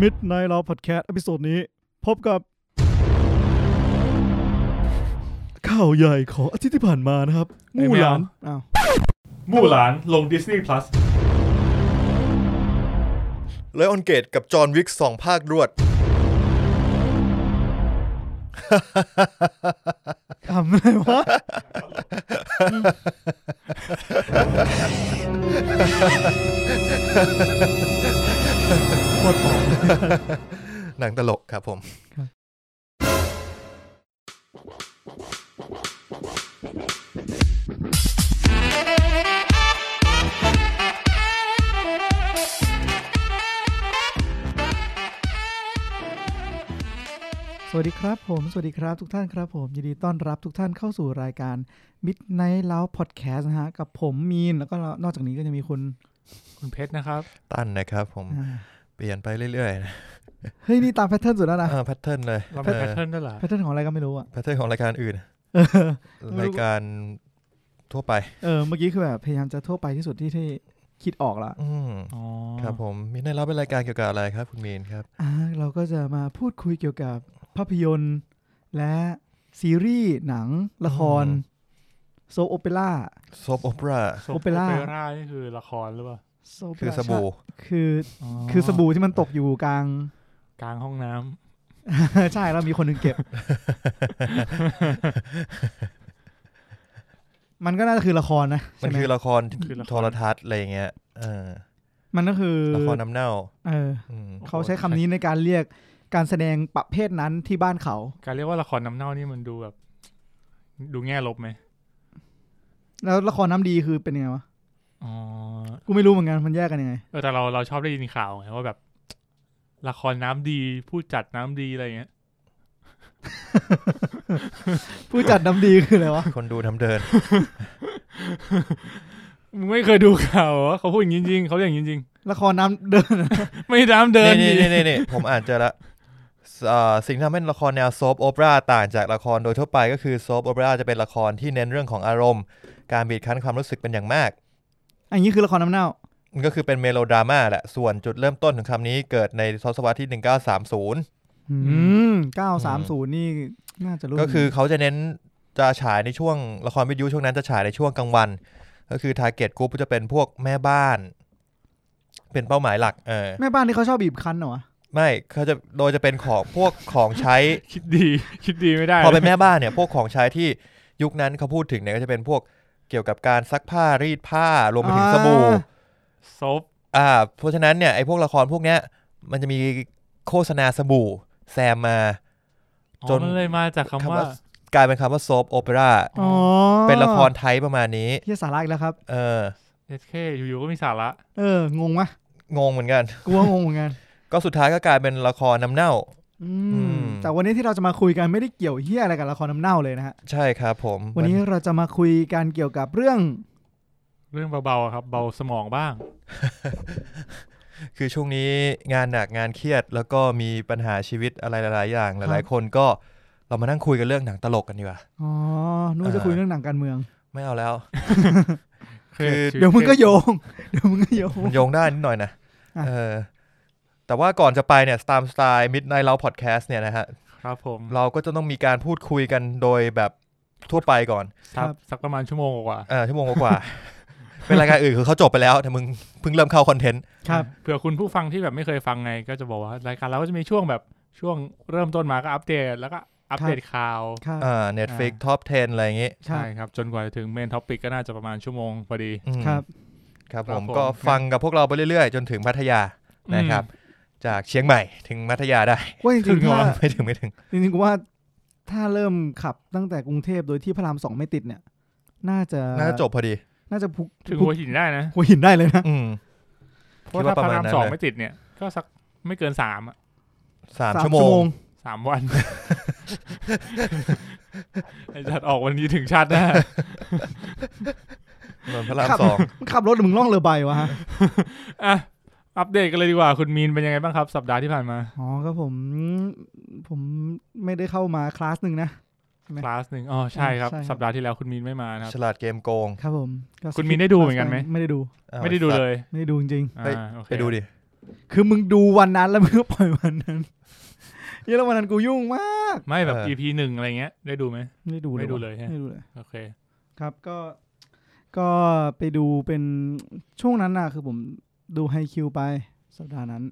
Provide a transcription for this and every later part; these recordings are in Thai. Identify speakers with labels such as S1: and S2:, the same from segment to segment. S1: มิดในเราพอดแคสต์อพิโซดนี้ พบกับ ข่าวใหญ่ของอาทิตย์ที่ผ่านมานะครับ
S2: เอ้ย
S1: มู่
S2: ไม่
S1: ห
S2: เอา
S1: ลาน
S3: อ้าว
S2: มู่หลานลง Disney Plus
S4: เลออนเกตกับจอห์นวิกสองภาครวด
S3: ทำอะไรวะ
S1: โคตรต่อ
S4: หนังตลกครับผม
S3: สวัสดีครับผม สวัสดีครับทุกท่านครับผมยินดีต้อนรับทุกท่านเข้าสู่รายการ Midnight l o u d Podcast นะฮะ กับผมมีน แล้วก็นอกจากนี้ก็จะมีคุณ
S2: คุณเพชรนะครับ
S4: ตั้นนะครับผม
S3: อ่า
S4: เปลี่ยนไปเรื่อยๆนะ
S3: เฮ้ย นี่ตามแพทเทิร์นสุดแล้วนะ
S4: เออแพทเทิร์นเลย
S2: เราเป็นแพทเทิร์นด้วยเหรอ
S3: แพทเทิร์นของอะไรก็ไม่รู้อะ
S4: แพทเทิร์นของรายการอื่น
S3: เออ
S4: รายการทั่วไป
S3: เออเมื่อกี้คือแบบพยายามจะทั่วไปที่สุดที่ที่คิดออกละ
S4: อืม
S2: อ๋อ
S4: ครับผมมินได้รับเป็นรายการเกี่ยวกับอะไรครับ คุณมีนครับ
S3: อ่าเราก็จะมาพูดคุยเกี่ยวกับภาพยนตร์ และซีรีส์หนังละคร
S4: อืม
S3: โซโอเปร่า
S4: ซอฟโอเปร่า
S2: โอเป
S3: Opera
S2: ร่านี่คือละครหรือเปล่า
S4: คือสบู่
S3: คือ คือสบู่ที่มันตกอยู่กลาง
S2: กลางห้องน้ำ
S3: ใช่แล้วมีคนหนึ งเก็บ มันก็น่าจะคือละครนะ
S4: มั
S3: ใช่
S4: น
S3: ไหม
S4: คือละครโทรทัศน์อะไรอย่างเงี้ยเออ
S3: มันก็คือ
S4: ละครน้ำเน่า
S3: เออ
S4: อืม
S3: เขาใช้คำนี้ในการเรียกการแสดงประเภทนั้นที่บ้านเขา
S2: การเรียกว่าละครน้ำเน่านี่มันดูแบบ ดูแง่ลบไหม
S3: แล้วละครน้ำดีคือเป็นยังไงวะ
S2: อ๋อ
S3: กูไม่รู้เหมือนกันมันแยกกันยังไง
S2: เออแต่เราเราชอบได้ยินข่าวไงว่าแบบ ละครน้ำดีผู้จัดน้ำดีอะไรเงี้ย
S3: ผู้จัดน้ำดีคืออะไรวะ
S4: คนดูทำเดิน
S2: มึงไม่เคยดูข่าวเหรอเขาพูดอย่างนี้จริงเขาเรียกอย่างนี้จริง
S3: ละครน้ำเดิน
S2: ไม่น้ำเดิน
S4: นี่
S2: ดี
S4: นี่นี่นี่ผมอ่านเจอละสอ่าสิ่งที่ทำให้ละครแนวโซฟโอเปร่าต่างจากละครโดยทั่วไปก็คือโซฟโอเปร่าจะเป็นละครที่เน้นเรื่องของอารมณ์ การบีบคั้นความรู้สึกเป็นอย่างมาก
S3: อันนี้คือละครน้ำเน่า
S4: มันก็คือเป็นเมโลดราม่าแหละ ส่วนจุดเริ่มต้นของคำนี้เกิดในทศวรรษที่ 1930
S3: อืมเก้าสามศูนย์นี่น่าจะรู้
S4: ก็คือเขาจะเน้นจะฉายในช่วงละครวิทยุช่วงนั้นจะฉายในช่วงกลางวัน ก็คือทาร์เก็ตกลุ่มจะเป็นพวกแม่บ้าน เป็นเป้าหมายหลักเออ
S3: แม่บ้านที่เขาชอบบีบคั้นเหรอวะ
S4: ไม่เขาจะโดยจะเป็นของพวกของใช้
S2: คิดดี คิดดีไม่ได้
S4: พอเป็นแม่บ้านเนี่ย พวกของใช้ที่ยุคนั้นเขาพูดถึงเนี่ยก็จะเป็นพวกเกี่ยวกับการซักผ้ารีดผ้ารวมไปถึงสบู่
S2: ซบ
S4: อ่าเพราะฉะนั้นเนี่ยไอ้พวกละครพวกเนี้ยมันจะมีโฆษณาสบู่แซมมา
S2: อ๋อ
S4: จน
S2: มันเลยมาจากคำว่า
S4: กลายเป็นคำว่าโซฟโอเปร่า
S3: อ๋อ
S4: เป็นละครไทยประมาณนี้
S3: ที่สาระอีกแล้วครับ
S4: เออ
S2: SK อยู่ๆก็มีสาระ
S3: เอองงวะ
S4: งงเหมือนกัน
S3: กูว่างงเหมือนกัน
S4: ก็สุดท้ายก็กลายเป็นละครน้ำเน่า
S3: อื
S4: อื
S3: ม
S4: ม
S3: แต่วันนี้ที่เราจะมาคุยกันไม่ได้เกี่ยวเฮียอะไรกับละครน้ำเน่าเลยนะฮะ
S4: ใช่ครับผม
S3: วันนี้
S4: มั
S3: เราจะมาคุยกันเกี่ยวกับเรื่อง
S2: เรื่องเบาๆอะครับ เบาสมองบ้าง
S4: คือช่วงนี้งานหนักงานเครียด แล้วก็มีปัญหาชีวิตอะไรหลาย ๆ อย่าง ห
S3: ครั
S4: ลาย
S3: บ
S4: ๆ คนก็เรามานั่งคุยกันเรื่องหนังตลกกันดีกว่า
S3: อ๋อนู่นจะ
S4: อ่า
S3: คุยเรื่องหนังการเมือง
S4: ไม่เอาแล้ว
S2: เครียด
S4: คือ
S2: ชีต
S3: เดี๋ยวมึงก็
S2: เครี
S3: โยง เดี๋ยวมึงก็โยง
S4: มันโยงได้นิดหน่อยนะ
S3: อ่ะ
S4: เออ แต่ว่าก่อนจะไปเนี่ยตามสไตล์ Midnight Love Podcast เนี่ยนะฮะ
S2: ครับผม
S4: เราก็จะต้องมีการพูดคุยกันโดยแบบทั่วไปก่อน
S3: ค
S2: สัก
S3: รับ
S2: สักประมาณชั่วโมงกว่า
S4: เออชั่วโมงกว่า ๆ เป็นรายการอื่นคือเขาจบไปแล้ว แต่มึงเพิ่งเริ่มเข้าคอนเทนต์
S3: ครับ
S2: เผื่อคุณผู้ฟังที่แบบไม่เคยฟังไง ก็จะบอกว่ารายการเราก็จะมีช่วงแบบช่วงเริ่มต้นมาก็อัปเดต แล้วก็อัปเดตข่าว
S3: ครับ
S4: อ่า Netflix Top 10 อะไรอย่างงี้
S3: ครั
S2: ใช่
S3: บ
S2: ครับ จนกว่าจะถึงเมนท็อปิกก็น่าจะประมาณชั่วโมงพอดี
S4: อืม
S3: ครับ
S4: ครับ
S2: ครับ
S4: ผม
S2: ผม
S4: ก็ฟังกับพวกเราไปเรื่อย ๆ จนถึงพัทยานะครับ จากเชียงใหม่ถึงพัทยาได้
S3: ว่าจริงๆถ้า
S4: ไม่ถึงไม่ถึง
S3: จริงๆกูว่าถ้าเริ่มขับตั้งแต่กรุงเทพโดยที่พระรามสองไม่ติดเนี่ย น่าจะ
S4: น่าจะจบพอดี
S3: น่าจะพุ
S2: ถึง
S3: พุ
S2: หัวหินได้นะ
S3: หัวหินได้เลยนะ
S4: อืม
S2: เพ
S4: คิด
S2: ราะ
S4: ว่า
S2: ถ้า
S4: ป
S2: พระ
S4: ระมา
S2: รา
S4: ณ
S2: ม
S4: นั้น
S2: สอง
S4: แห
S2: ไม่
S4: ละ
S2: ติดเนี่ย ก็สักไม่เกินสามอะ
S4: สามชั่วโมง
S2: สามวัน ไอ้จัดออกวันนี้ถึงชาติหน้า
S4: นนท์พระราม
S3: ขับ
S4: สอง
S3: มึงขับรถหรือมึงล่องเรือใบวะฮะ
S2: อ่ะอัปเดตกันเลยดีกว่าคุณมีนเป็นยังไงบ้างครับ สัปดาห์ที่ผ่านมา
S3: อ๋อก็ผมผมไม่ได้เข้ามาคลาสหนึ่งนะ
S2: คลาสหนึ่งอ๋อใช่ครับ
S3: ใช่ครับ
S2: สัปดาห์ที่แล้วคุณมีนไม่มานะครับ
S4: ฉลาดเกมโกง
S3: ครับผมก็
S2: คุณมีนได้ดูเหมือนกันไหม
S3: ไม่ได้ดู
S4: อ้าว
S2: ไม่ได้ดู
S4: สัตว์
S2: เลย
S3: ไม่ได้ดูจริง
S2: อ่า
S4: เฮ้ย
S2: โอเค
S4: ไปดูดิ
S3: คือมึงดูวันนั้นแล้วมึงก็ปล่อยวันนั้น เหี้ยแล้ววันนั้นกูยุ่งมาก
S2: ไม่แบบ
S4: เออ
S2: EP หนึ่งอะไรเงี้ย ได้ดูไหม
S3: ไม่ดูเลย
S2: ไม่ดู
S3: วะ
S2: เลยฮะ
S3: ไม่ดูเลย
S2: โอเค
S3: ครับก็ก็ไปดูเป็นช่วงนั้นน่ะ คือผมดูไฮคิวไปสัปดาห์นั้น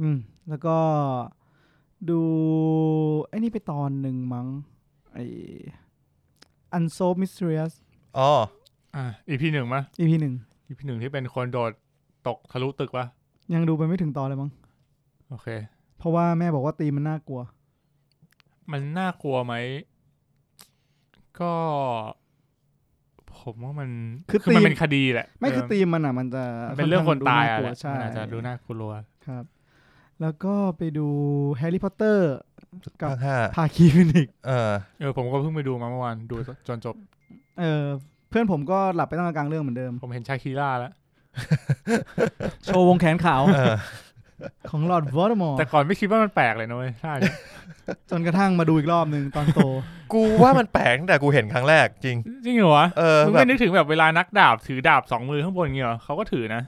S3: อืม แล้วก็ดูไอ้นี่ไปตอนหนึ่งมั้งไอ Unsolved Mysterious
S4: อ๋อ
S2: อ่า EP หนึ่งมะ
S3: EP หนึ่ง
S2: EP หนึ่งที่เป็นคนโดดตกทะลุตึกปะ
S3: ยังดูไปไม่ถึงตอนเลยมั้ง
S2: โอเค
S3: เพราะว่าแม่บอกว่าตีมมันน่ากลัว
S2: มันน่ากลัวไหม ก็ ผมว่ามัน
S3: คือ
S2: มัน
S3: ธีม
S2: เป็นคดีแหละ
S3: ไม่คือ
S2: เ
S3: ตีมมันอ่ะ มันจะ
S2: มันเป็นเรื่องคนตาย
S3: ข้
S2: อะ
S3: งดูน่ก
S2: แหละ
S3: ลัวใช่
S2: มันอาจจะดูน่ากลัว
S3: ครับ แล้วก็ไปดูแฮร์รี่พอตเตอร์ กับ
S4: ภาคห้า
S3: พาคีฟินิกซ์
S4: เออ
S2: เออ ผมก็เพิ่งไปดูมาเมื่อวาน ดูจนจบ
S3: เออ เพื่อนผมก็หลับไปตั้งแต่กลางเรื่องเหมือนเดิม
S2: ผมเห็นชาคีล่าแล้ว
S3: โชว์วงแขนขาว
S4: เออ
S3: ของหลอร์ดวอร์มอร์
S2: แต่ก่อนไม่คิดว่ามันแปลกเลยนะเว้ยท่าเนี่ย
S3: จนกระทั่งมาดูอีกรอบหนึ่งตอนโต
S4: กูว่ามันแปลกตั้งแต่กูเห็นครั้งแรกจริง
S2: จริงเหรอวะ
S4: เออ
S2: มึง
S4: แบบ
S2: ไม่นึกถึงแบบเวลานักดาบถือดาบสองมือข้างบนอย่างเงี้ยเหรอเขาก็ถือนะ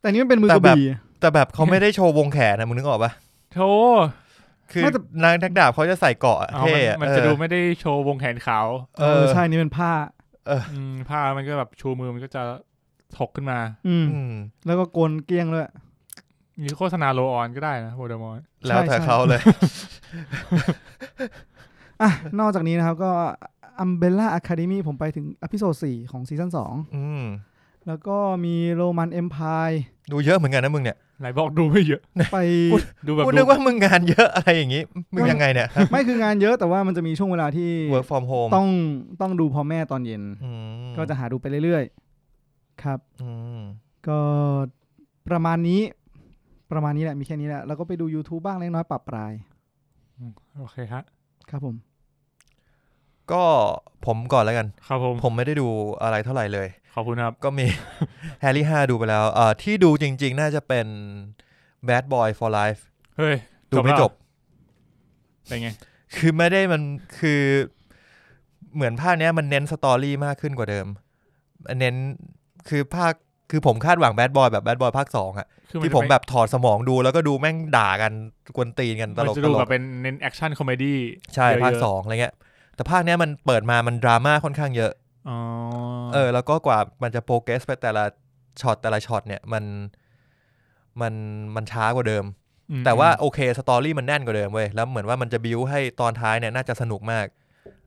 S3: แต่นี่มันเป็นมือกระบี่
S4: แต่แบบเขาไม่ได้โชว์วงแขนนะมึงนึกออกปะ
S2: โธ
S4: คือ
S3: ไม่แต่
S4: นางนักดาบเขาจะใส่เกราะอะ
S2: เอามั
S4: เท่
S2: น
S4: อะ
S2: มัน
S4: เออ
S2: จะดูไม่ได้โชว์วงแขนขาว
S4: เอ
S3: เอ
S4: อ
S3: อใช่นี่เป็นผ้า
S2: อืมผ้ามันก็แบบชูมือมันก็จะถกขึ้นมา
S3: อืม
S4: อืม
S3: แล้วก็โกนเกลี้ยงเลย
S2: หรือโฆษณาโลออนก็ได้นะโวลเดอมอร์
S4: แล้วแต่
S3: ใช่
S4: เขาเลย
S3: อ่ะ นอกจากนี้นะครับก็ Umbrella Academy ผมไปถึงอพิโซด4ของซีซั่น
S4: อืม
S3: 2 แล้วก็มีโรมันเอ็มพาย
S4: ดูเยอะเหมือนกันนะมึงเนี่ย
S2: ไหนบอกดูไม่เยอะ
S3: ไป
S2: ดูแบบ
S4: กู
S2: ดู
S4: นึกว่ามึงงานเยอะ อะไรอย่างงี้ มึงยังไงเนี่ย
S3: ไม่คืองานเยอะแต่ว่ามันจะมีช่วงเวลาที่
S4: work from home
S3: ต้องต้องดูพ่อแม่ตอนเย็น
S4: อืม
S3: ก็จะหาดูไปเรื่อยๆ ครับ
S4: อืม
S3: ก็ประมาณนี้ประมาณนี้แหละ มีแค่นี้แหละ แล้วก็ไปดู YouTube บ้างเล็กน้อยปรับปราย
S2: โอเคฮะ
S3: ครับผม
S4: ก็ผมก่อนแล้วกัน
S2: ครับผม
S4: ผมไม่ได้ดูอะไรเท่าไหร่เลย
S2: ขอบคุณครับ
S4: ก็มี แฮร์รี่5ดูไปแล้วเอ่อที่ดูจริง ๆ น่าจะเป็น Bad Boy for Life
S2: เฮ้ย
S4: ดูไม่
S2: แล้ว
S4: จบ
S2: เป็นไง
S4: คือไม่ได้มันคือเหมือนภาคเนี้ยมันเน้นสตอรี่มากขึ้นกว่าเดิมเน้นคือภาคคือผมคาดหวังแบดบอยแบบแบดบอยภาคสองอะ
S2: คือ
S4: ที่ผมแบบถอดสมองดูแล้วก็ดูแม่งด่ากันกวนตีนกันต
S2: มัน
S4: ลก
S2: จะ
S4: ต
S2: ดู
S4: ล
S2: แบบ
S4: ก
S2: เป็นเน้นแอคชั่นคอมเมดี้
S4: ใช่ภาคสองอะไรเงี้ย แต่ภาคเนี้ยมันเปิดมามันดราม่าค่อนข้างเยอะ
S2: อ๋อ
S4: เออแล้วก็กว่ามันจะโปรเกรสไปแต่ละช็อตแต่ละช็อตเนี่ยมันมันมันช้ากว่าเดิม
S2: ม
S4: แต่ว่าโอเคสตอรี่มันแน่นกว่าเดิมเว้ยแล้วเหมือนว่ามันจะบิวให้ตอนท้ายเนี่ยน่าจะสนุกมาก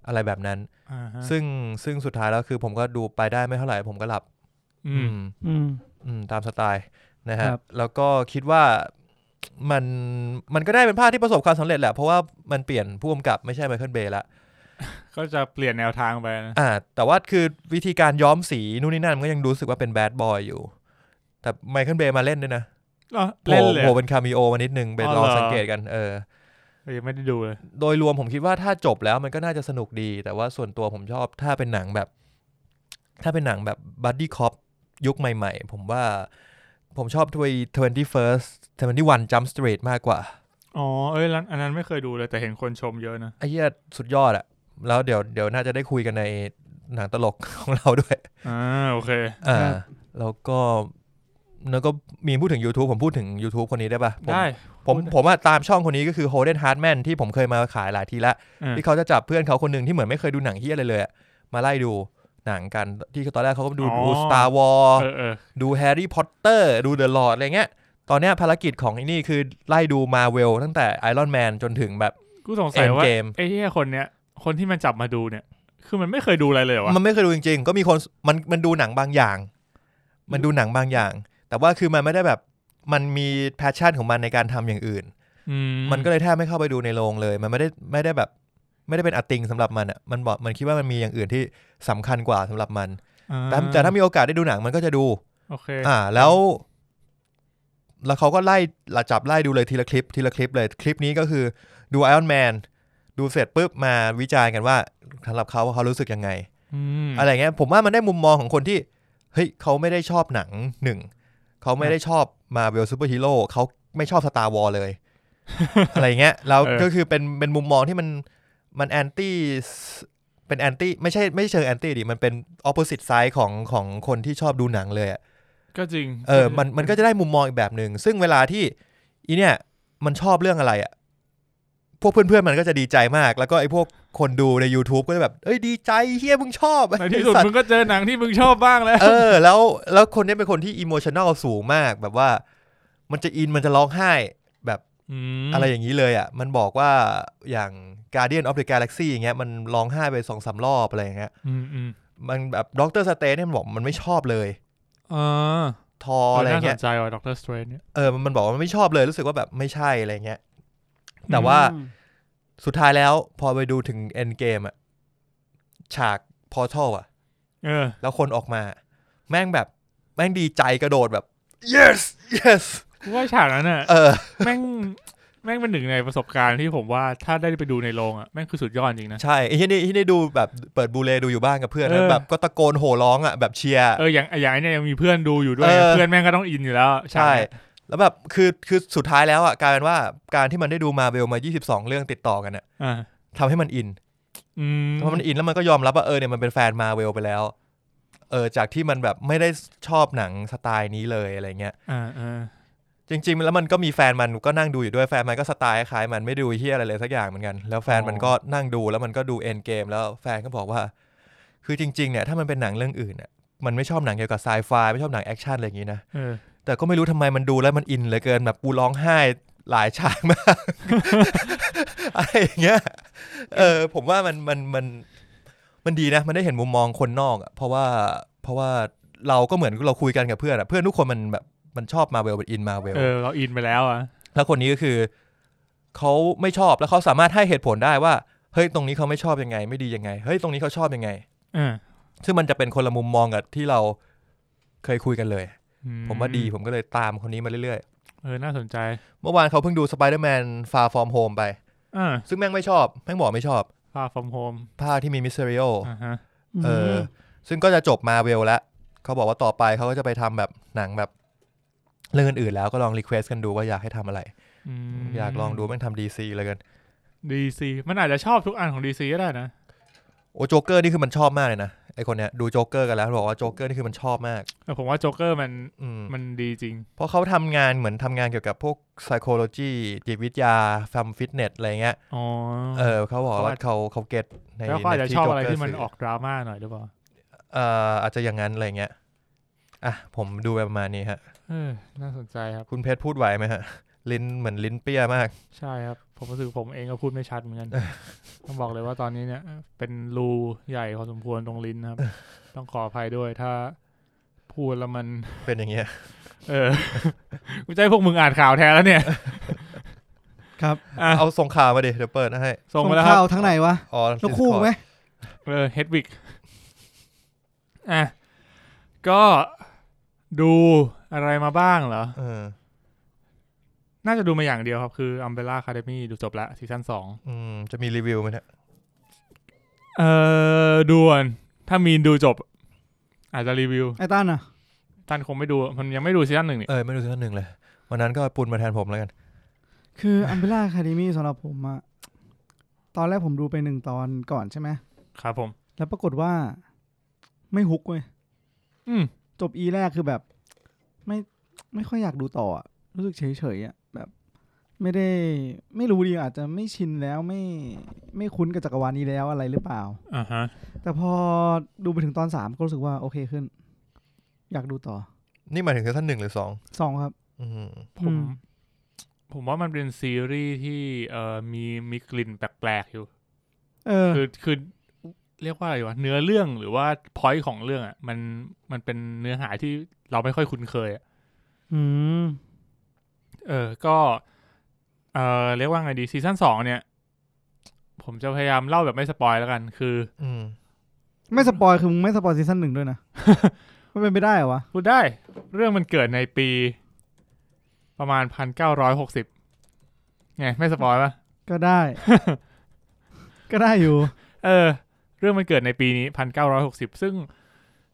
S4: อะไรแบบนั้น
S2: อ่าฮะ
S4: ซึ่งซึ่งสุดท้ายแล้วคือผมก็ดูไปได้ไม่เท่าไหร่ผมก็หลับ
S2: อื
S4: อื
S2: ม
S4: ม
S3: อืม
S4: อืมตามสไตล์นะฮะ
S3: ครับ
S4: แล้วก็คิดว่ามันมันก็ได้เป็นภาพที่ประสบความสำเร็จแหละ เพราะว่ามันเปลี่ยนผู้กำกับไม่ใช่ไมเคิลเบย์ละ
S2: ก็จะเปลี่ยนแนวทางไปนะ
S4: อ่า แต่ว่าคือวิธีการย้อมสีนู่นนี่นั่นมันก็ยังรู้สึกว่าเป็นแบดบอยอยู่ แต่ไมเคิลเบย์มาเล่นด้วยนะ
S2: อ้าว
S4: โผล่
S2: เล่นเลย
S4: โผล่
S2: อะ
S4: เป็นคาเมิโอมานิดนึงไป
S2: อ๋อ
S4: ลอง
S2: เหรอ
S4: สังเกตกันเออ
S2: ยังไม่ได้ดูเลย
S4: โดยรวมผมคิดว่าถ้าจบแล้วมันก็น่าจะสนุกดี แต่ว่าส่วนตัวผมชอบถ้าเป็นหนังแบบ ถ้าเป็นหนังแบบบั d ดี้คอปยุคใหม่ๆ ผมว่าผมชอบทวี21 21 Jump Street มากกว่า
S2: อ๋อ เอ้ยร้านอันนั้นไม่เคยดูเลยแต่เห็นคนชมเยอะนะ
S4: ไอ้เหี้ยสุดยอดอะแล้วเดี๋ยวเดี๋ยวน่าจะได้คุยกันในหนังตลก ของเราด้วย
S2: อ่าโอเค
S4: อ่า
S3: ครับ
S4: แล้วก็แล้วก็มีพูดถึง YouTube ผมพูดถึง YouTube คนนี้ได้ปะผม
S2: ได้
S4: ผมผมอะตามช่องคนนี้ก็คือ Holden Hartman ที่ผมเคยมาขายหลายทีละ
S2: อ่า
S4: ที่เขาจะจับเพื่อนเขาคนหนึ่งที่เหมือนไม่เคยดูหนังเฮียอะไรเลยอะมาไล่ดูหนังกันที่ตอนแรกเขาก็ดูดูสตาร์วอล
S2: เออเออ
S4: ดูแฮร์รี่พอตเตอร์ดูเดอะลอ d อะไรเงี้ย ตอนเนี้ยภารกิจของไอ้นี่คือไล่ดูมาเวลตั้งแต่ไอรอนแมนจนถึงแบบ
S2: กูสงสั
S4: เอ็
S2: ย
S4: น
S2: ว่า
S4: เกม
S2: ไอ้เหี้ยคนเนี้ยคนที่มันจับมาดูเนี่ย คือมันไม่เคยดูอะไรเลยเหรอวะ
S4: มันไม่เคยดูจริง ๆ ก็มีคนมันมันดูหนังบางอย่าง มันดูหนังบางอย่าง แต่ว่าคือมันไม่ได้แบบมันมีแพชชั่นของมันในการทำอย่างอื่น
S2: อื
S4: มันก็เลยแทบไม่เข้าไปดูในโรงเลย มันไม่ได้ไม่ได้แบบ ไม่ได้เป็นอติงสำหรับมันอ่ะมันบอกมันคิดว่ามันมีอย่างอื่นที่สำคัญกว่าสำหรับมัน
S2: อ่
S4: แต่แต่ถ้ามีโอกาสได้ดูหนังมันก็จะดู
S2: โอเค
S4: อ่า แล้ว แล้วเขาก็ไล่ละจับไล่ดูเลยทีละคลิป ทีละคลิปเลย คลิปนี้ก็คือดูไอออนแมนดูเสร็จปุ๊บมาวิจารณ์กันว่าสำหรับเขาว่าเขารู้สึกยังไง
S2: อืม
S4: อะไรเงี้ย ผมว่ามันได้มุมมองของคนที่เฮ้ยเขาไม่ได้ชอบหนังหนึ่งเขาไม่ได้ชอบมาเวลซูเปอร์ฮีโร่เขาไม่ชอบสตาร์วอลเลย อะไรเงี้ยแล้วก็คือเป็นเป็นมุมมองที่มันมันแอนตี้เป็นแอนตี้ไม่ใช่ไม่เชิงแอนตี้ดิมันเป็นออป o s สิตไซด์ของของคนที่ชอบดูหนังเลยอะ
S2: ก็จริง
S4: เออมันมันก็จะได้มุมมองอีกแบบหนึ่งซึ่งเวลาที่อีเนี่ยมันชอบเรื่องอะไรอะพวกเพื่อนๆมันก็จะดีใจมาก แล้วก็ไอ้พวกคนดูใน YouTube ก็จะแบบ เอ้ยดีใจเฮียมึงชอบ
S2: ในที่สุด
S4: ไอ้สัต
S2: มึ
S4: ว์
S2: งก็เจอหนังที่มึงชอบบ้างแล้ว
S4: เออ แล้วแล้วคนเนี้เป็นคนที่อิโมชัน a ลสูงมากแบบว่า มันจะอินมันจะร้องไห้
S2: ม
S4: อะไรอย่างนี้เลยอ่ะ มันบอกว่าอย่าง Guardian of the Galaxy อย่างเงี้ยมันร้องไห้ไปสองสามรอบอะไรอย่างเงี้ย
S2: อืมอืม
S4: มันแบบด็อกเตอร์สเตนเนี่ยมันบอกมันไม่ชอบเลย
S2: อ่า
S4: ทออะไร
S2: น่าส
S4: เงี้ย
S2: นใจว่ะด็อกเตอร์สเตรนเนี่ย
S4: เออมันมันบอกว่ามันไม่ชอบเลยรู้สึกว่าแบบไม่ใช่อะไรเงี้ยแต่ว่า
S3: อืม
S4: สุดท้ายแล้วพอไปดูถึงเอ็นเกมอะฉากพอทัลอะ
S2: เออ
S4: แล้วคนออกมา แม่งแบบแม่งดีใจกระโดดแบบ yes yes
S2: กูว่าฉากนั้นอ่ะ
S4: เออ
S2: แม่งแม่งเป็นหนึ่งในประสบการณ์ที่ผมว่าถ้าได้ไปดูในโรงอ่ะแม่งคือสุดยอดจริงนะ
S4: ใช่ไอ้ที่นี่ที่นี่ดูแบบเปิดบูเลดูอยู่บ้านกับเพื่อน
S2: เออ
S4: แบบก็ตะโกนโห่ร้องอะแบบเชียร์
S2: เอออย่างอย่างไอ้เนี่ยยังมีเพื่อนดูอยู่ด้วย
S4: เออ
S2: เพื่อนแม่งก็ต้องอินอยู่แล้วอะฉาก
S4: ใช่
S2: เนี่ย
S4: แล้วแบบคือคือสุดท้ายแล้วอะกลายเป็นว่าการที่มันได้ดูมาเวลมา 22 เรื่องติดต่อกันอะ
S2: อ่า
S4: ทำให้มันอิน
S2: อืม
S4: พอมันอินแล้วมันก็ยอมรับว่าเออเนี่ยมันเป็นแฟนมาเวลไปแล้วเออจากที่มันแบบไม่ได้ชอบหนังสไตล์นี้เลยอะไรเงี้ย
S2: อ่าอ่า
S4: จริงๆ แล้วมันก็มีแฟนมันก็นั่งดูอยู่ด้วยแฟนมันก็สไตล์คล้ายมันไม่ดูเฮียอะไรเลยสักอย่างเหมือนกัน แล้วแฟนมันก็นั่งดูแล้วมันก็ดูเอ็นเกมแล้วแฟนก็บอกว่า คือจริงๆเนี่ยถ้ามันเป็นหนังเรื่องอื่นเนี่ยมันไม่ชอบหนังเกี่ยวกับไซไฟไม่ชอบหนังแอคชั่นอะไรอย่างนี้นะ
S2: เออ
S4: แต่ก็ไม่รู้ทำไมมันดูแล้วมันอินเหลือเกินแบบกูร้องไห้หลายฉากมาก อะไรอย่างเงี้ยเออผมว่ามันมันมันมันดีนะ มันได้เห็นมุมมองคนนอกอะเพราะว่าเพราะว่าเราก็เหมือนเราคุยกันกับเพื่อนอะเพื่อนทุกคนมันแบบมันชอบมาเวลมันอินมาเวล
S2: เออเราอินไปแล้วอ่ะ
S4: แล้วคนนี้ก็คือเขาไม่ชอบแล้วเขาสามารถให้เหตุผลได้ว่า เฮ้ยตรงนี้เขาไม่ชอบยังไง ไม่ดียังไง เฮ้ยตรงนี้เขาชอบยังไง
S2: อ่า
S4: ซึ่งมันจะเป็นคนละมุมมองกับที่เราเคยคุยกันเลย
S2: อื
S4: ผมว่าดีผมก็เลยตามคนนี้มาเรื่อย
S2: เออน่าสนใจ
S4: ๆ เมื่อวานเขาเพิ่งดู Spider-Man Far From Home ไป
S2: อ่า
S4: ซึ่งแม่งไม่ชอบ แม่งบอกไม่ชอบ
S2: ฟาฟอมโฮม
S4: ภาคที่มีมิสเ e ริโอ
S2: อ่าฮะ
S4: เออ ซึ่งก็จะจบมาเวลแล้วเขาบอกว่าต่อไปเขาก็จะไปทำแบบหนังแบบเรื่องอื่นๆแล้วก็ลองรีเควสกันดูว่าอยากให้ทำอะไร
S2: ม
S4: อยากลองดูแม่งทำดีซีเลยกัน
S2: ดีซีมันอาจจะชอบทุกอันของดีซีก็ได้นะ
S4: โอ้โจ๊กเกอร์นี่คือมันชอบมากเลยนะไอคนเนี้ยดูโจ๊กเกอร์กันแล้วบอกว่าโจ๊กเกอร์นี่คือมันชอบมาก
S2: แต่ผมว่าโจ๊กเกอร์มัน
S4: อืม
S2: มันดีจริง
S4: เพราะเขาทำงานเหมือนทำงานเกี่ยวกับพวก psychology จิตวิทยาฟมฟิตเนสอะไรเงี้ย
S2: อ๋อ
S4: เออเขาบอก
S2: เขา
S4: ว่า
S2: อาจ
S4: เขาเขาเก็ตใน
S2: แล้วก็อาจจะชอบอะไรที่มัน
S4: สื่
S2: ออกดราม่าหน่อยหรือเปล่า
S4: เอ่ออาจจะอย่างนั้นอะไรเงี้ยอ่ะผมดูไปประมาณนี้ฮะ
S2: เออน่าสนใจครับ
S4: คุณเพชรพูดไหวไหมฮะ ลิ้นเหมือนลิ้นเปี้ยมาก
S2: ใช่ครับ ผมรู้สึกผมเองก็พูดไม่ชัดเหมือนกัน ต้องบอกเลยว่าตอนนี้เนี่ย เป็นรูใหญ่พอสมควรตรงลิ้นนะครับ ต้องขออภัยด้วยถ้าพูดแล้วมัน
S4: เป็นอย่างเงี้ย
S2: เออ กูจะให้พวกมึงอ่านข่าวแทนแล้วเนี่ย
S3: ครับ
S2: อ่ะ
S4: เอาส่งข่าวมาดิเดี๋ยวเปิดให้
S2: ส่ง
S3: ส่ง
S2: มาแล้วค
S3: ข่า
S2: รั
S3: ว
S2: บ
S3: ทางไหนวะ
S4: อ๋อ
S3: แล้วคู่ไหม
S2: เออเฮดวิกอ่ะก็ดูอะไรมาบ้างเหรอ
S4: เออ
S2: น่าจะดูมาอย่างเดียวครับ คือ Umbrella Academy ดูจบละซีซั่นสอง
S4: อืมจะมีรีวิวไหมเนี่ย
S2: เออด่วน ถ้ามีนดูจบ อาจจะรีวิว
S3: ไอ้ต้านอ่ะ
S2: ท่านคงไม่ดู มันยังไม่ดูซีซั่นหนึ่งนี่
S4: เออไม่ดูซีซั่นหนึ่งเลย วันนั้นก็ปุนมาแทนผมแล้วกัน
S3: คืออัมเบล่าคาเดมี่สำหรับผมอะตอนแรกผมดูไปหนึ่งตอนก่อนใช่ไหม
S2: ครับผม
S3: แล้วปรากฏว่า ไม่ฮุกเว้ย
S2: อืม
S3: จบอีแรกคือแบบ ไม่ไม่ค่อยอยากดูต่ออะรู้สึกเฉยเฉยๆอะแบบ ไม่ได้ไม่รู้ดีอาจจะไม่ชินแล้วไม่ไม่คุ้นกับจักรวาลนี้แล้วอะไรหรือเปล่า
S2: อ่าฮะ
S3: แต่พอดูไปถึงตอนสามก็รู้สึกว่าโอเคขึ้น อยากดูต่อ
S4: นี่หมายถึงซีซั่นหนึ่งหรือสอง
S3: สองครับ
S4: อืม
S2: ผม ผมว่ามันเป็นซีรีส์ที่เอ่อมีมีกลิ่นแปลกๆอยู่
S3: เออ
S2: คือคือเรียกว่าอะไรวะ เนื้อเรื่องหรือว่าพอยต์ของเรื่องอ่ะ มันมันเป็นเนื้อหาที่เราไม่ค่อยคุ้นเคยอะ
S3: อืม
S2: เออ ก็ เอ่อ เรียกว่าไงดี ซีซั่นสองเนี่ย ผมจะพยายามเล่าแบบไม่สปอยแล้วกัน คือ
S4: อืม
S3: ไม่สปอยคือมึงไม่สปอยซีซั่นหนึ่งด้วยนะ มันเป็นไปได้เหรอวะ
S2: พูดได้ เรื่องมันเกิดในปี ประมาณพันเก้าร้อยหกสิบไง ไม่สปอยปะ
S3: ก็ได้ ก็ได้อยู่
S2: เออเรื่องมันเกิดในปีนี้พันเก้าร้อยหกสิบซึ่ง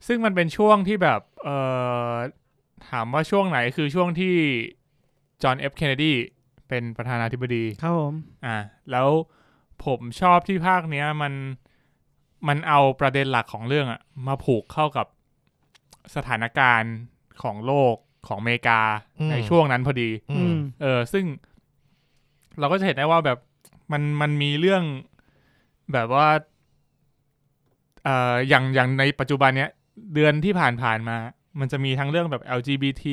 S2: ซึ่งมันเป็นช่วงที่แบบเออถามว่าช่วงไหนคือช่วงที่จอห์นเอฟเคนเนดีเป็นประธานาธิบดี
S3: ครับผม
S2: อ่าแล้วผมชอบที่ภาคเนี้ยมันมันเอาประเด็นหลักของเรื่องอะมาผูกเข้ากับสถานการณ์ ของโลกของอเมริกา
S4: อืม
S2: ในช่วงนั้นพอดี
S4: อืม
S2: เออซึ่งเราก็จะเห็นได้ว่าแบบมันมันมีเรื่องแบบว่าเอ่ออย่างอย่างในปัจจุบันเนี้ย เดือนที่ผ่านผ่านๆมา มันจะมีทั้งเรื่องแบบ LGBT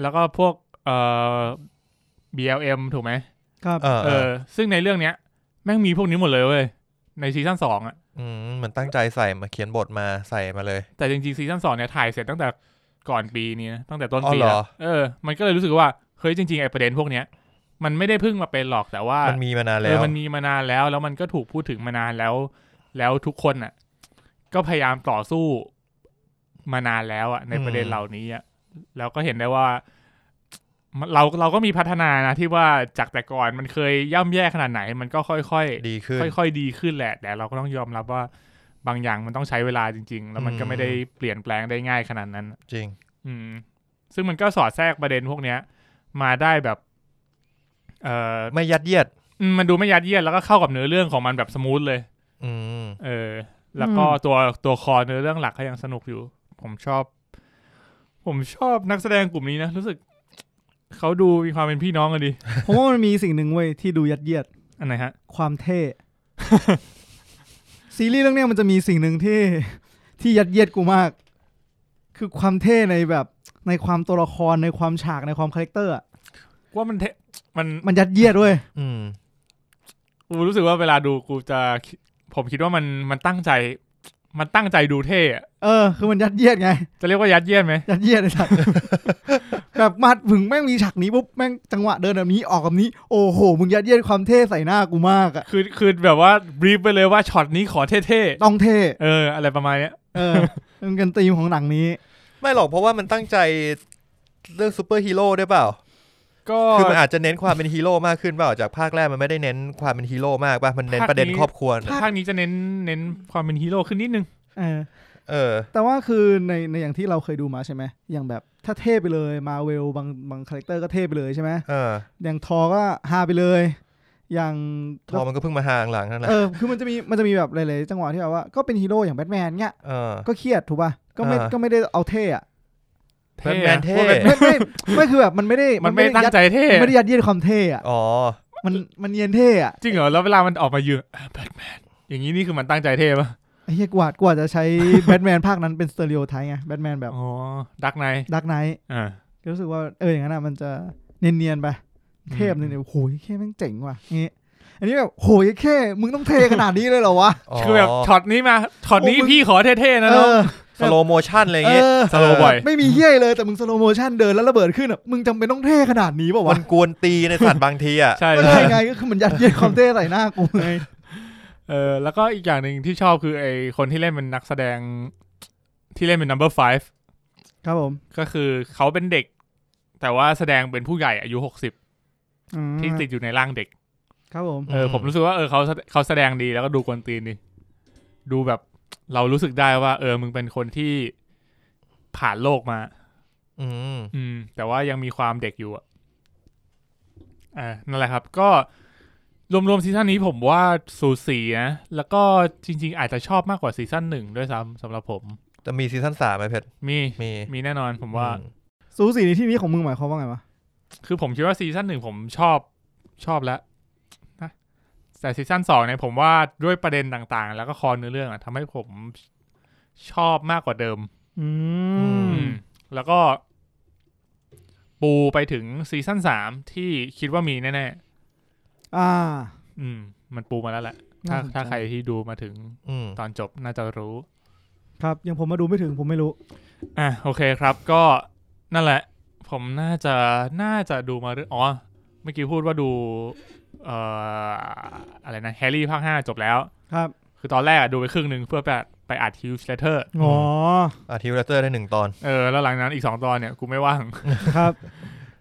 S2: แล้วก็พวกเอ่อ BLM ถูกไหม
S3: ครับ
S4: เออ
S2: เอ
S4: เออ
S2: อ ซึ่งในเรื่องเนี้ย แม่งมีพวกนี้หมดเลยเว้ยในซีซั่นสองอะ
S4: อืมเหมือนตั้งใจใส่มาเขียนบทมาใส่มาเลย
S2: แต่จริงๆซีซั่นสองเนี่ยถ่ายเสร็จตั้งแต่ก่อนปีนี้นะตั้งแต่ต้นปี
S4: อ๋อเหรอ
S2: แล้วเออ มันก็เลยรู้สึกว่าเฮ้ยจริงๆไอ้ประเด็นพวกเนี้ย มันไม่ได้เพิ่งมาเป็นหรอกแต่ว่า
S4: มันมีมานาน
S2: เอ
S4: แล้
S2: อ
S4: ว
S2: มันมีมานานแล้ว แล้วมันก็ถูกพูดถึงมานานแล้ว แล้วทุกคนอ่ะ ก็พยายามต่อสู้มานานแล้วอ่ะ ในประเด็น
S4: อืม
S2: เหล่านี้อ่ะ แล้วก็เห็นได้ว่า เราเราก็มีพัฒนานะ ที่ว่าจากแต่ก่อนมันเคยย่ำแย่ขนาดไหน มันก็ค่อยๆ
S4: ดีขึ้น
S2: ค่อยๆ ดีขึ้นแหละ แต่เราก็ต้องยอมรับว่าบางอย่างมันต้องใช้เวลาจริง ๆ แล้วมันก็ไม่ได้เปลี่ยนแปลงได้ง่ายขนาดนั้น
S4: จริง
S2: อืม ซึ่งมันก็สอดแทรกประเด็นพวกเนี้ย มาได้แบบ เอ่อ
S4: ไม่ยัดเยียด
S2: อืมมันดูไม่ยัดเยียดแล้วก็เข้ากับเนื้อเรื่องของมันแบบสมูทเลย
S4: อืม
S2: เออ แล้วก็
S3: อืม
S2: ตัวตัวคอเนื้อเรื่องหลักก็ยังสนุกอยู่ ผมชอบ ผมชอบนักแสดงกลุ่มนี้นะ รู้สึก เขาดูมีความเป็นพี่น้องกันดี
S3: ผมว่ามันมีสิ่งหนึ่งเว้ยที่ดูยัดเยียด
S2: อันไหนฮะ
S3: ความเท่ ซีรีส์เรื่องเนี้ยมันจะมีสิ่งหนึ่งที่ ที่ยัดเยียดกูมาก คือความเท่ในแบบในความตัวละครในความฉากในความคาแรคเตอร์อะ
S2: ว่ามันเทมัน
S3: มันยัดเยียดเว้ย
S4: อืม
S2: กูรู้สึกว่าเวลาดูกูจะ ผมคิดว่ามันมันตั้งใจ มันตั้งใจดูเท่อะ
S3: เออคือมันยัดเยียดไง
S2: จะเรียกว่ายัดเยียดไหม
S3: ยัดเยียดไอ้สัตว์ แบบมาถึงแม่งมีฉากนี้ปุ๊บแม่งจังหวะเดินแบบนี้ออกแบบนี้ โอ้โหมึงยัดเยียดความเท่ใส่หน้ากูมากอะ
S2: คือคือแบบว่าบีบไปเลยว่าช็อตนี้ขอเท่
S3: ต้องเท่
S2: ๆเออ อะไรประมาณเนี้ย
S3: เออ มันกันตีมของหนังนี้
S4: ไม่หรอกเพราะว่ามันตั้งใจเรื่องซูเปอร์ฮีโร่ได้วยเปล่า
S2: ก็
S4: คือมันอาจจะเน้นความเป็นฮีโร่มากขึ้นเปล่า จากภาคแรกมันไม่ได้เน้นความเป็นฮีโร่มากป่ะ มันเน้นประเด็นครอบครัวน่ะ
S2: ภาคนี้จะเน้นเน้นความเป็นฮีโร่ขึ้นนิดนึง
S3: เออ
S4: เออ
S3: แต่ว่าคือในในอย่างที่เราเคยดูมาใช่ไหมอย่างแบบถ้าเท่ไปเลยมาเวลบางบางคาแรคเตอร์ก็เท่ไปเลยใช่ไหม
S4: เออ
S3: อย่างทอก็ฮาไปเลย อย่าง
S4: ทอมันก็เพิ่งมาหางหลังนั่นแหละ
S3: เออคือมันจะมีมันจะมีแบบหลายๆจังหวะที่แบบว่าก็เป็นฮีโร่อย่างแบทแมนเงี้ย
S4: เออ
S3: ก็เครียดถูกป่ะก็ไม่
S4: อ่า
S3: ก็ไม่ได้เอาเท่อะ
S2: เท่
S4: แม
S2: อะ
S4: นเท่
S2: ว่าเป็น
S3: ไม่ไม่ไม่คือแบบมันไม่ได้
S2: มันไม่ตั้ง
S3: ยัด
S2: ใจเท่
S3: ไม่ได้ยัดเยียดความเท่อะ
S4: อ๋อ
S3: มันมันเนียนเท่อะ
S2: จริงเหรอ แล้วเวลามันออกมายืนแบทแมนอย่างนี้นี่คือมันตั้งใจเท่ปะ
S3: ไอ้เฮียกวาดกว่าจะใช้ แบทแมนภาคนั้นเป็นสเตอริโอไทป์ไงแบทแมนแบบ
S2: อ๋อดักไน
S3: ดักไนท์
S2: อ่า
S3: รู้สึกว่าเอออย่างนั้นอะมันจะเนียนๆไป เทพเนี่ยโอ้โหแค่แม่งเจ๋งว่ะอย่างงี้อันนี้แบบโหยแค่ มึงต้องเทขนาดนี้เลยเหรอวะ
S2: คือแบบช็อตนี้มาช็อตนี้
S3: โอ้มัน
S2: พี่ขอเท่ๆนะ
S3: เอ
S2: น้อง
S3: อ
S4: สโลโมชันอะไรอย่าง
S3: เอ
S4: งี้
S3: อ
S2: สโลว์บ่อย
S3: ไม่มีเฮี้ยเลยแต่มึงสโลโมชันเดินแล้วระเบิดขึ้นอ่ะมึงจำเป็นต้องเท่ขนาดนี้เปล่าวะ
S4: มันกวนตีในสัตว์บางทีอ่ะ
S2: ใช่
S3: ก็
S2: ใช่
S3: ใช่ไงก็คือมันยัดเยียดความเท่ใส่หน้ากูไง
S2: เออแล้วก็อีกอย่างหนึ่งที่ชอบคือไอคนที่เล่นเป็นนักแสดงที่เล่นเป็น number five
S3: ครับผม
S2: ก็คือเขาเป็นเด็ก แต่ว่าแสดงเป็นผู้ใหญ่อายุหกสิบ
S3: อืม
S2: ที่ติดอยู่ในร่างเด็ก
S3: ครับผม
S2: เออ
S4: อืม
S2: ผมรู้สึกว่าเออเขาเขาแสดงดีแล้วก็ดูกวนตีนดีดูแบบเรารู้สึกได้ว่า เออมึงเป็นคนที่ผ่านโลกมา
S4: อืม
S2: อืมแต่ว่ายังมีความเด็กอยู่อ่ะอ่านั่นแหละครับ ก็รวมๆซีซั่นนี้ผมว่าสูสีนะแล้วก็จริง ๆ อาจจะชอบมากกว่าซีซั่นหนึ่งด้วยซ้ำสำหรับผม
S4: จะมีซีซั่นสามไหมเพชร
S2: มี
S4: มี
S2: มีแน่นอนผมว่า
S4: อืม
S3: สูสีในที่นี้ของมึงหมายความว่าไงวะ
S2: คือผมคิดว่าซีซั่นหนึ่งผมชอบชอบแล้วนะแต่ซีซั่นสองเนี่ยผมว่าด้วยประเด็นต่างๆ แล้วก็คอเนื้อเรื่องอะทำให้ผมชอบมากกว่าเดิม
S3: อืม
S2: อืมแล้วก็ปูไปถึงซีซั่นสามที่คิดว่ามีแน่ๆ
S3: อ่า
S2: อืมมันปูมาแล้วแหละ
S3: น่า
S2: ถ้า
S3: สนใจ
S2: ถ้าใครที่ดูมาถึง
S4: อืม
S2: ตอนจบน่าจะรู้
S3: ครับยังผมมาดูไม่ถึงผมไม่รู้
S2: อ่ะโอเคครับก็นั่นแหละ ผมน่าจะน่าจะดูมาเรื่องอ๋อเมื่อกี้พูดว่าดู เอ่ออะไรนะแฮร์รี่ภาคห้าจบแล้ว
S3: ครับ
S2: คือตอนแรกอะดูไปครึ่งหนึ่งเพื่อไปไปอัดฮิวส์เลเตอร์
S3: อ๋อ
S4: อาทิวเลเตอร์ได้หนึ่งตอน
S2: เออแล้วหลังนั้นอีกสองตอนเนี่ยกูไม่ว่าง
S3: ครับ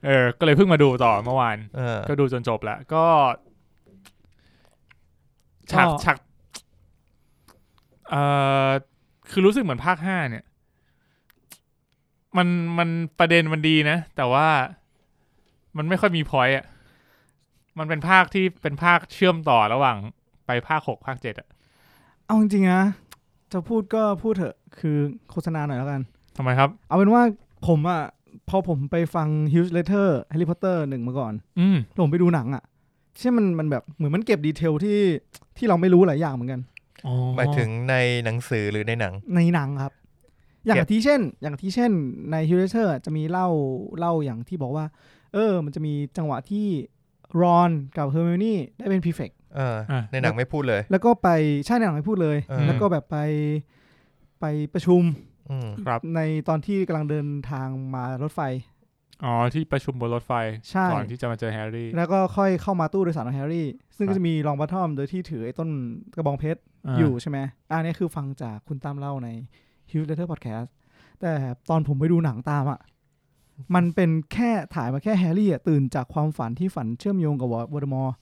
S2: เออก็เลยเพิ่งมาดูต่อเมื่อวาน
S4: เออ
S2: ก็ดูจนจบแล้วก็ฉาก
S3: ก็
S2: ฉากเอ่อคือรู้สึกเหมือนภาคห้าเนี่ย มันมันประเด็นมันดีนะ แต่ว่ามันไม่ค่อยมีพอยต์อ่ะ มันเป็นภาคที่เป็นภาคเชื่อมต่อระหว่างไปภาคหกภาคเจ็ดอ่ะ
S3: เอาจริงๆนะจะพูดก็พูดเถอะคือโฆษณาหน่อยแล้วกัน
S2: ทำไมครับ
S3: เอาเป็นว่าผมอ่ะพอผมไปฟัง Huge Letter Harry Potter หนึ่งมาก่อน
S2: อืม
S3: แล้วผมไปดูหนังอ่ะใช่มันมันแบบเหมือนมันเก็บดีเทลที่ที่เราไม่รู้หลายอย่างเหมือนกัน
S4: หมายถึงในหนังสือหรือในหนัง
S3: ในหนังครับ อย่าง
S4: เก็บ
S3: ที่เช่น อย่างที่เช่นในฮิวเลเตอร์จะมีเล่าเล่าอย่างที่บอกว่า เออ มันจะมีจังหวะที่รอนกับเฮอร์เมโอนี่ได้เป็นพรีเฟกต์
S4: เออ
S2: อ่ะ
S4: ในหนังไม่พูดเลย
S3: แล้วก็ไปใช่ในหนังไม่พูดเลย
S4: เออ
S3: แล้วก็แบบไปไปประชุม
S4: อืม
S2: ครับ
S3: ในตอนที่กำลังเดินทางมารถไฟ
S2: อ๋อที่ประชุมบนรถไฟ
S3: ใช่
S2: ก่อนที่จะมาเจอแฮร์รี่
S3: แล้วก็ค่อยเข้ามาตู้โดยสารของแฮร์รี่ ซึ่ง
S2: ครั
S3: ก็
S2: บ
S3: จะมีรองบัตทอมโดยที่ถือไอ้ต้นกระบองเพชร
S2: อา
S3: อยู่ใช่ไหมอันนี้คือฟังจากคุณตามเล่าใน Hugh Letter Podcast แต่ตอนผมไปดูหนังตามอะ่ะ มันเป็นแค่ถ่ายมาแค่แฮร์รี่อะตื่นจากความฝันที่ฝันเชื่อมโยงกับวอวอร์มอร์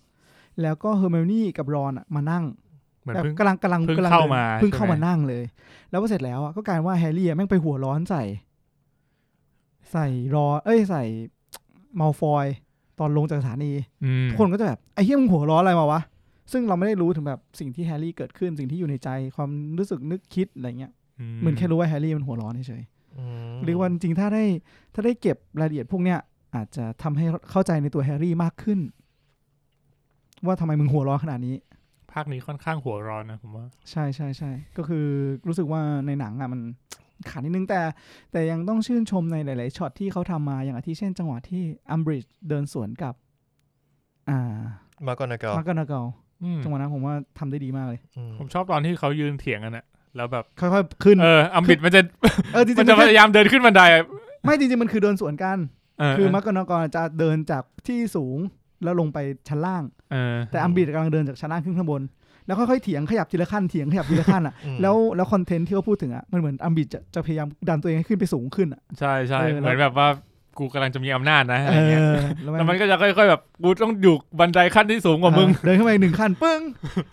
S3: แล้วก็เฮอร์เมลนี่กับรอนอะมานั่ง
S2: เหมือน
S3: แบบ
S2: เพิ่ง
S3: กำลังกำลัง
S2: เพิ่ง
S3: กำลั
S2: เข้ามา
S3: ดินเพิ่งเข้า
S2: ใช่ไหม
S3: มานั่งเลย แล้วพอเสร็จแล้วอะก็กลายว่าแฮร์รี่อะแม่งไปหัวร้อนใส่ ใส่รอนเอ้ยใส่มาลฟอยตอนลงจากสถานี
S2: อืม
S3: ทุกคนก็จะแบบไอ้เฮี้ยมงหัวร้อนอะไรมาวะ ซึ่งเราไม่ได้รู้ถึงแบบสิ่งที่แฮร์รี่เกิดขึ้นสิ่งที่อยู่ในใจความรู้สึกนึกคิดอะไรเงี้ยเหมือนแค่รู้ว่าแฮร์รี่มันหัวร้อนเฉย
S4: อืม
S3: ๆหรือว่าจริงๆถ้าได้ถ้าได้เก็บรายละเอียดพวกเนี้ยอาจจะทำให้เข้าใจในตัวแฮร์รี่มากขึ้น ว่าทำไมมึงหัวร้อนขนาดนี้
S2: ภาคนี้ค่อนข้างหัวร้อนนะผมว่า
S3: ใช่ใช่ใช่ก็คือรู้สึกว่าในหนังอ่ะมันขาดนิดนึงแต่ แต่ยังต้องชื่นชมในหลาย ๆช็อตที่เขาทำมาอย่างอาทิเช่น จังหวะที่อัมบริดจ์เดินสวนกับ อ่า
S4: มาก่อนนะก็
S3: มากานาเกล
S2: อืม
S3: จังหวะนั้นผมว่าทำได้ดีมากเลย
S2: ผมชอบตอนที่เขายืนเถียงกันอะแล้วแบบ
S3: ค่อยๆขึ้น
S2: เอออัมบิดมันจะ
S3: เออจริงๆ
S2: มั
S3: มัน น
S2: จะพ
S3: แค่
S2: ยายามเดินขึ้นบันไดอะ
S3: ไม่จริงๆมันคือเดินสวนกัน
S2: เ
S3: คือมักกะนกรจะเดินจากที่สูงแล้วลงไปชั้นล่าง
S2: เออ
S3: แต่อัมบิดกำลังเดินจากชั้นล่างขึ้นข้างบน แล้วค่อยๆเถียงขยับทีละขั้นเถียงขยับทีละขั้นอ่ะแล้วแล้วคอนเทนต์ที่เขาพูดถึงอ่ะมันเหมือนอัมบิดจะจะพยายามดันตัวเองให้ขึ้นไปสูงขึ้นอ่ะ
S2: ใช่ใช่
S3: เออแล้ว
S2: เหมือนแบบว่ากูกำลังจะมีอำนาจนะอะไรเงี้ย
S3: แล้ว
S2: แล้วมันก็จะค่อยๆแบบกูต้องอยู่บันไดขั้นที่สูงกว่ามึง
S3: เออเดินขึ้นไปหนึ่งขั้นปึ้ง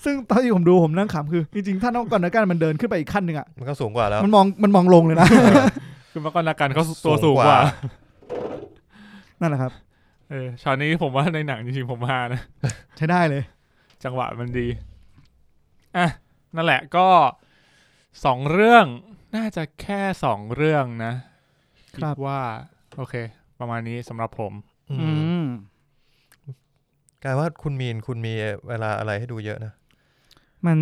S3: ซึ่งตอนที่ผมดูผมนั่งขำคือจริงๆถ้านกกรนกันมันเดินขึ้นไปอีกขั้นหนึ่งอ่ะ
S4: มันก็สูงกว่าแล้ว
S3: มันมองมันมองลงเลยนะ
S2: คือมาก่อนละกันเขาตัวสูงกว่า
S3: นั่นแหละครับ
S2: เออช็อตนี้ผมว่าในหนังจริงๆผมฮานะ
S3: ใช้ได้เลย
S2: จังหวะมันดี อ่ะ นั่นแหละก็สองเรื่องน่าจะแค่สองเรื่องนะครับ ดว่า โอเค ประมาณนี้สำหรับผม
S4: อื
S3: ม
S4: มกลายว่าคุณมีนคุณมีเวลาอะไรให้ดูเยอะนะ
S3: มัน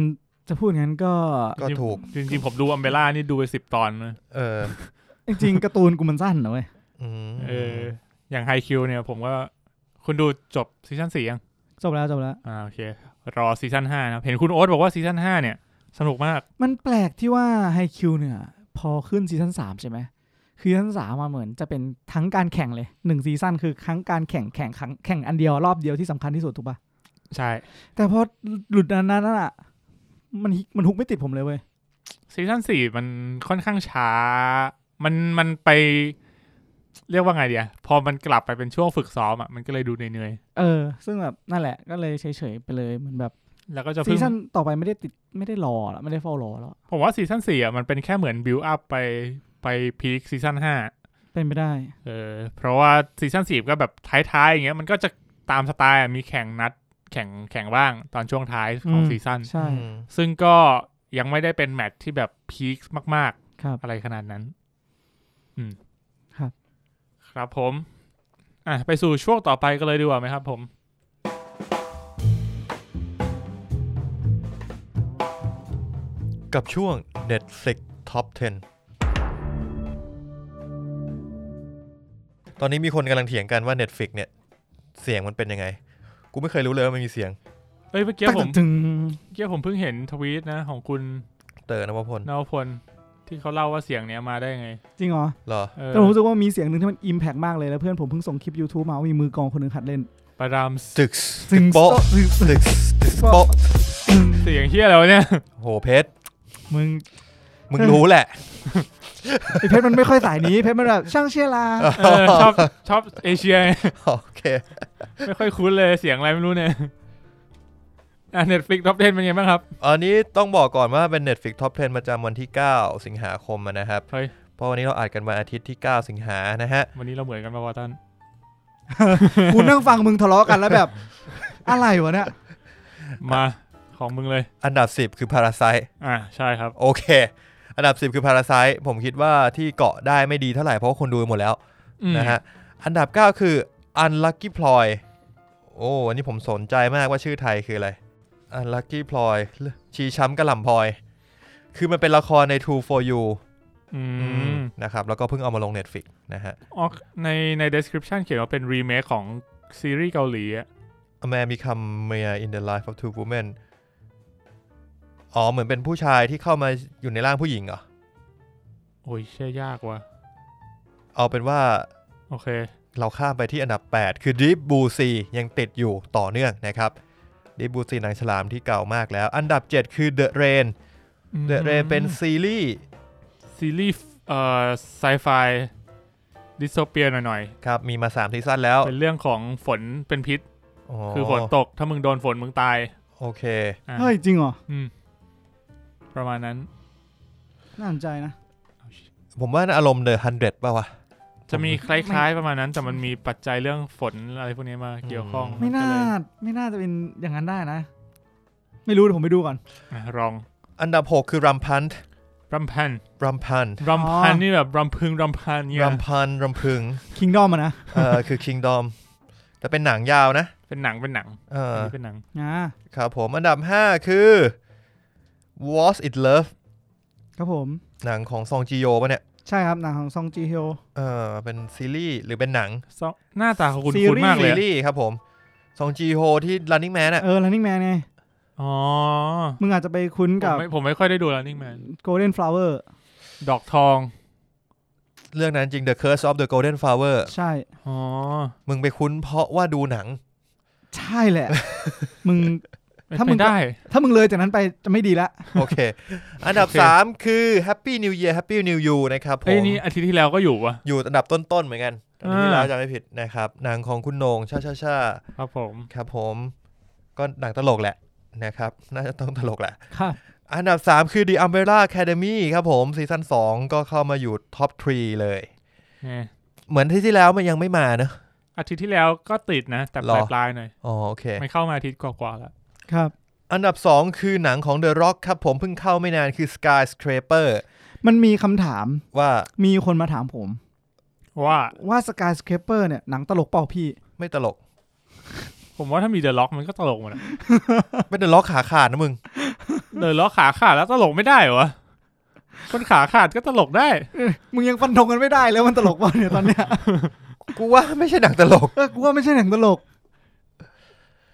S3: จะพูดงั้นก็
S4: ก็ถูก
S2: จริงๆ ผมดูอัมเบล่านี่ดูไปสิบตอนนะ
S4: เออ
S3: จริงๆการ์ตูนกูมันสั้นนะเว้ย
S4: อืม
S2: เออ อย่างไฮคิวเนี่ยผมก็ คุณดูจบซีซั่นสี่ยัง
S3: จบแล้วจบแล้ว
S2: อ่า โอเค รอซีซั่นห้านะครับ เห็นคุณโอ๊ตบอกว่าซีซั่นห้าเนี่ย สนุกมาก
S3: มันแปลกที่ว่าไฮคิวเนี่ย พอขึ้นซีซั่นสามใช่ไหมคือซีซั่นสามมาเหมือนจะเป็นทั้งการแข่งเลยหนึ่งซีซั่นคือครั้งการแข่งแข่งครั้งแข่งอันเดียวรอบเดียวที่สำคัญที่สุดถูกปะ
S2: ใช่
S3: แต่พอหลุดนั้นนั้นอ่ะมันฮิมันฮุกไม่ติดผมเลยเว้ย
S2: ซีซั่นสี่มันค่อนข้างช้า มันมันไป เรียกว่าไงเดียพอมันกลับไปเป็นช่วงฝึกซ้อมอ่ะมันก็เลยดูเหนื่อย
S3: เออ ซึ่งแบบนั่นแหละก็เลยเฉยๆไปเลยเหมือนแบบ
S2: ๆแล้วก็จะ
S3: ซี
S2: เพิ่ง
S3: ซั่นต่อไปไม่ได้ติดไม่ได้รอแล้วไม่ได้เฝ้ารอแล้ว
S2: ผมว่าซีซั่นสี่อ่ะมันเป็นแค่เหมือนบิวอัพไปไปพีคซีซั่นห้า
S3: เป็นไปได้
S2: เออเพราะว่าซีซั่นสี่ก็แบบท้ายๆอย่างเงี้ยมันก็จะตามสไตล์อะมีแข่งนัดแข่งแข่งบ้างตอนช่วงท้ายของซีซั่น
S3: ใช่
S4: อืม
S2: ซึ่งก็ยังไม่ได้เป็นแมตช์ที่แบบพีคมาก
S3: ครับ
S2: ๆ อะไรขนาดนั้น อืม
S3: ครับ
S2: ครับผมอ่ะไปสู่ช่วงต่อไปกันเลยดีกว่าไหมครับผม
S4: กับช่วง Netflix Top 10 ตอนนี้มีคนกำลังเถียงกันว่า Netflix เนี่ย เสียงมันเป็นยังไง กูไม่เคยรู้เลยว่ามันมีเสียง
S2: เอ้ยเมื่อกี้
S3: ตั้ง
S2: ผ
S3: แต่
S2: ม
S3: ถึง
S2: เมื่อกี้ผมเพิ่งเห็นทวีตนะของคุณ
S4: เตอร์นวพล
S2: นวพลที่เขาเล่าว่าเสียงเนี้ยมาได้ยังไง
S3: จริงเหรอ
S4: เหรอ
S2: เออ
S3: แต่ผมรู้สึกว่ามีเสียงหนึ่งที่มันอิมแพกมากเลยแล้วเพื่อนผมเพิ่งส่งคลิป YouTube มาว่ามีมือกลองคนหนึ่งหัดเล่น
S2: ประดาม
S4: ตึกตึกโปะ
S3: ซึ่ง
S4: ตึกตึกโปะ
S2: เสียงเฮี้ยแล้วะเนี่ย
S4: โหเพชร
S3: มึง
S4: มึงรู้แหละ
S3: ไอเพชรมันไม่ค่อยสายนี้เพชรมันแบบช่างเชี ยร์ลา
S2: เออชอบชอบเอเชีย
S4: โอเค
S2: ไม่ค่อยคุ้นเลยเสียงอะไรไม่รู้เนี่ยอ่ะเน็ตฟลิกท็อปเทนเป็นไงบ้างครับ
S4: อันนี้ต้องบอกก่อนว่าเป็น Netflix Top 10 ประจำวันที่ 9 สิงหาคมอะนะครับ
S2: เฮ้ย
S4: เพราะวันนี้เราอัดกันวันอาทิตย์ที่ 9 สิงหานะฮะ
S2: วันนี้เราเหมือนกันมาวอตัน
S3: กูนั่งฟังมึงทะเลาะกันแล้วแบบ อะไรวะเนี่ย
S2: มาของมึงเลย
S4: อันดับ 10 คือ Parasite
S2: อ่ะใช่ครับ
S4: โอเค อันดับ 10 คือพาราไซผมคิดว่าที่เกาะได้ไม่ดีเท่าไหร่เพราะว่าคนดูหมดแล้ว
S2: อืม
S4: นะฮะอันดับ 9 คือ Unlucky Ploy โอ้อันนี้ผมสนใจมากว่าชื่อไทยคืออะไร Unlucky Ploy ชีช้ำกระหล่ำพลอย คือมันเป็นละครใน True for You
S2: อืม
S4: นะครับแล้วก็เพิ่งเอามาลง Netflix นะฮะ
S2: อ๋อในใน description เขียนว่าเป็น remake ของซีรีส์เกาหลีอะ
S4: A Man Become Mayor in the Life of Two Women อ๋อ เหมือนเป็นผู้ชายที่เข้ามาอยู่ในร่างผู้หญิงเหรอ
S2: โอ้ยเชื่อยากว่ะ
S4: เอาเป็นว่า
S2: โอเค
S4: เราข้ามไปที่อันดับ 8 คือ Deep Blue Sea ยังติดอยู่ต่อเนื่องนะครับ Deep Blue Sea หนังฉลามที่เก่ามากแล้ว อันดับ 7 คือ The Rain เดอะเรนเป็นซีรีส์
S2: ซีรีส์เอ่อไซไฟดิสโทเปียหน่อย
S4: ครับมีมา3ซีซั่นแล้ว
S2: ๆ เป็นเรื่องของฝนเป็นพิษ คือฝนตก ถ้ามึงโดนฝนมึงตาย
S4: โอเค
S2: อ่ะ
S3: เฮ้ยจริงเหรอ
S2: อืมประมาณนั้น
S3: น่าสนใจนะ
S4: ผมว่าอารมณ์เดอะฮันเดป่าวะ
S2: จะมีคล้ายๆประมาณนั้น แต่มันมีปัจจัยเรื่องฝนอะไรพวกนี้มาเกี่ยวข้อง
S3: ไม่น่า
S2: ก็เลย
S3: ไม่น่าจะเป็นอย่างนั้นได้นะ ไม่รู้เดี๋ยวผมไปดูก่อน
S2: อ่ะรอง
S4: อันดับ 6 คือรัมพัน
S2: รัมพัน
S4: รัมพัน
S2: รัมพันนี่แบบรัมพึงรัมพันเนี่ย
S4: รัมพันรัมพึง
S3: คิงดอมอะนะ
S4: เออคือคิงดอมแต่เป็นหนังยาวนะ
S2: เป็นหนังเป็นหนัง
S4: เออ
S2: อันนี้เป็นหนัง
S3: อ่า
S4: ครับผมอันดับ 5 คือ Was It Love
S3: ครับผม
S4: หนังของซองจีโยป่ะเนี่ย
S3: ใช่ครับหนังของซองจีฮโอ
S4: เออเป็นซีรีส์หรือเป็นหนัง
S2: ซองหน้าตาของคุณ
S3: ซี
S2: คุณ
S3: รีส์
S2: มากเล
S4: ซี
S2: ยอะ
S4: รีส์ครับผมซองจีโฮที่ Running Man อะ
S3: เออ running man ไง
S2: อ๋อ
S3: มึงอาจจะไปคุ้น
S2: ผม
S3: กับ
S2: ไม่ผมไม่ค่อยได้ดู Running Man
S3: golden flower
S2: ดอกทอง
S4: เรื่องนั้นจริง The Curse of the Golden Flower
S3: ใช่
S2: อ๋อ
S4: มึงไปคุ้นเพราะว่าดูหนัง
S3: ใช่แหละ มึงถ้า
S2: ถ้า
S3: มึ
S2: มึง
S3: ง
S2: ได้
S3: ถ้ามึงเลยจากนั้นไปจะไม่ดีละ
S4: โอเค อันดับ
S2: โอเค
S4: 3 คือ Happy New Year Happy New You นะครับผ
S2: ไอ้ย
S4: ม
S2: นี่อาทิตย์ที่แล้วก็อยู่วะ
S4: อยู่อันดับต้น ๆ เหมือนกันอันที่
S2: อ่า
S4: แล้วจำไม่ผิดนะครับหนังของคุณโหนงชาชาชา
S2: ครับผม
S4: ครับผม ก็หนังตลกแหละนะครับ น่าจะต้องตลกแหละ
S3: ครับ
S4: อันดับ 3 คือ The Umbrella Academy ครับผมซีซั่น2ก็เข้ามาอยู่ท็อป 3 เลย เหมือนที่ที่แล้วมันยังไม่มาเนอะ
S2: อาทิตย์ที่แล้วก็ติดนะ แต่ป
S4: หรอ
S2: ลายปลายๆหน่อย
S4: อ๋อโอเค
S2: ไม่เข้ามาอาทิตย์กว่าๆแล้ว
S3: ครับ
S4: อันดับ 2 คือหนังของ The Rock ครับผมเพิ่งเข้าไม่นานคือ Skyscraper
S3: มันมีคำถาม
S4: ว่า
S3: มีคนมาถามผม
S2: ว่า
S3: ว่า skyscraper เนี่ย หนังตลกเปล่าพี่
S4: ไม่ตลก
S2: ผมว่าถ้ามีเดอะล็อกมันก็ตลกหมดอะ
S4: เป็น The Rock ขาขาดนะมึง
S2: เดอะล็อกขาขาดแล้วตลกไม่ได้เหรอวะคนขาขาดก็ตลกได้
S3: มึงยังฟันธงกันไม่ได้เลยว่ามันตลกเปล่าเนี่ยตอนเนี้ย
S4: กูว่าไม่ใช่หนังตล ก
S3: เออกูว่าไม่ใช่หนังตลก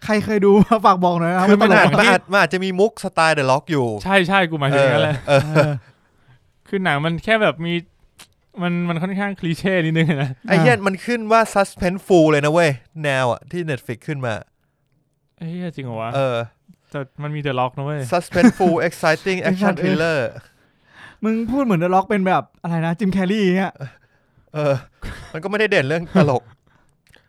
S3: ใครเคยดูมาฝากบอกหน่อยนะ
S4: คือมัน
S3: ว่าตล ก
S4: อาจ
S3: ไห
S4: มันอาจมันอาจจะมีมุกสไตล์เดอะล็อกอยู่
S2: ใช่ใช่กูหมายถึงอย่างนั้นแหละ
S4: เออ
S3: เออ
S2: คือหนังมันแค่แบบมี มันมันค่อนข้างคลีเช่นิดนึงนะ
S4: ไอ้เหี้ยมันขึ้นว่า suspense full เลยนะเว้ย แนวอ่ะ ที่ Netflix ขึ้นมา
S2: เอ้ยจริงเหรอวะ
S4: เออ
S2: แต่มันมีเดอะล็อกนะเว้ย
S4: suspense full exciting action
S3: ไอ้สัตว์
S4: thriller
S3: มึงพูดเหมือนเดอะล็อกเป็นแบบอะไรนะจิมแคร์รี่เงี้ย
S4: เออ มันก็ไม่ได้เด่นเรื่องตล ก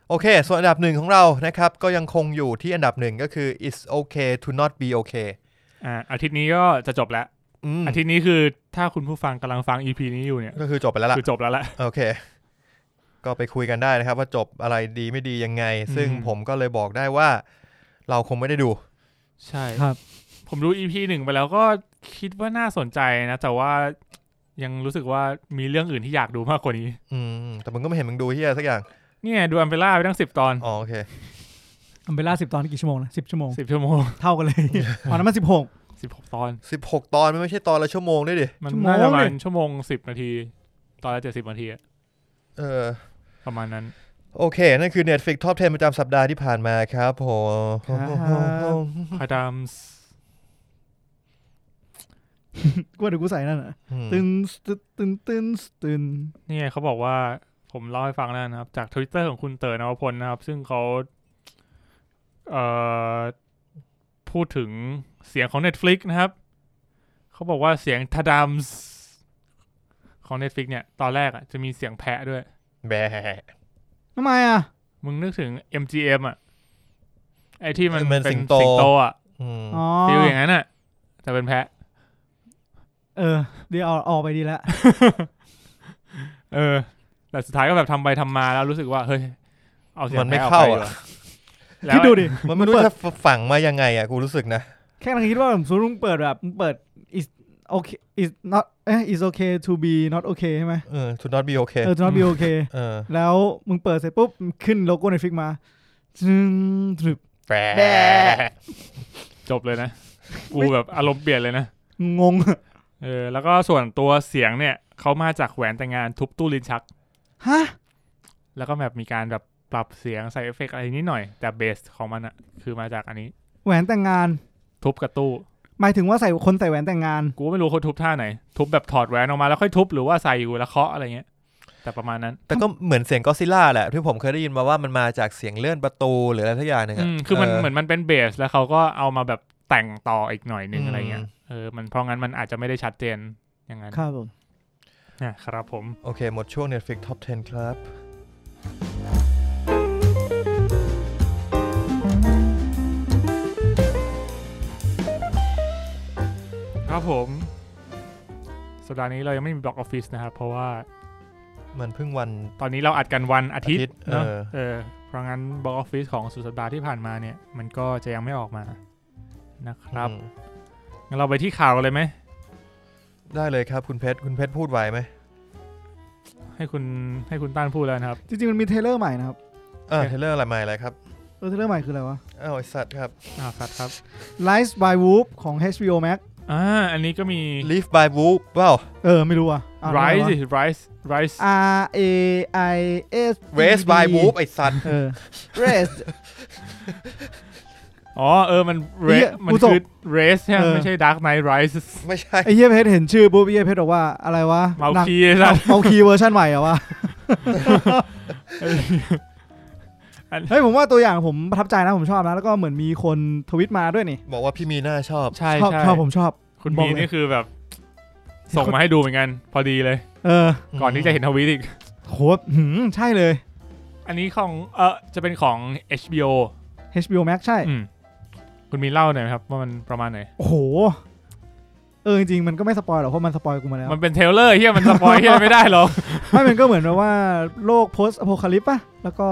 S4: โอเค ส่วนอันดับหนึ่งของเรานะครับ ก็ยังคงอยู่ที่อันดับหนึ่งก็คือ it's okay to not be okay
S2: อ่าอาทิตย์นี้ก็จะจบแล้ว
S4: อืม
S2: อาทิตย์นี้คือถ้าคุณผู้ฟังกำลังฟัง EP นี้อยู่เนี่ย
S4: ก็คือจบไปแล้วล่ะ
S2: คือจบแล้วแหละ
S4: โอเค ก็ไปคุยกันได้นะครับ ว่าจบอะไรดีไม่ดียังไง ซึ่ง
S2: อืม
S4: ผมก็เลยบอกได้ว่า เราคงไม่ได้ดู
S2: ใช่
S3: ครับ
S2: ผมดู EP หนึ่งไปแล้วก็คิดว่าน่าสนใจนะ แต่ว่ายังรู้สึกว่ามีเรื่องอื่นที่อยากดูมากกว่านี้
S4: อืมแต่มึงก็ไม่เห็นมึงดูเฮียสักอย่าง
S2: เนี่ยดูอัมเบล่าไปตั้งสิบตอน
S4: อ๋อโอเค
S3: อัมเบลล่าสิบตอนกี่ชั่วโมงนะสิบชั่วโมง
S2: สิบชั่วโมง
S3: เท่ากันเลยอ๋อนั่นมันสิบหก
S2: สิบหกตอน
S4: สิบหกตอนมันไม่ใช่ตอนละชั่วโมงด้วยดิ
S2: มัน
S3: ชั่วโมง
S2: น่าจะประมา
S3: เล
S2: ณ
S3: ย
S2: ชั่วโมงสิบนาที ตอนละเจ็ดสิบนาทีอะ
S4: เออ
S2: ประมาณนั้น
S4: โอเค นั่นคือ Netflix Top 10 ประจำสัปดาห์ที่ผ่านมาครับผม
S3: ครับ
S2: คาดาม
S3: กูว่าเดี๋ยวกูใส่นั่นอ่ะ
S4: อืม
S3: ตึนตึนตึนตึนตึน
S2: เนี่ยเขาบอกว่าผมเล่าให้ฟังแล้วนะครับ จากทวิตเตอร์ของคุณเต๋อนวพลนะครับ ซึ่งเขาเอ่อพูดถึงเสียงของ Netflix นะครับ เขาบอกว่าเสียงทาดามของ Netflix เนี่ย ตอนแรกอะจะมีเสียงแพะด้วย
S4: แบะ
S3: ทำไมอ่ะ
S2: มึงนึกถึง MGM อ่ะ ไอที่มัน
S4: เป็
S2: เป็น น
S4: สิ
S2: สิ
S4: ง
S2: ง
S4: โต
S2: โตอ่ะ
S4: อืม
S3: อ๋อ
S2: ฟิลอย่างนั้นอ่ะ แต่เป็นแพะ
S3: เออ เดี๋ยวเอาออกไปดีละ
S2: เออ แต่สุดท้ายก็แบบทำไปทำมาแล้วรู้สึกว่า เฮ้ย เอาเสีย
S4: มั
S2: ง
S4: นไม่
S2: แพะออก
S4: เข้า
S2: ไปดีก
S4: อ่ะ
S2: ว่าแล้ว
S3: คิดดูดิ
S4: มันไม่รู้จะฝังมายังไงอ่ะ กูรู้สึกนะ
S3: แค่กำลังคิดว่าผมซูรุ่งเปิดแบบมึงเปิด is okay is not เอ๊ะ is okay to be not okay ใช่ไหม
S4: เออ to not be okay
S3: เออ to not be okay
S4: เออ
S3: แล้วมึงเปิดเสร็จปุ๊บมันขึ้นโลโก้ในฟิกมาจึงตรึบ
S4: แปร
S3: แปร
S2: จบเลยนะ กูแบบอารมณ์เปลี่ยนเลยนะ
S3: งง
S2: เออ แล้วก็ส่วนตัวเสียงเนี่ย เขามาจากแหวนแต่งงานทุบตู้ลิ้นชัก
S3: ฮะ
S2: แล้วก็แบบมีการแบบปรับเสียงใส่เอฟเฟกต์อะไรนิดหน่อย แต่เบสของมันอะคือมาจากอันนี้
S3: แหวนแต่งงาน
S2: ทุบกระตู้
S3: หมายถึงว่าใส่คนใส่แหวนแต่งงาน
S2: กูก็ไม่รู้เขาทุบท่าไหน ทุบแบบถอดแหวนออกมาแล้วค่อยทุบหรือว่าใส่อยู่แล้วเคาะอะไรเงี้ย แต่ประมาณนั้น
S4: แต่ก็เหมือนเสียงก็ซิล่าแหละ ที่ผมเคยได้ยินมาว่ามันมาจากเสียงเลื่อนประตูหรืออะไรทักอย่างหนึ่งะ
S2: อืมคือมัน
S4: เ
S2: เหมือนมันเป็นเบสแล้วเขาก็เอามาแบบแต่งต่ออีกหน่อยนึง
S4: อืม
S2: อะไรเงี้ย เออ มันเพราะงั้นมันอาจจะไม่ได้ชัดเจนอย่างนั้น
S3: ครับผม
S2: นะครับผม
S4: โอเค หมดช่วง Netflix Top 10 ครับ
S2: ครับผม สัปดาห์นี้เรายังไม่มีบล็อกออฟฟิศนะครับ เพราะว่า
S4: มันเพิ่งวัน
S2: ตอนนี้เราอัดกันวันอาทิตย์
S4: อาทิตย์
S2: เนอะ
S4: เออ
S2: เออ เพราะงั้นบล็อกออฟฟิศของสุดสัปดาห์ที่ผ่านมาเนี่ย มันก็จะยังไม่ออกมานะครับ
S4: อืม
S2: งั้นเราไปที่ข่าวกันเลยไหม
S4: ได้เลยครับคุณเพชร คุณเพชรพูดไหวไหม
S2: ให้คุณให้คุณต้านพูดแล้วนะครับ
S3: จริงๆ มันมีเทรลเลอร์ใหม่นะครับ
S4: อ่า
S2: โอเค
S4: เทเลอร์อะไรใหม่อะไรครับ
S3: เออเทรลเลอร์ใหม่คืออะไรวะ
S4: อ้าวไอสัตว์ครับ
S2: อ่าครับครับ
S3: Lies by Whoop ของ HBO Max
S2: อ่า อันนี้ก็มี
S4: Live by Whoop เปล่า
S3: เออ ไม่รู้อ่ะอ่านว่าอะ
S2: rise
S3: ไรวะ
S2: สิ rise rise
S3: R A I S E D
S4: Race by Whoop ไอสัตว์
S3: เออ Race
S2: อ๋อ เออ มัน
S3: เหี้
S2: race
S3: ย
S2: มัน
S3: กูตก
S2: คือ race ใช่ไหม
S3: เออ
S2: ไม่ใช่ dark knight rise
S4: ไม่ใช่
S3: ไอ้เหี้ยเพชรเห็นชื่อปุ๊บไอ้เหี้ยเพชรบอกว่าอะไรวะ
S2: เมา
S3: หนัง
S2: คีย์แล้ว
S3: เมาคีเวอร์ชันใหม่เหรอวะ เฮ้ยผมว่าตัวอย่างผมประทับใจนะผมชอบนะ แล้วก็เหมือนมีคนทวิตมาด้วยนี่
S4: บอกว่าพี่มีหน้าชอบ
S2: ใช่
S3: ชอบ
S2: ใช่
S3: ชอบผมชอบ
S2: คุณ
S3: บอก
S2: บี
S3: เลย
S2: นี่คือแบบ ส่งมาให้ดูเหมือนกัน พอดีเลย
S3: เออ
S2: ก่อนที่จะเห็นทวีตอีก
S3: โหหืมใช่เลย
S2: อันนี้ของ เออจะเป็นของ HBO
S3: HBO Max ใช่
S2: อืมคุณมีเล่าหน่อยไหมครับ ว่ามันประมาณไหน
S3: โอ้โห เออจริงๆมันก็ไม่สปอยหรอกเพราะมันสปอยกูมาแล้ว
S2: มันเป็นเทรลเลอร์เฮียมันสปอยเฮียไม่ได้ หรอก
S3: ไม่มันก็เหมือนแบบว่าโลก post apocalypse ป่ะ แล้วก็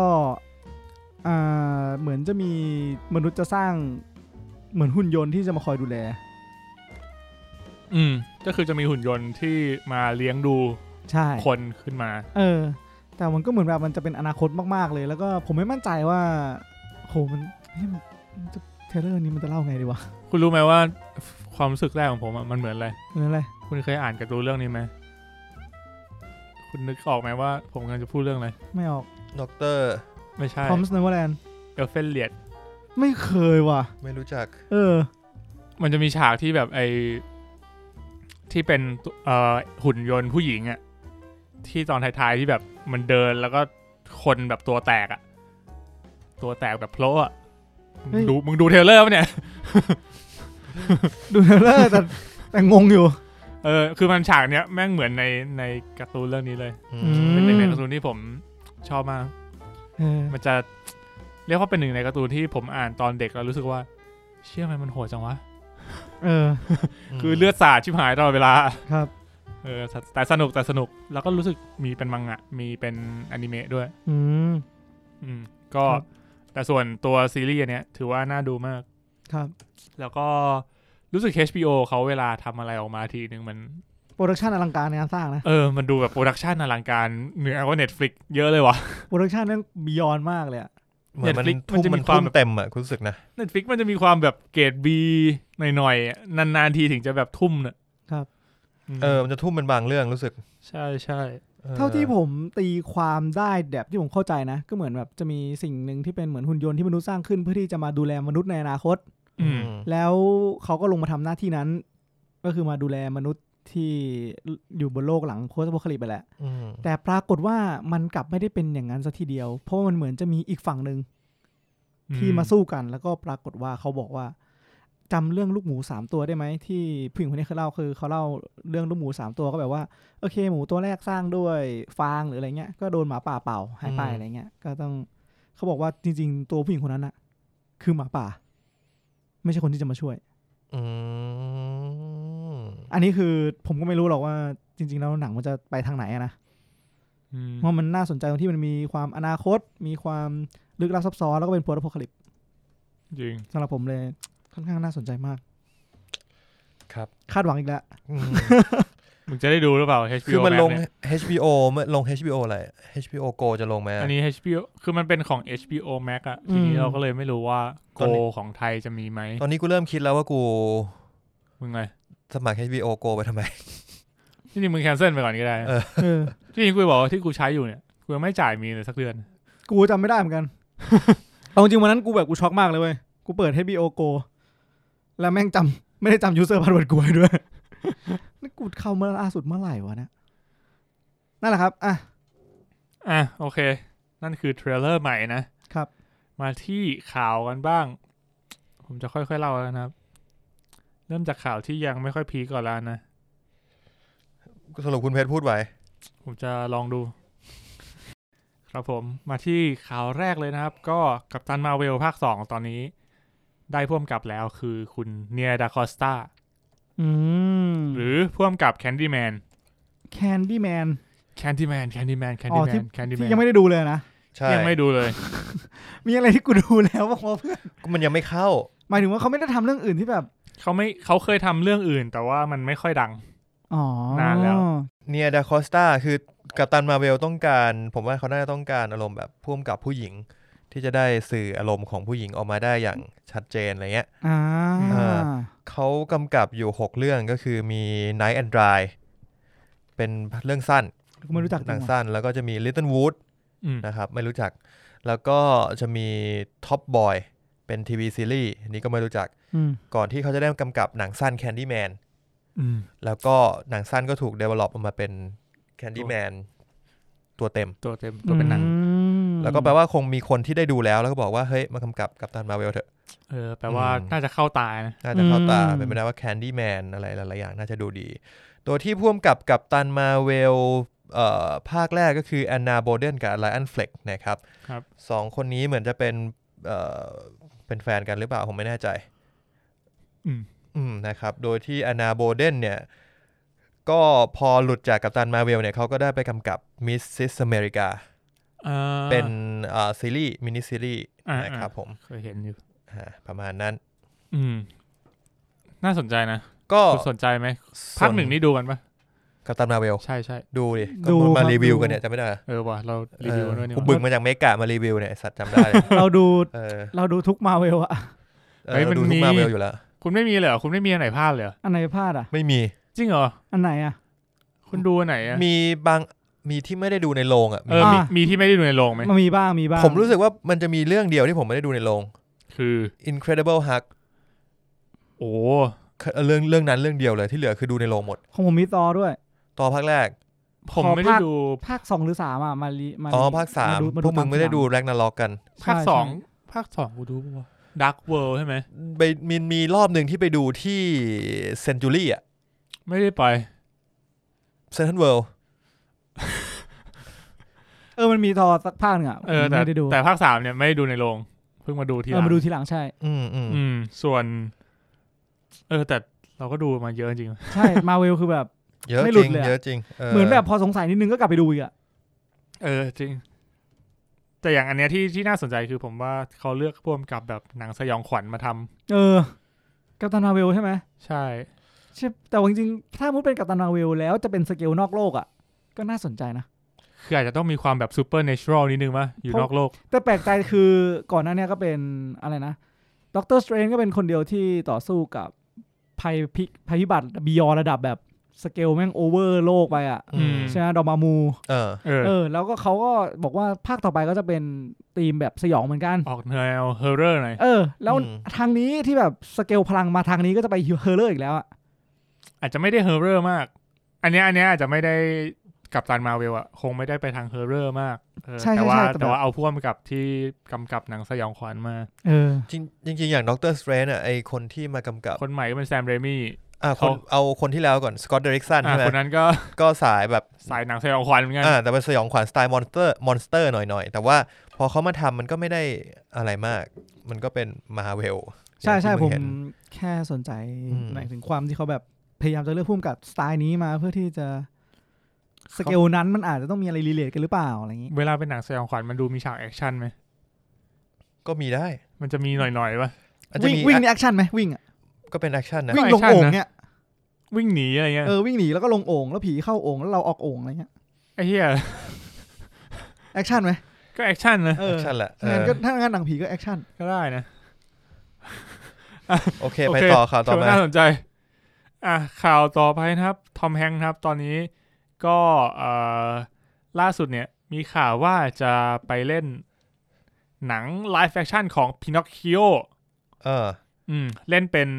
S3: อ่าเหมือนจะมีมนุษย์จะสร้างเหมือนหุ่นยนต์ที่จะมาคอยดูแล
S2: อืม ก็คือจะมีหุ่นยนต์ที่มาเลี้ยงดู
S3: ใช่
S2: คนขึ้นมา
S3: เออ แต่มันก็เหมือนแบบมันจะเป็นอนาคตมากๆเลย แล้วก็ผมไม่มั่นใจว่า โหมันเฮ้ยมันมันจะเทรลเลอร์นี้มันจะเล่าไงดีวะ
S2: คุณรู้ไหมว่าความรู้สึกแรกของผมอะมันเหมือนอะไร
S3: เหมือนอะไร
S2: คุณเคยอ่านการ์ตูนเรื่องนี้ไหม คุณนึกออกไหมว่า ผมกำลังจะพูดเรื่องอะไร
S3: ไม่ออก
S4: ดอกเตอร์
S2: ไม่ใช่
S3: พอมสเนเวอร์แลนด์
S2: เอลเฟนเลียด
S3: ไม่เคยว่ะ
S4: ไม่รู้จัก
S3: เออ
S2: มันจะมีฉากที่แบบไอที่เป็นตัวเอ่อหุ่นยนต์ผู้หญิงอะที่ตอนท้ายๆที่แบบมันเดินแล้วก็คนแบบตัวแตกอะตัวแตกแบบโผล่อะ
S3: เฮ้ย
S2: ดูมึงดูเทรลเลอร์ปะเนี่ย
S3: ดูเทรลเลอร์แต่ แต่งงอยู่
S2: เออคือมันฉากเนี้ยแม่งเหมือนในในการ์ตูนเรื่องนี้เลย
S4: อื
S3: อื
S4: ม
S3: ม
S2: เป็นหนึ่งในการ์ตูนที่ผมชอบมาก
S3: เออ
S2: มันจะเรียกว่าเป็นหนึ่งในการ์ตูนที่ผมอ่านตอนเด็กแล้วรู้สึกว่า เชื่อไหมมันโหดจังวะ
S3: เออ
S2: คือเลือดสาดชิบหายตลอดเวลา
S3: ครับ
S2: เออแต่แต่สนุกแต่สนุกแล้วก็รู้สึกมีเป็นมังงะมีเป็นอนิเมะด้วย
S3: อืม
S2: อืมก็
S3: ครับ
S2: แต่ส่วนตัวซีรีส์อันเนี้ยถือว่าน่าดูมาก
S3: ครับ
S2: แล้วก็รู้สึก HBO เขาเวลาทำอะไรออกมาทีนึงมัน
S3: โปรดักชันอลังการในการสร้างนะ
S2: เออ มันดูแบบโปรดักชันอลังการเหนือกว่า Netflix เยอะเลยวะ
S3: โปรดักชันนั่นบียอนมากเลยอะ
S4: เหมือนมัน
S2: Netflix มั
S4: ทุ่
S2: น
S4: ม
S2: จะมี
S4: มัน
S2: ความ
S4: ทุ่ม
S2: แบบ
S4: เต็มอ่ะคุณรู้สึกนะ
S2: Netflix มันจะมีความแบบเกรด B หน่อยๆอะนานๆทีถึงจะแบบทุ่มเนอะม
S4: เออ มันจะทุ่มเป็นบางเรื่องรู้สึก
S2: ใช่ใช่
S4: ออ
S3: เท่าที่ผมตีความได้แบบที่ผมเข้าใจนะ ก็เหมือนแบบจะมีสิ่งหนึ่งที่เป็นเหมือนหุ่นยนต์ที่มนุษย์สร้างขึ้นเพื่อที่จะมาดูแลมนุษย์ในอนาคต
S2: อืม
S3: แล้วเขาก็ลงมาทำหน้าที่นั้น ก็คือมาดูแลมนุษย์ที่อยู่บนโลกหลังโคสโพคลิปไปแหละ
S4: อืม
S3: แต่ปรากฏว่ามันกลับไม่ได้เป็นอย่างนั้นซะทีเดียว เพราะมันเหมือนจะมีอีกฝั่งหนึ่งที่มาสู้กัน แล้วก็ปรากฏว่าเขาบอกว่าจำเรื่องลูกหมูสามตัวได้ไหมที่ผู้หญิงคนนี้เคยเล่าคือเขาเล่าเรื่องลูกหมูสามตัวก็แบบว่าโอเค หมูตัวแรกสร้างด้วยฟางหรืออะไรเงี้ยก็โดนหมาป่าเป่าหายไปอะไรเงี้ยก็ต้องเขาบอกว่าจริง ๆ ตัวผู้หญิงคนนั้นอะคือหมาป่า ไม่ใช่คนที่จะมาช่วย
S4: อื ม
S3: อันนี้คือผมก็ไม่รู้หรอกว่าจริง ๆ แล้วหนังมันจะไปทางไหนอะนะ
S2: อืม
S3: เพราะมันน่าสนใจตรงที่มันมีความอนาคต มีความลึกลับซับซ้อนแล้วก็เป็นโพลาโพคลิป
S2: จริง
S3: สำหรับผมเลยค่อนข้างน่าสนใจมาก
S4: ครับ
S3: คาดหวังอีก แล้ว
S4: อืม
S2: มึงจะได้ดูหรือเปล่า
S4: คือ
S2: HBO
S4: มันล
S2: Max
S4: ง
S2: เนี่ย
S4: HBO มันลง HBO อะไร HBO Go จะลงไหมอะ
S2: อันนี้ HBO คือมันเป็นของ HBO Max อะทีนี้เราก็เลยไม่รู้ว่าโก
S4: ตอนนี้
S2: ของไทยจะมีไหม
S4: ตอนนี้กูเริ่มคิดแล้วว่ากู
S2: มึงไง
S4: สมัคร HBO Go ไปทำไม
S2: จริงๆมึงแคนเซิลไปก่อนก็ได้
S4: เออ
S3: เออ
S2: จริงๆกูจะบอกว่าที่กูใช้อยู่เนี่ยกูยังไม่จ่ายมีเลยสักเดือน
S3: กูจำไม่ได้เหมือน กัน เอาจริงวันนั้นกูแบบกูช็อกมากเลยเว้ย กูเปิด HBO Go แล้วแม่งจำ ไม่ได้จำยูเซอร์พาสเวิร์ดกูไว้ด้วย นี่กูเข้ามาล่าสุดเมื่อไหร่วะเนี่ย นั่นแหละครับ อ่ะ
S2: อ่ะโอเค นั่นคือเทรลเลอร์ใหม่นะครับ มาที่ข่าวกันบ้าง ผมจะค่อยๆเล่าแล้วนะครับ เริ่มจากข่าวที่ยังไม่ค่อยพีคก่อนแล้วนะ
S4: สรุปคุณเพชรพูดไว้
S2: ผมจะลองดู ครับผมมาที่ข่าวแรกเลยนะครับ ก็กัปตันมาเวลภาค 2 ตอนนี้ ได้พ่วมกับแล้วคือคุณเนียดาคอสตา
S3: อืม
S2: หรือพ่วมกับแคนดี้แมน
S3: แคนดี้แมน
S2: แคนดี้แมนแคนดี้แมนแคน
S3: อ๋
S2: ดี้
S3: อ
S2: แมนแคนดี้แม
S3: ที่
S2: น
S3: ยังไม่ได้ดูเลยนะ
S4: ใช่
S2: ยังไม่ดูเลย
S3: มีอะไรที่กูดูแล้ว บ้างวะเพื่อน
S4: ก็มันยังไม่เข้า
S3: หมายถึงว่าเขาไม่ได้ทำเรื่องอื่นที่แบบ
S2: เขาไม่เขาเคยทำเรื่องอื่น แต่ว่ามันไม่ค่อยดัง
S3: อ๋อน
S2: านแล้ว
S4: เนียดาคอสตาคือกัปตันมาเวลต้องการ ผมว่าเขาน่าจะต้องการอารมณ์แบบพ่วมกับผู้หญิง ที่จะได้สื่ออารมณ์ของผู้หญิงออกมาได้อย่างชัดเจนอะไรเงี้ย
S3: อ่า
S4: เออ เขากำกับอยู่ 6 เรื่องก็คือมี Night and Dry เป็นเรื่องสั้น
S3: กูไม่รู้จักจ
S4: ห
S3: ริ
S4: นั
S3: ง
S4: ง
S3: ว่ะ
S4: สั้น แล้วก็จะมี Little Wood
S2: อืม
S4: นะครับ ไม่รู้จัก แล้วก็จะมี Top Boy เป็นทีวีซีรีส์อันนี้ก็ไม่รู้จัก
S3: อืม
S4: ก่อนที่เขาจะได้กำกับหนังสั้น Candyman
S2: อืม
S4: แล้วก็หนังสั้นก็ถูก develop ออกมาเป็น Candyman ตัวเต็ม
S2: ตัวเต็มตัวเป็นหนัง
S3: อืม
S4: แล้วก็แปลว่าคงมีคนที่ได้ดูแล้วแล้วก็บอกว่า เฮ้ย มากำกับกัปตันมาเวลเถอะ
S2: เออแปลว่า
S4: อืม
S2: น่าจะเข้าตายนะ
S4: น่าจะเข้าตาเป็นไปได้ว่า Candyman อะไรหลายๆอย่างน่าจะดูดี ตัวที่พ่วมกับกัปตันมาเวลเอ่อภาคแรกก็คือแอนนาโบเดนกับไลออนเฟล็กนะครับ
S2: ครับ
S4: สองคนนี้เหมือนจะเป็นเอ่อเป็นแฟนกันหรือเปล่า ผมไม่แน่ใจ
S2: อืม
S4: อืมนะครับ โดยที่อนาโบเดนเนี่ย ก็พอหลุดจากกัปตันมาเวลเนี่ยเขาก็ได้ไปกำกับ Mrs. America
S2: อ่า
S4: เป็นเอ่อซีรีส์มินิซีรีส์
S2: อ่าๆ
S4: นะครับผม
S2: เคยเห็นอยู่
S4: อ่าประมาณนั้น
S2: อืม น่าสนใจนะ
S4: ก็
S2: คุณสนใจไหมภาคหนึ่งนี่ดูกันปะ
S4: กัปตันมาเวล
S2: ใช่ใช่
S4: ดูดิก็
S3: ดู
S4: มา
S3: คบ
S4: รีวิวกัน
S3: ดู
S4: เนี่ยจำไม่ได้เหรอ
S2: เออว่ะเรารีวิวกันด้วยนี่
S4: เออ
S2: ว่ะ
S4: กูบึงมาจากเมกะมารีวิวเนี่ยไอ้สัตว์จำได้เลย
S3: เราดู
S4: เออ
S3: เราดูทุกมาเวลอะ
S4: เออดูทุกมาเวลอยู่แล้ว
S2: คุณไม่มีเลยเหรอคุณไม่มีอันไหนพลาดเลยเหรอ
S3: อันไหนพลาดอะ
S4: ไม่มี
S2: จริงเหรอ
S3: อันไหนอะ
S2: คุณดูอันไหนอะ
S4: มีบางมีที่ไม่ได้ดูในโรงอ่ะ
S2: เออมี
S3: อ่ะ
S2: มีที่ไม่ได้ดูในโรงไหม
S3: มันมีบ้างมีบ้าง
S4: ผมรู้สึกว่ามันจะมีเรื่องเดียวที่ผมไม่ได้ดูในโรง
S2: คือ
S4: Incredible Hulk
S2: โอ้
S4: เรื่องเรื่องนั้นเรื่องเดียวเลยที่เหลือคือดูในโรงหมด
S3: ของผมมีตอด้วย
S4: ต่อภาคแรก
S2: ผม
S3: ขอ
S2: ไม่ได้
S3: ภาค
S2: ดู
S3: ภาคสองหรือสามอ่ะมารีมา
S4: อ๋อ ภาคสามพวกมึงไม่ได้ดูแร็กนาล็อกกัน
S2: ภาคสองภาคสองกูดูปะวะดักเวิลใช่ไหม
S4: ไปมีมีรอบหนึ่งที่ไปดูที่เซนจูรี่อ่ะ
S2: ไม่ได้ไป
S4: เซนทันเวิลด์
S3: เออมันมีตอสักภาคหนึ่งอ่ะ
S2: เออแต่
S3: ไม่ได้ดู
S2: แต่ภาคสามเนี่ยไม่ได้ดูในโรงเพิ่งมาดูทีห
S3: เอ
S2: ลั
S3: อง มาดูทีหลังใช่
S4: อืมอืม
S2: อืม ส่วน เออ แต่เราก็ดูมาเยอะจริง
S3: ใช่ มาเวลคือแบบ
S4: เยอะ
S3: ไม่ห
S4: จ
S3: ลุ
S4: ริ
S3: ด
S4: ง
S3: เลยอะ
S4: เยอะจริง
S3: เหมือนแบบพอสงสัยนิดนึงก็กลับไปดูอีกอ่ะ
S2: เออจริง แต่อย่างอันเนี้ยที่ที่น่าสนใจคือผมว่าเขาเลือกพ่วมกับแบบหนังสยองขวัญมาทำ
S3: เออกัปตันมาเวลใช่ไหม
S2: ใช่
S3: ใช่แต่ว่าจริงๆถ้ามุดเป็นกัปตันมาเวลแล้วจะเป็นสเกลนอกโลกอ่ะก็น่าสนใจนะ
S2: คืออาจจะต้องมีความแบบซูเปอร์เนเชอรัลนิดนึงว่าอยู่
S3: เพราะ
S2: นอกโลก
S3: แต่แปลกใจคือก่อนหน้าเนี้ยก็เป็นอะไรนะด็อกเตอร์สเตรนก็เป็นคนเดียวที่ต่อสู้กับภัยพิภัยพิบัติบียอระดับแบบสเกลแม่งโอเวอร์โลกไปอ่ะ
S4: อืม
S3: ใช่ไหมดอมามู
S4: เออ
S2: เออ
S3: เออแล้วก็เขาก็บอกว่าภาคต่อไปก็จะเป็นธีมแบบสยองเหมือนกัน
S2: ออกแนวเฮอร์เรอร์หน่อย
S3: เออ แล้ว
S4: อืม
S3: ทางนี้ที่แบบสเกลพลังมาทางนี้ก็จะไปเฮอร์เลอร์อีกแล้วอะ
S2: อาจจะไม่ได้เฮอร์เรอร์มาก อันเนี้ยอันเนี้ยอาจจะไม่ได้กับตันมาเวลอะคงไม่ได้ไปทางเฮอร์เรอร์มากเออ
S3: ใช่
S2: แต่
S3: ใช่
S2: ว่า
S3: ใช่
S2: แต่ว่าเอาพ่วมกับที่กำกับหนังสยองขวัญมา
S3: เออ
S4: จริงจริงจริงอย่างด็อกเตอร์สเตรนอ่ะไอคนที่มากำกับ
S2: คนใหม่ก็เป็นแซมเรมี่
S4: อ่ะค
S2: เขา
S4: นเอาคนที่แล้วก่อนสกอตเดริกสัน
S2: อ่ะ
S4: ใช่ไหม
S2: คนนั้นก็
S4: ก็สายแบบ
S2: สายหนังสยองขวัญเหมือนกัน
S4: อ่าแต่เป็นสยองขวัญสไตล์มอนสเตอร์มอนสเตอร์หน่อยๆ แต่ว่าพอเขามาทำมันก็ไม่ได้อะไรมาก มันก็เป็นมาเวล
S3: ใช่ใช่ผมแค่สนใจ
S4: อืม
S3: หมายถึงความที่เขาแบบพยายามจะเลือกพุ่มกับสไตล์นี้มาเพื่อที่จะสเกลนั้นมันอาจจะต้องมีอะไรรีเลทกันหรือเปล่าอะไรอย่างนี้
S2: เวลาเป็นหนังสยองขวัญมันดูมีฉากแอคชั่นไหม
S4: ก็มีได้
S2: มันจะมีหน่อยๆป่ะ
S4: อาจจะ
S3: วิ่ง
S4: มี
S3: วิ่งในแอคชั่นไหมวิ่งอะ
S4: ก็เป็นแอคชั่นนะ
S3: วิ่ง
S2: แอ
S3: ล
S2: ค
S3: ง
S2: ชั่น
S3: โอ่ง
S2: นะ
S3: เนี่ย
S2: วิ่งหนีอะไรเงี้ย
S3: เออวิ่งหนีแล้วก็ลงโอ่งแล้วผีเข้าโอ่งแล้วเราออกโอ่งอะไรเงี้ย
S2: ไอ้เหี้ย
S3: แอคชั่นไหม
S2: ก็แอคชั่นนะ
S3: เออ
S4: ใช่แหละเออ
S3: งั้นก็ถ้างานหนังผีก็แอคชั่น
S2: ก็ได้นะ
S4: โอเค
S2: โอ
S4: ไป
S2: เค
S4: ต่อข่าวต่อ
S2: ถือ
S4: มา
S2: ว่าน่าสนใจ อ่ะข่าวต่อไปนะครับ ทอมแฮงค์นะครับ ตอนนี้ก็เอ่อล่าสุดเนี่ย มีข่าวว่าจะไปเล่นหนังไลฟ์แฟคชั่นของพินอคคิโอ
S4: เออ
S2: อืม เล่นเป็น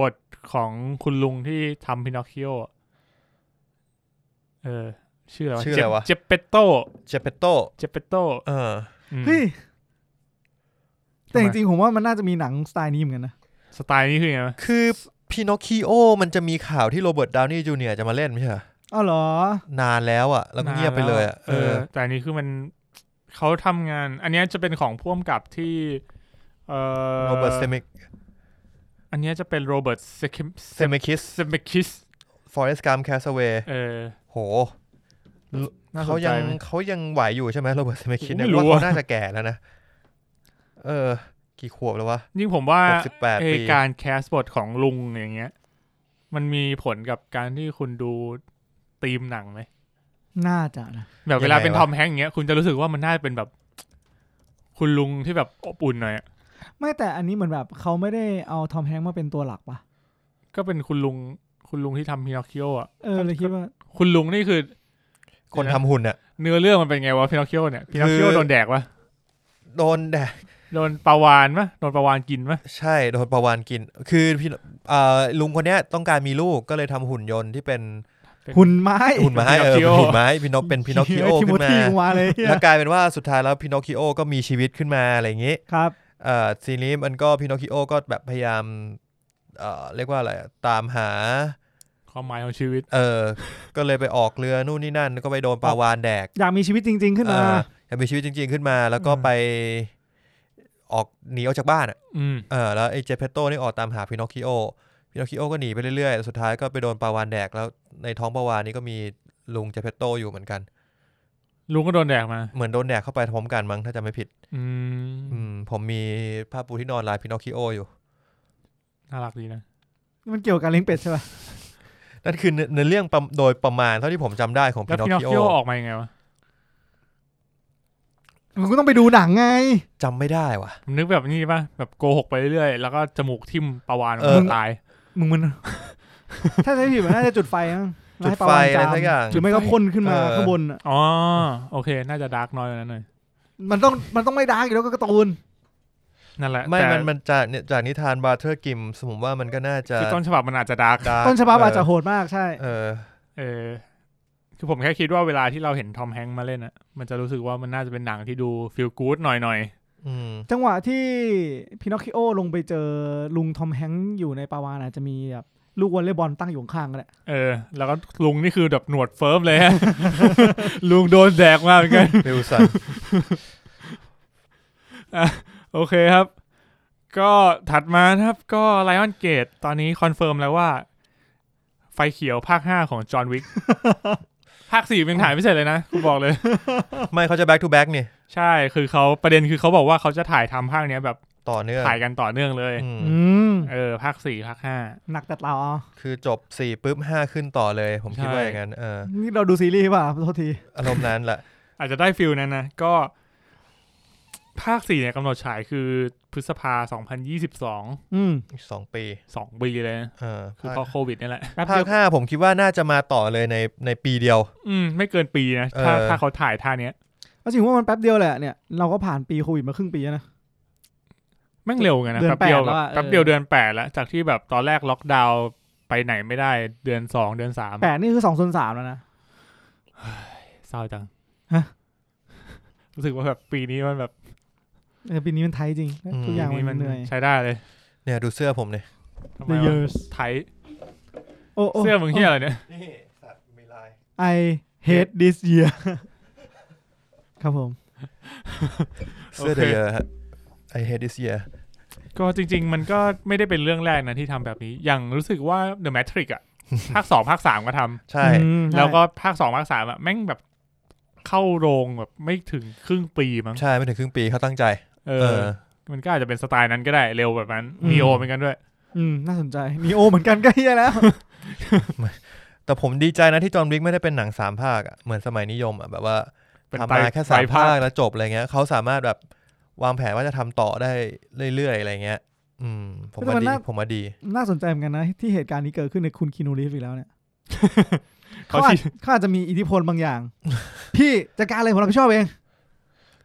S2: บทของคุณลุงที่ทำพินอคคิโอเออ ชื่ออะไรวะ
S4: ชื่ออะไรวะ
S2: เจเปโต
S4: เจเปโต
S2: เจเปโต
S4: เออ
S3: เฮ้ยแต่จริงๆผมว่ามันน่าจะมีหนังสไตล์นี้เหมือนกันนะ
S2: สไตล์นี้คือไงวะ
S4: คือพินอคคิโอมันจะมีข่าวที่โรเบิร์ตดาวนี่จูเนียร์จะมาเล่นไม่ใช่เหรอ
S3: อ้าวเหรอน
S4: านแล้วอ่ะ แล้วก็เงียบไปเลยอ่ะ
S2: เอ
S4: เอ
S2: อ
S4: อ
S2: แต่อันนี้คือมันเขาทำงาน อันเนี้ยจะเป็นของพ่วมกับที่ เออ
S4: โรเบิร์ตเซมิก
S2: อันเนี้ยจะเป็นโรเบิร์ตเซคิม
S4: เซมิคิส
S2: เซมิคิส
S4: ฟอเรสต์กัมแคสเวย์
S2: เออ
S4: โห
S2: น่ส
S4: เขา
S2: นใจ
S4: ยัง
S2: ไหม
S4: เขายังไหวอยู่ใช่ไหมโรเบิร์ตเซมิคิสเนี่ย
S2: ไม่รู้
S4: ว่าเขา
S2: อะ
S4: น่าจะแก่แล้วนะ เออ กี่ขวบแล้ววะ
S2: ยิ่งผมว่า
S4: หกสิบแปด
S2: ไอ
S4: ปี
S2: การแคสบทของลุงอย่างเงี้ย มันมีผลกับการที่คุณดูธีมหนังไหม
S3: น่าจะนะ
S2: แบบเวลาเป็นทอมแฮงค์อย่างเงี้ย คุณจะรู้สึกว่ามันน่าจะเป็นแบบ คุณลุงที่แบบอบอุ่นหน่อยอะ
S3: ไม่แต่อันนี้เหมือนแบบเขาไม่ได้เอาทอมแฮงค์มาเป็นตัวหลักปะ
S2: ก็เป็นคุณลุง คุณลุงที่ทำพินอคคิโออ่ะ
S3: เออเลยคิดว่า
S2: คุณลุงนี่คือ
S4: คนทำหุ่นอ่ะ
S2: เนื้อเรื่องมันเป็นไงวะพินอคคิโอเนี่ยพินอคคิโอ
S4: คือ
S2: โดนแดกวะ
S4: โดนแดด
S2: โดนปลาวานปะโดนปลาวานกินปะ
S4: ใช่โดนประวานกิน คือพี่เอ่อลุงคนเนี้ยต้องการมีลูกก็เลยทำหุ่นยนต์ที่เป็น
S3: หุ่นไม้
S4: หุ่นไม้เออเป็นหุ่นไม้พี่นกเป็นพี่นอคคิโอ
S3: ที
S4: ขึ้
S3: โม
S4: นมา
S3: ธีกูมาเลยเหี้ย
S4: แล้วกลายเป็นว่าสุดท้ายแล้วพี่นอคคิโอก็มีชีวิตขึ้นมาอะไรอย่างงี้
S3: ครับ
S4: เอ่อทีนี้มันก็พี่นอคคิโอก็แบบพยายามเอ่อเรียกว่าอะไรอะตามหา
S2: ความหมายของชีวิต
S4: เออ ก็เลยไปออกเรือนู่นนี่นั่น ก็ไปโดนปลาวานแดก
S3: อยากมีชีวิตจริง ๆ ขึ้นมา
S4: เอออยากมีชีวิตจริง ๆขึ้นมา แล้วก็
S2: อืม
S4: ไปออกหนีออกจากบ้านอะ
S2: อืม
S4: เออแล้วไอ้เจเพโตนี่ออกตามหาพินอคคิโอพินอคคิโอก็หนีไปเรื่อยๆ สุดท้ายก็ไปโดนปลาวานแดกแล้วในท้องปลาวานนี่ก็มีลุงเจเพโตอยู่เหมือนกัน
S2: ลุงก็โดนแดกมา
S4: เหมือนโดนแดกเข้าไปพร้อมกันมั้งถ้าจำไม่ผิด
S2: อื
S4: อื
S2: ม
S4: มผมมีผ้าปูที่นอนลายพินอคคิโออยู่
S2: น่ารักดีนะ
S3: มันเกี่ยวกับการเลี้ยงเป็ดใช่ป่ะ
S4: นั่นคือเนื้อเนื้อเรื่องประโดยประมาณเท่าที่ผมจำได้ของ
S2: แล้วน
S4: พิอค
S2: พินอค
S4: คิ
S2: คิโอ
S4: โอ
S2: ออกมายังไงวะ
S3: มันก็ต้องไปดูหนังไง
S4: จำไม่ได้ว่ะ
S2: ผมนึกแบบนี้ป่ะแบบโกหกไปเรื่อยๆ แล้วก็จมูกทิ่มปลาวาน
S4: เออ
S2: มันตาย
S3: มึง มัน ถ้าใช้ผิดมันน่าจะจุดไฟมั้ง
S4: จุด
S3: ให้ปลา
S4: ไฟ
S3: วาฬ
S4: อะ
S3: จาม
S4: ไรสักอย่าง
S3: หรือไม่ก็พ่นขึ้นมา
S4: เออ
S3: ข้างบนอะ
S2: อ๋อ โอเค น่าจะดาร์กน้อยกว่านั้นหน่อย
S3: มันต้องมันต้องไม่ดาร์กอยู่แล้วก็การ์ตูน
S2: นั่นแหละ
S4: ไม่
S2: แต่
S4: มันมันจากเนี่ยจากนิทานบาเทอร์กิมสมมติว่ามันก็น่าจะ
S2: คือต้นฉบับมันอาจจะดาร์ก
S4: ดาร์ก
S3: ต้นฉบับอาจจะโหดมากใช่
S4: เออ
S2: เออ คือผมแค่คิดว่าเวลาที่เราเห็นทอมแฮงค์มาเล่นอะมันจะรู้สึกว่ามันน่าจะเป็นหนังที่ดูฟีลกู๊ดหน่อย
S4: อืม
S3: จังหวะที่พินอคคิโอลงไปเจอลุงทอมแฮงค์อยู่ในปลาวานอาจจะมีแบบลูกวอลเลย์บอลตั้งอยู่ข้างๆก็ได้
S2: ๆ เออ แล้วก็ลุงนี่คือแบบหนวดเฟิร์มเลยฮะ ลุงโดนแดกมาเหมือนกัน
S4: วิลสัน
S2: โอเคครับ ก็ถัดมานะครับ ก็ไลออนเกตตอนนี้คอนเฟิร์มแล้วว่า ไฟเขียวภาค 5 ของจอห์นวิ ก ภาค 4 ยังถ่ายไม่เสร็จเลยนะกูบอกเลย
S4: ไม่เขาจะ back to back นี่
S2: ใช่คือเขาประเด็นคือเขาบอกว่าเขาจะถ่ายทำภาคเนี้ยแบบ
S4: ต่อเนื่อง
S2: ถ่ายกันต่อเนื่องเลย
S4: อืม
S3: อืม
S2: เออ ภาค 4 ภาค
S3: หนักแต่เรา
S4: คือจบสี่ปุ๊บห้าขึ้นต่อเลย ผมคิด
S2: ใช่
S4: ว่าอย่างนั้นเออ
S3: นี่เราดูซีรีส์ป่ะโทษที
S4: อารมณ์นั้นแหละ
S2: 5 อาจจะได้ฟิลนั้นนะก็ ภาค 4 เนี่ยกำหนดฉายคือพฤษภา 2022
S3: อืม
S4: อีกสองปี
S2: 2ปีเลยนะ
S4: เออ
S2: คือ
S4: ภาค
S2: เพอโควิดนี่แหละ
S3: แป๊บ
S4: ภา
S3: เดีย
S4: คว ห้าผมคิดว่าน่าจะมาต่อเลยในในปีเดียว
S2: อืมไม่เกินปีนะถ้า
S4: เออ
S2: ถ้าเขาถ่ายท่าเนี้ย
S3: เอาจริงว่ามันแป๊บเดียวแหละเนี่ยเราก็ผ่านปีโควิดมาครึ่งปีแล้วนะ
S2: แม่งเร็วกันนะ
S3: เดือน
S2: แป๊บเดียวแบบ
S3: แปดแล้วอะเออ
S2: แป๊บเดียวเดือนแปดแล้ว จากที่แบบตอนแรกล็อกดาวน์ไปไหนไม่ได้เดือนสองเดือนสาม
S3: แปดนี่คือสองส่วนสามแล้วนะ
S2: เศร้าจัง
S3: ฮะ
S2: รู้สึกว่าแบบปีนี้มันแบบ
S3: เออปีนี้มันไทยจริง
S4: อืม
S3: ทุกอย่าง
S2: ปีนี้
S3: มันเหนื่อย
S2: ใช้ได้เลย
S4: เนี่ยดูเสื้อผมเนี่ย
S2: ทำไม
S3: The
S2: วะ
S3: years
S2: ไทย
S3: โอ้โ
S2: เสื้อมึงเฮียอะไรเนี่ย
S4: นี่สัตว์มีลาย
S3: I hate this year ครับผม
S4: เสื้อ
S2: โอเค
S4: เดียร์ฮะ I hate this year
S2: ก็จริง ๆ มันก็ไม่ได้เป็นเรื่องแรกนะที่ทำแบบนี้ อย่างรู้สึกว่า The Matrix อะ ภาคสองภาคสามก็ทำ
S4: ใช่
S3: อืม
S2: แล้วก็ภาคสองภาคสามอะแม่งแบบเข้าโรงแบบไม่ถึงครึ่งปีมั้ง
S4: ใช่ไม่ถึงครึ่งปีเขาตั้งใจ
S2: เอ
S4: เอ
S2: อ
S4: อ
S2: มันก็อาจจะเป็นสไตล์นั้นก็ได้เร็วแบบนั้น
S3: อืม
S2: มีโอเหมือนกันด้วย
S3: อืม น่าสนใจนีโอเหมือนกันก็เฮียแล้ว
S4: แต่ผมดีใจนะที่จอห์นวิกไม่ได้เป็นหนังสามภาคอะเหมือนสมัยนิยมอะแบบว่า
S2: เป็น
S4: ทำ
S2: ไตร
S4: มาแค่สาม
S2: ไตรภา
S4: ภา
S2: ค
S4: คแล้วจบอะไรเงี้ยเขาสามารถแบบวางแผนว่าจะทำต่อได้เรื่อยๆอะไรเงี้ย อืม ผมว่า
S3: แต่มัน
S4: ดี
S3: น่า
S4: ผมว่าดี
S3: น่าสนใจเหมือนกันนะ ที่เหตุการณ์นี้เกิดขึ้นในคุณคีนูรีฟอีกแล้วเนี่ย
S2: เขา
S3: เขาอาจ
S2: ที่
S3: เขาอาจจะมีอิทธิพลบาง อย่าง พี่จัดการเลยผมรับผิดชอบเอง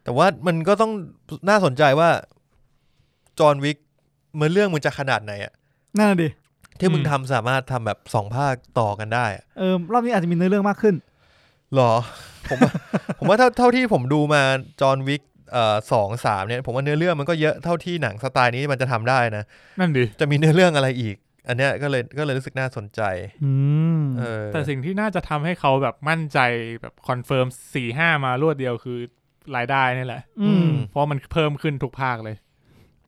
S4: แต่ว่ามันก็ต้องน่าสนใจว่าจอห์นวิกมันเรื่องมึงจะขนาดไหนอะ
S3: นั่นน่ะดิ
S4: ที่มึงทำสามารถทำแบบสองภาคต่อกันได้อะ
S3: เออรอบนี้อาจจะมีเนื้อเรื่องมากขึ้น
S4: หรอ ผมว่า ผมว่าเท่าเท่าที่ผมดูมาจอห์นวิกเอ่อสองสามเนี่ย ผมว่าเนื้อเรื่องมันก็เยอะเท่าที่หนังสไตล์นี้มันจะทำได้นะ
S2: นั่นดิ
S4: จะมีเนื้อเรื่องอะไรอีก อันเนี้ยก็เลยก็เลยรู้สึกน่าสนใจ
S3: อืม
S4: เออ
S2: แต่สิ่งที่น่าจะทำให้เขาแบบมั่นใจแบบคอนเฟิร์มสี่ห้ามารวดเดียวคือรายได้นี่แหละ
S3: อืม
S2: เพราะมันเพิ่มขึ้นทุกภาคเลย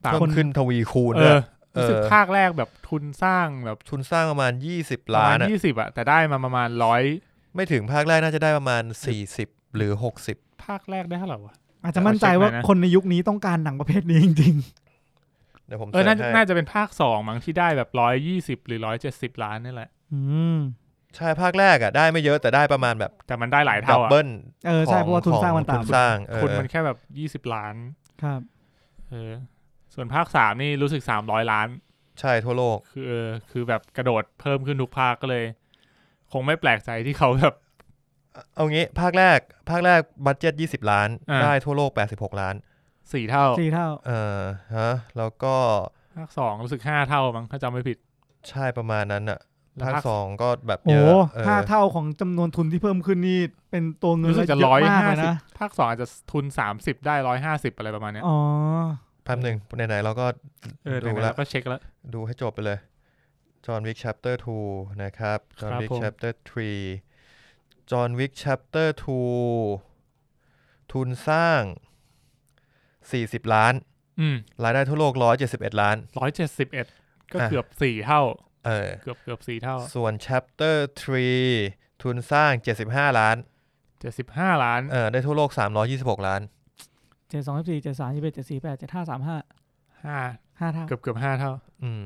S2: ต่าง
S4: เพิ่มขึ้นทวีคูณ
S2: เอ
S4: ด้วย
S2: อ
S4: เอ
S2: รู้สึก
S4: อ
S2: ภาคแรกแบบทุนสร้างแบบ
S4: ทุนสร้างประมาณ
S2: ป
S4: 20ล้า
S2: ระา
S4: ม
S2: น ณ
S4: อะ
S2: ยี่สิบอะแต่ได้มาประมาณร้อย
S4: ไม่ถึงภาคแรกน่าจะได้ประมาณ 40 หรือ 60
S2: ภาคแรกได้เท่าไหร่วะ
S3: อาจจะมั่นใจว่า
S2: เอาเช็คหน่อยนะ
S3: คนในยุคนี้ต้องการหนังประเภทนี้จริง
S4: เดี๋ยวผม
S2: เออ
S4: เสิ
S2: น่า
S4: ร์ช
S2: จะ
S4: ให้
S2: น่าจะเป็นภาคสองมั้งที่ได้แบบร้อยยี่สิบ120 หรือร้อยเจ็ดสิบล้านนี่แหละ
S3: ๆ อืม
S4: ใช่ภาคแรกอ่ะได้ไม่เยอะแต่ได้ประมาณแบบ
S2: แต่มันได้หลาย
S4: ดั
S2: เท่า
S4: บ
S2: อะ
S4: เบิล
S3: เออ ใช่เพราะว่าทุนสร้างมัน
S4: ทุ
S3: ต่ำ
S4: นสร้างเอ
S2: คุณ
S4: อ
S2: มันแค่แบบยี่สิบ20 ล้าน
S3: ครับ
S2: เออส่วนภาคสามนี่รู้สึกสามร้อยล้าน
S4: ใช่ทั่วโลก
S2: คือเออคือแบบกระโดดเพิ่มขึ้นทุกภาคก็เลย คงไม่แปลกใจที่เขาแบบ
S4: เอางี้ภาคแรก ภาคแรกบัตเจ็ต20 ล้าน
S2: อ่า
S4: ได้ทั่วโลก 86 ล้าน
S2: สี่เท่า
S3: สี่เท่า
S4: เออฮะแล้วก็
S2: ภาคสองรู้สึกห้าเท่ามั้งถ้าจำไม่ผิด
S4: ใช่ประมาณนั้นอะ
S2: แล้ว
S4: ภาค
S2: ภาค
S4: สองก็แบบเย
S3: โอ้
S4: อะ
S3: โห
S4: เออ
S3: ห้าเท่าของจำนวนทุนที่เพิ่มขึ้นนี่ เป็นตัวเงิน
S2: รู้สึ
S3: แล้
S2: ก
S3: ว
S2: จะ
S3: เย
S2: ร้อย
S3: อะมาก
S2: ห้า
S3: เลย
S2: สิบ
S3: นะ
S2: ภาคสองอาจจะทุนสามสิบได้ร้อยห้าสิบอะไรประมาณเนี้ย
S3: อ๋อ
S4: แป๊บหนึ่งไหนๆเราก็
S2: เออ
S4: ดู
S2: ดู
S4: แล้
S2: แล้ว วก็เช็คแล้ว
S4: ดูให้จบไปเลย John Wick Chapter 2 นะครับ John
S2: ครับ
S4: Wick
S2: ผม
S4: Chapter 3 John Wick Chapter 2 ทุนสร้าง 40 ล้าน
S2: อืม
S4: รายได้ทั่วโลก 171 ล้าน
S2: ร้อยเจ็ดสิบเอ็ดก็
S4: อ่ะ
S2: เกือบสี่เท่า
S4: เออ
S2: เกือบเกือบสี่เท่า
S4: ส่วน Chapter 3 ทุนสร้าง 75 ล้าน
S2: เจ็ดสิบห้าล้าน
S4: เออ ได้ทั่วโลก 326 ล้าน
S3: เจ็ดสองสี่เจ็ดสามยี่สิบเจ็ดสี่แปดเจ็ดห้าสามห้า
S2: ห้า
S3: ห้าเท่า
S2: เกือบเกือบห้าเท่า
S4: อืม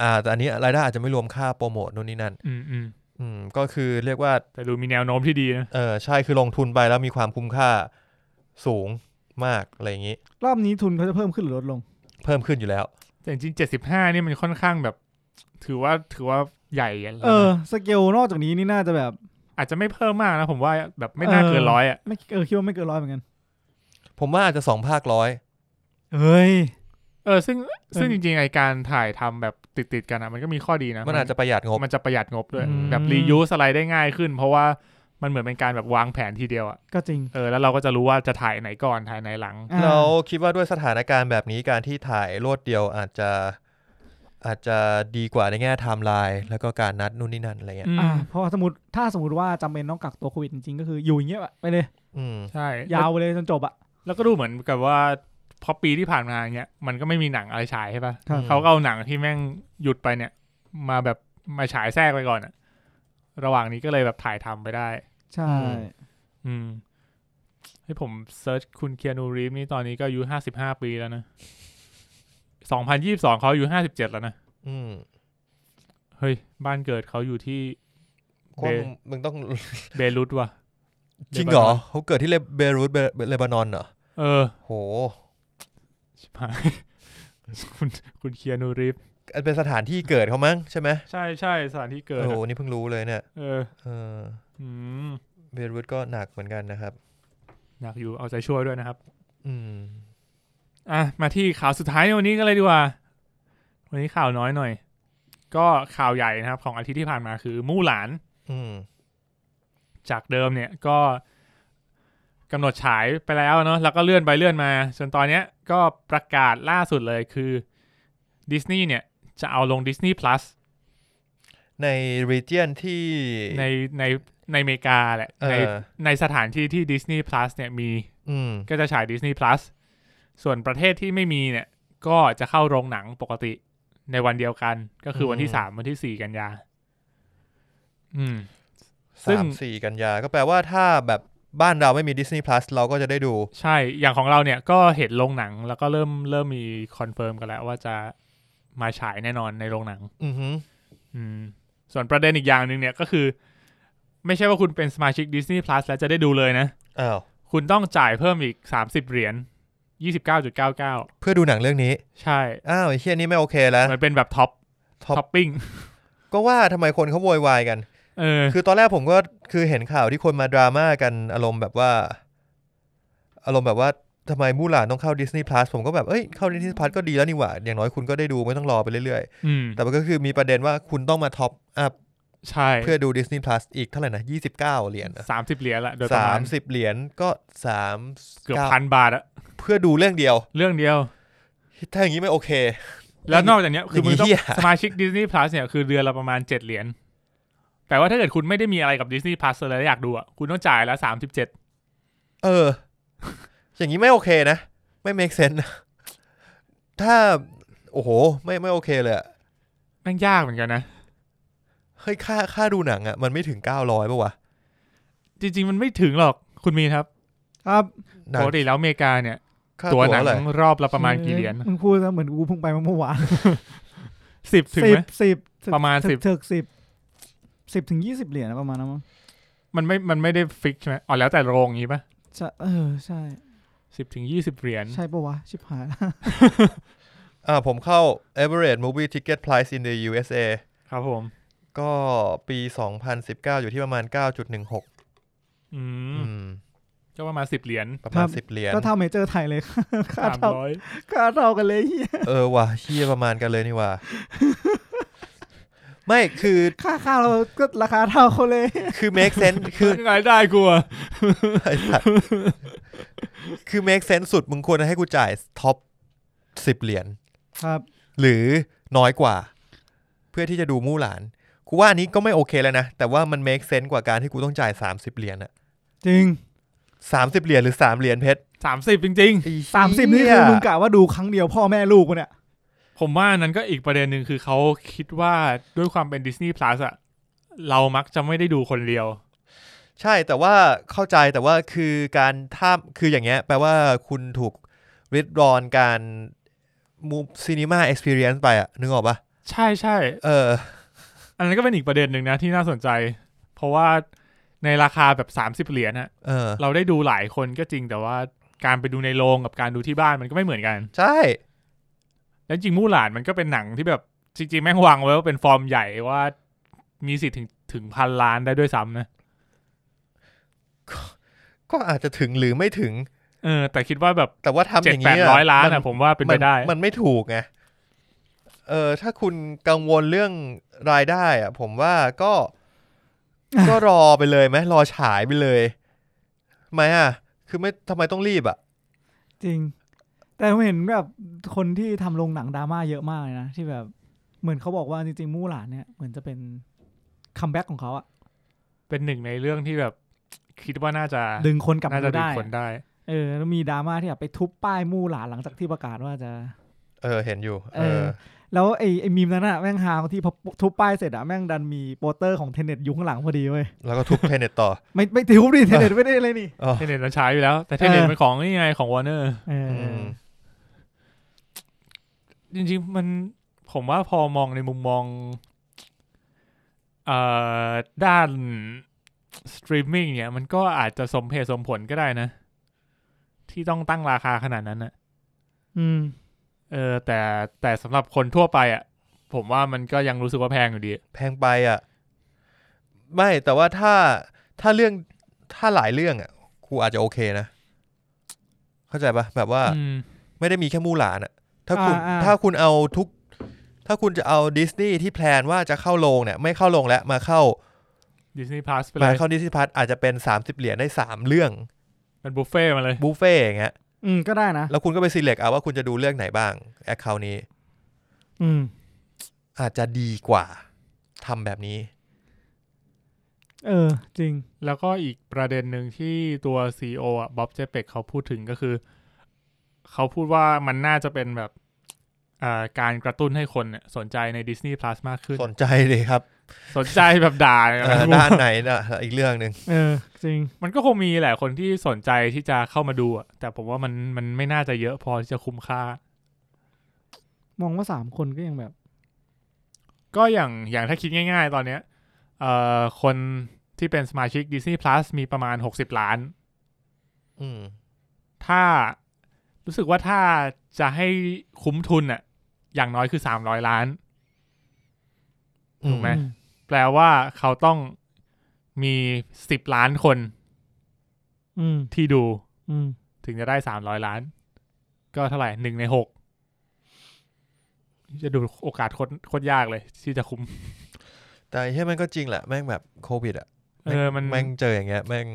S4: อ่า แต่อันนี้รายได้อาจจะไม่รวมค่าโปรโมทนู่นนี่นั่น
S2: อืมอืม
S4: อืม ก็คือเรียกว่า
S2: แต่ดูมีแนวโน้มที่ดีนะ
S4: เออใช่ คือลงทุนไปแล้วมีความคุ้มค่าสูงมากอะไรอย่างนี้
S3: รอบนี้ทุนเขาจะเพิ่มขึ้นหรือลดลง
S4: เพิ่มขึ้นอยู่แล้ว
S2: แต่จริงเจ็ดสิบห้านี่มันค่อนข้างแบบ ถือว่าถือว่าใหญ่แล้วนะ
S3: เออ สเกลนอกจากนี้นี่น่าจะแบบ
S2: อาจจะไม่เพิ่มมากนะผมว่าแบบไม่น่าเกินร้อยอ่ะ
S3: ไม่เออคิดว่าไม่เกินร้อยเหมือนกัน
S4: ผมว่าอาจจะสองภาคร้อย
S3: เฮ้ย
S2: เออซึ่งซึ่งจริงๆไอการถ่ายทำแบบติดติดๆกันอะมันก็มีข้อดีนะ
S4: มันอาจจะประหยัดงบ
S2: มันจะประหยัดงบด้วย
S4: อืม
S2: แบบรี u s e อะไรได้ง่ายขึ้น เพราะว่ามันเหมือนเป็นการแบบวางแผนทีเดียวอะ
S3: ก็จริง
S2: เออแล้วเราก็จะรู้ว่าจะถ่ายไหนก่อนถ่ายไหนหลัง
S3: อ่า
S4: เราคิดว่าด้วยสถานการณ์แบบนี้การที่ถ่ายรวดเดียวอาจจะอาจจะดีกว่าในแง่ไทม์ไลน์แล้วก็การนัดนู่นนี่นั่นอะไรเงี้ย
S2: อืม
S3: อ่าเพราะว่าสมมติถ้าสมมติว่าจำเป็นต้องกักตัวโควิดจริงๆ ก็คืออยู่อย่างเงี้ยไปเลย
S4: อืม
S2: ใช่
S3: ยาวไป
S2: แล้
S3: เลยจนจบอะ
S2: แล้วก็ดูเหมือนกับว่าพอปีที่ผ่านมาเนี้ยมันก็ไม่มีหนังอะไรฉายใช่ปะ
S3: ครับ
S2: เขาก็เอาหนังที่แม่งหยุดไปเนี่ย มาแบบมาฉายแทรกไปก่อนอะระหว่างนี้ก็เลยแบบถ่ายทำไปได้
S3: ใช่
S4: อืม
S2: อืมให้ผมเซิร์ชคุณเคียนูรีฟนี่ตอนนี้ก็อายุห้าสิบห้าปีแล้วนะสองพันยี่สิบสองเขาอายุห้าสิบเจ็ดแล้วนะ
S4: อืม
S2: เฮ้ย บ้านเกิดเขาอยู่ที่
S4: กว้าง
S2: เบ
S4: มึงต้อง
S2: เบรุตว่ะ
S4: จริงเหร
S2: ล
S4: อ
S2: บานอน
S4: เขาเกิดที่เลเบรูตเบเลบานอนเหรอ
S2: เออ
S4: โห
S2: ชิบหาย คุณคุณเคียนูรีฟ
S4: อันเป็นสถานที่เกิดเขามั้งใช่ไหม
S2: ใช่ใช่สถานที่เกิด
S4: โอ้โห
S2: อะ
S4: นี่เพิ่งรู้เลยเนี่ย
S2: เออ
S4: เออ
S2: อืม
S4: เบรูตก็หนักเหมือนกันนะครับ
S2: อยากอยู่เอาใจช่วยด้วยนะครับ
S4: อืม
S2: อ่ะ มาที่ข่าวสุดท้ายในวันนี้กันเลยดีกว่า วันนี้ข่าวน้อยหน่อย ก็ข่าวใหญ่นะครับ ของอาทิตย์ที่ผ่านมาคือมู่หลาน
S4: อืม
S2: จากเดิมเนี่ยก็กำหนดฉายไปแล้วเนาะแล้วก็เลื่อนไปเลื่อนมาจนตอนเนี้ยก็ประกาศล่าสุดเลยคือดิสนีย์เนี่ยจะเอาลง Disney Plus
S4: ใน region ที่
S2: ในในในอเมริกาแหละ
S4: เอ
S2: ใน
S4: อ
S2: ในสถานที่ที่ Disney Plus เนี่ยมี
S4: อืม
S2: ก็จะฉาย Disney Plus ส่วนประเทศที่ไม่มีเนี่ย ก็จะเข้าโรงหนังปกติในวันเดียวกัน ก็คือวันที่
S4: อืม
S2: สามวันที่สี่กันยา อืม ซึ่
S4: สาง มสี่กันยา ก็แปลว่าถ้าแบบบ้านเราไม่มี Disney Plus เราก็จะได้ดู
S2: ใช่ อย่างของเราเนี่ยก็เห็นโรงหนังแล้วก็เริ่มเริ่มมีคอนเฟิร์มกันแล้วว่าจะ มาฉายแน่นอนในโรงหนัง
S4: อือหือ
S2: อืมส่วนประเด็นอีกอย่างหนึ่งเนี่ยก็คือ ไม่ใช่ว่าคุณเป็นสมาชิก Disney Plus แล้วจะได้ดูเลยนะ
S4: อ้าว
S2: คุณต้องจ่ายเพิ่มอีก 30 เหรียญ 29.99
S4: เพื่อดูหนังเรื่องนี้
S2: ใช่
S4: อ้าวไอ้เชี่ยนี้ไม่โอเคแล้ว
S2: มันเป็นแบบท็อป
S4: Top
S2: ท็อปปิ้ง
S4: ก็ว่าทำไมคนเขาโวยวาย กัน
S2: เออ
S4: คือตอนแรกผมก็คือเห็นข่าวที่คนมาดราม่ากันอารมณ์แบบว่า อารมณ์แบบว่าทำไมมู่หลานต้องเข้า Disney Plus ผมก็แบบ เอ้ยเข้า Disney Plus ก็ดีแล้วนี่หว่า อย่างน้อยคุณก็ได้ดูไม่ต้องรอไปเรื่อย
S2: อืม
S4: ๆ แต่มันก็คือมีประเด็นว่าคุณต้องมาท็อปอัพ
S2: ใช่
S4: เพื่อดู Disney Plus อีกเท่าไหร่นะ 29 เหรียญนะ
S2: สามสิบเหรียญละโดยประ
S4: สา
S2: มาณ
S4: มสิบเหรียญก็สาม
S2: เกือบพันบาทอะ
S4: เพื่อดูเรื่องเดียว
S2: เรื่องเดียว
S4: ถ้าอย่างนี้ไม่โอเค
S2: แล้วนอกจากเนี้ยคือมึงต้อง
S4: อย่างเงี้ย
S2: สมาชิก Disney Plus เนี่ยคือเดือนละประมาณ 7 เหรียญแต่ว่าถ้าเกิดคุณไม่ได้มีอะไรกับ Disney Plus เลยแล้วอยากดูอ่ะคุณต้องจ่ายละ37
S4: เออ อย่างนี้ไม่โอเคนะ ไม่ make sense นะถ้า โอ้โห ไม่ไม่โอเคเลยอะ
S2: แม่งยากเหมือนกันนะ
S4: เฮ้ยค่าค่าดูหนังอ่ะมันไม่ถึงเก้าร้อยป่ะวะ
S2: จริง ๆ มันไม่ถึงหรอกคุณมีนครับ
S3: ครับ
S4: หนั
S2: ป
S4: ง
S2: กติแล้วอเมริกาเนี่ย
S4: ค่า
S2: ตั
S4: ตัว ว
S2: หนัง
S4: เท่าไหร่
S2: รอบละประมาณกี่เหรียญ
S3: มึงพูดซะเหมือนกูเพิ่งไปมาเมื่อวาน
S2: สิบถึง
S3: สิ
S2: ไห
S3: บ
S2: ม
S3: สิบ
S2: ประมาณสิบ
S3: เถิกสิบสิบถึงยี่สิบเหรียญนะประมาณนั้นมั้ง
S2: มันไม่มันไม่ได้ฟิกใช่ไหมอ๋อแล้วแต่โรงงี้ปะ
S3: ใช่เออใช่
S2: สิบถึงยี่สิบเหรียญ
S3: ใช่ปะวะ ชิบหายละ
S4: อ่าผมเข้า average movie ticket price in the USA
S2: ครับผม
S4: ก็ปี 2019 อยู่ที่ประมาณ 9.16
S2: อื
S4: อื
S2: ม
S4: ม
S2: ก็ประมาณสิบเหรียญ
S4: ประมาณ 10 เหรียญ
S3: ก็เท่าเมเจอร์ไทยเลย ค่า
S2: สาม
S3: เท่า
S2: ร้อย
S3: ค่าเท่ากันเลย เหี้ย
S4: เออว่ะเชี่ยประมาณกันเลยนี่ว่ะ ไม่คือ
S3: ค่าข้าวเราก็ราคาเท่าเขาเลย
S4: คือ make sense คือ
S2: รายได้กูอะ
S4: ไอ้สัตว์ คือ make sense สุดมึงควรให้กูจ่ายท็อป 10 เหรียญ
S3: ครับ
S4: หรือน้อยกว่า เพื่อที่จะดูมู่หลานกูว่าอันนี้ก็ไม่โอเคแล้วนะ แต่ว่ามัน make sense กว่าการที่กูต้องจ่าย 30 เหรียญอะ
S3: จริง
S4: สามสิบเหรียญหรือสามเหรียญเพชร
S2: สามสิบจริง
S3: สามสิบนี่คือมึงกะว่าดูครั้งเดียวพ่อแม่ลูกปะเนี่ย
S2: ๆ ผมว่านั้นก็อีกประเด็นหนึ่งคือเขาคิดว่าด้วยความเป็น Disney Plus อะเรามักจะไม่ได้ดูคนเดียว
S4: ใช่แต่ว่าเข้าใจแต่ว่าคือการท่ามคืออย่างเงี้ย แปลว่าคุณถูกริดรอนการมูซีนีมาเอ็กซ์เพรียไปอะนึกออกปะ
S2: ใช่ใช่
S4: เออ
S2: อันนั้นก็เป็นอีกประเด็นหนึ่งนะที่น่าสนใจ เพราะว่าในราคาแบบสามสิบเหรียญอะ
S4: เออ
S2: เราได้ดูหลายคนก็จริงแต่ว่าการไปดูในโรงกับการดูที่บ้านมันก็ไม่เหมือนกัน
S4: ใช่
S2: แล้วจริงมู่หลานมันก็เป็นหนังที่แบบจริงๆแม่งวางไว้ว่าเป็นฟอร์มใหญ่ว่ามีสิทธิ์ถึงถึงพันล้านได้ด้วยซ้ำนะ
S4: ก็อาจจะถึงหรือไม่ถึง
S2: เออแต่คิดว่าแบบ
S4: แต่ว่าทำอ
S2: เจ็ด
S4: ย่าง
S2: แปด
S4: เงี้ย
S2: ร้อยล้าน
S4: มั
S2: อ่ะผมว่าเป็นไป
S4: มั
S2: ได้
S4: มันไม่ถูกไง เออ ถ้าคุณกังวลเรื่องรายได้อะผมว่าก็ ก็รอไปเลยไหมรอฉายไปเลยไหมอ่ะ คือไม่ทำไมต้องรีบอ่ะ
S3: จริง แต่ผมเห็นแบบคนที่ทำโรงหนังดราม่าเยอะมากเลยนะ ที่แบบเหมือนเขาบอกว่าจริงๆมู่หลานเนี่ยเหมือนจะเป็นคัมแบ็กของเขาอะ
S2: เป็นหนึ่งในเรื่องที่แบบคิดว่าน่าจะ
S3: ดึงคนกลับมา
S2: น่าจะ
S3: ดู
S2: ดึง
S3: ได้
S2: คนได้
S3: เออแล้วมีดราม่าที่แบบไปทุบป้ายมู่หลานหลังจากที่ประกาศว่าจะ
S4: เออ เห็นอยู่ เอ
S3: เอ
S4: อ
S3: อ แล้วไอ้ไอ้มีมนั้นอะแม่งฮาที่พอทุบป้ายเสร็จอะแม่งดันมีโปสเตอร์ของเทเน็ตอยู่ข้างหลังพอดีเว้ย
S4: แล้วก็ทุบเทเน็ตต่อ
S3: ไม่ไม่ทุบดิเทเน็ตไม่ได้เลยนี่
S4: อ๋อ
S2: เทนเน็ตมันใช้อยู่แล้ว แต่เทนเน็ต
S3: เออ
S2: เป็นของนี่ไงของวอร์เนอร์
S3: เออ
S4: อื
S3: อ
S4: ม
S2: จริง ๆ มันผมว่าพอมองในมุมมองเอ่อด้านสตรีมมิ่งเนี่ย มันก็อาจจะสมเหตุสมผลก็ได้นะ ที่ต้องตั้งราคาขนาดนั้นนะ
S3: อืม
S2: เออแต่แต่สำหรับคนทั่วไปอ่ะ ผมว่ามันก็ยังรู้สึกว่าแพงอยู่ดี
S4: แพงไปอ่ะ ไม่แต่ว่าถ้าถ้าเรื่องถ้าหลายเรื่องอ่ะกูอาจจะโอเคนะ เข้าใจปะแบบว่า
S2: อืม
S4: ไม่ได้มีแค่มู่หลานอะถ้าคุณ
S3: าอ่า
S4: ถ้าคุณเอาทุก ถ้าคุณจะเอาดิสนีย์ที่แพลนว่าจะเข้าโรงเนี่ย ไม่เข้าโรงแล้วมาเข้า
S2: ดิสนีย์พลาสไปเล
S4: มาย เข้าดิสนีย์พัทอาจจะเป็น 30 เหรียญได้ 3 เรื่อง
S2: เป็นบุฟเฟ่ต์มาเลย
S4: บุฟเฟ่ต์อย่างเงี้ย
S3: อืมก็ได้นะ
S4: แล้วคุณก็ไป select เอาว่าคุณจะดูเรื่องไหนบ้างแอคเคาท์นี้
S3: อืม
S4: อาจจะดีกว่าทำแบบนี้
S3: เออ จริง
S2: แล้วก็อีกประเด็นหนึ่งที่ตัวซีออ่ะบ๊อบเจเปกเขาพูดถึงก็คือ เขาพูดว่ามันน่าจะเป็นแบบอ่าการกระตุ้นให้คนเนี่ยสนใจใน Disney Plus มากขึ้น
S4: สนใจดี ครับ
S2: สนใจแบบด่าเนี่ย
S4: เอ่อด้านไหนนะอีกเรื่องหนึ่ง
S3: เออ จริง
S2: มันก็คงมีแหละคนที่สนใจที่จะเข้ามาดูอ่ะแต่ผมว่ามันมันไม่น่าจะเยอะพอที่จะคุ้มค่า
S3: มองว่าสามคนก็ยังแบบ
S2: ก็อย่างอย่างถ้าคิดง่ายๆ ตอนเนี้ยเอ่อคนที่เป็นสมาชิก Disney Plus มีประมาณ 60 ล้าน
S4: อืม
S2: ถ้ารู้สึกว่าถ้าจะให้คุ้มทุนอ่ะอย่างน้อยคือ 300 ล้าน ถูกไหม
S3: อืม
S2: แปลว่าเขาต้องมี 10 ล้านคน
S3: อืม
S2: ที่ดู
S3: อืม
S2: ถึงจะได้ 300 ล้าน ก็เท่าไหร่หนึ่งในหกจะดูโอกาสโคตรโคตรยากเลยที่จะคุ้ม
S4: แต่ใช่มันก็จริงแหละแม่งแบบโควิดอ่ะ
S2: เออมัน
S4: แม่งเจออย่างเงี้ยแม่ง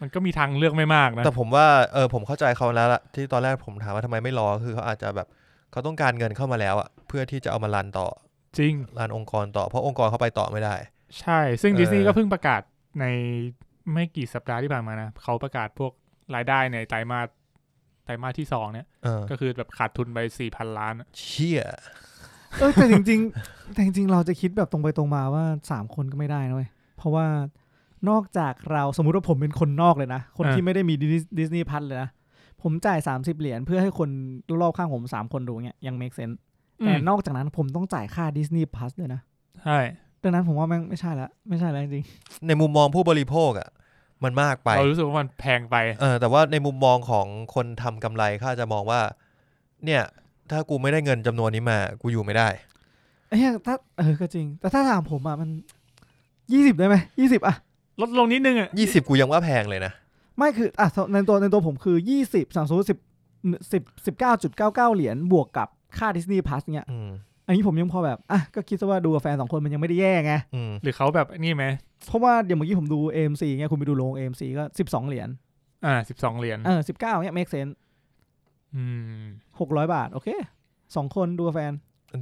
S2: มันก็มีทางเลือกไม่มากนะ
S4: แต่ผมว่าเออผมเข้าใจเขาแล้วละที่ตอนแรกผมถามว่าทำไมไม่รอคือเขาอาจจะแบบเขาต้องการเงินเข้ามาแล้วอะเพื่อที่จะเอามารันต่อ
S2: จริง
S4: รันองค์กรต่อเพราะองค์กรเขาไปต่อไม่ได้
S2: ใช่ ซึ่งดิสนีย์
S4: เออ
S2: ก็เพิ่งประกาศในไม่กี่สัปดาห์ที่ผ่านมานะ เขาประกาศพวกรายได้ในไตรมาสไตรมาสที่สองเนี่ย
S4: เออ
S2: ก็คือแบบขาดทุนไปสี่พันล้านอะ
S4: เชี่ย
S3: เออแต่จริง ๆ แต่จริงๆเราจะคิดแบบตรงไปตรงมาว่าสามคนก็ไม่ได้นะเว้ยเพราะว่านอกจากเราสมมุติว่าผมเป็นคนนอกเลยนะ คนที่ไม่ได้มีดิสนีย์พัทเลยนะ ผมจ่าย 30 เหรียญเพื่อให้คนรอบข้างผม 3 คนดูเงี้ยยัง make sense แต่นอกจากนั้นผมต้องจ่ายค่าดิสนีย์พัทเลยนะ
S2: ใช่
S3: ดังนั้นผมว่าแม่งไม่ใช่ละไม่ใช่แล้วจริง
S4: ในมุมมองผู้บริโภคอะมันมากไป
S2: เรารู้สึกว่ามันแพงไป
S4: เออแต่ว่าในมุมมองของคนทำกำไรเขาอาจจะมองว่า เนี่ย ถ้ากูไม่ได้เงินจำนวนนี้มา กูอยู่ไม่ได้
S3: ๆเอ้ยถ้าเออก็จริง แต่ถ้าถามผมอ่ะมัน 20 ได้ไหมยี่สิบอ่ะ
S2: ลดลงนิดนึงอ่ะ
S4: 20 กูยังว่าแพงเลยนะ
S3: ไม่คืออ่ะในตัวในตัวผมคือ 20สามสูสิบสิบสิบเก้าจุดเก้าเก้าเหรียญบวกกับค่าดิสนีย์พลัสเงี้ย
S4: อืม
S3: อันนี้ผมยังพอแบบ อ่ะ ก็คิดซะว่าดูกับแฟนสองคนมันยังไม่ได้แย่ไง
S4: อืม
S2: หรือเขาแบบนี่ไหม
S3: เพราะว่าเดี๋ยวเมื่อกี้ผมดู AMC เงี้ยคุณไปดูโรง AMC ก็ 12 เหรียญ
S2: อ่าสิบสองเหรียญ
S3: เออ19เงี้ย make sense
S2: อืม
S3: 600 บาท โอเคสองคนดูกับแฟน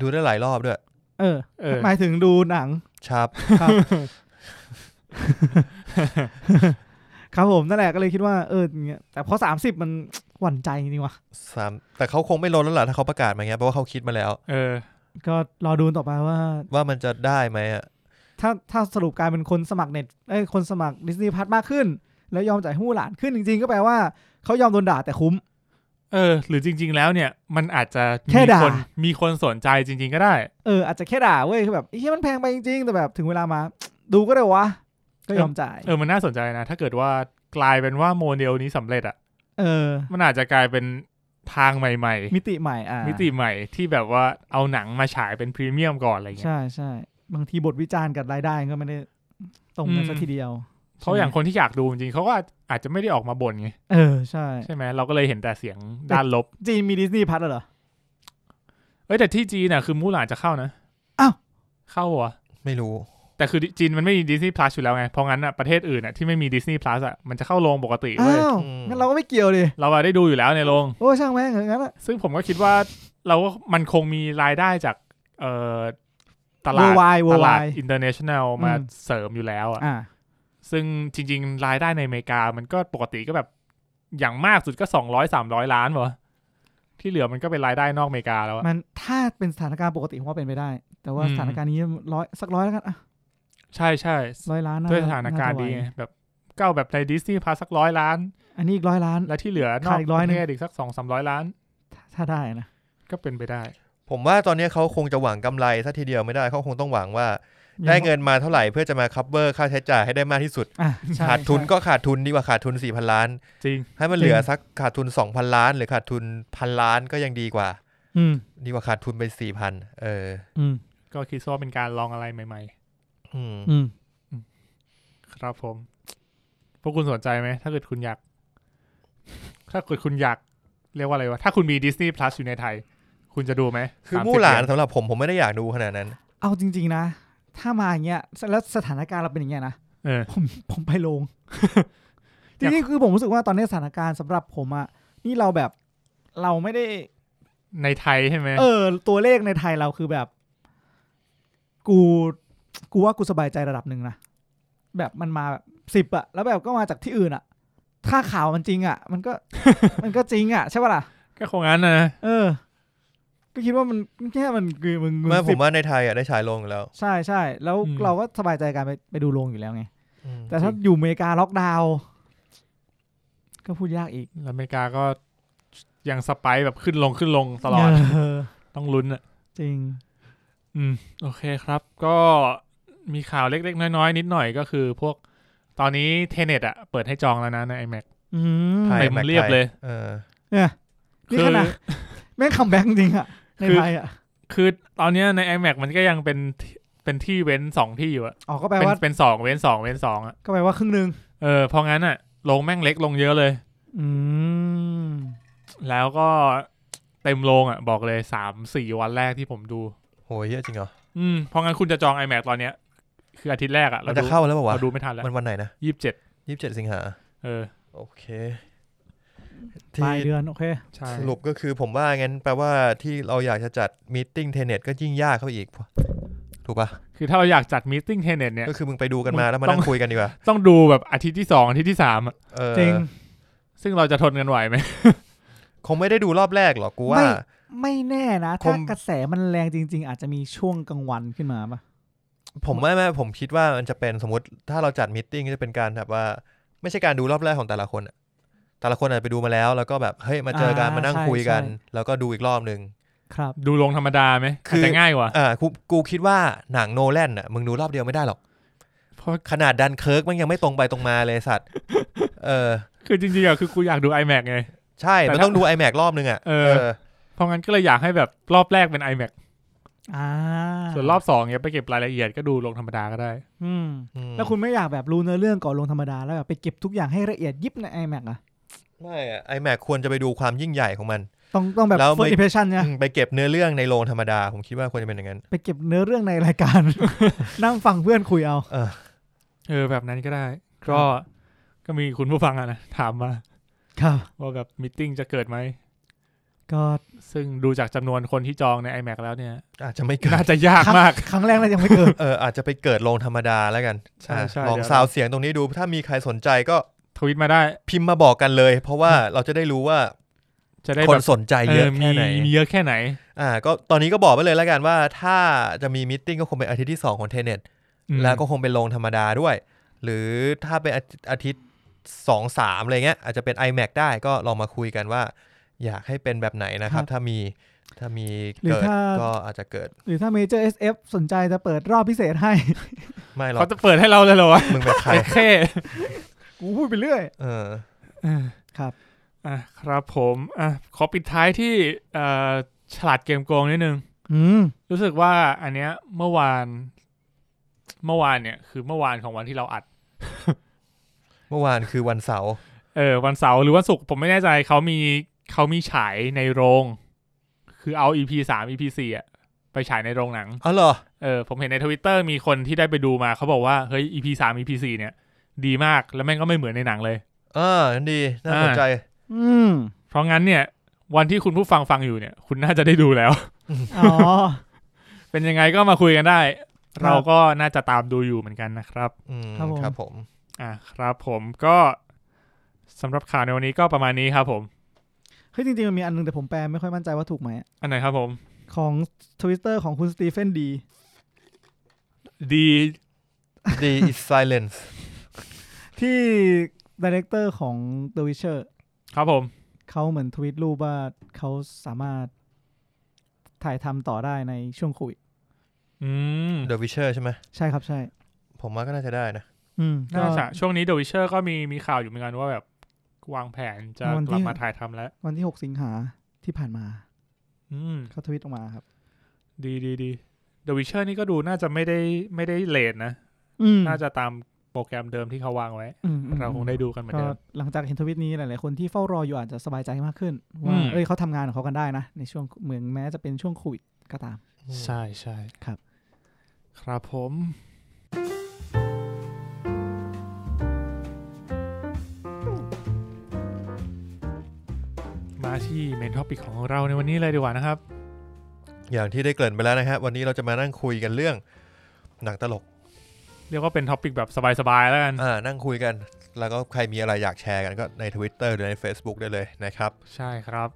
S4: ดูได้หลายรอบด้วย
S3: เออ
S2: เออ
S3: หมายถึงดูหนัง
S4: ชับ
S3: ครับ ครับผมนั่นแหละก็เลยคิดว่าเอออย่างเงี้ยแต่พอ 30 มันหวั่นใจจริงๆว่ะ
S4: สามแต่เขาคงไม่ลดแล้วล่ะถ้าเขาประกาศมาเงี้ยเพราะว่าเขาคิดมาแล้ว
S2: เออ
S3: ก็รอดูต่อไปว่า
S4: ว่ามันจะได้ไหมอ่ะ
S3: ถ้าถ้าสรุปกลายเป็นคนสมัครเน็ตเอ้ยคนสมัครดิสนีย์พัทมากขึ้น แล้วยอมจ่ายหู้หลานขึ้นจริงๆ ก็แปลว่าเขายอมโดนด่าแต่คุ้ม
S2: เออ หรือจริง ๆ แล้วเนี่ย มันอาจจะ
S3: แค่
S2: มี
S3: ด่า
S2: คนมีคนสนใจจริง ๆ ก็ได้
S3: เอออาจจะแค่ด่าเว้ยคือแบบเฮ้ยมันแพงไปจริงๆ แต่แบบถึงเวลามา ดูก็ได้วะ ก็ยอมจ่าย
S2: เออ มันน่าสนใจนะ ถ้าเกิดว่ากลายเป็นว่าโมเดลนี้สำเร็จอ่ะ
S3: เออ
S2: มันอาจจะกลายเป็นทางใหม่ ๆ
S3: มิติใหม่อ่ะ
S2: มิติใหม่ที่แบบว่าเอาหนังมาฉายเป็นพรีเมียมก่อนอะไรเงี้ย
S3: ใช่ใช่บางทีบทวิจารณ์กับรายได้ก็ไม่ได้ตรงกัน
S2: อืม
S3: สักทีเดียว
S2: เพราะอย่างคนที่อยากดูจริงๆเขาก็อาจอาจจะไม่ได้ออกมาบ่นไง
S3: เออใช่
S2: ใช่ไหมเราก็เลยเห็นแต่เสียงด้านลบ
S3: จีนมีดิสนีย์พัทเหรอ
S2: เอ้ยแต่ที่จีนน่ะคือมูหลานจะเข้านะ
S3: อ้าว
S2: เข้าเหรอ
S4: ไม่รู้
S2: แต่คือจีนมันไม่มีดิสนีย์พลัสอยู่แล้วไง เพราะงั้นอ่ะประเทศอื่นอ่ะที่ไม่มีดิสนีย์พลัสอ่ะมันจะเข้าโรงปกติเว้ย
S3: อ้าว
S4: อืม
S3: งั้นเราก็ไม่เกี่ยวดิ
S2: เราอะได้ดูอยู่แล้วในโรง
S3: โอ้ช่างแม่งเอองั้นอะ
S2: ซึ่งผมก็คิดว่าเราก็มันคงมีรายได้จากเอ่อตลาด
S3: วาย
S2: ตลาว
S3: า
S2: ด
S3: ย
S2: อินเตอร์เนชั่นแนลมา
S3: อืม
S2: เสริมอยู่แล้วอ่ะ
S3: อ่า
S2: ซึ่งจริง ๆ รายได้ในอเมริกามันก็ปกติก็แบบอย่างมากสุดก็สองร้อยสามร้อยล้านวะที่เหลือมันก็เป็นรายได้นอกอเมริกาแล้วอะ
S3: มันถ้าเป็นสถานการณ์ปกติผมว่าเป็นไปได้ แต่ว่า
S2: อืม
S3: สถานการณ์นี้ร้อยสักร้อยแล้วกันอ่ะ
S2: ใช่ใช่
S3: ร้อยล้านน่
S2: ด้วยสถานการณ์
S3: จะไหว
S2: ดีไงแบบเก้าแบบในดิสนีย์พาสักร้อยล้าน
S3: อันนี้อีกร้อยล้าน
S2: แล้วที่เหลือนอ
S3: ขาก ดอีก
S2: ป
S3: ร้อยห
S2: ระ
S3: นึ่ง
S2: เทศอีกสักสองสามร้อยล้าน
S3: ถ้าได้นะ
S2: ก็เป็นไปได้
S4: ผมว่าตอนนี้เขาคงจะหวังกำไรซะทีเดียวไม่ได้เขาคงต้องหวังว่า ได้เงินมาเท่าไหร่เพื่อจะมาคัพเ e อร์ค่าใช้จ่ายให้ได้มากที่สุด
S3: อ่ะใช่
S4: ขาดทุน
S3: ใช่
S4: ก็ขาดทุนดีกว่าขาดทุน 4,000 ล้าน
S2: จริง
S4: ให้มั
S3: จ
S4: น
S3: ริง
S4: เหลือสักขาดทุน 2,000 ล้าน หรือขาดทุนพันล้านก็ยังดีกว่า
S3: อืม
S4: ดีกว่าขาดทุนไป 4,000เออ
S3: อืม
S2: ก็คิดว่าเป็นการลองอะไรใหม่
S4: อืม
S3: อืม
S2: ๆ ครับผม พวกคุณสนใจไหม ถ้าเกิดคุณอยาก ถ้าเกิดคุณอยาก เรียกว่าอะไรวะ ถ้าคุณมีดิสนีย์พลัสอยู่ในไทย คุณจะดูไหม
S4: คือ
S2: 30
S4: มู่หลาน
S2: เดือ
S4: สำหรับผมผมไม่ได้อยากดูขนาดนั้น
S3: เอาจริง ๆนะ ถ้ามาอย่างเงี้ยแล้วสถานการณ์เราเป็นอย่างเงี้ยนะ
S2: เออ
S3: ผมผมไปลง จ
S2: อยาก
S3: ริงๆคือผมรู้สึกว่าตอนนี้สถานการณ์สำหรับผมอ่ะนี่เราแบบเราไม่ได้
S2: ในไทยใช่ไหม
S3: เออ ตัวเลขในไทยเราคือแบบ กูกูว่ากูสบายใจระดับหนึ่งนะ แบบมันมาแบบสิบ10อะแล้วแบบก็มาจากที่อื่นอะถ้าข่าวมันจริงอะมันก็ มันก็จริงอะใช่ปะล่ะ
S2: ก็คงงั้นนะ
S3: เออ ก็คิดว่ามันแค่มันคือมึงง
S4: เมื่อผ
S3: สิ
S4: ม
S3: บ
S4: ว่าในไทยอ่ะได้ฉายลงอยู่แล้ว
S3: ใช่ใช่แล้ว
S2: อืม
S3: เราก็สบายใจการไปไปดูโรงอยู่แล้วไง
S4: อืม
S3: แต่ถ้าอยู่อเมริกาล็อกดาวน์ก็พูดยากอีก
S2: แล้วอเมริกาก็ยังสไปค์แบบขึ้นลงขึ้นลงตลอด
S3: เออ
S2: ต้องลุ้นอะ
S3: จริง
S2: อืมโอเคครับ ก็มีข่าวเล็ก ๆ น้อย ๆ นิดหน่อยก็คือพวกตอนนี้เทเน็ตอะเปิดให้จองแล้วนะใน iMac
S3: อืม
S4: ไทย
S2: เต็ม
S4: Mac
S2: เรียบเลย
S4: เออ
S3: เนี่ยนี่
S2: คือ
S3: ขนาดแม่งคัมแบ็กจริงอะใน
S2: คือ
S3: ไทยอะ
S2: คือตอนเนี้ยใน iMac มันก็ยังเป็นที่เป็นที่เว้นสองที่อยู่อะ
S3: อ๋อก็แปล
S2: เป็น
S3: ว่า
S2: เป็นสองเว้นสองเว้นสองอะ
S3: ก็แปลว่าครึ่งหนึ่ง
S2: เออเพองั้นอะลงแม่งเล็กลงเยอะเลย
S3: อืม
S2: แล้วก็เต็มโรงอ่ะ บอกเลยสามสี่วันแรกที่ผมดู
S4: โหยเหี้ยอะจริงเหรอ
S2: อืมเพราะงั้นคุณจะจอง iMac ตอนเนี้ย คืออาทิตย์แรกอ่ะ
S4: มั
S2: เรา
S4: น
S2: ดู
S4: จะเข้าแล้วเปล่าวะ
S2: เราดูไม่ทันแล้ว
S4: มันวันไหนนะ
S2: ยี่สิบเจ็ด
S4: ยี่สิบเจ็ดสิงหา
S2: เออ
S4: โอเค
S3: ป
S4: ที่
S3: ลายเดือนโอเค
S2: ใช่
S4: สรุปก็คือผมว่างั้นแปลว่าที่เราอยากจะจัดมีตติ้งเทเน็ตก็ยิ่งยากเข้าไปอีก ถูกปะ
S2: คือถ้าเราอยากจัดมีตติ้งเทเน็ตเนี่ย
S4: ก็คือมึงไปดูกันมาแล้วมา
S2: ต้อง
S4: นั่งคุยกันดีกว่า
S2: ต้องดูแบบอาทิตย์ที่สองอาทิตย์ที่สามอะ
S4: เออ
S3: จริง
S2: ซึ่งเราจะทนกันไหวไหม
S4: คงไม่ได้ดูรอบแรกหรอกกูว่า
S3: ไม่ ไม่แน่นะ
S4: ค
S3: ถ้าม กระแสมันแรงจริง ๆ อาจจะมีช่วงกลางวันขึ้นมาปะ
S4: ผมไม่ไม่ผมคิดว่ามันจะเป็นสมมติถ้าเราจัดมตติ팅ก็จะเป็นการแบบว่า ไม่ใช่การดูรอบแรกของแต่ละคนอะแต่ละคนอาจจะไปดูมาแล้ว แล้วก็แบบเฮ้ยมาเจอกันมานั่งคุยกัน แล้วก็ดูอีกรอบหนึ่ง
S3: ครับ
S2: ดูลงธรรมดาไหม
S4: คื
S2: อาจ
S4: อ
S2: จะง่ายกว่า
S4: อ่ากูกูคิดว่าหนังโนแลนอ่ะมึงดูรอบเดียวไม่ได้หรอก
S2: เพราะ
S4: ขนาดดันเคิร์กมันยังไม่ตรงไปตรงมาเลยสัตว์ เออ
S2: คือจริงๆอะคือกูอยากดู iMac ไง
S4: ใช่
S2: แต่
S4: มัน
S2: ถ้า
S4: ต้องดู iMac รอบนึงอ่ะ
S2: เออ เพราะงั้นก็เลยอยากให้แบบรอบแรกเป็น iMac
S3: อ่า
S2: ส่วนรอบสองเนี่ยไปเก็บรายละเอียดก็ดูลงธรรมดาก็ได้
S3: อืม
S4: อืม
S3: แล้วคุณไม่อยากแบบรู้เนื้อเรื่องก่อนลงธรรมดาแล้วแบบไปเก็บทุกอย่างให้ละเอียดยิบใน iMac อะ
S4: ไม่อะ iMac ควรจะไปดูความยิ่งใหญ่ของมัน
S3: ต้องต้องแบบ
S4: แล้วไม่
S3: first impression เนี่ย
S4: อืมไปเก็บเนื้อเรื่องในโรงธรรมดา ผมคิดว่าควรจะเป็นอย่างนั้น
S3: ไปเก็บเนื้อเรื่องในรายการ นั่งฟังเพื่อนคุยเอา
S2: เออแบบนั้นก็ได้ ก็ก็มีคุณผู้ฟังอะนะถามมา
S3: ครับ
S2: ว่าแบบมีตติ้งจะเกิดไหม
S3: ก็
S2: ซึ่งดูจากจำนวนคนที่จองใน iMac แล้วเนี่ย
S4: อาจจะไม่เกิด
S2: น่าจะยากมาก
S3: ครั้งแรกเลยยังไม่เกิด
S4: เอออาจจะไปเกิดโรงธรรมดาแล้วกัน
S2: ใช่
S4: อ่ะ
S2: ใช่
S4: ลอง
S2: เดี๋ยว
S4: ซาวเสียงตรงนี้ดู ถ้ามีใครสนใจก็
S2: ทวิตมาได้
S4: พิมพ์มาบอกกันเลย เพราะว่าเราจะได้รู้ว่า
S2: จะได้
S4: ค
S2: แบ
S4: น
S2: บ
S4: สนใจเยอะ
S2: เออ
S4: แค่ไหน
S2: มีเยอะแค่ไหน
S4: อ่า ก็ตอนนี้ก็บอกไปเลยแล้วกันว่า ถ้าจะมีมิทติ้งก็คงเป็นอาทิตย์ที่สองของเทเน็ต
S2: อืม
S4: แล้วก็คงเป็นโรงธรรมดาด้วย หรือถ้าเป็นอาทิตย์อาทิตย์สองสามอะไรเงี้ย อาจจะเป็น iMac ได้ก็ลองมาคุยกันว่า อยากให้เป็นแบบไหนนะครับ
S3: ครับ
S4: ถ้ามีถ้ามี
S3: หรือ
S4: เกิด
S3: ถ้า
S4: ก็อาจจะเกิด
S3: หรือถ้าเมเจอร์ SF สนใจจะเปิดรอบพิเศษให้
S4: ไม่หรอ
S2: เขา
S4: ก
S2: จะเปิดให้เราเลยเหรอวะ
S4: มึงแบบใคร
S2: ไอ้แค่
S3: กูพูดไปเรื่อย
S4: เออ
S3: ครับ
S2: อ่ะครับผมอ่ะขอปิดท้ายที่เอ่อฉลาดเกมโกงนิดนึง
S3: อืม
S2: รู้สึกว่าอันเนี้ยเมื่อวานเมื่อวานเนี่ย คือเมื่อวานของวันที่เราอัด
S4: เมื่อวานคือวันเสาร์
S2: เออวันเสาร์หรือวันศุกร์ผมไม่แน่ใจเขามีเขามีฉายในโรง คือเอา EP สาม EP สี่อะไปฉายในโรงหนัง
S4: อ๋อเหรอ
S2: เออผมเห็นในทวิตเตอร์มีคนที่ได้ไปดูมาเขาบอกว่า เฮ้ย EP สาม EP สี่เนี่ย ดีมากแล้วแม่งก็ไม่เหมือนในหนังเลย
S4: เออนั่นดีน่าสนใจ
S3: อืม
S2: เพราะงั้นเนี่ย วันที่คุณผู้ฟังฟังอยู่เนี่ย คุณน่าจะได้ดูแล้ว
S3: อ๋อ
S2: เป็นยังไงก็มาคุยกันได้
S3: ครับ
S2: เราก็น่าจะตามดูอยู่เหมือนกันนะครับ
S4: อืม
S3: ครับผม
S4: ครับผม
S2: อ่ะครับผมก็สำหรับข่าวในวันนี้ก็ประมาณนี้ครับผม
S3: เฮ้ยจริงๆมันมีอันนึงแต่ผมแปลไม่ค่อยมั่นใจว่าถูกไหมอะ
S2: อันไหนครับผม
S3: ของ Twitter ของคุณสตีเฟนดี
S2: ดี
S4: ดี is silence
S3: ที่ดีเรคเตอร์ของ The Witcher
S2: ครับผม
S3: เขาเหมือนทวีตรูปว่าเขาสามารถถ่ายทำต่อได้ในช่วงโควิด
S2: อืม
S4: The Witcher ใช่ไหม
S3: ใช่ครับใช่
S4: ผมว่าก็น่าจะได้นะ
S3: อืมก็
S2: น่าจะช่วงนี้ The Witcher ก็มีมีข่าวอยู่เหมือนกันว่าแบบวางแผนจะ
S3: วัน
S2: ก
S3: ที่
S2: ลับมาถ่ายทำแล้ว
S3: วันที่ 6 สิงหาที่ผ่านมา
S2: อืม
S3: เขาทวีตออกมาครับ
S2: ดีดีดี The Witcher นี่ก็ดูน่าจะไม่ได้ไม่ได้เลทนะ
S3: อืม
S2: น่าจะตามโปรแกรมเดิมที่เขาวางไว้
S3: อืมอืม
S2: เราคงได้ดูกันเหมือน
S3: ก็
S2: เดิม
S3: หลังจากเห็นทวิตนี้หลายๆคนที่เฝ้ารออยู่อาจจะสบายใจมากขึ้น
S2: อื
S3: ว่าม เอ้ยเขาทำงานของเขากันได้นะ ในช่วงเหมือนแม้จะเป็นช่วงโควิดก็ตาม
S2: ใช่ใช่
S3: ครับ
S2: ครับผม มาที่เมนท็อปิกของเราในวันนี้เลยดีกว่านะครับ
S4: อย่างที่ได้เกริ่นไปแล้วนะฮะวันนี้เราจะมานั่งคุยกันเรื่องหนังตลก
S2: เรียกว่าเป็นท็อปิกแบบสบาย ๆ แล้วกัน
S4: อ่านั่งคุยกัน แล้วก็ใครมีอะไรอยากแชร์กันก็ใน Twitter หรือใน Facebook ได้เลยนะครับ
S2: ใช่ครับ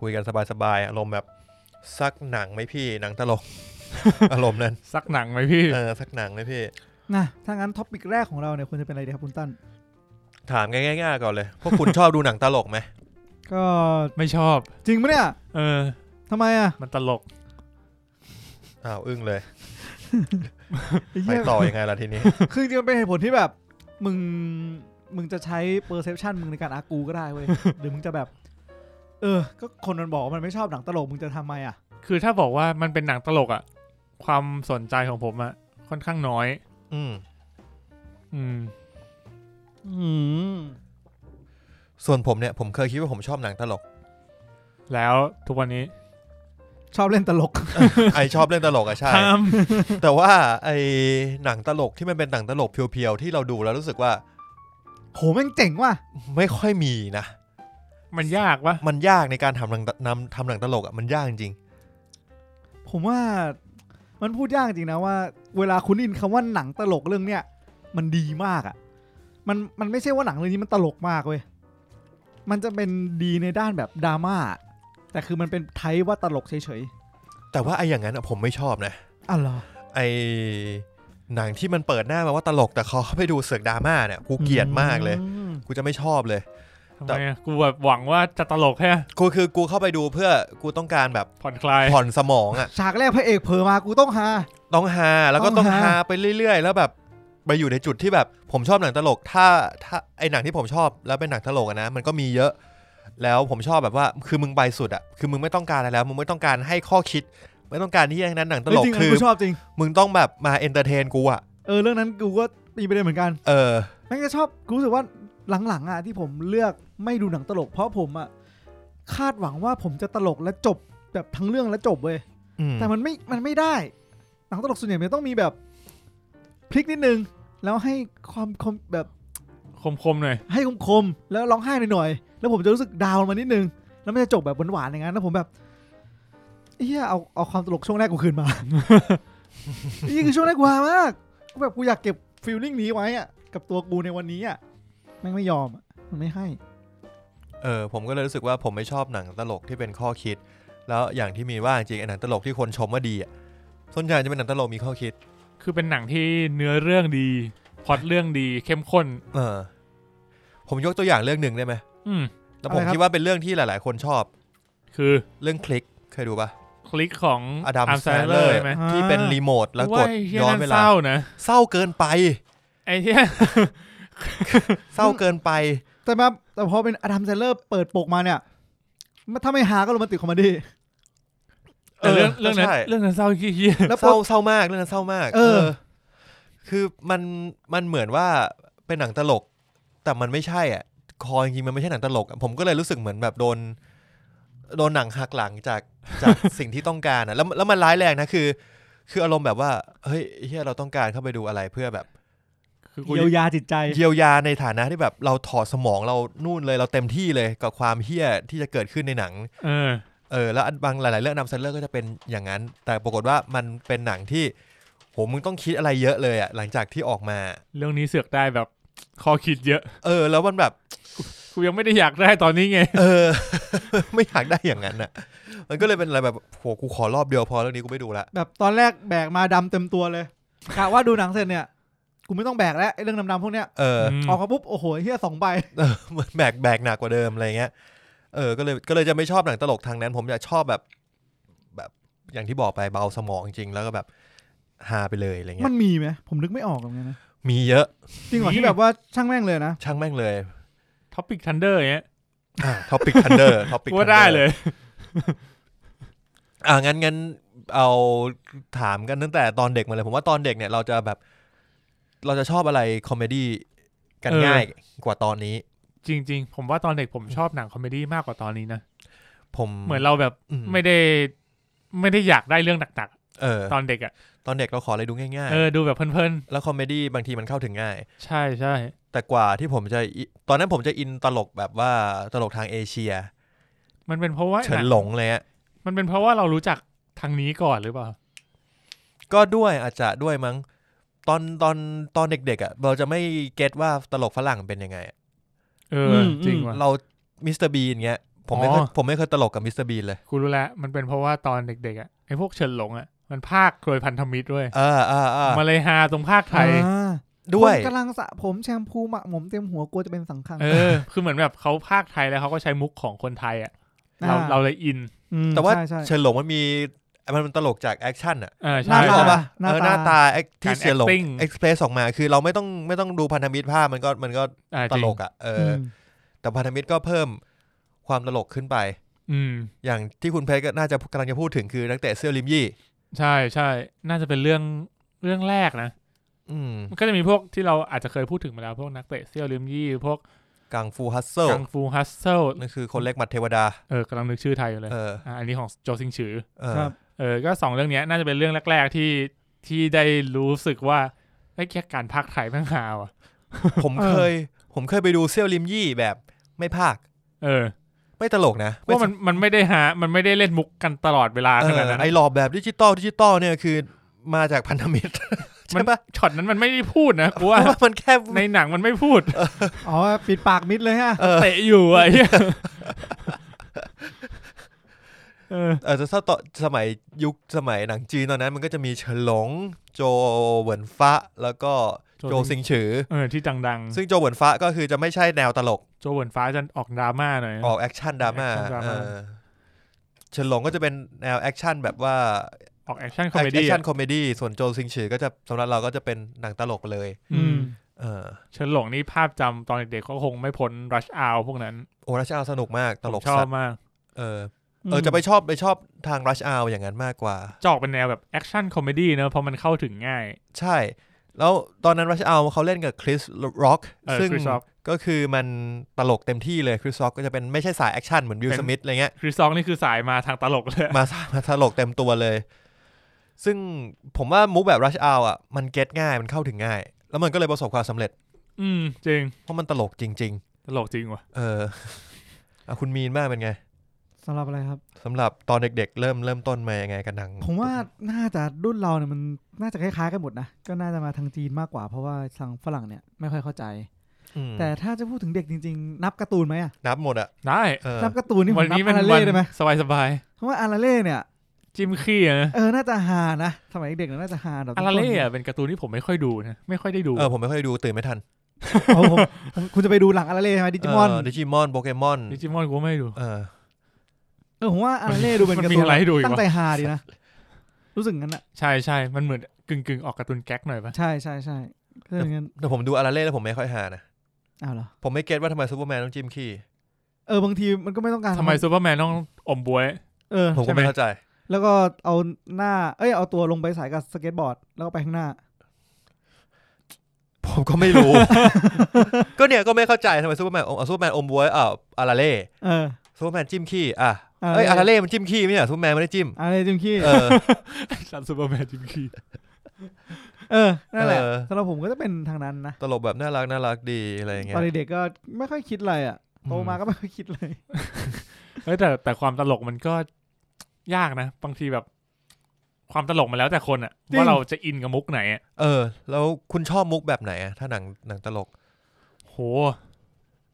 S4: คุยกันสบายๆ อารมณ์แบบซักหนังไหมพี่หนังต ลก อารมณ์นั้น
S2: สักหนังไหมพี่
S4: เออซักหนังไหมพี่
S3: นะถ้างั้นท็อปิกแรกของเราเนี่ยควรจะเป็นอะไรดีครับคุณตั้น
S4: ถามกันง่ายๆก่อนเลย พวกคุณ ชอบดูหนังตลกไหม
S3: ก็
S2: ไม่ชอบ
S3: จริงปะเนี่ย
S2: เออ
S3: ทำไมอ่ะ
S2: มันตลก
S4: อ้าวอึ้ งเลย
S3: ไอ้
S4: ไป
S3: เหี้ย
S4: ต่อยังไงล่ะทีนี้
S3: คือจริงๆมันเป็นเหตุผลที่แบบ มึงมึงจะใช้เปอร์เซพชันมึงในการอากูก็ได้ เว้ย หรือมึงจะแบบ เออ ก็คนมันบอกว่ามันไม่ชอบหนังตลกมึงจะทำไมอ่ะ
S2: คือถ้าบอกว่ามันเป็นหนังตลกอะความสนใจของผมอะค่อนข้างน้อย
S4: อืม
S2: อืม
S3: อืม
S4: ส่วนผมเนี่ยผมเคยคิดว่าผมชอบหนังตล ก
S2: แล้วทุกวันนี้
S3: ชอบเล่นตลก
S4: ไอชอบเล่นตลกอะ ใช่
S2: ทำ
S4: แต่ว่าไอหนังตลกที่มันเป็นหนังตลกเพียวๆ ที่เราดูแล้วรู้สึกว่า
S3: โหแม่งเจ๋งว่ะ
S4: ไม่ค่อยมีนะ
S2: มันยากวะ
S4: มันยากในการทำหนังตนำทำหนังตลกอะมันยากจริง
S3: ผมว่ามันพูดยากจริงนะว่า เวลาคุณได้ยินคำว่าหนังตลกเรื่องเนี้ยมันดีมากอะ่ะ มันมันไม่ใช่ว่าหนังเรื่องนี้มันตลกมากเว้ยมันจะเป็นดีในด้านแบบดราม่าแต่คือมันเป็นไทยว่าตลกเฉย
S4: ๆ แต่ว่าไออย่างนั้นอะผมไม่ชอบนะ
S3: ๆอ๋อเหรอ
S4: ไอหนังที่มันเปิดหน้ามาว่าตลกแต่เขา ไปดูเสือกดราม่าเนี่ยกูเกลียดมากเลย กูจะไม่ชอบเลย
S2: ทำ
S4: แต่
S2: ไมอะกูแบบหวังว่าจะตลกแค่
S4: กูคือกูเข้าไปดูเพื่อกูต้องการแบบ
S2: ผ่อนคลาย
S4: ผ่อนสมองอะ
S3: ฉากแรกพระเอกเผลอมากูต้องฮา
S4: ต้องฮาแล้วก็
S3: ต้
S4: ต้อ
S3: องง
S4: ฮา
S3: ฮา
S4: ไปเรื่อย ๆ แล้วแบบไปอยู่ในจุดที่แบบผมชอบหนังตลก ถ้าถ้าไอหนังที่ผมชอบแล้วเป็นหนังตลกอะนะมันก็มีเยอะ แล้วผมชอบแบบว่าคือมึงไปสุดอะคือมึงไม่ต้องการอะไรแล้วมึงไม่ต้องการให้ข้อคิด ไม่ต้องการที่อย่างนั้นหนังตลก
S3: เฮ้ยจริง
S4: คือ
S3: กูชอบจริง
S4: มึงต้องแบบมาเอนเตอร์เทนกูอะ
S3: เออเรื่องนั้นกูก็มีประเด็นเหมือนกัน
S4: เออ
S3: แม่งจะชอบกูรู้สึกว่าหลังๆอ่ะที่ผมเลือกไม่ดูหนังตลก เพราะผมอ่ะคาดหวังว่าผมจะตลกและจบแบบทั้งเรื่องและจบเว้ย
S4: อืม
S3: แต่มันไม่มันไม่ได้ หนังตลกส่วนใหญ่มันต้องมีแบบพลิกนิดนึง แล้วให้ความคมแบบ
S2: คมๆหน่อย
S3: ให้คมคมๆแล้วร้องไห้หน่อยๆ แล้วผมจะรู้สึกดาวน์มานิดนึง แล้วมันจะจบแบบหวานๆอย่างนั้นแล้วผมแบบเฮียเอาเอาความตลกช่วงแรกกูคืนมา นี่คือช่วงแรกกูฮามากกูแบบกูอยากเก็บฟีลลิ่งนี้ไว้อะกับตัวกูในวันนี้อะแม่งไม่ยอมอะมันไม่ให้
S4: เออผมก็เลยรู้สึกว่าผมไม่ชอบหนังตลกที่เป็นข้อคิด แล้วอย่างที่มีว่าจริงๆไอหนังตลกที่คนชมว่าดีอะส่วนใหญ่จะเป็นหนังตลกมีข้อคิด
S2: คือเป็นหนังที่เนื้อเรื่องดีพล็อตเรื่องดีเข้มข้น
S4: เออผมยกตัวอย่างเรื่องหนึ่งได้ไหม
S2: อืม
S4: แล้วผม
S3: อะไรครับ
S4: คิดว่าเป็นเรื่องที่หลาย ๆ คนชอบ
S2: คือ
S4: เรื่องคลิกเคยดูปะ
S2: คลิกของ
S4: Adam
S2: Adam Sandler
S4: Sandler
S2: ใช่ไหม
S4: ที่เป็นรีโมทแล้วกด
S2: โเหี้
S4: ย้อน
S2: น
S4: เว
S2: ศ
S4: ลา
S2: ร้านะ
S4: เศร้าเกินไป
S2: ไอ้เหี้ย
S4: เศร้าเกินไป
S3: แต่แบบแต่พอเป็นอดัมเซเลอร์เปิดปกมาเนี่ยถ้าไม่ฮาก็โรแมนติกคอมเมดี้
S2: แต่เรื่อง
S4: เออ
S2: เรื่องนั้น
S4: ใช่
S2: เรื่องนั้นเศร้าเหี้ย
S3: แล้ว
S4: เศ
S3: พอ
S4: ร้าเศร้ามากเรื่องนั้นเศร้ามาก
S3: เออ
S4: คือมันมันเหมือนว่าเป็นหนังตลก แต่มันไม่ใช่อ่ะ คอจริงๆมันไม่ใช่หนังตลกอะผมก็เลยรู้สึกเหมือนแบบโดนโดนหนังหักหลังจากจาก สิ่งที่ต้องการอ่ะแล้วแล้วมันร้ายแรงนะคือ คืออารมณ์แบบว่าเฮ้ยเฮียเราต้องการเข้าไปดูอะไรเพื่อแบบ
S2: ๆคือกู
S3: เยียวยาจิตใจ
S4: เยียวยาในฐานะที่แบบเราถอดสมองเรานู่นเลยเราเต็มที่เลยกับความเฮี้ยที่จะเกิดขึ้นในหนัง
S2: เออ
S4: เออแล้วบางหลายๆเรื่องนำเซนเลอร์ก็จะเป็นอย่างนั้น แต่ปรากฏว่ามันเป็นหนังที่โหมึงต้องคิดอะไรเยอะเลยอะหลังจากที่ออกมา
S2: เรื่องนี้เสือกได้แบบคอคิดเยอะ
S4: เออ แล้วมันแบบ
S2: กูยังไม่ได้อยากได้ตอนนี้ไง
S4: เออ ไม่อยากได้อย่างนั้นอะมันก็เลยเป็นอะไรแบบโหกูขอรอบเดียวพอเรื่องนี้กูไม่ดูละ
S3: แบบตอนแรกแบกมาดำเต็มตัวเลยกะว่าดูหนังเสร็จเนี่ยกูไม่ต้องแบกแล้วไอ้เรื่องดำๆพวกเนี้ย
S4: เอ อ
S2: ม
S3: ออกมาปุ๊บโอ้โหเฮียสองใบ
S4: เออมันแบกแบกหนักกว่าเดิมอะไรเงี้ย เออ ก็เลยก็เลยจะไม่ชอบหนังตลกทางนั้น ผมจะชอบแบบแบบอย่างที่บอกไปเบาสมองจริงๆแล้วก็แบบฮาไปเลยอะไร
S3: มั
S4: เงี้ย
S3: นมีไหมผมนึกไม่ออกเหมือนกันนะ
S4: มีเยอะ
S3: จริงเหรอ
S2: มี
S3: ที่แบบว่าช่างแม่งเลยนะ
S4: ช่างแม่งเลย
S2: ท็อปิกทันเดอร์เงี้ย
S4: ท็อปิกทัน เดอร์ท็อปิก
S2: กูว่าได้เลย
S4: อ่างั้นงั้นเอาถามกันตั้งแต่ตอนเด็กมาเลย ผมว่าตอนเด็กเนี่ยเราจะแบบ เราจะชอบอะไรคอมเมดี้กัน
S2: เออ
S4: ง่ายกว่าตอนนี้
S2: จริง ๆ ผมว่าตอนเด็กผมชอบหนังคอมเมดี้มากกว่าตอนนี้นะ
S4: ผม
S2: เหมือนเราแบบ
S4: อื
S2: ไม่ได้ไม่ได้อยากได้เรื่องหนัก
S4: เออ
S2: ๆ ตอนเด็กอ่ะ
S4: ตอนเด็กเราขออะไรดูง่าย
S2: เออดูแบบเพลิน
S4: ๆแล้วคอมเมดี้บางทีมันเข้าถึงง่าย
S2: ๆ ใช่ใช่
S4: แต่กว่าที่ผมจะอิตอนนั้นผมจะอินตลกแบบว่าตลกทางเอเชีย
S2: มันเป็นเพราะว่า
S4: เฉิน
S2: หนัง
S4: หลงเลยอะ
S2: มันเป็นเพราะว่าเรารู้จักทางนี้ก่อนหรือเปล่า
S4: ก็ด้วยอาจจะด้วยมั้ง ตอนตอนตอนเด็กๆอะเราจะไม่เก็ตว่าตลกฝรั่งเป็นยังไงอะ
S2: เอออจริงว่ะ
S4: เรามิสเตอร์บีนเงี้ยผมไม่เค
S2: อ๋
S4: ย
S2: อ
S4: ผมไม่เคยตลกกับมิสเตอร์บีนเลย
S2: กูรู้แล้วมันเป็นเพราะว่าตอนเด็กๆอ่ะไอ้พวกเฉินหลงอ่ะมันภาคโดยพันธมิตรด้วย
S4: เอ่าอ่าอ่า
S2: มาเลยฮาตรงภาคไทย
S3: อ่า
S4: ด้วย
S3: คนกำลังสระผมแชมพูหมักหมมเต็มหัวกลัวจะเป็นสังขัง
S2: เออ คือเหมือนแบบเขาภาคไทยแล้วเขาก็ใช้มุกของคนไทยอ่ะ เรา
S3: อ่า
S2: เราเลยอิน
S3: ม
S4: แต่ว่า
S3: ใช่ใช่
S4: เฉินหลงมันมี มันมันตลกจากแอคชั่นอ่ะ
S2: เออ
S3: หน้า
S2: ใช่
S4: นึกอ
S3: ตา
S4: อกปะเออหน้าตาไอ้ที่
S2: การ
S4: เสียหลง
S2: acting
S4: เอ็กเพรสออกมา คือเราไม่ต้องไม่ต้องดูพันธมิตรภาพมันก็มันก็
S2: อ่า
S4: ต
S2: จริง
S4: ลกอ่ะเอออ
S3: ม
S4: แต่พันธมิตรก็เพิ่มความตลกขึ้นไป
S2: อืม
S4: อย่างที่คุณเพชรก็น่าจะกำลังจะพูดถึงคือนักเตะเซี่ยวลิมยี่
S2: ใช่ใช่ น่าจะเป็นเรื่องเรื่องแรกนะ
S4: อืม
S2: มันก็จะมีพวกที่เราอาจจะเคยพูดถึงมาแล้ว พวกนักเตะเซี่ยวลิมยี่ พวก
S4: กังฟูฮัสเซิล
S2: กังฟูฮัสเซิล
S4: นั่นคือคนเล็กหมัดเทวดา
S2: เออกำลังนึกชื่อไทยอยู่เลย
S4: เออ
S2: อ่ะอันนี้ของโจซิงฉือ
S4: เออ
S3: ครับ
S2: เออ ก็สองเรื่องเนี้ยน่าจะเป็นเรื่องแรก ๆ ที่ที่ได้รู้สึกว่าไอ้ยแค่การพากย์ไทยแม่งหาว่ะ
S4: ผม
S3: เออ
S4: เคย ผมเคยไปดูเซี่ยวลิมยี่แบบไม่ภาค
S2: เออ
S4: ไม่ตลกนะ
S2: ว่ามันมันไม่ได้หา มันไม่ได้เล่นมุกกันตลอดเวลา
S4: เอ
S2: ข
S4: อ
S2: นาดนั้น
S4: ไอ้หลอบแบบดิจิตอลดิจิตอลเนี่ยคือมาจากพันธมิตร ใช่ปะ
S2: ช็อตนั้น มันไม่ได้พูดนะกู ว่า
S4: เพราะว่ามันแค่
S2: ในหนังมันไม่พูด
S3: อ๋อปิดปากมิดเลยฮะ
S4: เออ
S2: เตะอยู่ อ่ะไอ้เหี้ยเออ
S4: เออแต่ถ้าต่อสมัยยุคสมัยหนังจีนตอนนั้น มันก็จะมีเฉินหลง โจเหวินฟ้าแล้วก็โจซิงฉือ
S2: เออที่ดัง
S4: ซึ่งโจเหวินฟ้าก็คือจะไม่ใช่แนวตลก
S2: ๆโจเหวินฟ้าจะออกดราม่าหน่อย
S4: ออกแอคชั่นดราม่า
S2: แอคชั่นดราม่า
S4: เออเฉินหลงก็จะเป็นแนวแอคชั่นแบบว่า
S2: ออกแอคชั่นคอ
S4: แอ
S2: ม
S4: ค
S2: เมดี้
S4: ชั่นคอมเมดี้ส่วนโจซิงฉือก็จะสำหรับเราก็จะเป็นหนังตลกเลย
S3: อืม
S4: เออ
S2: เฉินหลงนี่ภาพจำตอนเด็กๆก็คงไม่พ้นรัชอาวพวกนั้น
S4: โอ้รัชอาสนุกมากตลก
S2: ชอบ
S4: สัตว์
S2: มาก
S4: เออเออจะไปชอบไปชอบทางรัชอาอย่างนั้นมากกว่า
S2: จอกเป็นแนวแบบแอคชั่นคอมเมดี้เนอะเพราะมันเข้าถึงง่าย
S4: ใช่ แล้วตอนนั้นรัชอาเขาเล่นกับคริสร็อก
S2: เออ
S4: ซึ่ง
S2: Chris Rock
S4: ก็คือมันตลกเต็มที่เลยคริสร็อกก็จะเป็นไม่ใช่สายแอคชั่นเหมือนวิ ล
S2: เป็น
S4: สมิธอะไรเงี้ย
S2: คริซองนี่คือสายมาทางตลกเลย
S4: มา มาตลกเต็มตัวเลย ซึ่งผมว่ามุกแบบรัชอาอ่ะมันเก็ตง่ายมันเข้าถึงง่าย แล้วมันก็เลยประสบความสำเร็จ
S2: อืมจริง
S4: เพราะมันตลกจริง
S2: ตลกจริงว่ะ
S4: ๆ เอ ออ่ะคุณมีนบ้างเป็นไง
S3: สำหรับอะไรครับ
S4: สำหรับตอนเด็กๆ เริ่มเริ่มต้นมายังไงกันหนัง
S3: ผมว่าน่าจะรุ่นเราเนี่ยมันน่าจะคล้ายๆกันหมดนะ ก็น่าจะมาทางจีนมากกว่าเพราะว่าทางฝรั่งเนี่ยไม่ค่อยเข้าใจ
S4: อืม
S3: แต่ถ้าจะพูดถึงเด็กจริงๆ นับการ์ตูนไหมอะ
S4: นับหมดอ่ะ
S2: ได้
S4: เออ
S3: นับการ์ตูนนี่ผ
S2: วั
S3: ม
S2: น
S3: นับ
S2: นี้มัน
S3: อารา
S2: วั
S3: เล่ได้ไหม
S2: สบายสบาย
S3: เพราะว่าอาราเล่เนี่ย
S2: ๆจิมขี้อะนะ
S3: เออน่าจะฮานะสมัยเด็กๆเนี่ยน่าจะฮาแบบ
S2: อาราเล่อะเป็นการ์ตูนที่ผมไม่ค่อยดูนะไม่ค่อยได้ดู
S4: เออผมไม่ค่อยดูตื่นไม่ทัน
S3: โอ้โหผมผมคุณจะไปดูหลังอาราเล่ใช่ไหมดิจิมอน
S4: เดิจิมอนโปเกมอน
S2: ดิจิมอนกูไม่ดู
S4: เออ
S3: เออผมว่าอาราเล่ดูเป็น
S2: มัน
S3: การ์
S2: มี
S3: ตูน
S2: อะไรให้ดูอีกวะ
S3: ตั้งใจฮาดีนะรู้สึกงั้นอะ
S2: ใช่ใช่มันเหมือนกึ่งๆออกการ์ตูนแก๊กหน่อยปะ
S3: ใช่ใช่ใช่ก็อย่างนั้น
S4: แต่ผมดูอาราเล่แล้วผมไม่ค่อยหานะ
S3: อ้าวเหรอ
S4: ผมไม่เก็ตว่าทำไมซูเปอร์แมนต้องจิ้มขี้
S3: เออบางทีมันก็ไม่ต้องการ
S2: ทำไมซูเปอร์แมนต้องอมบวย
S3: เออ
S4: ผมก็ไม่เข้าใจ
S3: แล้วก็เอาหน้า เอ้ย เอาตัวลงไปสายกับสเก็ตบอร์ด แล้วก็ไปข้างหน้า
S4: ผมก็ไม่รู้ ก็เนี่ยก็ไม่เข้าใจทำไมซูเปอร์แมนเอาซูเปอร์แมนอมบวยอ่ะอาราเล่
S3: เออ
S4: ซูเปอร์แมนจิ้มขี้อ่ะ
S3: อาราเล่
S4: เอ้ยอาราเล่มันจิ้มขี้ไหมเนี่ยซูเปอร์แมนไม่ได้จิ้ม
S3: อะไรจิมขี้
S4: เออ
S2: สันซูเปอร์แมนจิมคี
S3: เออ นั่นแหละ
S4: เออ
S3: สำหรับผมก็จะเป็นทางนั้นนะ
S4: ตลกแบบน่ารักน่ารักดีอะไรอย่างเงี้
S3: ต
S4: ย
S3: อนเด็กๆก็ไม่ค่อยคิดอะไรอ่ะ โตมาก็ไม่ค่อยคิดเลย
S2: เฮ้ยแต่แต่ความตลกมันก็ยากนะ บางทีแบบ ความตลกมันแล้วแต่คนอะ
S3: จริง
S2: ว่าเราจะอินกับมุกไหนอะ
S4: เออ แล้วคุณชอบมุกแบบไหนอะถ้าหนังหนังตลก
S2: โห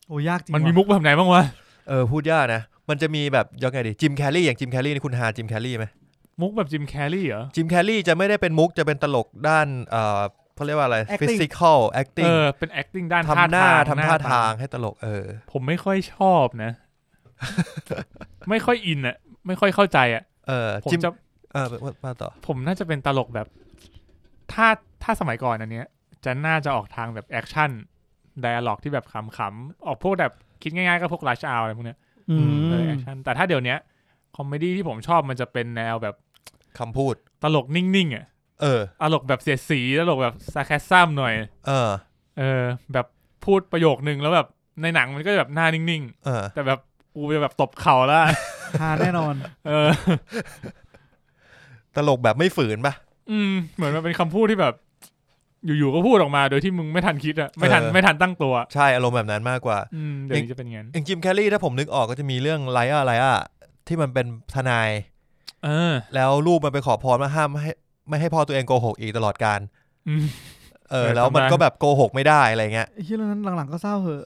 S3: โอ้ยากจริง
S2: มันมี
S3: ว่ะ
S2: มุกแบบไหนบ้างวะ
S4: เออพูดยากนะ มันจะมีแบบยังไงดีจิมแคลรี่อย่างจิมแคลรี่นี่คุณหาจิมแคลรี่ไหม
S2: มุกแบบจิมแคร์รี่เหรอ
S4: จิมแคลรี่จะไม่ได้เป็นมุกจะเป็นตลกด้านเอ่อเขาเรียกว่าอะไร
S3: Acting
S4: physical
S2: เอ
S4: acting
S2: อ เป็น acting ด้านท่า
S4: ทำหน้า
S2: ทาง
S4: ทำท่า
S2: ต
S4: ทางให้ตลกเออ
S2: ผมไม่ค่อยชอบ นะ ไม่ค่อยอินอะไม่ค่อยเข้าใจอะ
S4: เออ
S2: ผม
S4: จิม
S2: จะ
S4: เออว่าว่าต่อ
S2: ผมน่าจะเป็นตลกแบบ ถ้าถ้าสมัยก่อนอันเนี้ย จะน่าจะออกทางแบบแอคชั่น ไดอะล็อกที่แบบขำๆออกพวกแบบคิดง่ายๆก็พวกราชอาวอะไรพวกเนี้ย
S3: อืม
S2: เออแอคชั่นแต่ถ้าเดี๋ยวเนี้ยคอมเมดี้ที่ผมชอบมันจะเป็นแนวแบบ
S4: คำพูด
S2: ตลกนิ่งๆอ่ะ
S4: เออ
S2: ตลกแบบเสียดสีตลกแบบซาแคสซัมหน่อย
S4: เออ
S2: เออ แบบพูดประโยคนึงแล้วแบบในหนังมันก็จะแบบหน้านิ่ง
S4: เออ
S2: ๆ แต่แบบกูจะแบบตบเข่าแล้ว
S3: ฮาแน่นอน
S2: เออ
S4: ตลกแบบไม่ฝืนปะ
S2: อืม เหมือนมันเป็นคำพูดที่แบบ อยู่ๆก็พูดออกมาโดยที่มึงไม่ทันคิดอ่ะไม่ทันไม่ทันตั้งตัว
S4: ใช่อารมณ์แบบนั้นมากกว่า
S2: อืมเดี๋ยวนี้จะเป็นอย่างนั้น
S4: อย่างจิมแคลรี่ถ้าผมนึกออกก็จะมีเรื่องไลอ้าไลอ้าที่มันเป็นทนาย
S2: เออ
S4: แล้วลูกมันไปขอพรมาห้ามไม่ให้ไม่ให้พ่อตัวเองโกหกอีกตลอดการ
S2: อืม
S4: เออ
S2: เออ
S4: แล้ว
S2: ป
S4: มัน
S2: ระมาณ
S4: ก็แบบโกหกไม่ได้อะไรเงี้ย
S3: ไอ้เรื่องนั้นหลังๆก็เศร้าเหอะ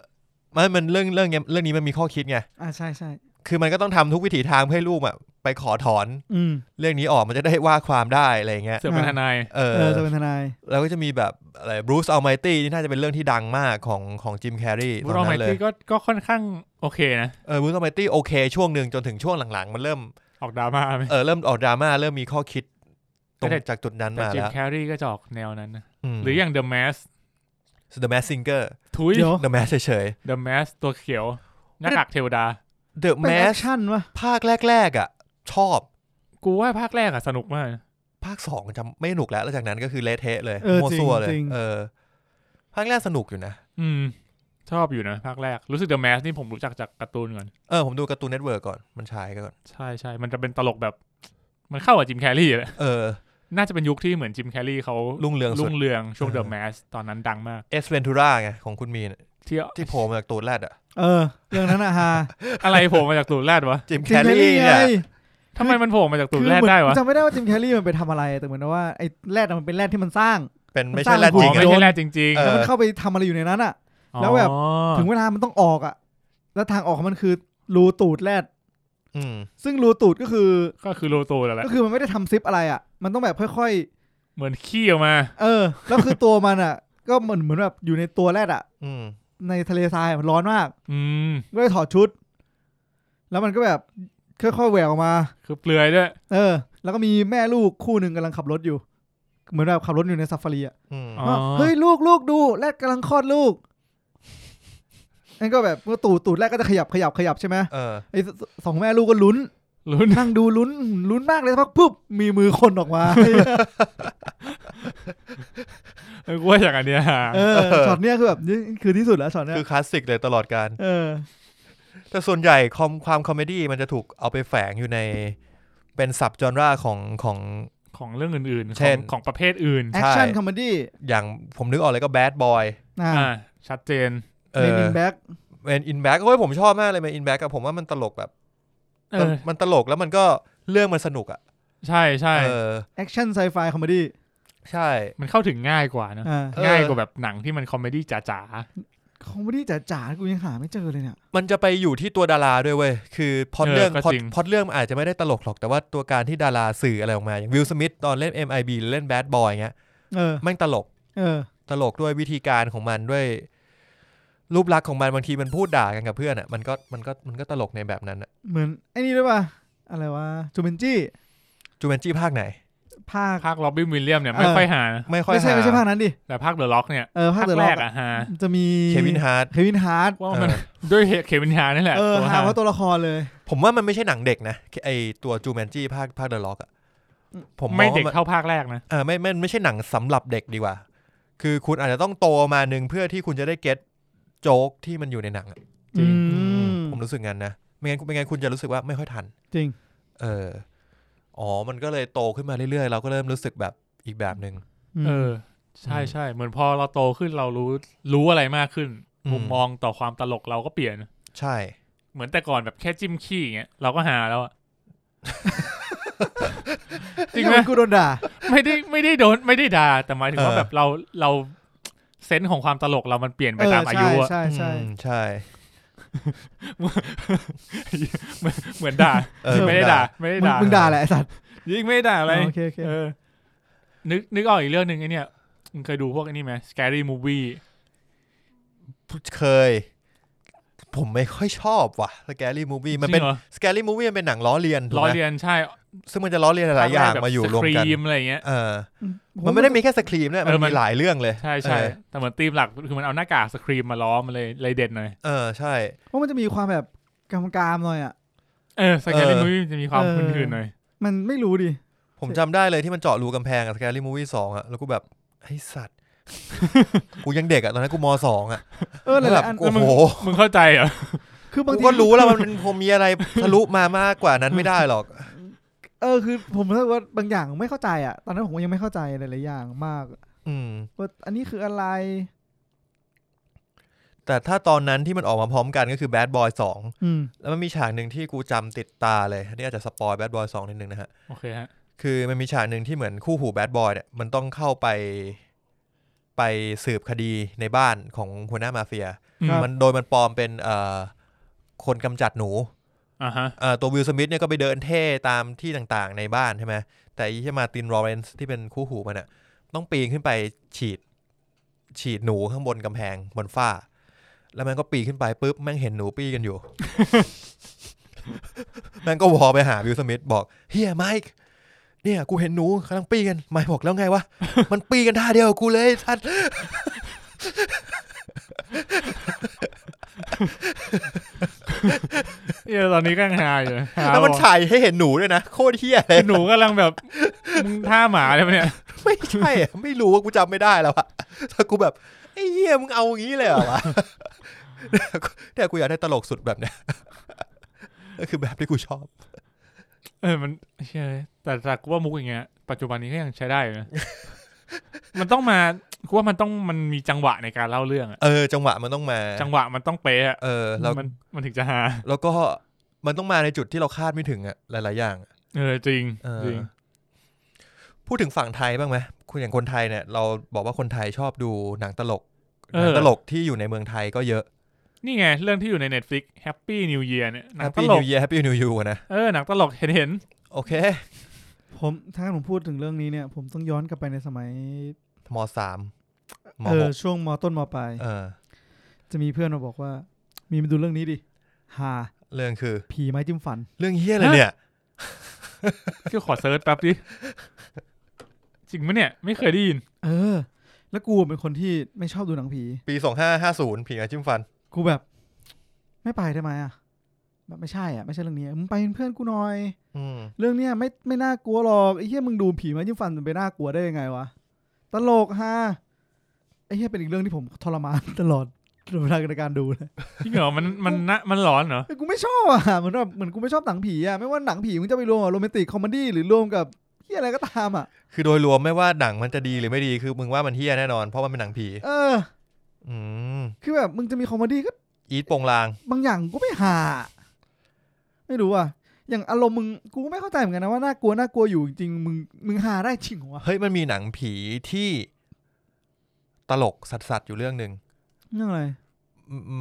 S4: มันมันเรื่องเรื่องเนี้ยเรื่องนี้มันมีข้อคิดไง
S3: อ่าใช่ใช่
S4: คือมันก็ต้องทำทุกวิถีทางเพื่อให้ลูกอ่ะไปขอถอน
S3: อืม
S4: เรื่องนี้ออกมันจะได้ว่าความได้อะไรเงี้ย
S2: เสือกเป็น
S3: อ่ะ
S2: ทนาย
S4: เอ
S3: เอ
S4: อ
S3: อจะเป็นทนาย
S4: แล้วก็จะมีแบบอะไรบรูซอัลไมตี้นี่น่าจะเป็นเรื่องที่ดังมากของของจิมแคร์รี
S2: บุ
S4: ตอน
S2: รอมไม
S4: นั้นเลย
S2: ตี้ก็ก็ค่อนข้างโอเคนะ
S4: เออบรูซอัลไมตี้โอเคช่วงหนึ่งจนถึงช่วงหลังๆ มันเริ่ม
S2: ออกดราม่าไหม
S4: เออเริ่มออกดราม่าเริ่มมีข้อคิดตรง
S2: แต่
S4: จากจุดนั้น
S2: แต่
S4: มา
S2: จิม
S4: แล้ว
S2: แครีก็จะออกแนวนั้นนะ
S4: ม
S2: หรืออย่าง The Mask
S4: The Mask Singer
S2: ทุย
S3: เดี๋ยว
S4: The Mask เฉย
S2: The Mask ตัวเขียวหน้ากากเทวดา
S4: ๆ The
S3: เป็นแอค
S4: Mask
S3: ชั่นวะ
S4: ภาคแรก ๆ อ่ะ ชอบ
S2: กูว่าภาคแรกอะสนุกมาก
S4: ภาคสองจำไม่หนุกแล้ว แล้วจากนั้นก็คือเละเทะเลย
S1: เออ
S4: มั่ว
S1: จริง
S4: ซั่วเลย
S1: จริง
S4: เออภาคแรกสนุกอยู่นะ
S2: อืม ชอบอยู่นะ ภาคแรก รู้สึก The Mask นี่ผมรู้จักจากการ์ตูนก่อน
S4: เออ ผมดูการ์ตูนเน็ตเวิร์กก่อนมันฉายก่อน
S2: ใช่ใช่มันจะเป็นตลกแบบ มันเข้ากับจิมแครีแหละ
S4: เออ
S2: น่าจะเป็นยุคที่เหมือนจิมแครีเขา
S4: รุ่งเรืองสุ
S2: รุ่
S4: ด
S2: งเรืองช่วง
S4: เออ
S2: The Mask ตอนนั้นดังมาก
S4: เอสเวนทูราไง ของคุณมีน
S2: ที่
S4: ที่โผล่มาจากตูนแรดอ่ะ
S3: เออ เรื่องนั้นอะฮา
S2: อะไรโผล่มาจากตูดแรดวะ
S4: จิมแค
S3: จิมแค
S4: รี
S3: รี่ไง
S4: เนี่ย
S2: ทำไมมันโผล่มาจากตูด
S3: คือ
S2: แรด
S3: เหมือน
S2: ได้วะ
S3: จำไม่ได้ว่าจิมแครี่มันไปทำอะไร แต่เหมือนว่าไอ้แรดอะมันเป็นแรดที่มันสร้าง
S4: เป็นไม่
S3: มั
S4: ใช่
S3: นส
S4: แร
S3: ร้า
S4: ด
S3: ง
S2: อ๋
S4: จริง
S2: อไม่
S4: อะ
S2: ใช่แรดจริง
S4: เออ
S3: แล้วมันเข้าไปทำอะไรอยู่ในนั้นอะ
S2: ๆ
S3: แล้วแบบ ถึงเวลามันต้องออกอะแล้วทางออกของมันคือรูตูดแรด
S4: อืม
S3: ซึ่งรูตูดก็คือ
S2: ก็คือโลโตแล้วแหละ
S3: ก็คือมันไม่ได้ทำซิปอะไรอ่ะ มันต้องแบบค่อย
S2: เหมือนขี้ออกมา
S3: ๆ เออ แล้วคือตัวมันอ่ะ ก็เหมือนเหมือนแบบอยู่ในตัวแรดอ่ะ
S4: อืม
S3: ในทะเลทรายมันร้อนมาก
S2: อืม
S3: ก็เลยถอดชุด แล้วมันก็แบบค่อยๆแหวกออกมา
S2: คือเปลือยด้วย
S3: เออ แล้วก็มีแม่ลูกคู่หนึ่งกำลังขับรถอยู่ เหมือนแบบขับรถอยู่ในซาฟารีอ่ะ
S4: อืม
S2: อ๋อ
S3: ว่าเฮ้ยลูกลูกดูแรดกำลังคลอดลูกนั่นก็แบบเมื่อตูดตูดแรดก็จะขยับขยับขยับใช่ไหม
S4: เออ
S3: ไอ้สสองแม่ลูกก็ลุ้น
S2: ลุ้น
S3: นั่งดูลุ้นลุ้นมากเลยสักพักปุ๊บมีมือคนออกมา
S2: เออกูว่าอย่างอันเนี้ยหา
S3: เออช็อตเนี้ยคือแบบนี่คือที่สุดแล้วช็อตเนี้ย
S4: คือคลาสสิกเลยตลอดการ
S3: เออ
S4: แต่ส่วนใหญ่คอมความคอมเมดี้มันจะถูกเอาไปแฝงอยู่ใน เป็นสับจอนราของของ
S2: ของเรื่องอื่นๆ ข
S4: เช่
S2: อง
S4: น
S2: ของประเภทอื่น
S3: แอคชั่นคอมเมดี้
S4: อย่างผมนึกออกเลยก็แบดบอย
S3: อ่า
S2: อ่า ชัดเจน
S4: เอ
S3: เล
S4: อ
S3: นินแบ็ก
S4: เป็นอินแบ็กโอ้ยผมชอบมากเลยเป็นอินแบ็กอะผมว่ามันตลกแบบ
S2: เออ
S4: มันตลกแล้วมันก็เรื่องมันสนุกอะ
S2: ใช่ใช่
S4: เออ
S3: แอคชั่นไซไฟคอมเมดี้
S4: ใช่
S2: มันเข้าถึงง่ายกว่านะ
S3: อ่า
S4: เออ
S2: ง่ายกว่าแบบหนังที่มันคอมเมดี้จ๋า
S3: คอมเมดี้จ๋าๆกูยังหาไม่เจอเลยเนี่ย
S4: มันจะไปอยู่ที่ตัวดาราด้วยเว้ย คือพล็อด
S2: เออ
S4: เรื่อง
S2: ก็
S4: พล็อด
S2: จริง
S4: พล็อดเรื่องมันอาจจะไม่ได้ตลกหรอก แต่ว่าตัวการที่ดาราสื่ออะไรออกมา อย่างวิลสมิธตอนเล่น MIB หรือเล่นแบดบอยเงี้ย
S3: เออ
S4: แม่งตลก
S3: เออ
S4: ตลกด้วยวิธีการของมันด้วย รูปลักษณ์ของมันบางทีมันพูดด่ากันกับเพื่อนอ่ะมันก็มันก็มันก็ตลกในแบบนั้นอะ
S3: เหมือนไอ้นี่ด้วยป่ะ อะไรวะจูเบนจี้
S4: จูเมนจี้ภาคไหน
S3: ภาค
S2: ๆภาคล็อบบี้วิลเลียมเนี่ยไม่
S3: เออ
S2: ค่อยหานะ
S4: ไม่ค่อย
S3: ไม่ใช่
S4: ห
S3: ไม่ใช่ภาคนั้นดิ
S2: แต่ภาคเดอะล็อกเนี่ย
S3: เออภาคเดอะล็
S2: แร
S3: อก
S2: กอะฮะ
S3: จะมี
S4: เควินฮาร์ด
S3: เควินฮาร์ด
S2: ว่ามันด้วยเหตุเควินฮานี่แหละ
S3: เออ
S2: ตัว
S3: หา
S2: ฮา
S3: ว่าตัวละครเลย
S4: ผมว่ามันไม่ใช่หนังเด็กนะไอตัวจูเมนจี้ภาคภาคเดอะล็อกอ่ะผมม
S2: ไม่
S4: อง
S2: เด็ก
S4: ว่ามัน
S2: เท่าภาคแรกนะ
S4: เออไม่ไม่ไม่ใช่หนังสำหรับเด็กดีกว่า คือคุณอาจจะต้องโตมาหนึ่งเพื่อที่คุณจะได้เก็ตโจ๊กที่มันอยู่ในหนังอะ
S2: จริง
S3: อืม
S4: ผมรู้สึกงั้นนะไม่งั้นไม่งั้นคุณจะรู้สึกว่าไม่ค่อยทัน
S3: จริง
S4: เอออ๋อมันก็เลยโตขึ้นมาเรื่อยๆ เราก็เริ่มรู้สึกแบบอีกแบบหนึ่ง
S2: เออ ใช่ใช่เหมือนพอเราโตขึ้นเรารู้รู้อะไรมากขึ้น
S4: อืม
S2: มุมมองต่อความตลกเราก็เปลี่ยน
S4: ใช่
S2: เหมือนแต่ก่อนแบบแค่จิ้มขี้อย่างเงี้ยเราก็หาแล้วอะจ
S3: จริ
S2: ริ
S3: ง
S2: ง
S3: ไห
S2: ไห
S3: ม
S2: ม
S3: กูโดนด่า
S2: ไม่ได้ไม่ได้โดนไม่ได้ด่าแต่หมายถึงว่า
S4: เออ
S2: แบบเราเราเซนส์ของความตลกเรามันเปลี่ยนไป
S3: เออ
S2: ตามอา
S3: ใช่
S2: ยุอะ
S3: ใช่ใช่
S4: อืมใช่
S2: เหมือนด่า
S4: เออ
S2: ไม่ได้ด่า ไม่ได้
S3: มึง
S2: ด่า
S3: มึงด่าแหละไอ้สัตว์
S2: ยิ่งไม่ได้ด่าอะไร
S3: โอเคโอเค
S2: เออ นึกนึกออกอีกเรื่องหนึ่งไอเนี่ยมึงเคยดูพวกไอ้นี่ไหม scary movie
S4: เคย ผมไม่ค่อยชอบว่ะสแกรี่มูวี่มัน
S2: จ
S4: เป็
S2: ริ
S4: น
S2: งหรอ
S4: สแกรี่มูวี่มันเป็นหนังล้อเลียนถูก
S2: ล้อ
S4: ไหม
S2: เลียนใช่
S4: ซึ่งมันจะล้อเลียนหลายอย่างมาอยู่รวมกัน
S2: สคอะไรอย่างเงี้ย
S4: เออ
S3: ผ
S4: มันไม่ได้มีแค่สครีมเนี่ย
S2: เอ
S4: มั
S2: อน มัน
S4: มีหลายเรื่องเลย
S2: ใช่ใช่แต่เหมือนธีมหลักคือมันเอาหน้ากากสครีมมาล้อมมาเลยเลยเด่นหน่อย
S4: เออใช่
S3: เพราะมันจะมีความแบบกำกามหน่อยอ่ะ
S2: เออสแกน
S4: เอ
S2: ลิ
S4: อ
S2: มูวี่จะมีความ
S3: เออ
S2: หื่นๆหน่อย
S3: มันไม่รู้ดิ
S4: ผมจำได้เลยที่มันเจาะรูกำแพงอะสแกรี่มูวี่สองอะแล้วกูแบบไอ้สัตว์ กูยังเด็กอะตอนนั้นกูมสองอะ
S3: เออหลาย
S4: แบ
S3: ๆ
S4: บ
S3: อัน
S4: โอ้
S2: มึง
S4: โห
S2: มึงเข้าใจเหรอ
S3: คือบาง
S4: กู
S3: ที
S4: ก็รู้แล้วมันเป็นผมมีอะไรทะลุมามากกว่านั้นไม่ได้หรอก
S3: เออคือผมรู้สึกว่าบางอย่างไม่เข้าใจอ่ะ ตอนนั้นผมยังไม่เข้าใจหลายๆอย่างมาก
S4: อืม
S3: ว่าอันนี้คืออะไร
S4: แต่ถ้าตอนนั้นที่มันออกมาพร้อมกันก็คือแบดบอยสอง
S3: อืม
S4: แล้วมันมีฉากหนึ่งที่กูจำติดตาเลยอันนี้อาจจะสปอยแบดบอยสองนิดนึงนะฮะ
S2: โอเคฮะ
S4: คือมันมีฉากหนึ่งที่เหมือนคู่หูแบดบอยเนี่ยมันต้องเข้าไปไปสืบคดีในบ้านของหัวหน้ามาเฟีย
S3: ครับ
S4: มันโดยมันปลอมเป็นเอ่อคนกำจัดหนู
S2: อ่าฮะ
S4: เอ่อตัววิลสมิธเนี่ยก็ไปเดินเท่ตามที่ต่างๆในบ้านใช่ไหมแต่อีที่มาตินรอเรนซ์ที่เป็นคู่หูมันเนี่ยต้องปีนขึ้นไปฉีด ฉีดหนูข้างบนกำแพงบนฝ้า แล้วมันก็ปีนขึ้นไปปุ๊บแม่งเห็นหนูปี้กันอยู่ แ นั่นก็วอลไปหาวิลสมิธบอกเฮียไมค์เนี่ย กูเห็นหนูกำลังปี้กันไมค์บอกแล้วไงวะ มันปี้กันท่าเดียวกับกูเลยท่าน
S2: เออตอนนี้ก็ยังหาอยู่นะหา
S4: แล้วมัน
S2: บอก
S4: ถ่ายให้เห็นหนูด้วยนะ โคตรเฮี้ยเลย
S2: หนูกำลังแบบมึงท่าหมาเลยปะเนี่ย
S4: ไม่ใช่อะไม่รู้ว่ากูจำไม่ได้แล้วอะถ้ากูแบบไอ้เฮี้ยมึงเอาอย่างนี้เลยเหรอวะเนี่ยกูอยากได้ตลกสุดแบบเนี้ยก็คือแบบที่กูชอบ
S2: เออ มันเชื่อแต่แต่กูว่ามุกอย่างเงี้ย ปัจจุบันนี้ก็ยังใช้ได้อยู่ นะ มันต้องมา กูว่ามันต้อง มันมีจังหวะในการเล่าเรื่องอะ
S4: เออ จังหวะมันต้องมา
S2: จังหวะมันต้องเป๊ะอะ
S4: เออแล้ว
S2: มัน มันถึงจะหา
S4: แล้วก็มันต้องมาในจุดที่เราคาดไม่ถึงอะหลาย ๆ อย่างอะ
S2: เออ จริง
S4: เออ
S2: จริง
S4: พูดถึงฝั่งไทยบ้างไหมคุณอย่างคนไทยเนี่ย เราบอกว่าคนไทยชอบดูหนังตลก
S2: เออ
S4: หนังตลกที่อยู่ในเมืองไทยก็เยอะ
S2: นี่ไง เรื่องที่อยู่ใน Netflix Happy New Year เนี่ย หนังต
S4: Happy
S2: ล
S4: New
S2: ก
S4: Year Happy New You อะนะ
S2: เออ หนังตลกเห็นเห็น
S4: โอเค
S3: ผมถ้าผมพูดถึงเรื่องนี้เนี่ย ผมต้องย้อนกลับไปในสมัย
S4: มสามม
S3: เอ
S4: ห
S3: อก ช่วงมต้นมปลาย
S4: เออ
S3: จะมีเพื่อนมาบอกว่า มีมาดูเรื่องนี้ดิหา
S4: เรื่องคือ
S3: ผีไม้จิ้มฟัน
S4: เรื่องเฮี้ยอะไรเนี่ย
S2: ๆที่ขอเซิร์ชแป๊บดิ จริงมะเนี่ย ไม่เคยได้ยิน
S3: เออ แล้วกูเป็นคนที่ไม่ชอบดูหนังผี
S4: ปีสองห้าห้าศูนย์ผีอาจิ้มฟัน
S3: กูแบบ ไม่ไปได้ไหมอ่ะแบบไม่ใช่อ่ะไม่ใช่เรื่องนี้มึงไปเป็นเพื่อนกูหน่อย
S4: อืม
S3: เรื่องเนี้ยไม่ไม่น่ากลัวหรอกไอ้เหี้ยมึงดูผีมายิ้มฟันมันไปน่ากลัวได้ยังไงวะตลกฮะไอ้เหี้ยเป็นอีกเรื่องที่ผมทรมาน ตลอด ตลอดเวลาในการดูเลย
S2: ที่เหรอมัน มันนะมันหลอนเหรอ
S3: แต่กูไม่ชอบอ่ะเหมือนแบบเหมือนกูไม่ชอบหนังผีอ่ะไม่ว่าหนังผีมึงจะไปรวมกับโรแมนติกคอมเมดี้หรือรวมกับเหี้ยอะไรก็ตามอ่ะ
S4: คือโดยรวมไม่ว่าหนังมันจะดีหรือไม่ดีคือมึงว่ามันเฮี้ยแน่นอนเพราะมันเป็นหนังผี
S3: เออ
S4: อืม
S3: คือแบบมึงจะมีคอมเมดี้ก็
S4: อีทโปงลาง
S3: บางอย่างกูไม่หา ไม่รู้อ่ะอย่างอารมณ์มึงกูก็ไม่เข้าใจเหมือนกันนะว่าน่ากลัวน่ากลัวอยู่จริงๆมึงมึงหาได้จริงเหรอวะ
S4: เฮ้ยมันมีหนังผีที่ตลกสัสๆอยู่เรื่องหนึ่ง
S3: เรื่องอะไร
S4: อื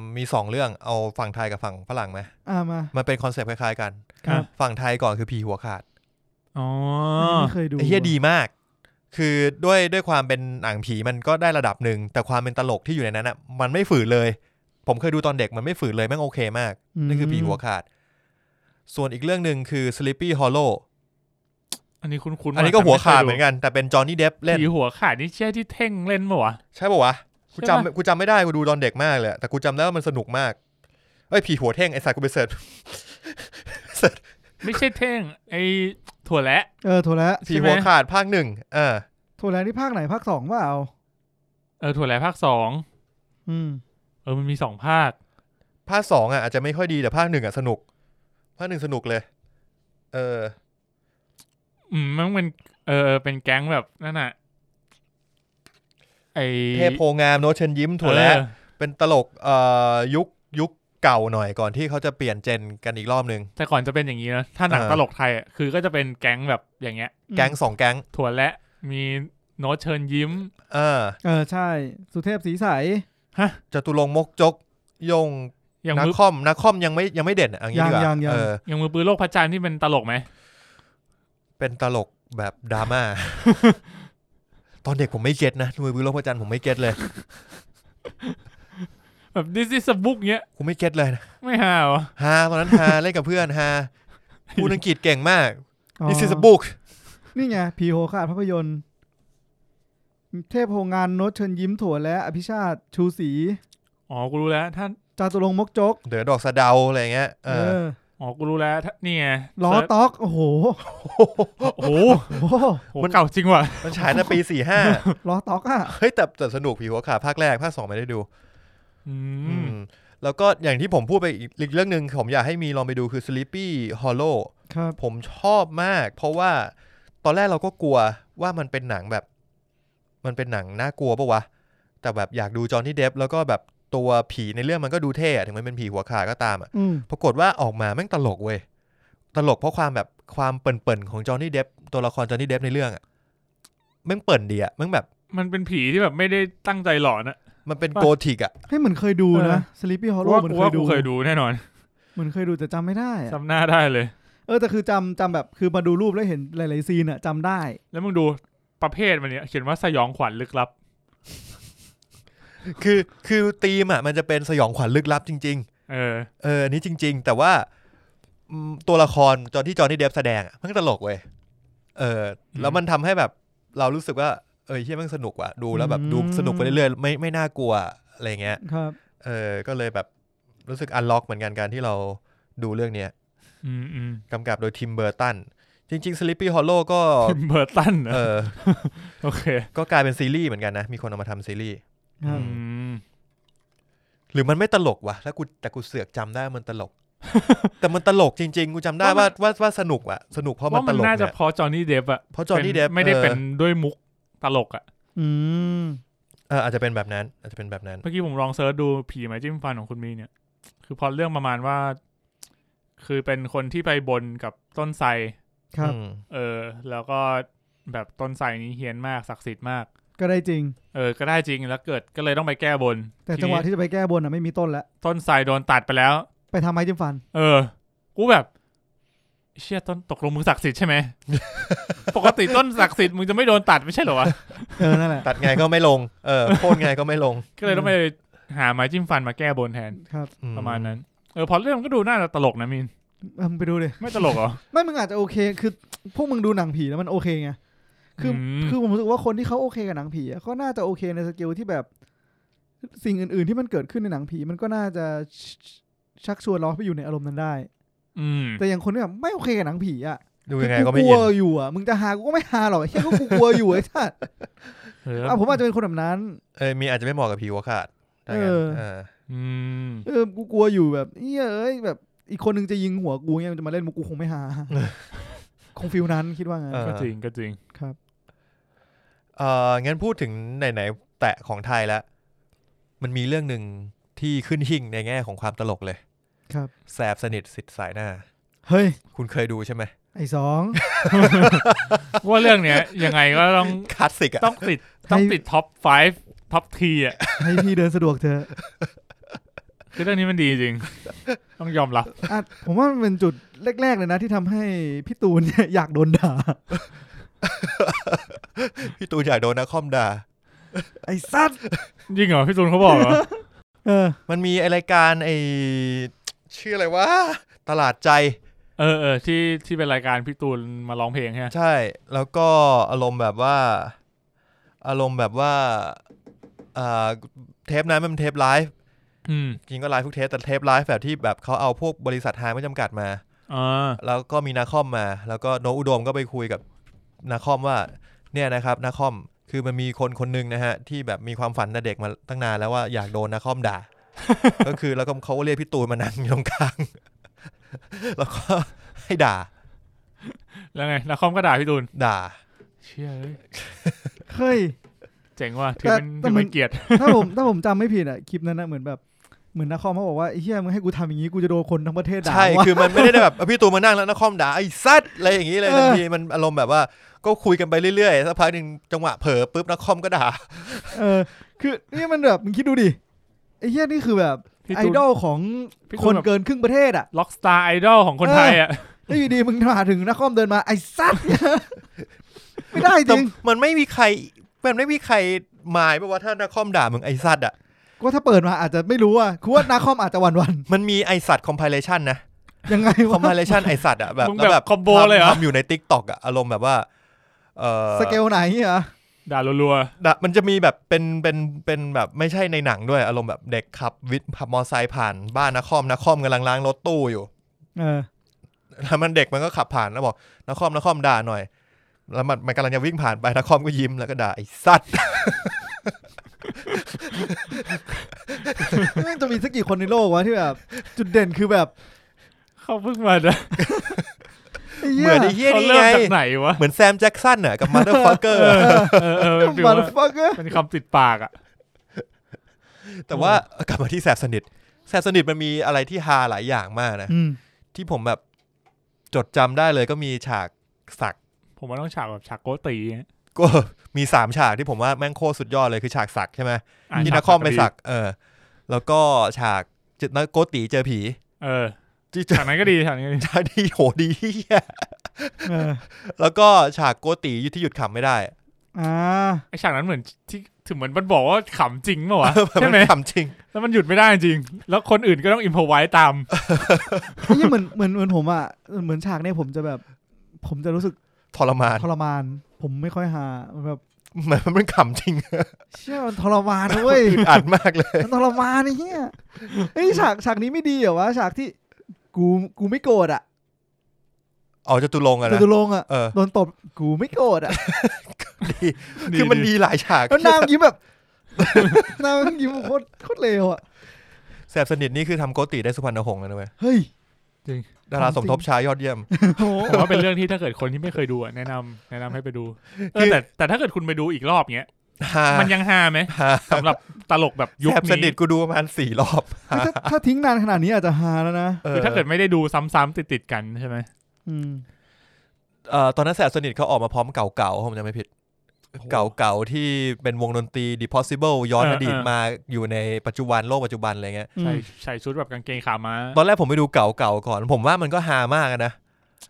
S4: มมีสองเรื่องเอาฝั่งไทยกับฝั่งฝรั่งไหม
S3: อ่ามา
S4: มันเป็นคอนเซปต์คล้ายๆกัน
S3: ครับ
S4: ฝั่งไทยก่อนคือผีหัวขาด
S2: อ๋อ
S3: ไม่เคยดู
S4: ไอ้เฮียดีมาก คือด้วยด้วยความเป็นหนังผีมันก็ได้ระดับหนึ่ง แต่ความเป็นตลกที่อยู่ในนั้นอ่ะมันไม่ฝืนเลย ผมเคยดูตอนเด็กมันไม่ฝืนเลยแม่งโอเคมาก
S3: ม
S4: นั่นคือผีหัวขาด ส่วนอีกเรื่องหนึ่งคือ Sleepy Hollow
S2: อันนี้คุ้นๆ
S4: อันนี้ก็หัวขาดเหมือนกัน แต่เป็นจอห์นนี่เดฟเล่น
S2: ผีหัวขาดนี่เช่ที่เท่งเล่นปะวะ
S4: ใช่ป่าวะกู
S2: ใช่ปะ
S4: จำกูจำไม่ได้กูดูตอนเด็กมากเลยอะแต่กูจำได้ว่ามันสนุกมากเอ้ยผีหัวเท่งไอ้สายกูไปเสิร์ช
S2: ไม่ใช่เท่ง ไอถั่วแระ
S3: เออโทรแล้ว
S4: ผี
S2: ใช่ไหม
S4: หัวขาดภาคหนึ่งเออ
S3: โทรแล้วนี่ภาคไหนภาคสองเปล่า
S2: เออถั่วแระภาคสอง
S3: อืม
S2: เออมันมีสองภาค
S4: ภาคสองอ่ะอาจจะไม่ค่อยดีแต่ภาคหนึ่งอ่ะสนุก ภาคหนึ่งสนุกเลย เออ
S2: อืมมันเป็นเออเป็นแก๊งแบบนั่นน่ะไอ
S4: เทพโพงามโนตเชนยิ้มถั่วแล้ว
S2: เออ
S4: เป็นตลกเอ่อยุคยุคเก่าหน่อยก่อนที่เขาจะเปลี่ยนเจนกันอีกรอบหนึ่ง
S2: แต่ก่อนจะเป็นอย่างนี้นะถ้าหนัง
S4: เออ
S2: ตลกไทยอ่ะคือก็จะเป็นแก๊งแบบอย่างเงี้ย
S4: แก๊งสองแก๊ง
S2: ถั่วแระมีโน้ตเชิญยิ้ม
S4: เออ
S3: เออใช่ สุเทพสีใส
S4: จตุรงค์มกจกยง
S2: ยัง
S4: นัก
S2: มือ
S4: คอมนักคอมยังไม่ยังไม่เด่นอะเอย่างนี้ดีกว่าเออ
S2: ยังมือปืนโลกพระจันทร์ที่เป็นตลกไหม
S4: เป็นตลกแบบดราม่า ตอนเด็กผมไม่เก็ตนะมือวิโรจน์พระจันทร์ผมไม่เก็ตเลย
S2: แบบ this is a book เงี้ย
S4: กูไม่เก็ตเลยนะ
S2: ไม่ห่าวะ
S4: ฮาตอนนั้นฮาเล่นกับเพื่อนฮาพูดอังกฤษเก่งมาก
S3: อ๋อ
S4: this is a book
S3: นี่ไงผีโหขาดภาพยนตร์ เทพโพงานโนตเชิญยิ้มถั่วและอภิชาติชูศรี
S2: อ๋อกูรู้แล้วท่าน
S3: จาตุรงค์มกจก
S4: เดือดอกสะเดาอะไรเงี้ยเอ
S3: เออ
S4: อ
S2: อ๋อกูรู้แล้วท่านนี่ไง
S3: ล้อ
S2: เสิร์ช
S3: ต๊อก โอ้โห
S2: โอ้โห
S3: โอ้โห
S2: โหเก่าจริงว่ะ
S4: มันฉายในปีสี่ห้า
S3: ล้อต๊อกอ่ะ
S4: เฮ้ยแต่แต่สนุกผีหัวขาดภาคแรก ภาคสองไม่ได้ดู
S2: อื
S4: อื
S2: ม
S4: ม แล้วก็อย่างที่ผมพูดไปอีกอีกเรื่องหนึ่งผมอยากให้มีลองไปดูคือ Sleepy Hollow
S3: ครับ
S4: ผมชอบมาก เพราะว่าตอนแรกเราก็กลัวว่ามันเป็นหนังแบบ มันเป็นหนังน่ากลัวปะวะ แต่แบบอยากดูจอห์นนี่เดฟแล้วก็แบบตัวผีในเรื่องมันก็ดูเท่อะถึงมันเป็นผีหัวขาดก็ตามอะ
S3: อืม
S4: ปรากฏว่าออกมาแม่งตลกเว้ย ตลกเพราะความแบบความเปิ่นๆของจอห์นนี่เดฟตัวละครจอห์นนี่เดฟในเรื่องอะแม่งเปิ่นดีอะแม่งแบบ
S2: มันเป็นผีที่แบบไม่ได้ตั้งใจหลอนอะ
S4: มันเป็น
S2: ป่ะ
S4: โกธิกอะ
S3: ให้ยเหมือนเคยดู
S2: เออ
S3: นะสลิปปี้ฮอล
S2: กู
S3: โล
S2: ว่า
S3: เหมือน
S2: กู
S3: เค
S2: ว่าย กู
S3: ดู
S2: เคยดูแน่นอน
S3: เหมือนเคยดูแต่จำไม่ได้อะ
S2: จำหน้าได้เลย
S3: เออแต่คือจำจำแบบคือมาดูรูปแล้วเห็นหลายๆซีนอ่ะจำได้
S2: แล้วมึงดูประเภทมันเนี่ยเขียนว่าสยองขวัญลึกลับ
S4: คือคือธีมอ่ะมันจะเป็นสยองขวัญลึกลับจริง
S2: เออ
S4: ๆ เอออันนี้จริง ๆ แต่ว่า อืมตัวละครจอนที่จอนที่เดฟแสดงอะมันก็ตลกเว้ยเออ แล้วมันทำให้แบบเรารู้สึกว่า เออเฮียมันสนุกว่ะดูแล้วแบบดู
S1: อืม
S4: สนุกไปเรื่อยๆไม่ไม่น่ากลัวอะไรเงี้ย
S3: ครับ
S4: เออก็เลยแบบรู้สึกอันล็อกเหมือนกันการที่เราดูเรื่องเนี้ย
S2: อืมอืม
S4: กำกับโดยทิมเบอร์ตัน จริง ๆ Sleepy Hollow ก็
S2: ทิมเบอร์ตันเหรอ
S4: เออ
S2: โอเค
S4: ก็กลายเป็นซีรีส์เหมือนกันนะ มีคนเอามาทำซีรีส์
S3: ครับ
S2: อืม
S4: หรือมันไม่ตลกวะแล้วกูแต่กูเสือกจำได้มันต ลก แต่มันตลกจริง ๆ กูจำได้ว่าว่าว่าสนุกว่ะสนุกเพราะมัน
S2: ว่า
S4: ต
S2: มัน
S4: ลก
S2: น่าจะ
S4: เนี่ย
S2: เพราะจอห์นนี่เดฟอะ
S4: เพราะจอห์นนี่เดฟ
S2: ไม่ได้เป็นด้วยมุกตลกอะ
S3: อืม
S4: เอออาจจะเป็นแบบนั้น อาจจะเป็นแบบนั้น
S2: เมื่อกี้ผมลองเซิร์ชดูผีไม้จิ้มฟันของคุณมีเนี่ย คือพล็อตเรื่องประมาณว่า คือเป็นคนที่ไปบนกับต้นไทร
S3: ครับ
S4: อืม
S2: เออแล้วก็แบบต้นไทรนี้เฮี้ยนมากศักดิ์สิทธิ์มาก
S3: ก็ได้จริง
S2: เออก็ได้จริงแล้วเกิดก็เลยต้องไปแก้บน
S3: แต่
S2: ที
S3: จังหวะ
S2: นี้
S3: ที่จะไปแก้บนอ่ะไม่มีต้นแล้ว
S2: ต้นไทรโดนตัดไปแล้ว
S3: ไปทำไม้จิ้มฟัน
S2: เออ กูแบบ เชี่ยต้นตกลงมึงศักดิ์สิทธิ์ใช่ไหม ปกติต้นศักดิ์สิทธิ์มึงจะไม่โดนตัดไม่ใช่เหรอ วะ
S3: เออ นั่นแหละ
S4: ตัดไงก็ไม่ลง เออโค่นไงก็ไม่ลง
S2: ก็เลยต้องไปหาไม้จิ้มฟันมาแก้บนแทน
S3: ครับ
S4: อื
S2: ประมาณนั้น เออพอเรื่องมันก็ดูน่าจะตลกนะมิน
S3: เออมึงไปดูเลย
S2: ไม่ตลกเหรอ
S3: ไม่ มึงอาจจะโอเค คือ พวกมึงดูหนังผีแล้วมันโอเคไง คือ
S2: อืม
S3: คือผมรู้สึกว่าคนที่เขาโอเคกับหนังผีอะก็น่าจะโอเคในสเกิลที่แบบ สิ่งอื่น ๆ ที่มันเกิดขึ้นในหนังผี มันก็น่าจะชชักชวนเราให้ไปอยู่ในอารมณ์นั้นได้
S2: อืม
S3: แต่อย่างคนที่แบบไม่โอเคกับหนังผีอ่ะ
S4: ดู
S3: คื
S4: ยังไง
S3: อ
S4: ก็
S3: ก
S4: ไม่
S3: ลั
S4: อิ
S3: วน อยู่อ่ะ มึงจะหากูก็ไม่หาหรอกไอ้เหี้ยก็กูกลัวอยู่ไอ้ สัส
S2: เออ
S3: อ่ะผมอาจจะเป็นคนแบบนั้น
S4: เออมีอาจจะไม่เหมาะกับผิวขาดถ้างั้น
S3: เออ
S4: เออ
S2: อืม
S3: เออ กูกลัวอยู่แบบเอ้ยเอ้ยแบบ อีกคนนึงจะยิงหัวกูเนี่ยมันจะมาเล่นมุกกูคง ไม่หา คงฟิลนั้นคิดว่าไงน
S2: ก็จริงก็จริง
S4: เอองั้นพูดถึงไหนๆแตะของไทยแล้ว มันมีเรื่องหนึ่งที่ขึ้นหิ่งในแง่ของความตลกเลย
S3: ครับ
S4: แสบสนิทสิทธิ์สายหน้า
S3: เฮ้ย
S4: คุณเคยดูใช่ไหม
S3: ไอ้สอง
S2: ว่าเรื่องเนี้ยยังไงก็ต้อง
S4: คลาสสิกอะ
S2: ต้องติดต้องติดท็อป5ท็อปทีอ่ะ
S3: ให้พี่เดินสะดวกเถอะ
S2: คือเรื่องนี้มันดีจริง ต้องยอมรับ
S3: อ่ะผมว่ามันเป็นจุดแรก ๆ เลยนะ ที่ทำให้พี่ตูนเนี่ยอยากโดนด่า
S4: พี่ตูนอยากโดนนะคอมด่า
S3: ไอ้สัส
S2: ยิ่งเหรอพี่ตูนเขาบอกเหรอ
S3: เออ
S4: มันมีไอรายการไอชื่ออะไรวะตลาดใจ
S2: เออเออที่ที่เป็นรายการพี่ตูนมาร้องเพลงใช่ไหม
S4: ใช่แล้วก็อารมณ์แบบว่า อารมณ์แบบว่าอ่าเทปนั้นมันเป็นเทปไลฟ์
S2: อืม
S4: จริงก็ไลฟ์ทุกเทปแต่เทปไลฟ์แบบที่แบบเขาเอาพวกบริษัทฮาไม่จำกัดมา
S2: อ่า
S4: แล้วก็มีนาคอมมา แล้วก็โนตอุดมก็ไปคุยกับนาคอมว่า เนี่ยนะครับนาคอมคือมันมีคนคนหนึงนะฮะ ที่แบบมีความฝันแต่เด็กมาตั้งนานแล้วว่าอยากโดนนาคอมด่า ก็คือแล้วก็เขาก็เรียกพี่ตูนมานั่งอยู่ตรงกลาง แล้วก็ให้ด่า
S2: แล้วไงนาคอมก็ด่าพี่ตูน
S4: ด่า
S2: เชี่ยเอ้ย
S3: เฮ้ย
S2: เจ๋งว่ะถือ
S3: แต่
S2: เป็น
S3: แต่
S2: ถือ
S3: มั
S2: เป็น นเกียรติ
S3: ถ้าผมถ้าผมจำไม่ผิดอ่ะ คลิปนั้นนะเหมือนแบบ เหมือนนักคอมเขาบอกว่าไอ้เหี้ยมึงให้กูทำอย่างงี้กูจะโดนคนทั้งประเทศด่า
S4: ใช่
S3: ว่า
S4: คือมันไม่ได้แบบเอาพี่ตูนมานั่งแล้วนครด่าไอ้ซัดอะไรอย่างนี้เลย
S3: เออ
S4: ทันทีมันอารมณ์แบบว่าก็คุยกันไปเรื่อยๆสักพักหนึ่งจังหวะเผลอปุ๊บนครก็ด่า
S3: เออ คือนี่มันแบบมึงคิดดูดิไอ้เหี้ยนี่คือแบบ
S2: พี่
S3: ไอ
S2: ตูน
S3: ดอลของ
S2: พี่
S3: ค
S2: ตูน
S3: น
S2: แบบ
S3: เกินครึ่งประเทศอ่ะ
S2: ล็อกสตาร์ไอดอลของคนไทยอ่ะ
S3: แล้วอยู่ดีมึงมาถึงนักคอมเดินมาไอ้สัส ไม่ได้จ
S4: แต่
S3: ริง
S4: มันไม่มีใครมันไม่มีใครหมายว่าถ้านครด่ามึงไอ้ซัดอ่ะ
S3: ก็ถ้าเปิดมาอาจจะไม่รู้อ่ะคือว่านักคอมอาจจะหวัน
S4: มันมีไอสัตว์คอมไพเลชันนะ
S3: ๆยังไง
S4: คอม
S3: วะ
S4: ไพเลชันไอสัตว์อ่ะแบบ
S2: มึง
S4: ล้ว
S2: แบบคอมโบเลยเหรอ
S4: ทำทำอยู่ในทิกตอกอ่ะอารมณ์แบบว่าเออ
S3: สเกลไหนอ่ะ
S2: ด่ารัว
S4: ดะมันจะมีแบบเป็นเป็นเป็นแบบไม่ใช่ในหนังด้วย อารมณ์แบบเด็กขับวิทขับมอไซค์ผ่านบ้านนครนครกำลังล้างรถตู้อยู่
S3: เออ
S4: แล้วมันเด็กมัน ก็ขับผ่านแล้วบอกนครนครด่าหน่อย แล้วมันมันกำลังจะวิ่งผ่านไปนครก็ยิ้มแล้วก็ด่าไอ้สัตว์
S3: แม่งจะมีสักกี่คนในโลกวะที่แบบ จุดเด่นคือแบบ
S2: ๆเขาเพิ่งมาด่า
S3: ไอ้
S4: เห
S3: เหี้
S4: มื
S3: ย
S4: อนไอ้เหี้ย
S2: เขา
S4: นี่
S2: เริ่ม
S4: ไง
S2: จากไหนวะ
S4: เหมือนแซมแจ็กสันน่ะกับมาเตอร์ฟักเกอร์
S2: เออเออเป็นฟิล
S3: บัต
S2: ว่า
S3: ฟักเกอร์
S2: มันคำติดปากอ่ะ
S4: แต่ว่ากลับมาที่แสบสนิทแสบสนิทมันมีอะไรที่ฮาหลายอย่างมากนะ
S3: อืม
S4: ที่ผมแบบจดจำได้เลยก็มีฉากสัก
S2: ผมว่าต้องฉากแบบฉากโกตีอะ
S4: ก็มีสามฉากที่ผมว่าแม่งโคตรสุดยอดเลยคือฉากสักใช่ไหม
S2: อ่ะ
S4: ที่
S2: ฉาน
S4: ครไปสัก เออ แล้วก็ฉากเจอนักโกติเจอผี
S2: เออ
S4: ที่เจอ
S2: ฉากนั้นก็ดีฉากนี้ก็ดี
S4: ฉากที่โหดีเหี้ย
S3: เออ
S4: แล้วก็ฉากโกติยุทธที่หยุดขำไม่ได้
S3: อ่า
S2: ไอฉากนั้นเหมือนที่ถึงเหมือนมันบอกว่าขำจริงป่าวะ ใช่ไหม
S4: ทำจริง
S2: แล้วมันหยุดไม่ได้จริง แล้วคนอื่นก็ต้องอิมพอไว้ตาม
S3: ไอ้เหี้ยเหมือนเหมือนเหมือนผมอ่ะเหมือนฉากเนี่ยผมจะแบบ ผมจะรู้สึก
S4: ทรมาน
S3: ทรมาน ผมไม่ค่อยหามันแบบ
S4: เหมือนมันขำจริง
S3: เชี่ยมันทรมานเว้ย
S4: อึดอัดมากเลย
S3: มันทรมานไอ้เหี้ยไอ้ยฉากฉากนี้ไม่ดีเหรอวะฉากที่กูกูไม่โกรธอ่ะ
S4: เอาจะตุลงค์อะ
S3: จ
S4: นะ
S3: ตุรงค์อ่ะ
S4: เออ
S3: โดนตบกูไม่โกรธอ่ะ
S4: คือมันดีหลายฉาก
S3: แล้วนางยิ้มแบบ นางยิ้มโคตรโคตรเลวอ่ะ
S4: แสบสนิทนี่คือทำโกติได้สุพรรณหงส์เลยนะเว้ย
S3: เฮ้ย
S4: ดารา
S3: ทำจริ
S4: ส
S3: ง
S4: มทบชายยอดเยี่ยม
S2: ผมว่าเป็นเรื่องที่ถ้าเกิดคนที่ไม่เคยดูอะแนะนำแนะนำให้ไปดูเออแต่แต่ถ้าเกิดคุณไปดูอีกรอบเงี้ย มันยังฮาไหมสำหรับตลกแบบยุค
S4: แสบสนิ
S2: นี้
S4: ทกูดูประมาณสี่รอบ
S3: เฮ้ยถ้าถ้าทิ้งนานขนาดนี้อาจจะหาแล้วนะ
S4: เอ
S2: คือ อถ้าเกิดไม่ได้ดูซ้ำๆติดๆกันใช่ไหม
S3: อืม
S4: เอ่อตอนนั้นแสบสนิทเขาออกมาพร้อมเก่าๆถ้าผมจำไม่ผิด เก่าๆที่เป็นวงดนตรี The Possible ย้อนอดีตมาอยู่ในปัจจุบันโลกปัจจุบันอะไรเงี้ย
S2: ใส่ใส่ชุดแบบกางเกงขาม้า
S4: ตอนแรกผมไปดูเก่าๆก่อน ผมว่ามันก็ฮามากอะนะ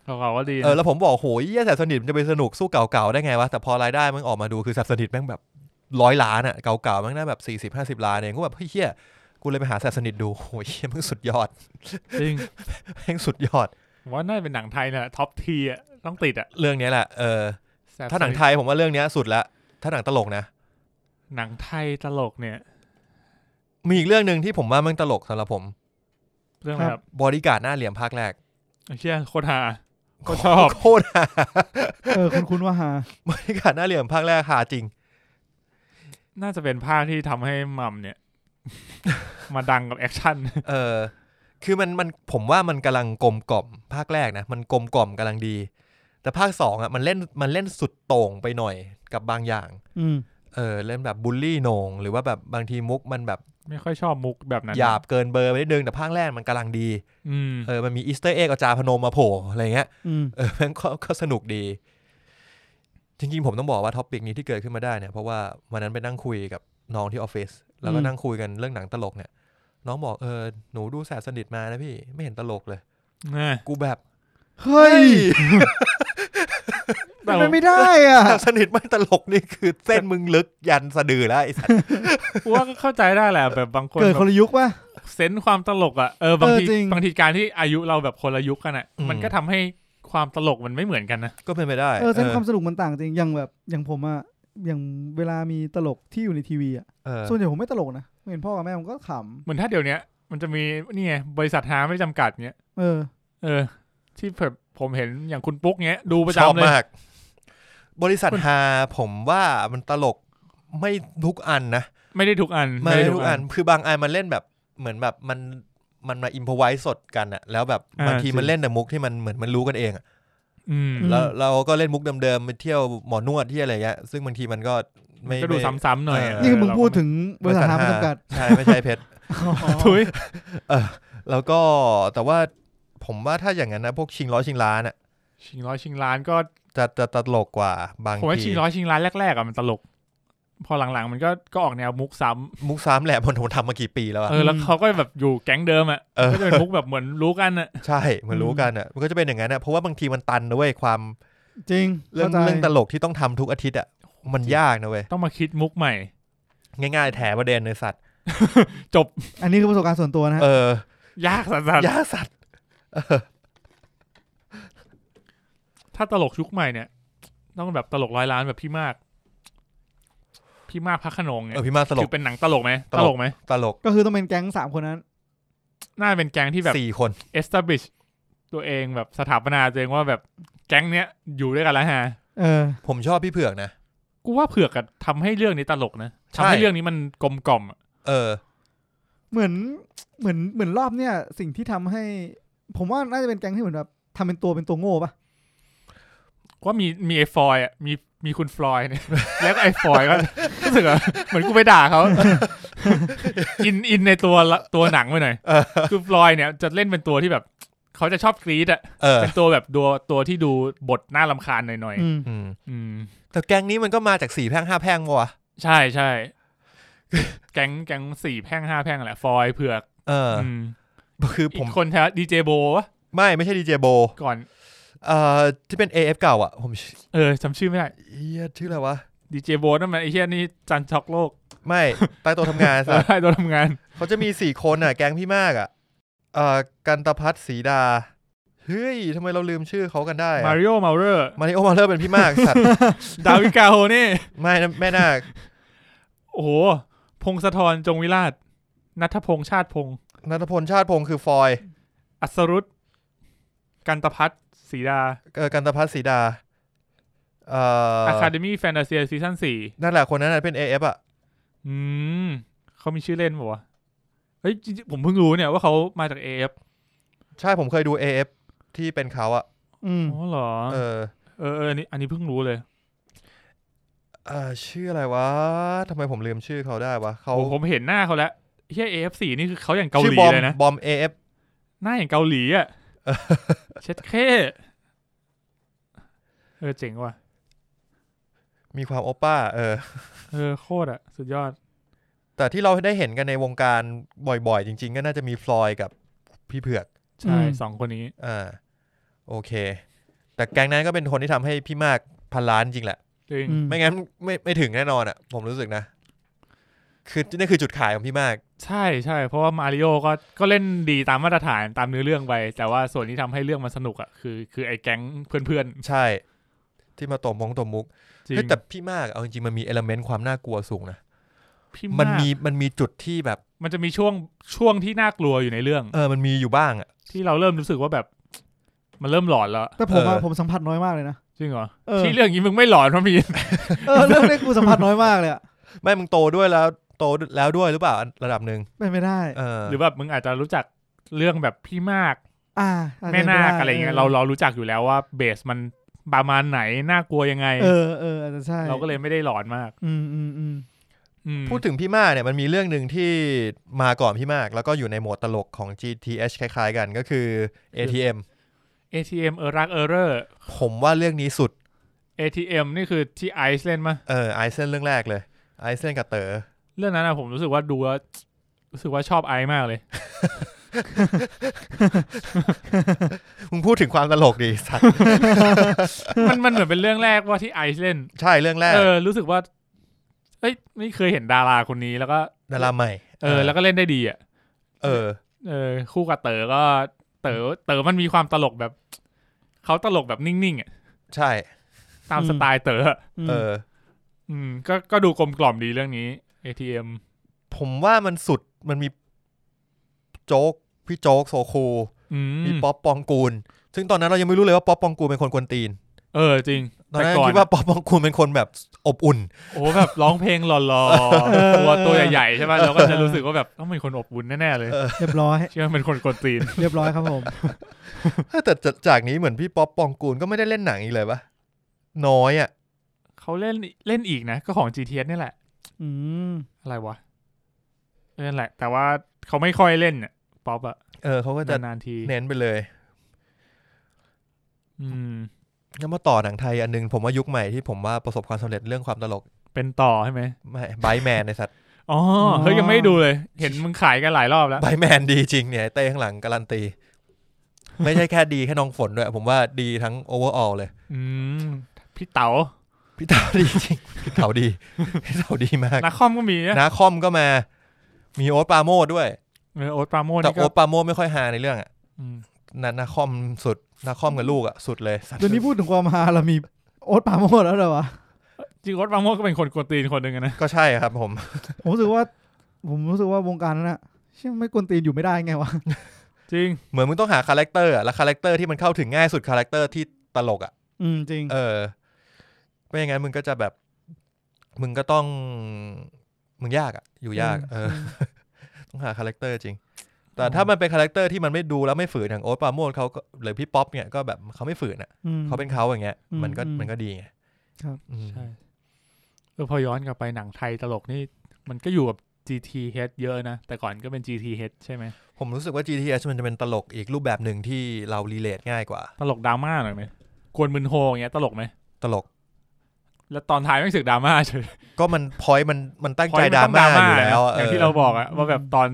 S2: เขาก็ดีนะ
S4: เออแล้วผมบอกโหยเหี้ยแสบสนิทมันจะไปสนุกสู้เก่าๆได้ไงวะ แต่พอรายได้มันออกมาดูคือแสบสนิทแม่งแบบร้อยล้านอะเก่าๆแม่งน่าแบบสี่สิบห้าสิบล้านเองก็แบบเฮยเหียกูเลยไปหาแสบสนิทดูโหยเหียแม่งสุดยอด
S2: จริง
S4: แม่งสุดยอด
S2: ผมว่าน่าจะเป็นหนังไทยนะท็อปทีอ่ะต้องติดอ่ะ
S4: เรื่องเนี้ยแหละเออ
S2: แซ่บ
S4: ถ้าหนังไทยผมว่าเรื่องเนี้ยสุดละถ้าหนังตลกนะ
S2: หนังไทยตลกเนี่ย
S4: มีอีกเรื่องหนึ่งที่ผมว่าแม่งตลกสำหรับผม
S2: เรื่องอะไรครับ
S4: บอดี้การ์ดหน้าเหลี่ยมภาคแรก
S2: เชี่ยโคตรฮาโคตรชอบ
S4: โคตร ฮา
S3: เออคุณคุณว่าหา
S4: บอดี้การ์ดหน้าเหลี่ยมภาคแรกหาจริง
S2: น่าจะเป็นภาคที่ทำให้หมัม เนี่ย มาดังกับแอคชั่น
S4: เออคือมันมันผมว่ามันกำลังกลมกล่อมภาคแรกนะ มันกลมกล่อมกำลังดี แต่ภาคสองอ่ะมันเล่นมันเล่นสุดโต่งไปหน่อยกับบางอย่าง
S3: อืม
S4: เออเล่นแบบบูลลี่โหนง หรือว่าแบบบางทีมุกมันแบบ
S2: ไม่ค่อยชอบมุกแบบนั้น
S4: หยาบเกินเบอร์ไปนิดนึงแต่ภาคแรกมันกำลังดี
S2: อืม
S4: เออมันมีอีสเตอร์เอ็กอาจารย์พนมมาโผล่อะไรเงี้ย
S3: อืม
S4: เออมันก็ก็สนุกดี จริงๆ ผมต้องบอกว่าท็อปิกนี้ที่เกิดขึ้นมาได้เนี่ยเพราะว่าวันนั้นไปนั่งคุยกับน้องที่ออฟฟิศแล้วก็นั่งคุยกันเรื่องหนังตลกเนี่ย น้องบอกเออหนูดูแสบสนิทมานะพี่ไม่เห็นตลกเลย กูแบบ
S3: เฮ้ย
S2: แต่
S3: มันไม่ได้อ่ะ
S4: แสบสนิทไม่ตลกนี่คือเส้นมึงลึกยันสะดือแล้วไอ้สัตว์
S2: ผมว่าก็เข้าใจได้แหละแบบบางคน
S3: เกิด
S2: แบ
S3: คน
S2: บ
S3: ละยุคป่ะ
S2: เซนส์ความตลกอ่ะเออบางที
S3: เออจริง
S2: บางทีการที่อายุเราแบบคนละยุคกันอ่ะ มันก็ทำให้ความตลกมันไม่เหมือนกันนะ
S4: ก็เป็นไปได้
S3: เออเส้นความสนุกมันต่างจริงอย่างแบบอย่างผมอ่ะอย่างเวลามีตลกที่อยู่ในทีวีอ่ะ
S4: เออ
S3: ส่วนใหญ่ผมไม่ตลกนะผมเห็นพ่อกับแม่ผมก็ขำ
S2: เหมือนถ้าเดี๋ยวเนี้ยมันจะมีนี่ไงบริษัทหาไม่จำกัดเนี้ย
S3: เออ
S2: เออ ที่แบบผมเห็นอย่างคุณปุ๊กเนี้ยดูประ
S4: ชอบ
S2: จำเลย
S4: มาก บริษัทฮาผมว่ามันตลกไม่ทุกอันนะ
S2: ไม่ได้ทุกอัน
S4: ไม่ได้ทุกอัน คือบางอันมันเล่นแบบเหมือนแบบมันมันมาอิมพอไว้สดกันอะแล้วแบบ
S2: า
S4: บางทีมั
S2: จริ
S4: น
S2: ง
S4: เล่นแต่มุกที่มันเหมือนมันรู้กันเองอะ
S2: อืม
S3: ม
S4: แล้วเราก็เล่นมุกเดิมๆไปเที่ยวหมอนวดที่อะไรเงี้ยซึ่งบางทีมันก็ไม่
S2: ก็ดู
S4: ไม่
S2: ซ้ำๆหน่อยะ
S4: เออ
S3: นี่คือมึงพูดถึงบริษัทหา
S4: ฮ
S3: ไม่จำกัด
S4: ใช่ไม่ใช่เพชร
S2: ทุย
S4: แล้วก็แต่ว่าผมว่าถ้าอย่างนั้นนะพวกชิงร้อยชิงล้านอะ
S2: ชิงร้อยชิงล้านก็
S4: จะจะตลกกว่าบาง
S2: ผมว่า
S4: ที
S2: ชิงร้อยชิงล้านแรกๆอ่ะมันตลก พอหลังๆ มันก็ก็ออกแนวมุกซ้ำ
S4: มุกซ้ำแหละผมผมทำมากี่ปีแล้วอะ
S2: เออแล้วเขาก็แบบอยู่แก๊งเดิมอ่ะ
S4: เออ
S2: ก็จะเป็นมุกแบบเหมือนรู้กันอ่ะ
S4: ใช่เหมันรู้กันอะมันก็จะเป็นอย่างนั้นอะเพราะว่าบางทีมันตันนะเว้ยความ
S3: จริง
S4: เรื่อง
S3: ข้าใจ
S4: เรื่องตลกที่ต้องทำทุกอาทิตย์อะมันยากนะเว้ย
S2: ต้องมาคิดมุกใหม่
S4: ง่ายๆแถประเด็นเลยสัตว์
S3: อันนี้คือประสบการณ์ส่วนตัวนะฮะ
S4: เออ
S2: ยากสัส
S4: ยาสัตว์เออ
S2: ๆถ้าตลกยุคใหม่เนี่ย ต้องแบบตลกร้อยล้านแบบพี่มาก พี่มากพักขนงเนี่
S4: เอย อพี่มากตล
S2: คื
S4: ก
S2: อเป็นหนังตลกไหม
S4: ต
S2: ต
S4: ลก
S2: ลกไหม
S4: ตลก
S3: ก็คือต้องเป็นแก๊งสามคนนั้น
S2: น่าเป็นแก๊งที่แบบ
S4: สี่คน
S2: establish ตัวเองแบบสถาปนาตัวเองว่าแบบแก๊งเนี้ยอยู่ด้วยกันแล้วฮะ
S3: เออ
S4: ผมชอบพี่เผือกนะ
S2: กูว่าเผือกอะทำให้เรื่องนี้ตลกนะ
S4: ใช่
S2: ทำให้เรื่องนี้มันกลมกล่อมอะ
S4: เออ
S3: เหมือนเหมือนเหมือนรอบเนี่ย สิ่งที่ทำให้ ผมว่าน่าจะเป็นแก๊งที่เหมือนแบบทำเป็นตัวเป็นตัวโง่ปะ
S2: ก็มีมีไอ้ฟลอยด์อะมีมีคุณฟลอยด์เนี่ย แล้วก็ไอ้ฟลอยด์ก็ รู้สึกอะเหมือนกูไปด่าเขา อินอินในตัวละตัวหนังไปหน่อย
S4: เออ
S2: คือฟลอยด์เนี่ยจะเล่นเป็นตัวที่แบบ เขาจะชอบกรีดอะ
S4: เออ
S2: เป็นตัวแบบตัวตัวที่ดูบทน่าลำคาญหน่อย
S3: อืม
S4: อืม
S2: ๆอืม
S4: แต่แก๊งนี้มันก็มาจากสี่แพร่งห้าแพร่งปะวะ
S2: ใช่ใช่แก๊งแก๊งสี่แพร่งห้าแพร่งแหละฟลอยด์เผือก
S4: เอออ
S2: ม
S4: คือผม
S2: อีกคนแทดีเจโบวะ
S4: ไม่ไม่ใช่ดีเจโบ
S2: ก่อน
S4: เอ่อที่เป็น AF เก่าอ่ะ ผม
S2: เออจำชื่อไม่ได้
S4: เอียชื่ออะไรวะ
S2: ดีเจโบนั่นมันไอ้เฮียนี่จันช็อกโลก
S4: ไม่ ใต้โต๊ะทำงานซะ
S2: ใช่ตัวทำงาน
S4: เขาจะมีสี่คนน่ะ แก๊งพี่มากอ่ะเอ่อกันตพัฒน์ศรีดา เฮ้ยทำไมเราลืมชื่อเขากันได้อะ
S2: มาริโอมาเรอร์
S4: มาริโอมาเลอร์เป็นพี่มาก สัตว์
S2: ดาวิกาโฮนี่
S4: ไม่นะแม่นาค
S2: โอ้โห พงศธรจงวิราชนัทพงษ์ชาติพงศ์
S4: นัทพลชาติพงศ์คือฟอย
S2: อัศรุตกันตพัฒน์ศรีดา
S4: เออกันตพัฒน์ศรีดาเอ่ออ
S2: อะคาเดมี่แฟนตาเซียซีซั่นสี่
S4: นั่นแหละคนนั้นนะเป็น AF อ่ะ
S2: อืมเขามีชื่อเล่นป่าวะเฮ้ยจริงๆผมเพิ่งรู้เนี่ยว่าเขามาจากเอฟ
S4: ใช่ผมเคยดู AF ที่เป็นเขาอ่ะ
S3: อืม
S2: อ๋อเหรอ
S4: เออ
S2: เออเอออันนี้อันนี้เพิ่งรู้เลย
S4: เอ่อชื่ออะไรวะทำไมผมลืมชื่อเขาได้วะเขา
S2: โอ้ผมเห็นหน้าเขาแล้วเฮียเอฟสี่นี่คือเขาอย่างเกาห
S4: ชื่อ
S2: ลี
S4: บอม
S2: เลยนะ
S4: บอม AF
S2: หน้าอย่างเกาหลีอ่ะ เช็ดเค้เออเจ๋งว่ะ
S4: มีความโอป้าเออ
S2: เออโคตรอ่ะ สุดยอด
S4: แต่ที่เราได้เห็นกันในวงการบ่อยๆ จริงๆ ก็น่าจะมีฟลอยด์กับพี่เผือก
S2: ใช่สองคนนี้
S4: อ่าโอเค แต่แก๊งนั้นก็เป็นคนที่ทำให้พี่มากพันล้านจริงแหละ
S2: จริง
S3: อืม
S4: ไม่งั้นไม่ไม่ถึงแน่นอนอ่ะ ผมรู้สึกนะ คือนี่คือจุดขายของพี่มาก
S2: ใช่ใช่เพราะว่ามาริโอก็ก็เล่นดีตามมาตรฐานตามเนื้อเรื่องไป แต่ว่าส่วนที่ทำให้เรื่องมันสนุกอ่ะคือคือไอ้แก๊งเพื่อน
S4: ใช่ ที่มาตบมงตบมุก
S2: ๆจริง
S4: เฮ้ยแต่พี่มากเอาจริงๆมันมีเอลเมนต์ความน่ากลัวสูงนะ
S2: พี่
S4: มัน
S2: น
S4: มีมันมีจุดที่แบบ
S2: มันจะมีช่วงช่วงที่น่ากลัวอยู่ในเรื่อง
S4: เออมันมีอยู่บ้างอ่ะ
S2: ที่เราเริ่มรู้สึกว่าแบบ มันเริ่มหลอนแล้ว
S3: แต่ผมอะ
S4: เออ
S3: ผมสัมผัสน้อยมากเลยนะ
S2: จริงเหรอ
S3: เออ
S2: ที่เรื่องนี้มึงไม่หลอนเพราะมี
S3: เออเรื่องนี้กูสัมผัสน้อยมากเลยอะ
S4: ไม่มึงโตด้วยแล้วโตแล้วด้วยหรือเปล่าอันระดับหนึ่ง
S3: เป็นไม่ได้
S4: เออ
S2: หรือแบบมึงอาจจะรู้จักเรื่องแบบพี่มาก
S3: อ่า
S2: แม่นาคอะไรเงี้ยเราเรารู้จักอยู่แล้วว่าเบสมันประมาณไหนน่ากลัวยังไง
S3: เออเอออาจจะใช่
S2: เราก็เลยไม่ได้หลอนมาก
S3: อืมอืมอืม
S2: อืม
S4: พูดถึงพี่มากเนี่ยมันมีเรื่องหนึ่งที่มาก่อนพี่มาก แล้วก็อยู่ในโหมดตลกของ GTH คล้ายๆกันก็คือ ATM
S2: มเออรักเออเรอร์
S4: ผมว่าเรื่องนี้สุด
S2: ATM นี่คือที่ไอซ์เล่นมะ
S4: เออไอเซนเรื่องแรกเลยไอเซนกับเต๋อ
S2: เรื่องนั้นอะผมรู้สึกว่าดูแล้วรู้สึกว่าชอบไอซ์มากเลย
S4: มึงพูดถึงความตลกดีสัต ว์
S2: มันมันเหมือนเป็นเรื่องแรกว่าที่ไอซ์เล่น
S4: ใช่เรื่องแรก
S2: เออ รู้สึกว่า เอ้ยไม่เคยเห็นดาราคนนี้แล้วก็
S4: ดาราใหม่
S2: เออ แล้วก็เล่นได้ดีอ่ะ
S4: เออ
S2: เออ คู่กับเต๋อก็เต๋อเต๋อมันมีความตลกแบบเขาตลกแบบนิ่งๆอ่ะ
S4: ใช่
S2: ตามสไตล์เต๋ออะ
S3: อืม
S4: เออ
S2: อืม ก็ก็ดูกลมกล่อมดีเรื่องนี้ ATM
S4: ผมว่ามันสุดมันมีโจ๊กพี่โจ๊กโซคู
S2: อืม
S4: มีป๊อปปองกูล ซึ่งตอนนั้นเรายังไม่รู้เลยว่าป๊อปปองกูลเป็นคนกวนตีน
S2: เออจริง
S4: ตอนนั้น
S2: แต่ก่อน
S4: คิดว่าป๊อปปองกูลเป็นคนแบบอบอุ่น
S2: โอ้แบบร้องเพลงหล่อๆตัวตัวใหญ่ๆใช่ป่ะเราก็จะรู้สึกว่าแบบต้องเป็นคนอบอุ่นแน่ๆเลย
S3: เรียบร้อย
S2: เชื่อเป็นคนกดตีน
S3: เรียบร้อยครับผม
S4: แต่จะจากนี้เหมือนพี่ป๊อปปองกูลก็ไม่ได้เล่นหนังอีกเลยปะน้อยอ่ะ
S2: เขาเล่นเล่นอีกนะ ก็ของ GTS นี่แหละ
S3: อืม
S2: อะไรวะเออนั่นแหละ แต่ว่าเขาไม่ค่อยเล่นน่ะป๊อปอะ
S4: เออเขาก็จะ
S2: นานๆที
S4: เน้นไปเลย
S2: อืม
S4: แล้วมาต่อหนังไทยอันนึง ผมว่ายุคใหม่ที่ผมว่าประสบความสำเร็จเรื่องความตลก
S2: เป็นต่อใช่ไหม
S4: ไม่ไบแมนในสัตว์
S2: อ๋อเฮ้ยยังไม่ดูเลย เห็นมึงขายกันหลายรอบแล้ว
S4: ไบแมนดีจริงเนี่ยไอ้เต้ข้างหลังการันตี ไม่ใช่แค่ดีแค่น้องฝนด้วย ผมว่าดีทั้งโอเวอร์ออลเลย
S2: อืม พี่เต๋า
S4: พี่เต๋าดีจริง พี่เต๋าดี พี่เต๋าดีมาก
S2: นักคอมก็มีนะ
S4: นาคอมก็มา มีโอ๊ตปราโมดด้วย
S2: เออโอ๊ตปราโมท
S4: แต่
S2: นี่
S4: โอ๊
S2: ก็
S4: ตปราโมดไม่ค่อยหาในเรื่องอ่ะ
S2: อืม
S4: นานาคอมสุดนาคอมกับลูกอ่ะสุดเลยสัตว์
S3: เดี๋ยวนี้พูดถึงความฮาเรามีโอ๊ตปราโมดแล้วเหรอวะ
S2: จริงโอ๊ตปราโมทก็เป็นคนกดตีนคนหนึ่งอะนะ
S4: ก็ใช่ครับผม
S3: ผมรู้สึกว่า ผมรู้สึกว่าวงการนั้นอะเชื่อไม่กวนตีนอยู่ไม่ได้ไงวะ
S2: จริง
S4: เหมือนมึงต้องหาคาแรคเตอร์อะแล้วคาแรคเตอร์ที่มันเข้าถึงง่ายสุดคาแรคเตอร์ที่ตลกอ่ะ
S3: อืมจริง
S4: เออ ไม่อย่างนั้นมึงก็จะแบบ มึงก็ต้อง มึงยากอ่ะ อยู่ยาก เออ ต้องหาคาแรคเตอร์จริง แต่ถ้ามันเป็นคาแรคเตอร์ที่มันไม่ดูแล้วไม่ฝืนอย่างโอ๊ตปราโมดเขาก็หรือพี่ป๊อปเนี่ยก็แบบเขาไม่ฝืนอ่ะ เขาเป็นเขาอย่างเงี้ย
S3: อืม
S4: มันก็
S3: อืม
S4: มันก็ดีไง
S3: ครับ
S4: อืม
S2: ใช่เออพอย้อนกลับไปหนังไทยตลกนี่ มันก็อยู่กับ GTH เยอะนะ แต่ก่อนก็เป็น GTH ใช่ไหม
S4: ผมรู้สึกว่า GTS มันจะเป็นตลกอีกรูปแบบหนึ่งที่เรารีเลทง่ายกว่า
S2: ตลกดราม่าหน่อยไหมกวนมึนโฮอย่างเงี้ยตลกไหม
S4: ตลก
S2: แล้วตอนท้ายไม่สึกดราม่าเฉย
S4: ก็มันพอยมันมันตั้งใจ
S2: เพะน
S4: ดรา
S2: ต้อง
S4: ม่าอยู่แล้ว
S2: นะ
S4: อะ
S2: อย่างที่เราบอกอะว่าแบบตอน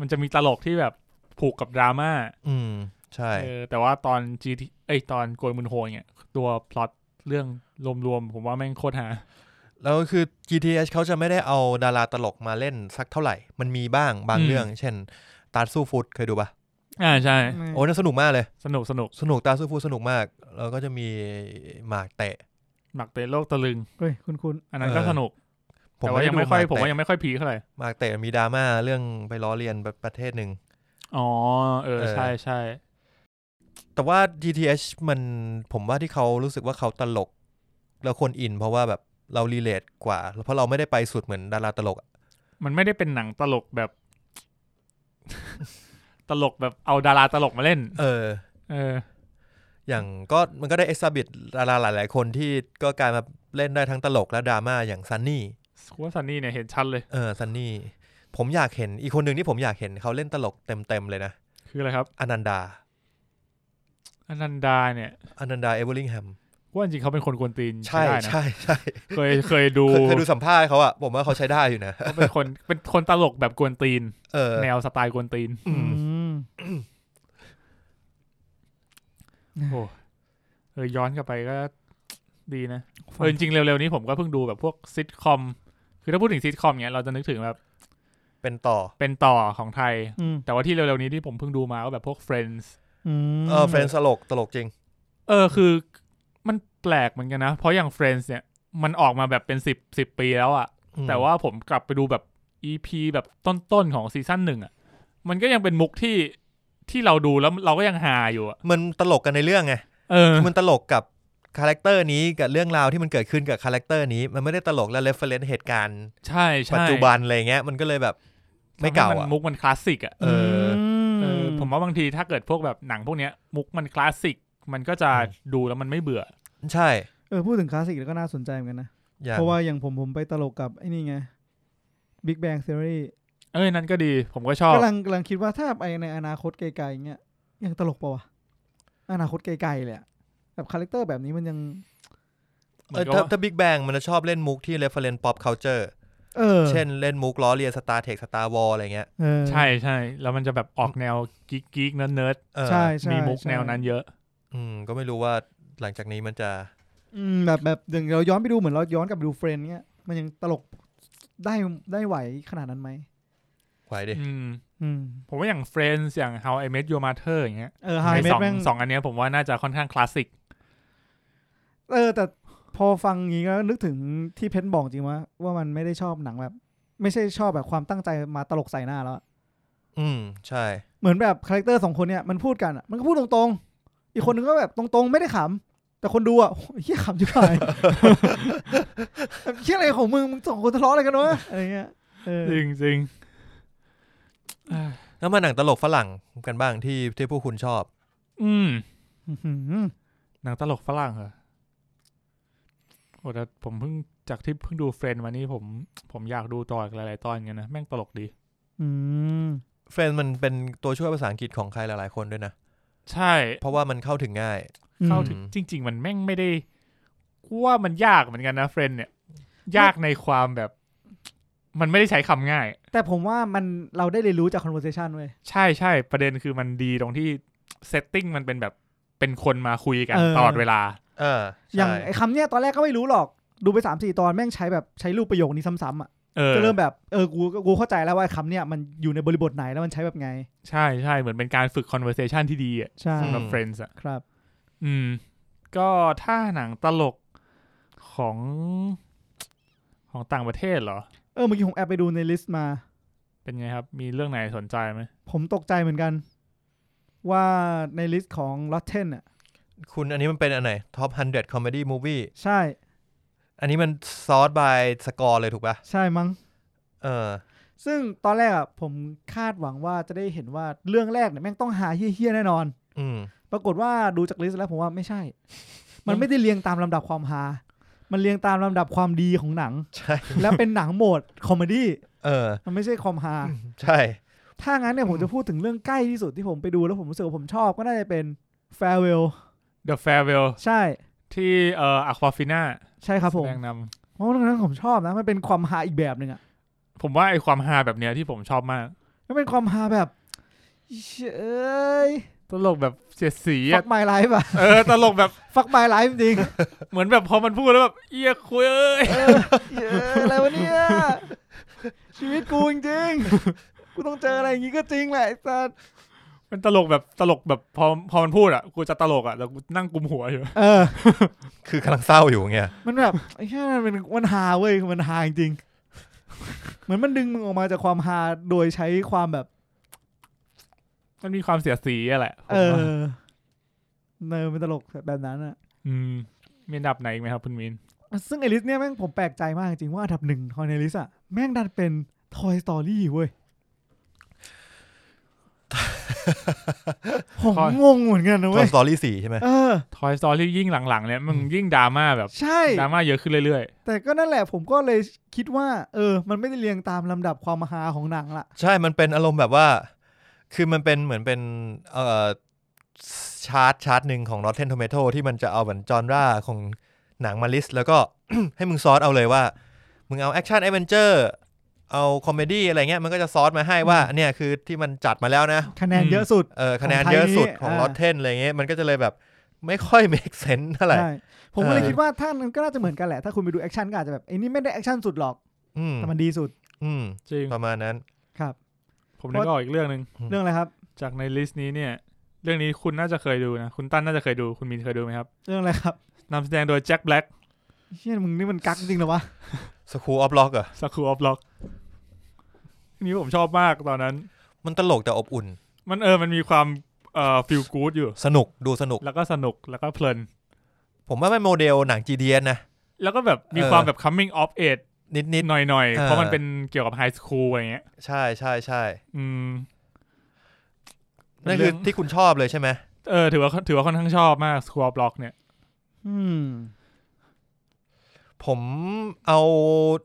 S2: มันจะมีตลกที่แบบผูกกับดราม่า
S4: อืม ใช่
S2: เออแต่ว่าตอน GT เอ้ยตอนกวนมึนโฮอย่างเงี้ยตัวพล็อตเรื่องรวมๆผมว่าแม่งโคตรหา
S4: แล้วคือ GTS เขาจะไม่ได้เอาดาราตลกมาเล่นสักเท่าไหร่ มันมีบ้างบาง
S2: อืม
S4: เรื่อง เช่น ตาสู้ฟุตเคยดูปะ
S2: อ่าใช่
S4: โอ้นั่นสนุกมากเลย
S2: สนุกสนุก
S4: สนุกตาสู้ฟุตสนุกมาก แล้วก็จะมีหมากเตะ
S2: หมักเตะโลกตะลึง
S3: เฮ้ยคุณคุณ
S2: อันนั้นก็
S4: เออ
S2: สนุก
S4: ผม
S2: แต่ว่ายังไม่ค่อย ผมว่า
S4: ด้ดู
S2: ยังไม่ค่อยพีคเท่าไหร่
S4: หมากเตะหมากเตะมีดราม่าเรื่องไปล้อเลียนประประเทศหนึ่ง
S2: อ๋อ เออ
S4: เออ
S2: ใช่ใช่
S4: แต่ว่า GTH มันผมว่าที่เขารู้สึกว่าเขาตลก แล้วคนอิน เพราะว่าแบบเรารีเลทกว่า เพราะเราไม่ได้ไปสุดเหมือนดาราตลกอะ
S2: มันไม่ได้เป็นหนังตลกแบบ ตลกแบบเอาดาราตลกมาเล่น
S4: เออ
S2: เออ
S4: อย่างก็มันก็ได้เอ็กซ์บิดดาราหลาย ๆ คนที่ก็กลายมาเล่นได้ทั้งตลกและดราม่าอย่างซันนี่
S2: ว่าซันนี่เนี่ยเห็นชัดเลย
S4: เออซันนี่ผมอยากเห็นอีกคนหนึ่งที่ผมอยากเห็นเขาเล่นตลกเต็ม ๆ เลยนะ
S2: คืออะไรครับ
S4: อนันดา
S2: อนันดาเนี่ย
S4: อนันดาเอเวอร์ลิงแฮม
S2: ว่าจริงๆเขาเป็นคนกวนตีน
S4: ใช่
S2: ได้นะ
S4: ใช่ใช่
S2: เคยเคยดู
S4: เคยเคยดูสัมภาษณ์เขาอะผมว่าเขาใช้ได้อยู่นะ
S2: เขาเป็นคนเป็นคนตลกแบบกวนตีน
S4: เออ
S2: แนวสไตล์กวนตีน
S4: อืม
S3: อืม
S2: โอ้เออย้อนกลับไปก็ดีนะเออจริงๆเร็วๆนี้ผมก็เพิ่งดูแบบพวกซิทคอม คือถ้าพูดถึงซิทคอมเนี่ยเราจะนึกถึงแบบ
S4: เป็นต่อ
S2: เป็นต่อของไทย
S3: อืม
S2: แต่ว่าที่เร็วๆนี้ที่ผมเพิ่งดูมาก็แบบพวก Friends
S3: อืม
S4: เออเฟรนด์ตลกตลกจริง
S2: เออคือมันแปลกเหมือนกันนะ เพราะอย่าง Friends เนี่ยมันออกมาแบบเป็นสิบสิบปีแล้วอะ
S4: อืม
S2: แต่ว่าผมกลับไปดูแบบ EP แบบต้นๆของซีซั่นหนึ่งอ่ะ มันก็ยังเป็นมุกที่ที่เราดูแล้วเราก็ยังฮาอยู่อ่ะ
S4: มันตลกกันในเรื่องไง
S2: เออ
S4: มันตลกกับคาแรคเตอร์นี้กับเรื่องราวที่มันเกิดขึ้นกับคาแรคเตอร์นี้มันไม่ได้ตลกและเรฟเฟรนซ์เหตุการณ์
S2: ใช่ใช่
S4: ปัจจุบันอะไรเงี้ยมันก็เลยแบบไม่เก่า
S2: ทำให้
S4: อะ
S2: นมุกมันคลาสสิกอ่ะ
S4: เออ
S2: เออ
S3: ม
S2: ผมว่าบางทีถ้าเกิดพวกแบบหนังพวกเนี้ย มุกมันคลาสสิก มันก็จะดูแล้วมันไม่เบื่อ
S4: ใช่
S3: เออพูดถึงคลาสสิกแล้วก็น่าสนใจเหมือนกันนะ
S4: อย่ง
S3: เพราะว่าอย่างผมผมไปตลกกับไอ้นี่ไง Big Bang Theory
S2: เอ้ยนั่นก็ดี ผมก็ชอบ
S3: กำลังกำลังคิดว่าถ้าไปในอนาคตไกลๆอย่างเงี้ยยังตลกปะวะอนาคตไกลๆเลยอะแบบคาแรคเตอร์แบบนี้มันยัง
S2: เหมื
S4: เอ
S2: อ
S4: อน
S2: กับ
S4: ถ้า
S2: ว่า
S4: ถ้าบิ๊กแบงมันจะชอบเล่นมุกที่เรฟเฟรนซ์ป๊อปเคาน์เตอร์
S3: เออ
S4: เช่นเล่นมุกล้อเลียนสตาร์เทคสตาร์วอลอะไรเงี้ย
S3: เออ
S2: ใช่ใช่ แล้วมันจะแบบออกแนวกิ๊กกิ๊กเนิร์ดเนิร์ด
S4: เออ
S3: ใช่ใช่
S2: มีมุก
S3: ใช่
S2: แนวนั้นเยอะ
S4: อืมก็ไม่รู้ว่าหลังจากนี้มันจะ
S3: อืมแบบแบบอย่างเราย้อนไปดูเหมือนเราย้อนกลับไปดูเฟรนเงี้ยมันยังตลกได้ได้ไหวขนาดนั้นไหม
S4: ไหวดิ
S2: อืม
S3: อืม
S2: ผมว่าอย่าง Friends อย่าง How I Met Your Mother อย่างเงี้ย
S3: เออไฮเม
S2: ใน
S3: ด
S2: สอง
S3: แม่ง
S2: สองอันเนี้ยผมว่าน่าจะค่อนข้างคลาสสิก
S3: เออ แต่พอฟังงี้ก็นึกถึงที่เพชรบอกจริงว่าว่ามันไม่ได้ชอบหนังแบบ ไม่ใช่ชอบแบบความตั้งใจมาตลกใส่หน้าแล้วอะ
S4: อืมใช่
S3: เหมือนแบบคาแรคเตอร์สองคนเนี่ยมันพูดกันอะมันก็พูดตรงๆ อีกคนนึงก็แบบตรงๆ ไม่ได้ขำ แต่คนดูอ่ะโอ้ยเฮียขำจุ๊บายแบบเฮียอะไรของมึงมึงสองคนทะเลาะอะไรกันวะอะไรเงี้ยเออ
S2: จริงจริง
S4: แล้วมาหนังตลกฝรั่งกันบ้างที่ที่พวกคุณชอบ
S2: อืม
S3: อื้อหือ
S2: หนังตลกฝรั่งเหรอโอ้แต่ผมเพิ่งจากที่เพิ่งดูเฟรนด์มานี่ผม ผมอยากดูต่ออีกหลาย ๆ ตอนกันนะ แม่งตลกดี
S3: อืม
S4: เฟรนมันเป็นตัวช่วยภาษาอังกฤษของใครหลายๆคนด้วยนะ
S2: ใช่
S4: เพราะว่ามันเข้าถึงง่าย
S2: เข้า
S3: อืม
S2: ถึง
S4: อืม
S2: จริง ๆ มันแม่งไม่ได้กูว่ามันยากเหมือนกันนะเฟรนด์เนี่ย ยากในความแบบ มันไม่ได้ใช้คำง่าย
S3: แต่ผมว่ามันเราได้เรียนรู้จาก conversation เว้ย
S2: ใช่ใช่ประเด็นคือมันดีตรงที่เซตติ้งมันเป็นแบบเป็นคนมาคุยกัน
S3: เออ
S2: ตลอดเวลา
S4: เออ
S3: อย่า
S4: ใช่
S3: งไอ้คำเนี้ยตอนแรกก็ไม่รู้หรอก ดูไปสามสี่ตอนแม่งใช้แบบใช้รูปประโยคนี้ซ้ำๆอ่ะ
S2: เออ
S3: ก็เริ่มแบบเออกูกูเข้าใจแล้วว่าไอ้คำเนี้ยมันอยู่ในบริบทไหนแล้วมันใช้แบบไง
S2: ใช่ใช่เหมือนเป็นการฝึก conversation ที่ดีอะ
S3: ใช่
S2: สำหรับ
S4: อืม
S2: เฟรนด์อะ
S3: ครับ
S2: อืม ก็ถ้าหนังตลกของของต่างประเทศเหรอ
S3: เออเมื่อกี้ผมแอบไปดูในลิสต์มา
S2: เป็นไงครับ มีเรื่องไหนสนใจไหม
S3: ผมตกใจเหมือนกัน ว่าในลิสต์ของ Rotten อ่ะ
S4: คุณอันนี้มันเป็นอันไหน Top 100 Comedy Movie
S3: ใช่
S4: อันนี้มันซอส by สกอร์เลยถูกปะ่ะ
S3: ใช่มั้ง
S4: เออ
S3: ซึ่งตอนแรกอ่ะผมคาดหวังว่าจะได้เห็นว่าเรื่องแรกเนี่ยแม่งต้องหาเฮี้ยๆแน่นอน
S4: อืม
S3: ปรากฏว่าดูจากลิสต์แล้วผมว่าไม่ใช่ มันไม่ได้เรียงตามลำดับความฮา มันเรียงตามลำดับความดีของหนัง
S4: ใช่
S3: แล้วเป็นหนังโหมดคอมเมดี้
S4: เออ
S3: มันไม่ใช่ความฮา
S4: ใช่
S3: ถ้างั้นเนี่ยผมจะพูดถึงเรื่องใกล้ที่สุดที่ผมไปดูแล้วผมรู้สึกว่าผมชอบก็น่าจะเป็น Farewell
S2: The Farewell
S3: ใช่
S2: ที่เอ่ออควาฟิน่า
S3: ใช่ครับ
S2: แส
S3: ผม
S2: ดงน
S3: เพราะเรื่องนั้นผมชอบนะมันเป็นความฮาอีกแบบหนึ่งอะ
S2: ำผมว่าไอความฮาแบบเนี้ยที่ผมชอบมาก
S3: มันเป็นความฮาแบบเฉย
S2: ตลกแบบเสียดสี
S3: ฟั
S2: อะ
S3: กไมไลฟ์อะ
S2: เออตลกแบบ
S3: ฟักไมไลฟ์จริง
S2: เหมือนแบบพอมันพูดแล้วแบบเอียคุยเอ้ย
S3: เออเยอะอะไรวะเนี่ย ชีวิตกูจริงๆกูต้องเจออะไรอย่างงี้ก็จริงแหละไอ้สัส
S2: มันตลกแบบตลกแบบพอพอมันพูดอ่ะกูจะตลกอ่ะแล้วกูนั่งกุมหัวอยู่
S3: เออ
S4: คือกำลังเศร้าอยู่เงี้ย
S3: มันแบบไอ้แค่มันเป็นมันฮาเว้ยคือมันฮาจริงๆเหมือนมันดึงมึงออกมาจากความฮาโดยใช้ความแบบ
S2: มันมีความเสียดสีอะแหละผม
S3: เอ
S2: ว่า
S3: อเนอมันตลกแบบนั้นอะ
S2: มมีอันดับไหนอีกไหมครับคุณมิน
S3: ซึ่งเอลิสเนี่ยแม่งผมแปลกใจมากจริงๆว่าอันดับหนึ่งของเอลิสอะแม่งดันเป็น Toy Story เว้ ย ผมงงเหมือนกันนะ
S4: ตอ
S3: เว้
S4: น
S3: ย
S4: สตอรี่สี่ใช่ไหม
S3: เออ
S2: ทอยสตอรี่ยิ่งหลังๆเนี่ยมันยิ่งดราม่าแบบ
S3: ใช่
S2: ดราม่าเยอะขึ้นเรื่อย
S3: แต่ก็นั่นแหละผมก็เลยคิดว่า เออ มันไม่ได้เรียงตามลำดับความฮาของหนังละ
S4: ใช่มันเป็นอารมณ์แบบว่า คือมันเป็นเหมือนเป็นเอ่อชาร์ตชาร์ตหนึ่งของ Rotten Tomato ที่มันจะเอาเหมือนจอนร่าของหนังมาลิสต์แล้วก็ ให้มึงซอสเอาเลยว่า มึงเอาแอคชั่น d อ e n เ u อร์เอาคอมเมดี้อะไรเงี้ยมันก็จะซอสมาให้ว่าเนี่ยคือที่มันจัดมาแล้วนะ
S3: คะแนนเยอะสุด
S4: เออคะแนนเยอะสุด
S3: ไทยนี่
S4: ของ
S3: อ่า
S4: ลอตเทนอะไรเงี้ยมันก็จะเลยแบบไม่ค่อย make sense เท่าไหร่
S3: ใช่ผมก็เลย
S4: เออ
S3: คิดว่าท่านนก็น่าจะเหมือนกันแหละ ถ้าคุณไปดูแอคชั่นก็อาจจะแบบไอ้นี่ไม่ได้แอคชั่นสุดหรอก
S4: อืม
S3: แต่มันดีสุด
S4: อืม
S2: ๆ จริง
S4: ประมาณนั้น
S3: ครับ
S2: ผมนึกออกอีกเรื่องหนึ่ง
S4: อืม
S3: เรื่องอะไรครับ
S2: จากในลิสต์นี้เนี่ย เรื่องนี้คุณน่าจะเคยดูนะ คุณตั้นน่าจะเคยดูคุณมินเคยดูไหมครับ
S3: เรื่องอะไรครับ
S2: นำแสดงโดยแจ็คแบล็ก
S3: เชี่ยมึงนี่มันกักจริงเหรอวะ
S4: สคูออฟล็อกอะ
S2: สคูออฟล็อกนี่ผมชอบมากตอนนั้น
S4: มันตลกแต่อบอุ่น
S2: มันเออมันมีความเอ่อฟิลกู๊ดอยู่
S4: สนุกดูสนุก
S2: แล้วก็สนุกแล้วก็เพลิน
S4: ผมว่ามันโมเดลหนัง GDS นะ
S2: แล้วก็แบบมี
S4: เออ
S2: ความแบบ coming of age
S4: นิดนิ
S2: นิ
S4: ด
S2: ดหน่อยๆ
S4: เออ
S2: เพราะมันเป็นเกี่ยวกับไฮสคูลอะไรเงี้ย
S4: ใช่ใช่ใช่
S2: อืม
S4: นั่นคือที่คุณชอบเลยใช่ไหม
S2: เออถือว่าถือว่าค่อนข้างชอบมากสคูออฟล็อกเนี่ย
S3: อืม
S4: ผมเอา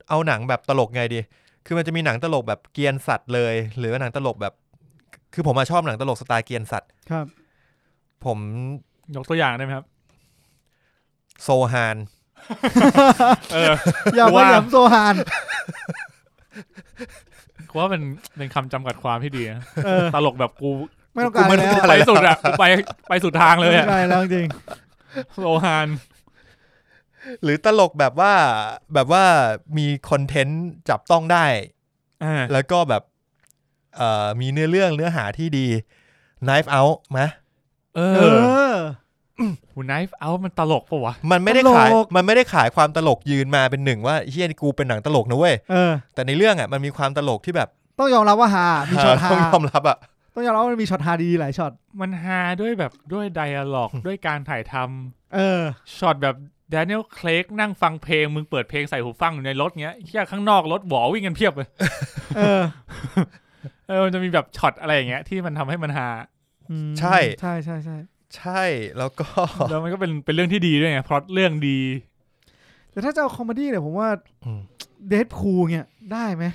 S4: เอาหนังแบบตลกไงดี คือมันจะมีหนังตลกแบบเกรียนสัตว์เลย หรือว่าหนังตลกแบบ คือผมอะชอบหนังตลกสไตล์เกรียนสัตว์
S3: ครับ
S4: ผม
S2: ยกตัวอย่างได้ไหมครับ
S4: โซฮาน
S2: เออ
S3: อย่า
S2: กู
S3: มา
S2: ว่า
S3: หยำโซฮาน
S2: กูว่าเป็นเป็นคำจำกัดความที่ดีนะ
S3: เออ
S2: ตลกแบบกู
S3: ไม่ต้องการ
S4: กู
S3: อะ
S4: ไม่
S3: ไร
S4: ต้
S3: แล้ว
S2: ไปสุด
S4: องการ
S2: อ่ะกูไปไปสุดทางเลย
S3: ไม่ต้อง
S2: อะ
S3: การอะไรแล้วจริง
S2: โลฮาน
S4: หรือตลกแบบว่าแบบว่ามีคอนเทนต์จับต้องได้
S2: อ่า
S4: แล้วก็แบบเอ่อมีเนื้อเรื่องเนื้อหาที่ดี Knife Out ไหม
S2: เอ
S3: ๆเอ
S2: อ
S3: อ
S2: หูไนฟ์เอามันตลกปะวะ
S4: มันไม่ได้ขาย
S3: ตลก
S4: มันไม่ได้ขายความตลกยืนมาเป็นหนึ่งว่าเฮียนี่กูเป็นหนังตลกนะเว้ย
S3: เออ
S4: แต่ในเรื่องอ่ะมันมีความตลกที่แบบ
S3: ต้องยอมรับว่าฮา มีช็อตฮา
S4: ต้องยอมรับอ่ะ
S3: ต้องยอมรับว่ามันมีช็อตฮาดีๆหลายช็อต
S2: มันฮาด้วยแบบด้วยไดอะล็อก ด้วยการถ่ายทำ
S3: เออ
S2: ช็อตแบบแดเนียลเคลกนั่งฟังเพลง มึงเปิดเพลงใส่หูฟังอยู่ในรถเงี้ยเฮียข้างนอกรถหวอวิ่งกันเพียบเลย
S3: เออ
S2: เออมันจะมีแบบช็อตอะไรอย่างเงี้ยที่มันทำให้มันฮา
S3: อืม
S4: ใช่
S3: ใช่ใช่ใช่
S4: ใช่แล้วก็
S2: แล้วมันก็เป็นเป็นเรื่องที่ดีด้วยไงเพราะเรื่องดี
S3: แต่ถ้าจะเอาคอมเมดี้เนี่ยผมว่า
S4: อืม
S3: เดทคูเนี่ยได้ไหม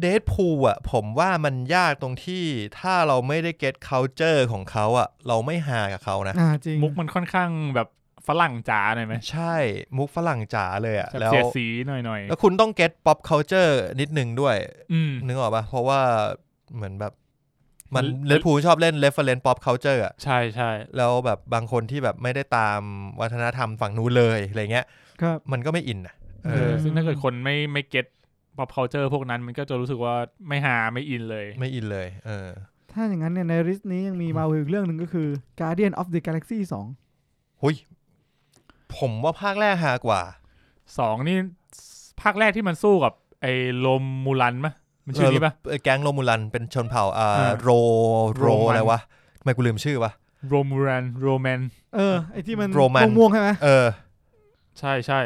S4: เดทพูลอ่ะ ผมว่ามันยากตรงที่ถ้าเราไม่ได้เก็ต culture ของเขาอ่ะ เราไม่หากับเขานะ
S3: อ่าจริง
S2: มุกมันค่อนข้างแบบฝรั่งจ๋าหน่อยไหม
S4: ใช่มุกฝรั่งจ๋าเลยอ่ะ
S2: แบบ
S4: แล้ว
S2: เสียดสีหน่อยหน่อยๆ
S4: แล้วคุณต้องเก็ต pop culture นิดนึงด้วย
S2: อืม
S4: นึกออกปะเพราะว่าเหมือนแบบ มัน
S2: มัน
S4: เดทพูลชอบเล่น reference pop culture อ่ะ
S2: ใช่ใช่
S4: แล้วแบบบางคนที่แบบไม่ได้ตามวัฒนธรรมฝั่งนู้นเลยอะไรเงี้ย
S3: ครับ
S4: มันก็ไม่อินนะ
S2: เอ
S4: เอ
S2: อ
S4: อ
S2: ซึ่งถ้าเกิดคนไม่ไม่เก็ต pop culture พวกนั้นมันก็จะรู้สึกว่าไม่ฮาไม่อินเลย
S4: ไม่อินเลย เออ
S3: ถ้าอย่างนั้นเนี่ยในลิสต์นี้ยังมีมาเวลอีกเรื่องหนึ่งก็คือ Guardian of the Galaxy 2
S4: หุยผมว่าภาคแรกหากว่า
S2: สองนี่ภาคแรกที่มันสู้กับไอ้ลมมูลันปะมันชื่อนี้ปะ
S4: เออแก๊งโรมูลันเป็นชนเผ่าอ่า
S2: อ่า
S4: โรโร
S2: โรมัน
S4: อะไรวะทำไมกูลืมชื่อวะ
S2: โรมูลันโรแมน
S3: เออ ไอที่มัน
S4: Roman
S3: ม่วงๆใช่ไหม
S4: เออ
S2: ใช่ใช่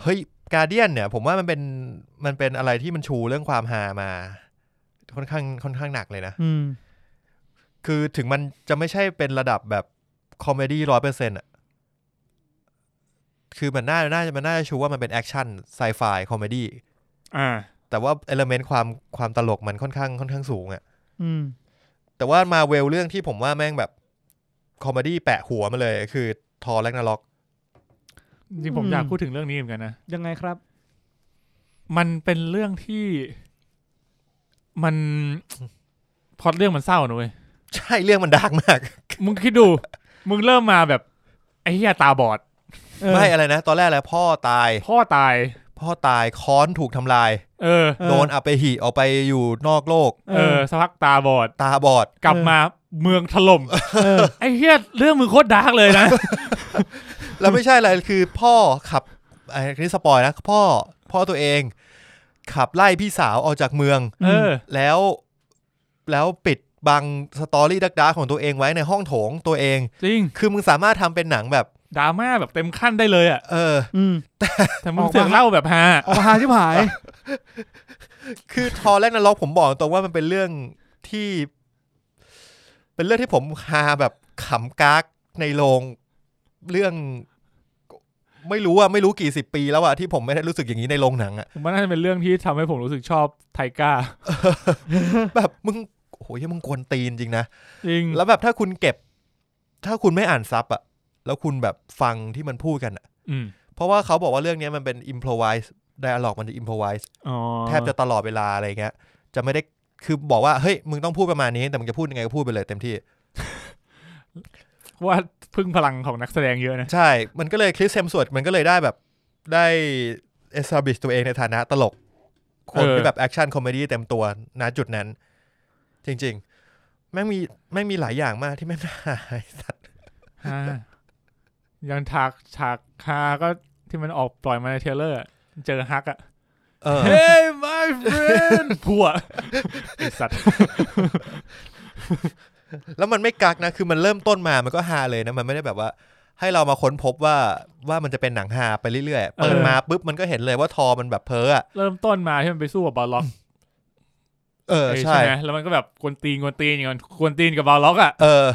S4: เฮ้ยกา a เดียนเนี่ย ผมว่ามันเป็นมันเป็นอะไรที่มันชูเรื่องความฮามา ค่อนข้างค่อนข้างหนักเลยนะ
S3: อืม
S4: คือถึงมันจะไม่ใช่เป็นระดับแบบคอมเมดี้ร้อยเปอร์เซ็นต์อ่ะ คือมันน่าน่าจะมันน่าจะชูว่ามันเป็นแอคชั่นไซไฟคอมเมดี้
S2: อ่า
S4: แต่ว่าเอลเมนต์ความความตลกมันค่อนข้างค่อนข้างสูงอ่ะ
S3: อืม
S4: แต่ว่ามาเวลเรื่องที่ผมว่าแม่งแบบคอมเมดี้แปะหัวมาเลยคือทอแลกนาล็อก
S2: จริงๆผม
S3: อืม
S2: อยากพูดถึงเรื่องนี้เหมือนกันนะ
S3: ยังไงครับ
S2: มันเป็นเรื่องที่มันพล็อตเรื่องมันเศร้าหนุ้ย
S4: ใช่เรื่องมันดาร์กมาก
S2: มึงคิดดู มึงเริ่มมาแบบไอ้เหี้ยตาบอด
S3: เออ
S4: ไม่อะไรนะ ตอนแรกแล้วพ่อตาย
S2: พ่อตาย
S4: พ่อตายค้อนถูกทำลาย
S2: เออ
S3: เออ
S4: โดนอับไปหีออกไปอยู่นอกโลก
S2: เออสักพักตาบอด
S4: ตาบอด
S2: กลับมาเมืองถล่ม
S3: เออ
S2: ไอ้เหี้ยเรื่องมึงโคตรดาร์กเลยนะ
S4: แล้วไม่ใช่อะไรคือพ่อขับอันนี้สปอยนะ พ่อพ่อตัวเอง ขับไล่พี่สาวออกจากเมือง
S2: เออ
S4: แล้วแล้วปิดบังสตอรี่ดักดาร์กของตัวเองไว้ในห้องโถงตัวเอง
S2: จริง
S4: คือมึงสามารถทำเป็นหนังแบบ
S2: ดราม่าแบบเต็มขั้นได้เลยอ่ะ
S4: เออ
S3: อืม
S2: แต่มึง
S3: ออกมา
S2: เสือกเล่าแบบฮา
S3: ออกมาหาชิบหาย
S4: คือทอแรกนล็อกผมบอกตรงว่ามันเป็นเรื่องที่ เป็นเรื่องที่ผมฮาแบบขำกากในโรงเรื่อง ไม่รู้อะไม่รู้กี่สิบปีแล้วอะที่ผมไม่ได้รู้สึกอย่างนี้ในโรงหนังอะ
S2: ผมว่าน่าจะเป็นเรื่องที่ทำให้ผมรู้สึกชอบไทก้า
S4: แบบมึงโอ้ยมึงกวนตีนจริงนะ
S2: จริง
S4: แล้วแบบถ้าคุณเก็บ ถ้าคุณไม่อ่านซับอะแล้วคุณแบบฟังที่มันพูดกันอะ
S2: อืม
S4: เพราะว่าเขาบอกว่าเรื่องเนี้ยมันเป็น improvise dialogue มันจะ improvise
S2: อ๋อ
S4: แทบจะตลอดเวลาอะไรเงี้ย จะไม่ได้คือบอกว่า เฮ้ย มึงต้องพูดประมาณนี้ แต่มึงจะพูดยังไงก็พูดไปเลยเต็มที่
S2: ว่าพึ่งพลังของนักแสดงเยอะนะ
S4: ใช่ มันก็เลยคริสเซมสวดมันก็เลยได้แบบได้ establish ตัวเองในฐานะตลก คน
S2: เออ
S4: ที่แบบแอคชั่นคอมเมดี้เต็มตัวณจุดนั้น จริง ๆ แม่งมีแม่งมีหลายอย่างมากที่แม่งน่าอายสัตว์
S2: อ่ายังฉากฉากฮาก็ที่มันออกปล่อยมาในเทรลเลอร์อะเจอฮักอ่ะ
S4: เออ
S2: Hey my friend ผัวไอสัตว์
S4: แล้วมันไม่กักนะ คือมันเริ่มต้นมา มันก็ฮาเลยนะ มันไม่ได้แบบว่า ให้เรามาค้นพบว่าว่ามันจะเป็นหนังฮาไปเรื่อยๆ เปิดมาปุ๊บมันก็เห็นเลยว่าทอมันแบบเพ้ออะ
S2: เริ่มต้นมาที่มันไปสู้กับบาล็อก
S4: เออ ใช่
S2: ไหมแล้วมันก็แบบกวนตีนกวนตีนอย่างนั้นกวนตีนกับบาล็อกอ่ะ
S4: เออ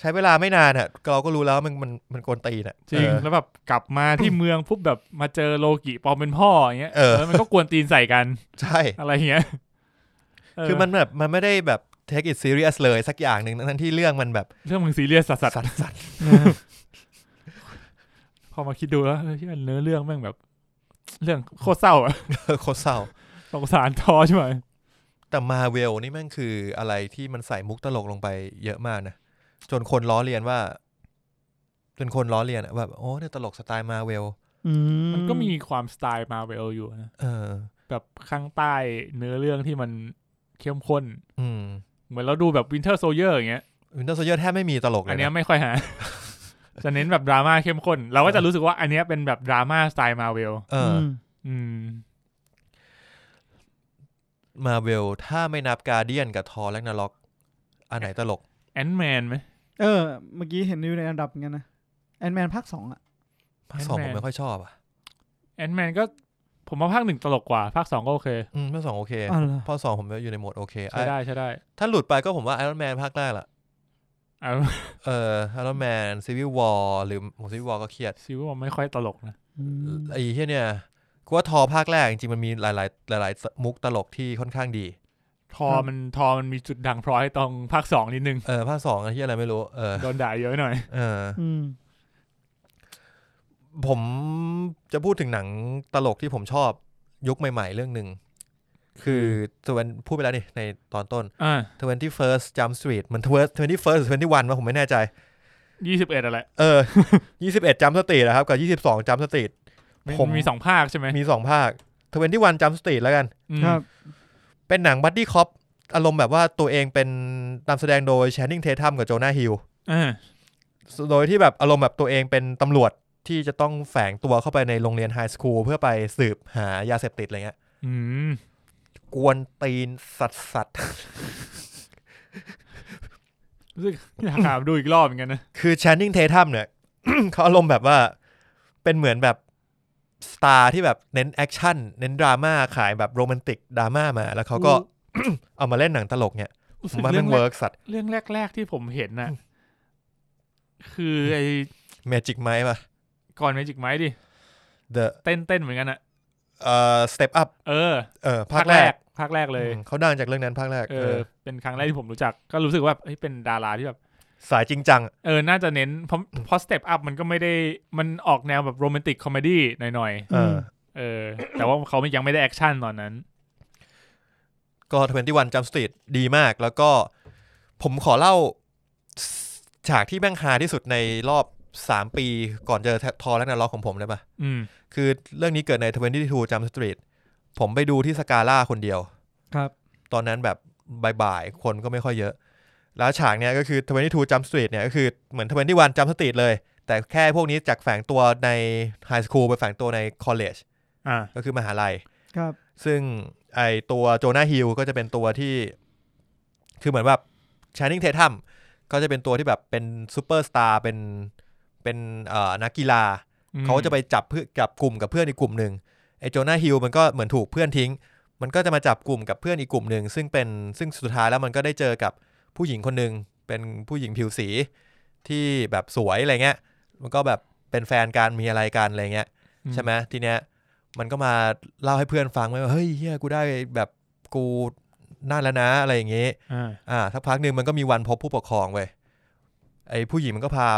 S4: ใช้เวลาไม่นานอะเราก็รู้แล้วว่ามันมันมันกวนตีนอะ
S2: จริง
S4: เออ
S2: แล้วแบบกลับมา ที่เมืองปุ๊บแบบมาเจอโลกิปลอมเป็นพ่ออย่างเงี้ย
S4: เออ
S2: แล้วมันก็กวนตีนใส่กัน
S4: ใช่
S2: อะไรอย่างเงี้ยเ
S4: คือมันแบบมันไม่ได้แบบ take it serious เลยสักอย่างหนึ่งทั้งที่เรื่องมันแบบ
S2: เรื่องมึงซีเรียสสัสสัส
S4: สัตว์ สัตว์
S2: พอมาคิดดูแล้วเฮ้ยเนื้อเรื่องแม่งแบบ เรื่องโคตรเศร้าอะ
S4: เออโคตรเศร้า
S2: สงสารทอใช่ไหม
S4: แต่มาเวลนี่แม่งคืออะไรที่มันใส่มุกตลกลงไปเยอะมากนะ จนคนล้อเลียนว่า จนคนล้อเลียนอะแบบโอ้เนี่ยตลกสไตล์มาเวล
S3: อื
S2: มันก็มีความสไตล์มาเวลอยู่นะ
S4: เออ
S2: แบบข้างใต้เนื้อเรื่องที่มันเข้มข้น
S4: อืม
S2: เหมือนเราดูแบบวินเทอร์โซเยอร์อย่างเงี้ย
S4: วินเตอร์โซเยอร์แทบไม่มีตลกเล
S2: อัน
S4: ย
S2: เนี้ย
S4: นะ
S2: ไม่ค่อยหา จะเน้นแบบดราม่าเข้มข้น เราก็จะรู้สึกว่าอันเนี้ยเป็นแบบดราม่าสไตล์มาเวล
S4: เออ
S3: ม
S2: อืม
S4: มาเวลถ้าไม่นับกา a เดียนกับทอร์แลกนาล็อก อันไหนตลก
S2: แอนด์แมนไหม
S3: เออ เมื่อกี้เห็นอยู่ในอันดับเหมือนกันนะแอนแมนภาคสองอ่ะ
S4: ภาคสองผม
S2: Ant-Man
S4: ไม่ค่อยชอบอ่ะ
S2: แอนด์แมนก็ผมว่าภาคหนึ่งตลกกว่า ภาคสองก็โอเค
S4: อืมภาคสองโอเค
S3: อ๋อเหรอ
S4: ภาคสองผมอยู่ในโหมดโอเค
S2: ใช้
S4: อ่ะ
S2: ได้ใช้ได้
S4: ถ้าหลุดไปก็ผมว่าไอรอนแมนภาคแรกล่ะ
S2: เอา
S4: เออไอรอนแมนซีวิววอลหรือผมซีวิววอลก็เครียด
S2: ซีว่าไม่ค่อยตลกนะ
S3: อืม
S4: ไอ้เฮียเนี่ยกูว่าทอภาคแรกจริงๆมันมีหลาย ๆ หลาย ๆ มุกตลกที่ค่อนข้างดี
S2: ทอ มันทอมันมีจุดด่างพร้อยตรงภาคสองนิ ดนึง
S4: เออภาคสองไอ้เฮียอะไรไม่รู้ เออ
S2: โดนด่าเยอะหน่อย
S4: เออ
S3: อืม
S4: ผมจะพูดถึงหนังตลกที่ผมชอบยุคใหม่ ๆ เรื่องหนึ่ง คือตัวพูดไปแล้วนี่ในตอนต้น
S2: อ่า
S4: 21st Jump Street มัน 21st หรือ21วะผมไม่แน่ใจ
S2: ยี่สิบเอ็ดอะไร
S4: เออ 21 Jump Street นะครับ กับ 22 Jump Street
S2: มัน
S4: ผม
S2: มีสองภาคใช่ไหม
S4: มี 2 ภาค 21 Jump Street แล้วกัน
S2: อืม
S3: ครับ
S4: เป็นหนังบัดดี้คอปอารมณ์แบบว่าตัวเองเป็นนำแสดงโดยแชนนิงเททัมกับโจนาฮิล
S2: อ่า
S4: โดยที่แบบอารมณ์แบบตัวเองเป็นตำรวจที่จะต้องแฝงตัวเข้าไปในโรงเรียนไฮสคูลเพื่อไปสืบหายาเสพติดอะไรเงี้ย
S2: อืม
S4: กวนตีนสัตสัต
S2: อยากหาดูอีกรอบเหมือนกันนะ
S4: คือแชนนิงเททัมเนี่ย เขาอารมณ์แบบว่าเป็นเหมือนแบบสตาร์ที่แบบเน้นแอคชั่นเน้นดราม่าขายแบบโรแมนติกดราม่ามา แล้วเขาก็ เอามาเล่นหนังตลกเนี่ย
S2: รู้
S4: ผ
S2: สึ
S4: ม
S2: ก
S4: ว่า
S2: เรื่อ
S4: มั
S2: นงแร
S4: เวิ
S2: ก
S4: ร์กสัตว์
S2: เรื่องแรก ๆ ที่ผมเห็นน่ะ คือไอ้
S4: เมจิกไมค์ป่ะ
S2: ก่อนเมจิกไม้ดิ
S4: The
S2: เต้นเต้นเหมือนกันอ่ะ
S4: เอ่อ Step Up
S2: เออ
S4: เออภาคแรก
S2: ภาคแรกเลย
S4: อืมเขาดังจากเรื่องนั้นภาคแรก
S2: เอ
S4: เอ
S2: อ
S4: อ
S2: เป็นครั้งแรกที่ผมรู้จัก ก็รู้สึกว่าเอ้ยเป็นดาราที่แบบ
S4: สายจริงจัง
S2: เออ น่าจะเน้นเพราะเพราะสเต็ปอัพมันก็ไม่ได้ มันออกแนวแบบโรแมนติกคอมเมดี้หน่อย
S4: เออ
S3: ม
S2: ๆ เออ แต่ว่าเขายังไม่ได้แอคชั่นตอนนั้น
S4: ก็21 Jump Street ดีมาก แล้วก็ ผมขอเล่าฉากที่แม่งฮาที่สุดในรอบ 3 ปีก่อนเจอทอและนาล็อกของผมได้ปะ
S2: อืม
S4: คือเรื่องนี้เกิดใน 22 Jump Street ผมไปดูที่สกาล่าคนเดียว
S3: ครับ
S4: ตอนนั้นแบบบ่ายๆ คนก็ไม่ค่อยเยอะ แล้วฉากเนี้ยก็คือ 22 Jump Street เนี่ยก็คือเหมือน 21 Jump Street เลย แต่แค่พวกนี้จากแฝงตัวในไฮสคูลไปแฝงตัวในคอลเลจ
S2: อ่า
S4: ก็คือมหาลัย
S3: ครับ
S4: ซึ่งไอตัวโจนาฮิลก็จะเป็นตัวที่ คือเหมือนแบบชานิงเททัมก็จะเป็นตัวที่แบบเป็นซูเปอร์สตาร์เป็นเป็นเอ่อนักกีฬา เขาจะไปจับเพื่อจับกลุ่มกับเพื่อนอีกกลุ่มหนึ่งไอ้โจนาฮิลมันก็เหมือนถูกเพื่อนทิ้ง มันก็จะมาจับกลุ่มกับเพื่อนอีกกลุ่มหนึ่งซึ่งเป็นซึ่งสุดท้ายแล้วมันก็ได้เจอกับผู้หญิงคนหนึ่งเป็นผู้หญิงผิวสีที่แบบสวยอะไรเงี้ย มันก็แบบเป็นแฟนกันมีอะไรกันอะไรเงี้ย ใช่ไหมทีเนี้ยมันก็มาเล่าให้เพื่อนฟังไว้ว่าเฮ้ยเฮียกูได้แบบกูนั่นแล้วนะอะไรอย่างงี้
S2: อ่า
S4: อ่าสักพักหนึ่งมันก็มีวันพบผู้ปกครองเว้ยไอ้ผู้หญิงมันก็พา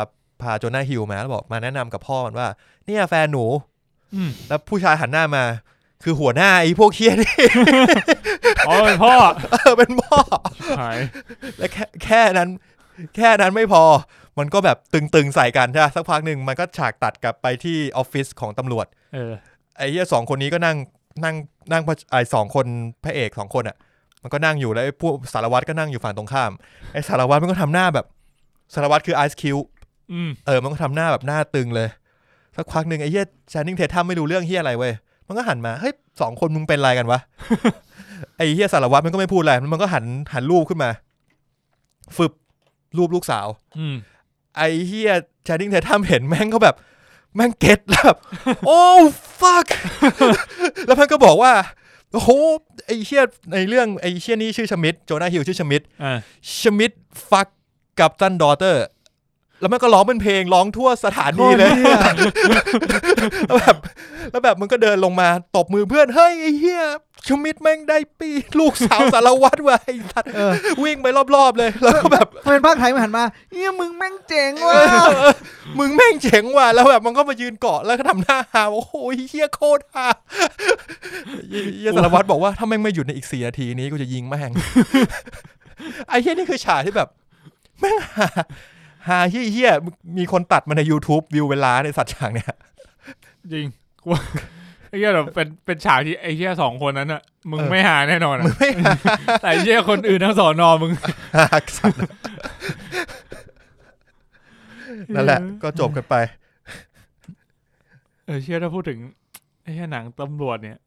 S4: พาโจนาฮิลมาแล้วบอกมาแนะนำกับพ่อมันว่า เนี่ยแฟนหนู
S2: อืม
S4: แล้วผู้ชายหันหน้ามา คือหัวหน้าไอ้พวกเคีย นี่
S2: อ๋อเป็นพ่อ
S4: เออเป็นพ่อ
S2: หาย
S4: และแค่แค่นั้น แค่นั้นไม่พอ มันก็แบบตึงๆใส่กันใช่ปะสักพักหนึ่งมันก็ฉากตัดกลับไปที่ออฟฟิศของตำรวจ
S2: เออ
S4: ไอ้เหี้ยสองคนนี้ก็นั่งนั่งนั่งพระไอ้สองคนพระเอกสองคนอ่ะ มันก็นั่งอยู่แล้วไอ้พวกสารวัตรก็นั่งอยู่ฝั่งตรงข้ามไอ้สารวัตรมันก็ทำหน้าแบบสารวัตรคือไอซ์คิว
S2: อืม
S4: เออมันก็ทำหน้าแบบหน้าตึงเลยสักพักหนึ่งไอ้เหี้ยชานิงเททัมไม่รู้เรื่องเหี้ยอะไรเว้ยมันก็หันมาเฮ้ยสองคนมึงเป็นอะไรกันวะ ไอ้เหี้ยสารวัตรมันก็ไม่พูดอะไรมันก็หันหันรูปขึ้นมาฝึบรูปลูกสาว
S2: อืม
S4: ไอ้เฮียชาดิงเททัมเห็นแม่งก็แบบ แม่งเก็ตแล้วแบบ โอ้ ฟัก แล้วมันก็บอกว่า โอ้โห ไอ้เฮียในเรื่องไอ้เฮียนี่ชื่อชมิดโจนาฮิลชื่อชมิด
S2: อ่า
S4: ชมิดฟักกับตันดอเตอร์ แล้วมันก็ร้องเป็นเพลงร้องทั่วสถานีเลย แล้วแบบแล้วแบบมันก็เดินลงมาตบมือเพื่อน เฮ้ย ไอ้เฮียชมิดแม่งได้ปี ลูกสาวสารวัตรว่ะไอ้สัตว์
S3: เออ
S4: วิ่งไปรอบๆเลย แล้วก็แบบ
S3: ถ้าเป็นภาคไทยมันหันมาเอี้ยมึงแม่งเจ๋ง ว่ะ
S4: มึงแม่งเจ๋งว่ะแล้วแบบมันก็มายืนเกาะแล้วก็ทำหน้าหาว่าโอ้โหเฮียโคตรฮาเหี้ยเฮียสารวัตรบอกว่าถ้าแม่งไม่หยุดในอีกสี่นาทีนี้กูจะยิงแม่ง ไอ้เฮียนี่คือฉากที่แบบ แม่งหาหาเฮียเฮียมีคนตัดมาใน YouTube วิวเวลาในสัตว์ฉากเนี่ย
S2: จริง กูว่าไอ้เหี้ยแบบเป็นเป็นฉากที่ไอ้เหี้ยสองคนนั้นอะมึง
S4: เออ
S2: ไม่หาแน่นอนอะแต่ไอ้เหี้ยคนอื่นทั้งสอนอมึง
S4: หาสัตว์นั่นแหละ ก็จบกันไป
S2: เออเชื่อถ้าพูดถึงไอ้เหี้ยหนังตำรวจเนี่ย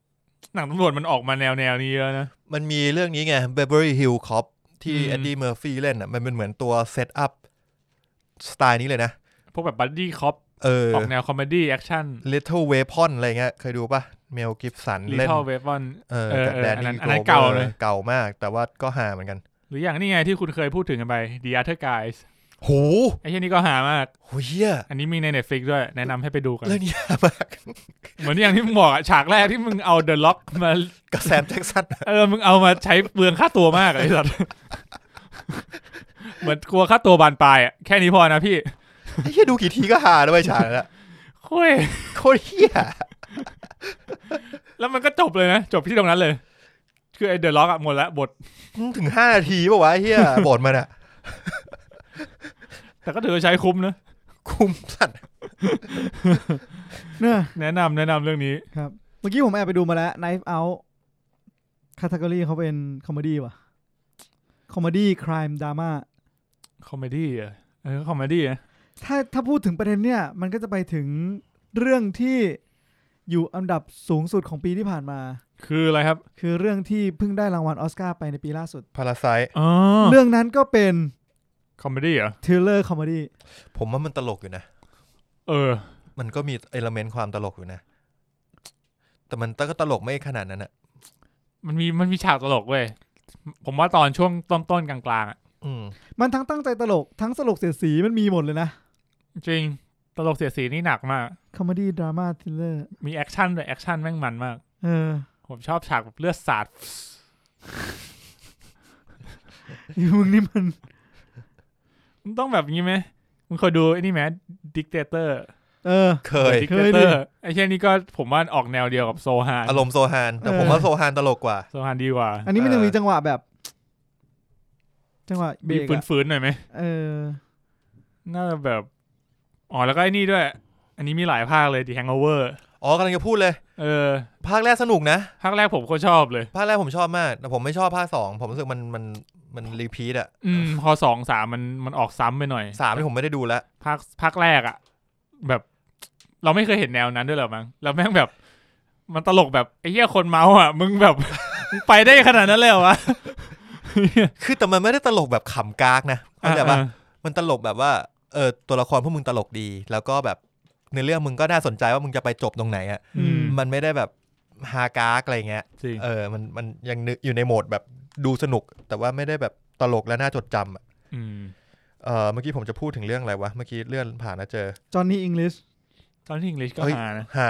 S2: หนังตำรวจมันออกมาแนวแนวนี้เยอะนะ
S4: มันมีเรื่องนี้ไง Beverly Hills Cop ที่
S2: อืม
S4: เอ็ดดี้เมอร์ฟีเล่นอ่ะมันเป็นเหมือนตัวเซตอัพสไตล์นี้เลยนะ
S2: พวกแบบบัดดี้คอป
S4: เออ
S2: ออกแนวคอมเมดี้แอคชั่น
S4: Little Weapon อะไรเงี้ยเคยดูปะเมลกิฟสัน
S2: ลิ
S4: เล่น
S2: ท l e เวฟ o อน
S4: เออ
S2: เออ
S4: จาก
S2: เออ
S4: แด
S2: อันนั้
S4: นี่
S2: นอันนั้น
S4: โก
S2: เก่าเลย
S4: เก่ามาก แต่ว่าก็หาเหมือนกัน
S2: หรืออย่างนี่ไงที่คุณเคยพูดถึงกันไป The Other Guys
S4: โห
S2: ไอ้เหี้ยนี่ก็หามาก
S4: โหเฮีย
S2: อันนี้มีใน Netflix ด้วย แนะนำให้ไปดูกัน
S4: เรื่องนี้หามาก
S2: เหมือนอย่างที่มึงบอกอะฉากแรกที่มึงเอา The Lock มา
S4: กับแซมแจ็กสัน
S2: เออ มึงเอามาใช้เปลืองค่าตัวมากอะไอ้สัตว์ เหมือนกลัวค่าตัวบานปลายอะแค่นี้พอนะพี่
S4: ไอ้เฮียดูกี่ทีก็หาด้วยฉากนั้นอะ
S2: คุย
S4: โคตรเฮีย
S2: แล้วมันก็จบเลยนะ จบที่ตรงนั้นเลย คือไอ้เดอะล็อกอะหมดละบท
S4: ถึงห้านาทีป่าวะไอ้เฮียบทมันอะ
S2: แต่ก็ถือว่าใช้คุ้มนะ
S4: คุ้มสัตว์
S3: เนี่ย
S2: แนะนำแนะนำเรื่องนี้
S3: เมื่อกี้ผมแอบไปดูมาแล้ว Knife Out คาตากรีเขาเป็นคอมเมดี้ว่ะ คอมเมดี้ครามดราม่า
S2: คอมเมดี้อะเออคอมเมดี้อะ
S3: ถ้าถ้าพูดถึงประเด็นเนี่ย มันก็จะไปถึงเรื่องที่อยู่อันดับสูงสุดของปีที่ผ่านมา
S2: คืออะไรครับ
S3: คือเรื่องที่เพิ่งได้รางวัลออสการ์ไปในปีล่าสุด
S4: พาราไซ
S2: อ๋อ
S3: เรื่องนั้นก็เป็น
S2: คอมเมดี้เหรอ
S3: ทริลเลอร์คอมเมดี้
S4: ผมว่ามันตลกอยู่นะ
S2: เออ
S4: มันก็มีเอลเมนต์ความตลกอยู่นะ แต่มันก็ตลกไม่ขนาดนั้นอะ
S2: มันมีมันมีฉากตลกเว้ย ผมว่าตอนช่วงต้นต้นๆกลางๆอะ
S4: อืม
S3: มันทั้งตั้งใจตลก ทั้งสลกเสียดสีมันมีหมดเลยนะ
S2: จริง ตลกเสียดสีนี่หนักมาก
S3: คอมเมดี้ดราม่าทริลเลอร์
S2: มีแอคชั่นด้วยแอคชั่นแม่งมันมาก
S3: เออ
S2: ผมชอบฉากแบบเลือดสาด
S3: มึงนี่มัน
S2: มันต้องแบบนี้ไหมมึงเคยดูไอ้นี่ไหมดิกเตเตอร์
S3: เออ
S4: เคย
S2: ดิก
S3: เคย
S2: เต
S3: ดิ
S2: อร์ไอ้เช่นนี้ก็ผมว่าออกแนวเดียวกับโซฮาน
S4: อารมณ์โซฮานแต่
S3: เออ
S4: ผมว่าโซฮานตลกกว่า
S2: โซฮานดีกว่า
S3: อันนี้มันยังมีจังหวะแบบ จังหวะเบร
S2: มี
S3: กอะ
S2: ฝืนๆหน่อยไหม
S3: เออ
S2: น่าจะแบบอ๋อแล้วก็ไอ้นี่ด้วย อันนี้มีหลายภาคเลย The Hangover
S4: อ๋อกำลังจะพูดเลย
S2: เออ
S4: ภาคแรกสนุกนะ
S2: ภาคแรกผมก็ชอบเลย
S4: ภาคแรกผมชอบมาก แต่ผมไม่ชอบภาคสองผมรู้สึกมันมันมันรีพีทอะ
S2: อื มพอสองสามมันมันออกซ้ำไปหน่อย
S4: สามที่ผมไม่ได้ดูแล้ว
S2: ภาคภาคแรกอะแบบเราไม่เคยเห็นแนวนั้นด้วยเหรอมั้งแล้วแม่งแบบ มันตลกแบบไอ้เหี้ยคนเมาอะมึง แบบ มึงไปได้ขนาดนั้นเลยเห รอวะ
S4: คือแต่มันไม่ได้ตลกแบบขำกากนะเข้าใจปะ
S2: อ่า
S4: มันตลกแบบว่าเออตัวละครพวกมึงตลกดี แล้วก็แบบในเรื่องมึงก็น่าสนใจว่ามึงจะไปจบตรงไหนอะ
S2: อืม
S4: มันไม่ได้แบบฮากากอะไรเงี้ย
S2: จริง
S4: เออ มัน มันยังนึกอยู่ในโหมดแบบดูสนุก แต่ว่าไม่ได้แบบตลกและน่าจดจำอะ
S2: อืม
S4: เออเมื่อกี้ผมจะพูดถึงเรื่องอะไรวะ เมื่อกี้เลื่อนผ่านนะเจอ
S3: จอห์นนี่อังกฤษ
S2: ตอนที่อังกฤษก็
S4: เฮ้ย
S2: หานะ
S4: ฮ่า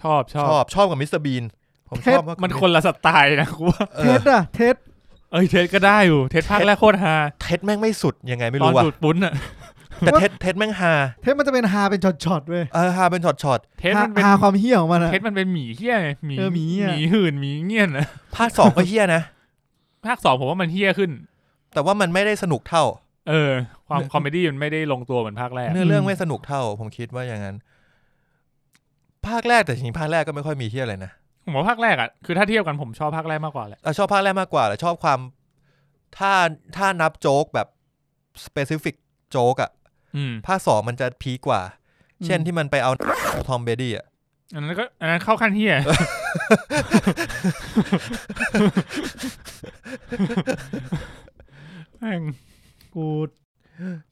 S2: ชอบช
S4: ช
S2: อบ
S4: อบ ชอบกับมิสเตอร์บีน ผมชอบมากกว่า
S2: มันคนละสไตล์นะกูว่า
S4: เอ
S3: เท
S4: อ
S3: สอะเทส
S2: เอ้ยเทสก็ได้อยู่ เทสภาคแรกโคตรฮา
S4: เท็ดแม่งไม่สุด ยังไงไม่
S2: ตอน
S4: รู้ว่ะ
S2: จุดปุ้นอะ
S4: แต่เท็ดเท็ดแม่งฮา
S3: เทสมันจะเป็นฮาเป็นช็อตๆเว้ย
S4: เออฮาเป็นช็อตช็อต
S2: เทส
S3: ฮา
S2: มันเป็น
S3: ฮาความเหี้ยของมันอะ
S2: เทสมันเป็นหมีเฮี้ยไงหมี
S3: เออหมีอะ
S2: หื่นหมีเงี้ยนนะ
S4: ภาคสองก็เฮี้ยนะ
S2: ภาคสองผมว่ามันเฮี้ยขึ้น
S4: แต่ว่ามันไม่ได้สนุกเท่า
S2: เออ ความ
S4: เนื้อ
S2: คอมเมดี้มันไม่ได้ลงตัวเหมือนภาคแรก
S4: เนื้อเรื่องไม่สนุกเท่า ผมคิดว่าอย่างนั้น ภาคแรกแต่จริงๆภาคแรกก็ไม่ค่อยมีเฮี้ยอะไรนะ
S2: ผมว่าภาคแรกอ่ะคือถ้าเทียบกันผมชอบภาคแรกมากกว่าแหละ
S4: เราชอบภาคแรกมากกว่าเราชอบความถ้าถ้านับโจ๊กแบบสเปซิฟิกโจ๊กอะ
S2: อืม
S4: ภาคสองมันจะพีกกว่า เช่นที่มันไปเอาทอมเบดี้อ่ะ
S2: อันนั้นก็อันนั้นเข้าขั้นเฮี้ยแม่ง
S3: กู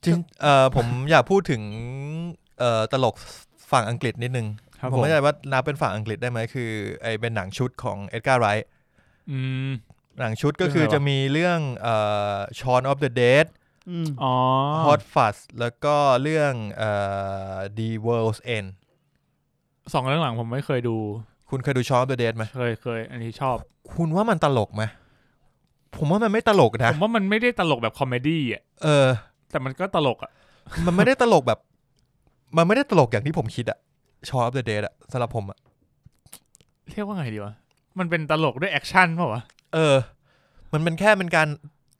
S4: จริงเอ่อผมอยากพูดถึงเอ่อตลกฝั่งอังกฤษนิดนึง
S2: ครับ
S4: ผ
S2: ผม ม
S4: ไม่แน่ใจว่านับเป็นฝั่งอังกฤษได้ไหมคือไอเป็นหนังชุดของเอ็ดการ์ไรท์
S2: อืม
S4: หนังชุดก็คือ
S2: เรื่องอะไรวะ
S4: จะมีเรื่องเอ่อชอนออฟเดอะเดด
S3: อืม
S2: อ๋อ
S4: ฮอตฟัสแล้วก็เรื่องเอ่อ The World's End
S2: สองเรื่องหลังผมไม่เคยดู
S4: คุณเคยดูชอนออฟเดอะเดดไหม
S2: เคยเคยอันนี้ชอบ
S4: คุณว่ามันตลกไหมผมว่ามันไม่ตลก
S2: ผ
S4: นะ
S2: มว่ามันไม่ได้ตลกแบบคอมเมดี้อ่ะ
S4: เออ
S2: แต่มันก็ตลกอ่ะ
S4: มันไม่ได้ตลกแบบ มันไม่ได้ตลกอย่างที่ผมคิดอะชออัปเดตอะสำหรับผมอะ
S2: เรียกว่าไงดีวะ มันเป็นตลกด้วยแอคชั่นเปล่าวะ
S4: เออ มันเป็นแค่เป็นการ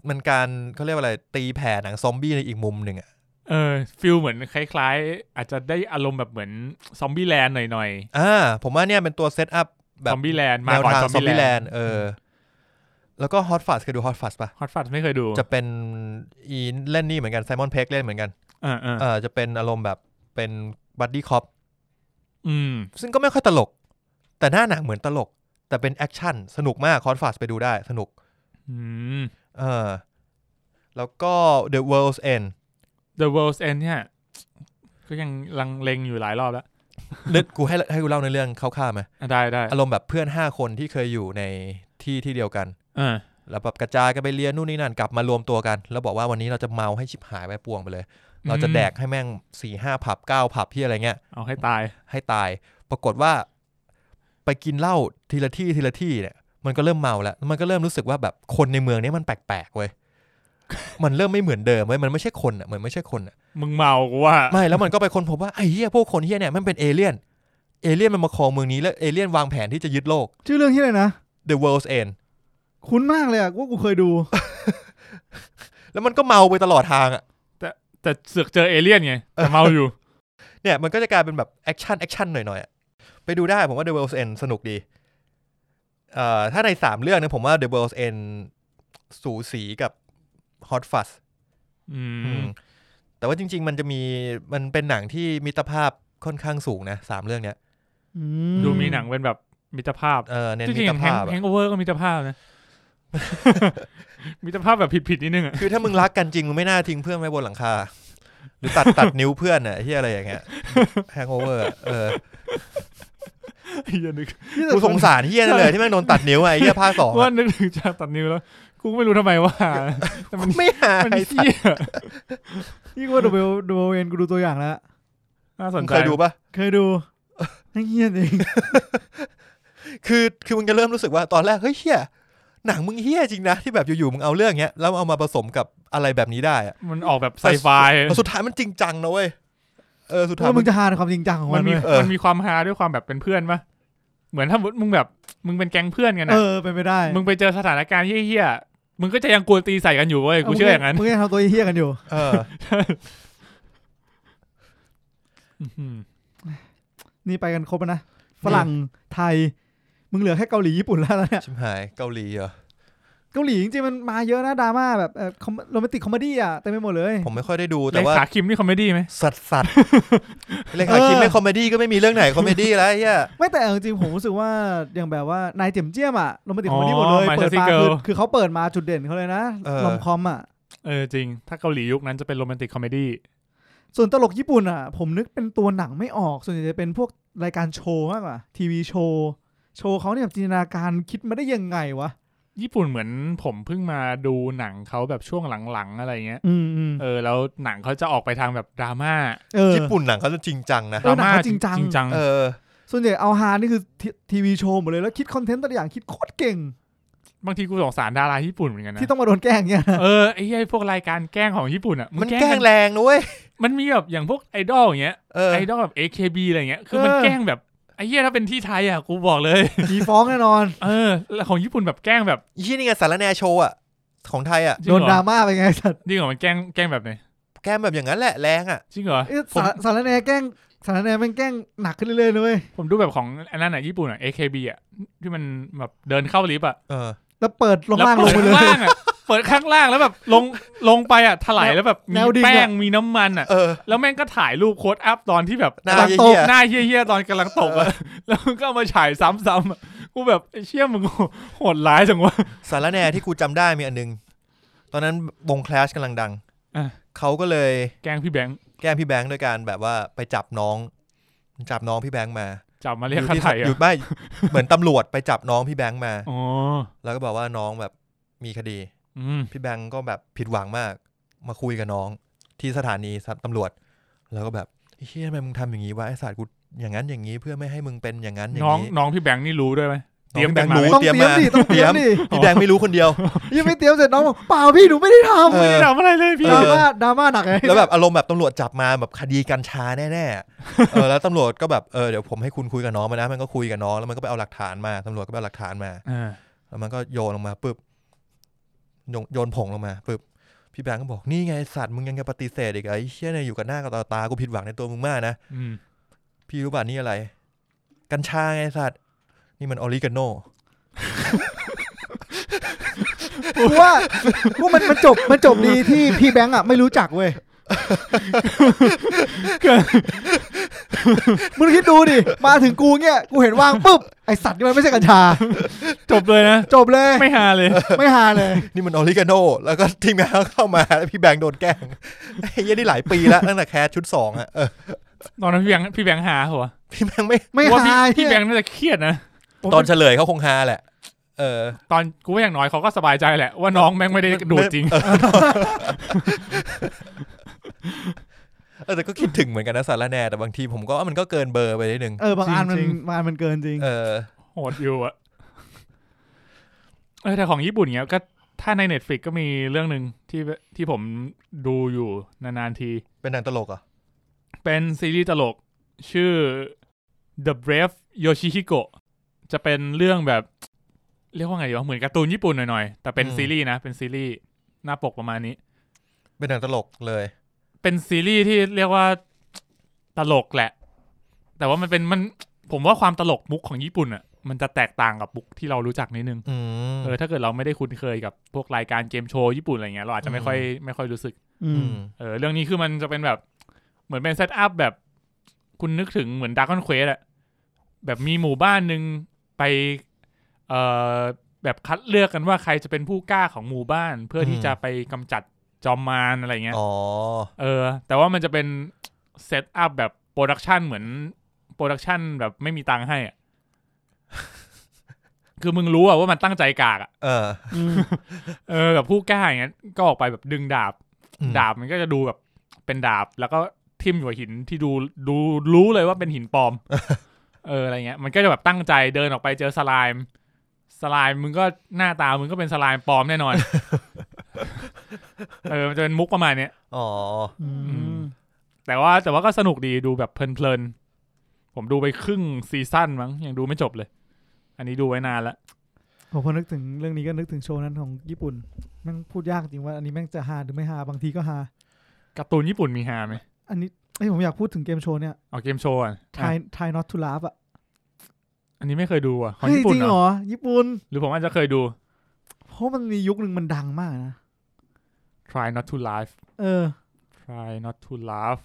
S4: มันการเขาเรียกว่าอะไร ตีแผ่หนังซอมบี้ในอีกมุมหนึ่งอะ
S2: เออฟิลเหมือนคล้ายๆ อาจจะได้อารมณ์แบบเหมือนซอมบี้แลนด์หน่อย
S4: อ่าผมว่าเนี่ยเป็นตัวเซตอัพแบ
S2: ๆซ
S4: บ
S2: อมบี้แลนด์มา
S4: แนว
S2: ก่อน
S4: ทาง
S2: ซอม
S4: ซอม
S2: บี้
S4: บี้
S2: แล
S4: แล
S2: นด์
S4: นด์เออ แล้วก็ฮอตฟัสเคยดูฮอตฟัสปะ
S2: ฮอตฟัดไม่เคยดู
S4: จะเป็นอีเล่นนี่เหมือนกันไซมอนเพกเล่นเหมือนกัน
S2: อ่าอ่า
S4: เออจะเป็นอารมณ์แบบเป็นบัดดี้คอป
S2: อืม
S4: ซึ่งก็ไม่ค่อยตลก แต่หน้าหนังเหมือนตลก แต่เป็นแอคชั่นสนุกมากฮอตฟัสไปดูได้สนุก
S2: อืม
S4: เออแล้วก็ The World's End
S2: The World's End เนี่ย ก็ยังลังเลงอยู่หลายรอบแล้ว
S4: นึก กูให้ให้กูเล่าในเรื่องคร่าวๆไหม
S2: อ่ะได้ได้
S4: อารมณ์แบบเพื่อน 5 คนที่เคยอยู่ในที่ที่เดียวกัน
S2: อ่า
S4: แล้วแบบกระจายกันไปเรียนนู่นนี่นั่นกลับมารวมตัวกัน แล้วบอกว่าวันนี้เราจะเมาให้ชิบหายไปป่วงไปเลย เราจะแดกให้แม่ง4ี่ห้าผับเก้าผับที่อะไรเงี้ย
S2: เอาให้ตาย
S4: ให้ตาย ปรากฏว่าไปกินเหล้าทีละที่ทีละที่เนี่ย มันก็เริ่มเมาแล้ว มันก็เริ่มรู้สึกว่าแบบคนในเมืองเนี้มันแปลกๆเว้ยมันเริ่มไม่เหมือนเดิมเว้ยมันไม่ใช่คนอ่ะเหมือนไม่ใช่คนอะ
S2: มึงเมากูว่า
S4: ไม่แล้วมันก็ไปค้นพบว่าไอ้เหี้ยพวกคนเหี้ยเนี่ยมันเป็นเอเลี่ยน เอเลี่ยนมันมาครองเมืองนี้แล้วเอเลี่ยนวางแผนที่จะยึดโลก
S3: ชื่อเรื่องที่ไหนนะ
S4: The World's End
S3: คุ้นมากเลยอะว่ากูเคยดู
S4: แล้วมันก็เมาไปตลอดทางอ่ะ
S2: แต่เสือกเจอเอเลี่ยนไงแต่เมาอยู่
S4: เนี่ยมันก็จะกลายเป็นแบบแอคชั่นแอคชั่นหน่อยๆอะไปดูได้ผมว่า The World's End สนุกดีเอ่อถ้าใน 3 เรื่องเนี่ยผมว่า The World's End สูสีกับ Hot Fuzz
S2: อื
S4: อื
S2: ม
S4: มแต่ว่าจริง ๆ มันจะมีมันเป็นหนังที่มิตรภาพค่อนข้างสูงนะสามเรื่องเนี้ย
S3: อื
S2: ดูมีหนังเป็นแบบมิตรภาพ
S4: เออเน้น
S2: จ
S4: มิ
S2: ริง
S4: ตร
S2: ๆแฮ
S4: ภาง พอะ
S2: แฮงโอเวอร์ก็มิตรภาพนะ มิตรภาพแบบผิดๆนิดนึงอ่ะ
S4: คือถ้ามึงรักกันจริงมึงไม่น่าทิ้งเพื่อนไว้บนหลังคา หรือตัดตัดนิ้วเพื่อนอะที่อะไรอย่างเงี้ยแฮงโอเวอร์เอ อ
S2: อย่านึก
S3: นี่แต่
S4: กูสงสารเฮียนั่นเลยที่แม่งโดนตัดนิ้วอะไอ้เฮียภาคสอง
S2: ว่า
S4: อะ
S2: นึกถึงฉากตัดนิ้วแล้ว กูก็ไม่รู้ทำไม ว่า แต่มัน
S4: ไม่หา
S2: มัน
S4: ไอ้
S2: เหี้ย
S3: นี่กูว่าดูเบลดูเวนกูดูตัวอย่างแล้ว
S2: น่าส
S4: มึ
S2: น
S4: ง
S2: ใจ
S4: เคยดูปะ
S3: เคยดูนั่งเฮียนเอง
S4: คือคือมึงจะเริ่มรู้สึกว่าตอนแรกเฮ้ยเฮียหนังมึงเฮียจริงนะที่แบบอยู่ๆมึงเอาเรื่องเงี้ยแล้วเอามาผสมกับอะไรแบบนี้ได้อะ
S2: มันออกแบบไซไฟ
S4: แต่สุดท้ายมันจริงจังนะเว้ยเออสุดท้าย
S3: ว่ามึ
S4: มึ
S3: ง
S4: ง
S3: จะหาในความจริงจังของ
S2: มั
S3: มัน
S2: นมี
S3: เว้ย
S4: เออ
S2: มันมีความฮาด้วยความแบบเป็นเพื่อนปะเหมือนถ้ามึงแบบ มึงเป็นแก๊งเพื่อนกัน
S3: เอ
S2: นะ
S3: อเป็นไปได้
S2: มึงไปเจอสถานการณ์เฮี้ยๆ มึงก็จะยังกวนตีใส่กันอยู่เว้ยกูเชื่ออย่างนั้น
S3: มึงยังทำตัวเฮี้ยกันอยู่
S4: เออ
S2: อืม
S3: นี่ไปกันครบแล้วนะ ฝรั่งไทย มึงเหลือแค่เกาหลีญี่ปุ่นแล้วนะเนี่ย
S4: ชิมหายเกาหลีเหรอ
S3: เกาหลีจริงๆมันมาเยอะนะดราม่าแบบโรแมนติกคอมเมดี้อ่ะเต็มไปหมดเลย
S4: ผมไม่ค่อยได้ดู
S2: เล
S4: แต่ว่า
S2: ขาคิมนี่คอมเมดี้ไหม
S4: สัตว์สัตว์ เลขาคิมไม่คอมเมดี้ก็ไม่มีเรื่องไหนคอมเมดี้แล้วไอ้เฮีย
S3: ไม่แต่เอาจริงๆผมรู้สึกว่าอย่างแบบว่านายเจียมเจียมอ่ะโรแมนติกคอมเมดี้หมดเลยเปิดมาคือคือเขาเปิดมาจุดเด่นเขาเลยนะลอมคอมอ่ะ
S2: เออจริง ถ้าเกาหลียุคนั้นจะเป็นโรแมนติกคอมเมดี้
S3: ส่วนตลกญี่ปุ่นอ่ะ ผมนึกเป็นตัวหนังไม่ออก ส่วนใหญ่จะเป็นพวกรายการโชว์มากกว่า ทีวีโชว์ โชว์เขาเนี่ยจินตนาการคิดมาได้ยังไงวะ
S2: ญี่ปุ่นเหมือนผมเพิ่งมาดูหนังเขาแบบช่วงหลังๆอะไรเงี้ย
S3: อืมอืม
S2: เออแล้วหนังเขาจะออกไปทางแบบดราม่า
S3: เออ
S4: ญี่ปุ่นหนังเขาจะจริงจังนะ
S3: เออหนังเขาจริงจัง
S2: จริงจัง
S4: เออ
S3: ส่วนใหญ่เอาฮานี่คือทีทีวีโชว์หมดเลยแล้วคิดคอนเทนต์แต่ละอย่างคิดโคตรเก่ง
S2: บางทีกูสงสารดาราญี่ปุ่นเหมือนกันนะ
S3: ที่ต้องมาโดนแกล้งเนี่ย
S2: เออไอ้ไอ้ยพวกรายการแกล้งของญี่ปุ่นอ่ะ
S4: มัน
S2: ง
S4: แกล้งแรงนะเว้ย
S2: มันมีแบบอย่างพวกไอดอลอย่างเงี้ย
S4: เออ
S2: ไอดอลแบบ AKB อะไรเงี้ยคือมันแกล้งแบบไอ้เหี้ยถ้าเป็นที่ไทยอ่ะกูบอกเลย
S3: มีฟ้องแน่นอน
S2: เออแล้วของญี่ปุ่นแบบแกล้งแบบ
S4: ไอ้เหี่นี่ไงสารแนโชว์อะของไทยอะ
S2: จ
S3: โด
S2: ง
S3: น
S2: เหอ
S3: ดราม่าไปไงสัตว์
S2: จริงเหรอมันแกล้งแกล้งแบบไหน
S4: แกล้งแบบอย่างนั้นแหละแรงอะ
S2: จริงเหรอ
S3: เอ๊ะ
S2: ผม
S3: สารสารแนแกล้งสารแนแม่งแกล้งหนักขึ้นเรื่อยๆเลยเว้ย
S2: ผมดูแบบของอันนั้นอ่ะญี่ปุ่นอ่ะ AKB อ่ะที่มันแบบเดินเข้าลิฟต์อ่ะ
S4: เออ
S3: แล้วเปิดลง
S2: แล้ว
S3: ล่างล
S2: เปิ
S3: ง
S2: ด
S3: ไปเลย
S2: ข้างล่างอ่ะเปิดข้างล่างแล้วแบบลงลงไปอ่ะถลายแล้วแบบ
S3: แน
S2: มี
S3: วดิ่งอะ
S2: แป้งมีน้ำมันอ่ะ
S4: เออ
S2: แล้วแม่งก็ถ่ายรูปโค้ดอัพตอนที่แบบ
S4: หน้า
S3: ตอนโต
S4: เหี้ย
S2: หน้าเฮี้ยๆตอนกำลังตกอะ แล้วมันก็เอามาฉายซ้ำๆอะกูแบบไอ้เชี่ยมึง โหดร้ายจังวะ
S4: ๆสารแนที่กูจำได้มีอันนึง ตอนนั้นวงคลาสกำลังดัง
S2: อ่ะ
S4: เขาก็เลย
S2: แกล้งพี่แบงค์
S4: แกล้งพี่แบงค์ด้วยการแบบว่าไปจับน้อง จับน้องพี่แบงค์มา
S2: จับมา
S4: อ
S2: เรียก
S4: ยู่
S2: ค่า
S4: ที่
S2: ไถ่
S4: อยู่
S2: อะ
S4: ไม่เหมือนตำรวจไปจับน้องพี่แบงค์มา
S2: อ๋อ
S4: แล้วก็บอกว่าน้องแบบมีคดี
S2: อืม
S4: พี่แบงก์ก็แบบผิดหวังมากมาคุยกับน้องที่สถานีตำรวจ แล้วก็แบบเฮ้ยทำไมมึงทำอย่างนี้วะไอ้ศาสตร์กูอย่างนั้นอย่างนี้เพื่อไม่ให้มึงเป็นอย่างนั้นอย่าง
S2: น้อง
S4: นี้
S2: น้องพี่แบงค์นี่รู้ด้วยไหมเตรียม
S4: น้องพี่
S2: กัน
S4: แบง
S2: มา
S4: ค์รู้
S2: ไหม
S3: ต้อง
S4: เต
S3: เต
S4: รียม
S3: รียม
S4: มา
S3: ดิต้องเตรียมดิ
S4: พี่แบงค์ไม่รู้คนเดียว
S3: ยังไม่เตรียมเสร็จน้องบอกเปล่าพี่หนูไม่ได้ทำ
S4: เอ
S2: ไม่
S4: อ
S2: ได้ทำอะไรเลยพี่
S3: ดราม่าดราม่าหนักไง
S4: แล้วแบบอารมณ์แบบตำรวจจับมาแบบคดีกัญชาแน่ๆเออแล้วตำรวจก็แบบเออเดี๋ยวผมให้คุณคุยกับน้องมานะ มันก็คุยกับน้องแล้วมันก็ไปเอาหลักฐานมาตำรวจก็ไปเอาหลักฐานมา
S2: เออ
S4: แล้วมันก็โยนลงมาปุ๊บโยนโยนผงลงมาปุ๊บพี่แบงก์ก็บอกนี่ไงไอ้สัตว์มึงยังจะปฏิเสธอีกเหรอไอ้เชี่ยเนี่ยอยู่กับหน้ากับตาตากูผิดหวังในตัวมึงมากนะ
S2: อืม
S4: พี่รู้ป่ะนี่อะไร กัญชาไงสัตว์ นี่มันออริกาโน
S3: กูว่ากูว่ามันมันจบมันจบดีที่พี่แบงค์อ่ะไม่รู้จักเว้ยมึงคิดดูดิ มาถึงกูเนี่ยกูเห็นวางปุ๊บ ไอสัตว์นี่มันไม่ใช่กัญชา
S2: จบเลยนะ
S3: จบเลย
S2: ไม่ฮา เลย
S3: ไม่ฮาเลย
S4: นี่มันออริกาโน แล้วก็ทีมงานก็เข้ามาแล้วพี่แบงค์โดนแกล้งไอ้เหี้ยนี่หลายปีแล้ว ตั้งแต่แคสชุดสองอะเออ
S2: ตอนนั้นพี่แบงค์พี่แบงค์ฮาเหรอ
S4: พี่แบงค์ไม่
S3: ไม่
S2: ว่า
S3: ฮา
S2: พี่พี่แบ
S3: เหี้ย
S2: งค์น่าจะเครียดนะ
S4: ตอนเฉลยเขาคงฮาแหละ เออ
S2: ตอนกูว่าอย่างน้อยเขาก็สบายใจแหละว่าน้องแม่งไม่ได้ดูดจริง
S4: เออแต่ก็คิดถึงเหมือนกันนะสารแหน่แต่บางทีผมก็ว่ามันก็เกินเบอร์ไปนิดนึง
S3: เออบางอันมัน
S2: จริง
S3: บางอันมันเกินจริง
S4: เออ
S2: โหดอยู่อะเออแต่ของญี่ปุ่นเนี้ยก็ถ้าในเน็ตฟลิกก็มีเรื่องหนึ่งที่ที่ผมดูอยู่นานๆที
S4: เป็นหนังตลกเหรอ่ะ
S2: เป็นซีรีส์ตลกชื่อ The Brave Yoshihiko จะเป็นเรื่องแบบ เรียกว่าไงดีวะเหมือนการ์ตูนญี่ปุ่นหน่อยๆ แต่เป็นซีรีส์นะ เป็นซีรีส์หน้าปกประมาณนี้
S4: เป็นหนังตลกเลย
S2: เป็นซีรีส์ที่เรียกว่าตลกแหละ แต่ว่ามันเป็นมันผมว่าความตลกมุกของญี่ปุ่นอะมันจะแตกต่างกับมุกที่เรารู้จักนิดนึง
S4: อืม
S2: เออถ้าเกิดเราไม่ได้คุ้นเคยกับพวกรายการเกมโชว์ญี่ปุ่นอะไรเงี้ยเราอาจจะไม่ค่อยไม่ค่อยรู้สึก
S3: อืม
S4: อืม
S2: เออเรื่องนี้คือมันจะเป็นแบบ เหมือนเป็นเซตอัพแบบ คุณนึกถึงเหมือนดาร์กอนเควสอะแบบมีหมู่บ้านหนึ่งไปเอ่อแบบคัดเลือกกันว่าใครจะเป็นผู้กล้าของหมู่บ้าน เพื่อที่
S4: อืม
S2: จะไปกำจัดจอมมารอะไรเงี้ย
S4: อ๋อ
S2: เออ แต่ว่ามันจะเป็นเซตอัพแบบโปรดักชันเหมือนโปรดักชันแบบไม่มีตังค์ให้ อะ คือมึงรู้อะว่ามันตั้งใจกากอะ
S4: เออ
S2: เออแบบผู้กล้าอย่างเงี้ยก็ออกไปแบบดึงดาบ
S4: อืม
S2: ดาบมันก็จะดูแบบเป็นดาบ แล้วก็ทิ่มอยู่กับหินที่ดูดูรู้เลยว่าเป็นหินปลอ ม เอออะไรเงี้ย มันก็จะแบบตั้งใจเดินออกไปเจอสไลม์สไลม์มึงก็หน้าตามึงก็เป็นสไลม์ปลอมแน่น อน เออมันจะเป็นมุกประมาณเนี้ย
S4: อ๋อ
S2: แต่ว่าแต่ว่าก็สนุกดีดูแบบเพลินๆผมดูไปครึ่งซีซั่นมั้งยังดูไม่จบเลย อันนี้ดูไว้นานละ
S3: ผมพอนึกถึงเรื่องนี้ก็นึกถึงโชว์นั้นของญี่ปุ่นแม่งพูดยากจริงว่าอันนี้แม่งจะฮาหรือไม่ฮาบางทีก็ฮา
S2: การ์ตูนญี่ปุ่นมีฮาไหม
S3: อันนี้ไอยผมอยากพูดถึงเกมโชว์เนี่ย
S2: เอาเกมโชว์อ่ะ
S3: ไท
S2: อ่ะ
S3: ไทนอตทูลาฟอ่ะ
S2: อันนี้ไม่เคยดูอ่ะของ
S3: เฮ้ย
S2: ญี่ปุ่
S3: จ
S2: น
S3: ริง
S2: เหร
S3: เหร
S2: อ
S3: อญี่ปุ่น
S2: หรือผมอาจจะเคยดู
S3: เพราะมันมียุคหนึ่งมันดังมากนะ
S2: try not to laugh
S3: เออ
S2: try not to laugh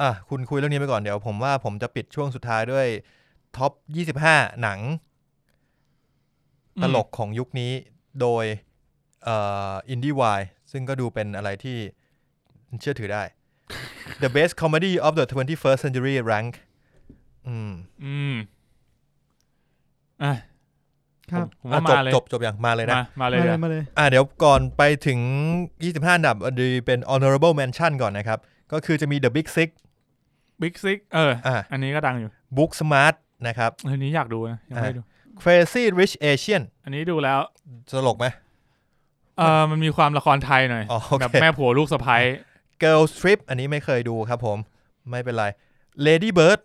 S4: อ่ะคุณคุยเรื่องนี้ไปก่อนเดี๋ยวผมว่าผมจะปิดช่วงสุดท้ายด้วยท็อป 25 หนังตลกของยุคนี้โดยเอินดี้วายซึ่งก็ดูเป็นอะไรที่เชื่อถือได้ The Best Comedy of the 21st Century Rank อืม
S2: อืมอ่ะ
S3: ครับ
S2: ผมผม
S4: อ่ะ
S2: ว่า
S4: จบ
S2: มาเลย
S4: จบจบอย่างมาเลยนะ
S2: มามาเลย
S3: มาเล
S2: นะ
S3: ยมาเลย
S4: อ่ะเดี๋ยวก่อนไปถึง 25 อันดับดีเป็น honorable mention ก่อนนะครับ ก็คือจะมี The Big Six
S2: บิ๊กซิกเออ
S4: อ่ะ
S2: อันนี้ก็ดังอยู่
S4: Book Smart นะครับ
S2: เอออันนี้อยากดูนะยังไม่ได้ดู
S4: Crazy Rich Asian
S2: อันนี้ดูแล้ว
S4: ตลกไหม
S2: เออมันมีความละครไทยหน่อย
S4: อ๋อโอเค
S2: แบบแม่ผัวลูกสะพ้าย
S4: Girl Trip อันนี้ไม่เคยดูครับผม ไม่เป็นไร Lady Bird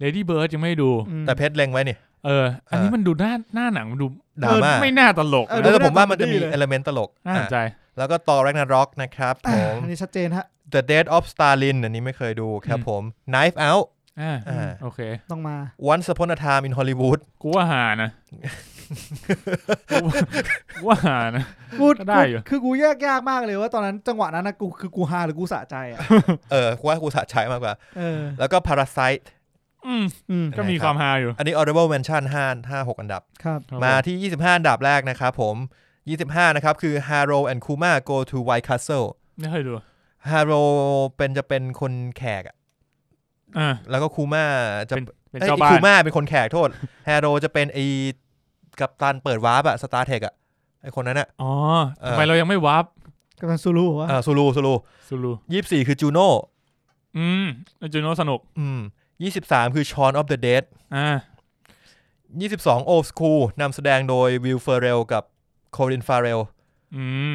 S2: เลดี้เบิร์ดยังไม่ได้ดู
S3: อืม
S4: แต่เพชรเล็งไว้นี่
S2: เออ อันนี้มันดูหน้าหน้าหนังมันดู
S4: ดราม่า
S2: เออไม่น่าตลก
S3: เออ
S2: นะ
S4: แล้วผมว่ามันจะมี
S3: ดูเป็น
S4: element ตลก
S2: น่าสนใจ
S4: อ่ะแล้วก็ Thor Ragnarok นะครับผ
S3: อ่ะ
S4: ม
S3: อันนี้ชัดเจนฮะ
S4: The Death of Stalin อันนี้ไม่เคยดูครับผม Knife Out
S2: อ่า
S4: อ่า
S2: โอเค
S3: ต้องมา
S4: Once Upon a Time in Hollywood
S2: กูว่าหา นะ กูว่ากูว่าหานะ
S3: กู
S2: ก็ได้อยู่
S3: กูคือกูแยกยากมากเลยว่าตอนนั้นจังหวะนั้นนะกูคือกูฮาหรือกูสะใจอ่ะ
S4: เออว่ากูสะใจมากกว่า
S3: เออ
S4: แล้วก็ Parasite
S2: อืม
S3: อืม
S2: ก็มีความฮาอยู่
S4: อันนี้ honorable mention 5 5 6 อันดับ
S3: ครับ
S4: มาที่ 25 อันดับแรกนะครับผม 25 นะครับ คือ Harrow and Kuma go to White Castle
S2: ไม่เคยดู
S4: Harrow เป็นจะเป็นคนแขกอะ
S2: อ่า
S4: แล้วก็ Kuma จะ
S2: เป็น
S4: เอ้ย
S2: เจ้าบ้า
S4: คู
S2: น
S4: มาเป็นคนแขกโทษ Harrow จะเป็นไอ้กับตันเปิดวาร์ปอะสตาร์เทคอะไอ้คนนั้นอะ
S2: อ๋อ
S4: เออ
S2: ทำไมเรายังไม่วาร์ป
S3: กัปตันซูรุเหรอวะ
S4: อ่าซูลูซูลู
S2: ซูลู
S4: 24 คือจูโน่
S2: อืมแล้วจูโน่สนุก
S4: อืม23 คือชอนออฟเดอะเดด
S2: อ่า
S4: 22 Old School นำแสดงโดยวิลเฟเรลกับโคลินฟาเรล
S2: อืม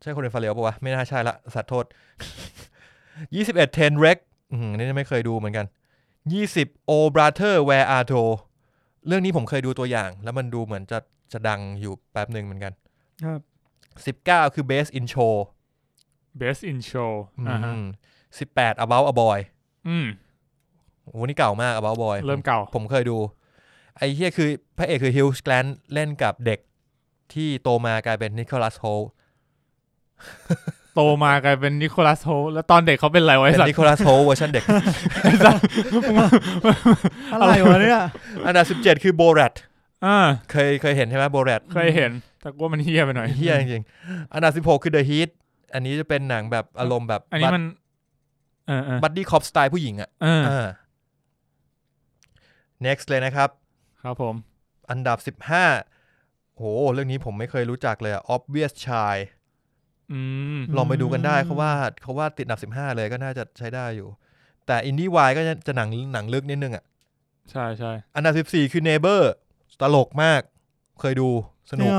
S4: ใช่คนเรนฟาเรลปะวะ ไม่น่าใช่ละสัตว์โทษ 21 10 Rex อืมอันนี่ไม่เคยดูเหมือนกัน 20 O Brother Where Are Thou เรื่องนี้ผมเคยดูตัวอย่าง แล้วมันดูเหมือนจะจะดังอยู่แป๊บหนึ่งเหมือนกัน
S3: ครับ
S4: 19 คือ Base in Show
S2: best in show
S4: อืม
S2: อ่าฮะ
S4: 18 About a Boy
S2: อืม
S4: โอ้โหนี่เก่ามาก About a Boy
S2: เริ่มเก่า
S4: ผมเคยดู ไอ้เฮียคือพระเอกคือ Hugh Grant เล่นกับเด็กที่โตมากลายเป็น Nicholas Hoult
S2: โตมากลายเป็นนิโคลัสโฮลแล้วตอนเด็กเขาเป็นอะไรไว้
S4: เป็น
S2: สัตว์
S4: Nicholas Hoult เวอร์ชันเด็ก
S3: อะไรวะเนี่ย
S4: อันดับ17 คือ Borat
S2: อ่า
S4: เคยเคยเห็นใช่ไหม Borat
S2: เคยเห็น แต่ว่ามันเฮี้ยไปหน่อย
S4: เฮียจริงๆ อันดับ 16 คือ The Heat อันนี้จะเป็นหนังแบบอารมณ์แบบ
S2: อันนี้มัน เออเออ
S4: บัดดี้คอปสไตล์ผู้หญิงอ่ะ
S2: เออ
S4: อ่า next เลยนะครับ
S2: ครับผม
S4: อันดับ 15โห เรื่องนี้ผมไม่เคยรู้จักเลยอะ obvious ชาย
S2: อืม
S4: ลองไปดูกันได้
S3: อืม
S4: เขาว่าเขาว่าติดอันดับ 15 เลยก็น่าจะใช้ได้อยู่ แต่ indie w i ก็จะจะหนังหนังลึกนิดนึงอ่ะ
S2: ใช่ใช่
S4: อันดับ 14 คือ neighbor ตลกมาก เคยดูสนุ
S3: เนี่
S4: ก
S3: ย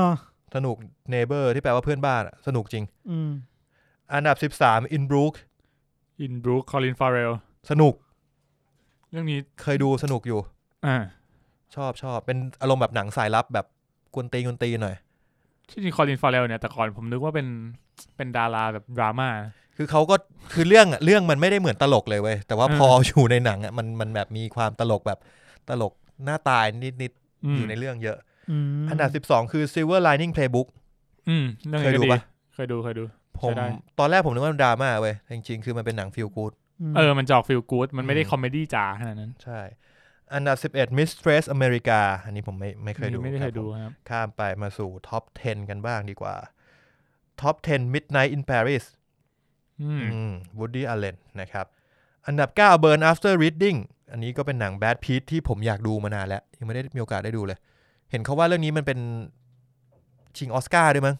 S4: สนุก neighbor ที่แปลว่าเพื่อนบ้านอะสนุกจริง
S3: อืม
S4: อันดับ 13 in brook
S2: อินบรูคคอลินฟาเรล
S4: สนุก
S2: เรื่องนี้
S4: เคยดูสนุกอยู่
S2: อ่า
S4: ชอบชอบเป็นอารมณ์แบบหนังสายลับแบบกวนตีนกวนตีนหน่อย
S2: ที่จริงคอลินฟาเรลเนี่ยแต่ก่อนผมนึกว่าเป็นเป็นดาราแบบดราม่า
S4: คือเขาก็คือเรื่องอะเรื่องมันไม่ได้เหมือนตลกเลยเว้ยแต่ว่า
S2: เออ
S4: พออยู่ในหนังอ่ะมันมันแบบมีความตลกแบบตลกหน้าตายนิดนิดๆ
S2: ม
S4: อยู่ในเรื่องเยอะ
S3: อืม
S4: อันดับ 12 คือ Silver Lining Playbook
S2: อืมเรื่อง
S4: เค
S2: นี้
S4: ย
S2: ก็
S4: ดู
S2: ดี
S4: ปะ
S2: เคยดูเคยดู
S4: ผ
S2: ใช้
S4: ม
S2: ได้
S4: ตอนแรกผมนึกว่ามันดราม่าเว้ยจริงๆ คือมันเป็นหนังฟิลกูด
S2: เออมันจอกฟิลกู๊ดมันไม่ได้
S4: อืม
S2: คอมเมดี้จ๋าขนาดนั้น
S4: ใช่ อันดับ 11 Mistress America อันนี้ผมไม่ไม่เคยดู
S2: ไม่ได้เคย
S4: รับ
S2: ดู
S4: ผม
S2: ครับ
S4: ข้ามไปมาสู่ท็อป 10 กันบ้างดีกว่าท็อป 10 Midnight in Paris
S2: อืม
S4: วูดดี้อ l ลเลนนะครับ อันดับ 9 Burn After Reading อันนี้ก็เป็นหนัง Bad p e t ที่ผมอยากดูมานานแล้ว ยังไม่ได้มีโอกาสได้ดูเลย เห็นเขาว่าเรื่องนี้มันเป็นชิงออสการ์ด้วยมั้ง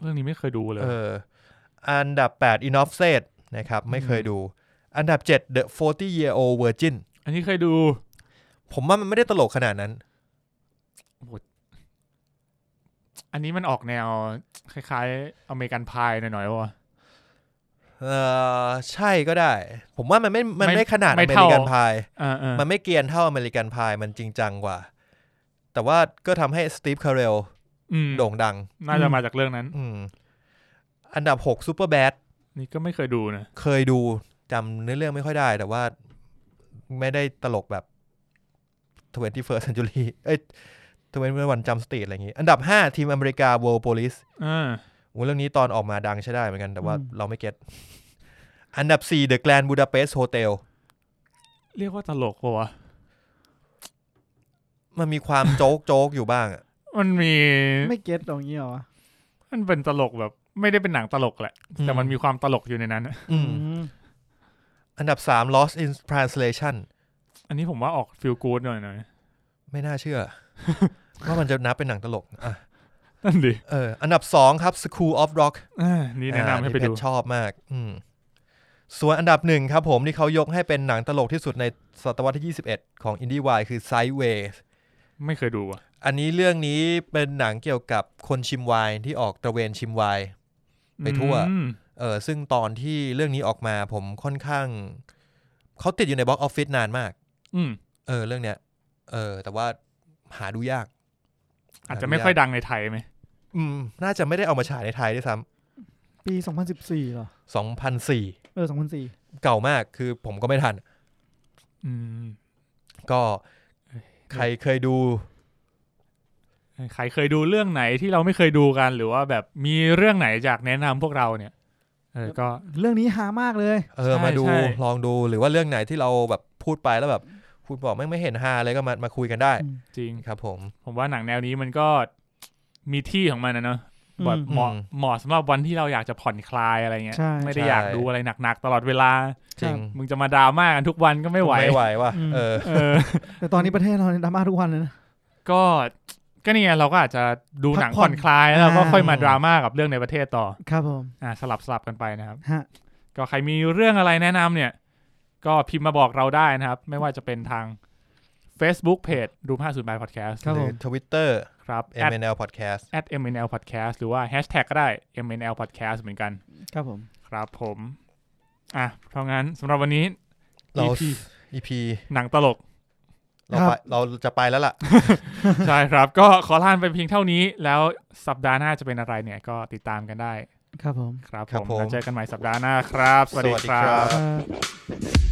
S2: เรื่องนี้ไม่เคยดูเลย
S4: เอออันดับ 8 i n o f f s e t นะครับ ไม่เคยดู อันดับ 7 The 40 Year Old Virgin
S2: อันนี้เคยดู
S4: ผมว่ามันไม่ได้ตลกขนาดนั้น
S2: อันนี้มันออกแนวคล้ายๆอเมริกันพายหน่อยๆว่ะ
S4: เออใช่ก็ได้ ผมว่ามันไม่มัน
S2: ไม่
S4: ไม่ขนาด
S2: ไม่
S4: อเม
S2: เท่า
S4: ริกันพาย
S2: อ่าอ่า
S4: มันไม่เกรียนเท่าอเมริกันพายมันจริงจังกว่า แต่ว่าก็ทำให้สตีฟคาร์เรล
S2: อืม
S4: โด่งดัง
S2: น่าจะมาจากเรื่องนั้น
S4: อืมอันดับหกซูเปอร์แบด
S2: นี่ก็ไม่เคยดูนะ
S4: เคยดูจำเนื้อเรื่องไม่ค่อยได้ แต่ว่าไม่ได้ตลกแบบทเวนตี้เฟิร์สเซนจูรีเอ้ยทเวนตี้วันจำสตรีทอะไรอย่างงี้ อันดับห้าทีมอเมริกา World Police
S2: อ่า
S4: โอ้เรื่องนี้ตอนออกมาดังใช้ได้เหมือนกัน แต่ว่า
S3: อืม
S4: เราไม่เก็ตอันดับ4 The Grand Budapest Hotel
S2: เรียกว่าตลกปะวะ
S4: มันมีความ โจ๊กโจ๊กอยู่บ้างอะ
S2: มันมี
S3: ไม่เก็ตตรงนี้เหรอวะ
S2: มันเป็นตลกแบบ ไม่ได้เป็นหนังตลกแหละ แต่มันมีความตลกอยู่ในนั้นอะ
S4: อืม
S3: อืม
S4: อันดับ 3 Lost in Translation
S2: อันนี้ผมว่าออกฟิลกู๊ดหน่อยหน่อย
S4: ไม่น่าเชื่อ ว่ามันจะนับเป็นหนังตลกอ่ะ
S2: ๆนั่นดิ
S4: เอออันดับ 2 ครับ School of Rock
S2: อ่านี่แนะนำให้ไป
S4: อ่า
S2: ดู
S4: เพชรชอบมาก อืมส่วนอันดับหนึ่งครับผมที่เขายกให้เป็นหนังตลกที่สุดในศตวรรษที่ 21 ของอินดี้วายคือ Sideways
S2: ไม่เคยดูอ่ะ
S4: อันนี้เรื่องนี้เป็นหนังเกี่ยวกับคนชิมไวน์ที่ออกตระเวนชิมไวน์ ไปทั่ว
S2: อืม
S4: เออซึ่งตอนที่เรื่องนี้ออกมาผมค่อนข้าง เขาติดอยู่ในบ็อกออฟฟิศนานมาก
S2: อืม
S4: เออ เรื่องเนี้ย เออ แต่ว่าหาดูยาก
S2: อาจจะไม่ค่อยดังในไทยไหม
S4: อืม น่าจะไม่ได้เอามาฉายในไทยด้วยซ้
S3: ปี 2014เหรอ
S4: ำ2004
S3: เออ2004
S4: เก่ามากคือผมก็ไม่ทัน
S2: อืม
S4: ก็ใครเคยดู
S2: ใครเคยดูเรื่องไหนที่เราไม่เคยดูกัน หรือว่าแบบมีเรื่องไหนอยากแนะนำพวกเราเนี่ย เออก็
S3: เรื่องนี้ฮามากเลย
S4: เออ
S2: ใช่
S4: มาดู
S2: ใช่
S4: ลองดูหรือว่าเรื่องไหนที่เราแบบพูดไปแล้วแบบ คุณบอกไม่งไม่เห็นฮาเลยก็มามาคุยกันได้
S3: อืม
S2: จริง
S4: ครับผม
S2: ผมว่าหนังแนวนี้มันก็มีที่ของมันนะเนอะ
S3: อืม
S2: แบบเหมาะ
S4: อืม
S2: เหมาะสำหรับวันที่เราอยากจะผ่อนคลายอะไรเงี้ย
S3: ใช่
S2: ไม่ได้อยากดูอะไรหนักๆตลอดเวลา
S4: จริง
S2: มึงจะมาดราม่ากันทุกวันก็ไม่ไหว
S4: ไม่ไหวว่ะ
S3: อืม
S4: เออ
S2: เออ
S3: แต่ตอนนี้ประเทศเราเนี่ยดราม่าทุกวันเลยนะ
S2: ก็ ก็นี่ไงเราก็อาจจะดูหนัง
S3: พักผ่
S2: ผ่
S3: อ
S2: อน นคลายแล้วเราก็
S3: อ่า
S2: ค่อยมาดราม่ากับเรื่องในประเทศต่อ
S3: ครับผม
S2: อ่าสลับสลับกันไปนะครับ
S3: ฮะ
S2: ก็ใครมีเรื่องอะไรแนะนำเนี่ย ก็พิมพ์มาบอกเราได้นะครับ ไม่ว่าจะเป็นทาง Facebook Page รูป50 by Podcast
S3: ครับ
S4: ห
S3: ผ
S4: รือ
S3: ม
S4: Twitter
S2: ครับ at
S4: MNL Podcast
S2: at MNL Podcast หรือว่า Hashtag ก็ได้ MNL Podcast เหมือนกัน
S3: ครับผม
S2: ครับผม อ่ะเพราะงั้นสำหรับวันนี้
S4: เรา
S2: EP
S4: EP
S2: หนังตลก
S4: เรา
S3: ครับ
S4: ไปเราจะไปแล้วล่ะ
S2: ใช่ครับ ก็ขอลานไปเพียงเท่านี้ แล้วสัปดาห์หน้าจะเป็นอะไรเนี่ย ก็ติดตามกันได้
S3: ครับผม
S2: ครับ
S4: ครับ
S2: ผม
S4: ผม
S2: แล้วเจอกันใหม่สัปดาห์หน้าครับ สวัสดีครับ
S3: ครับ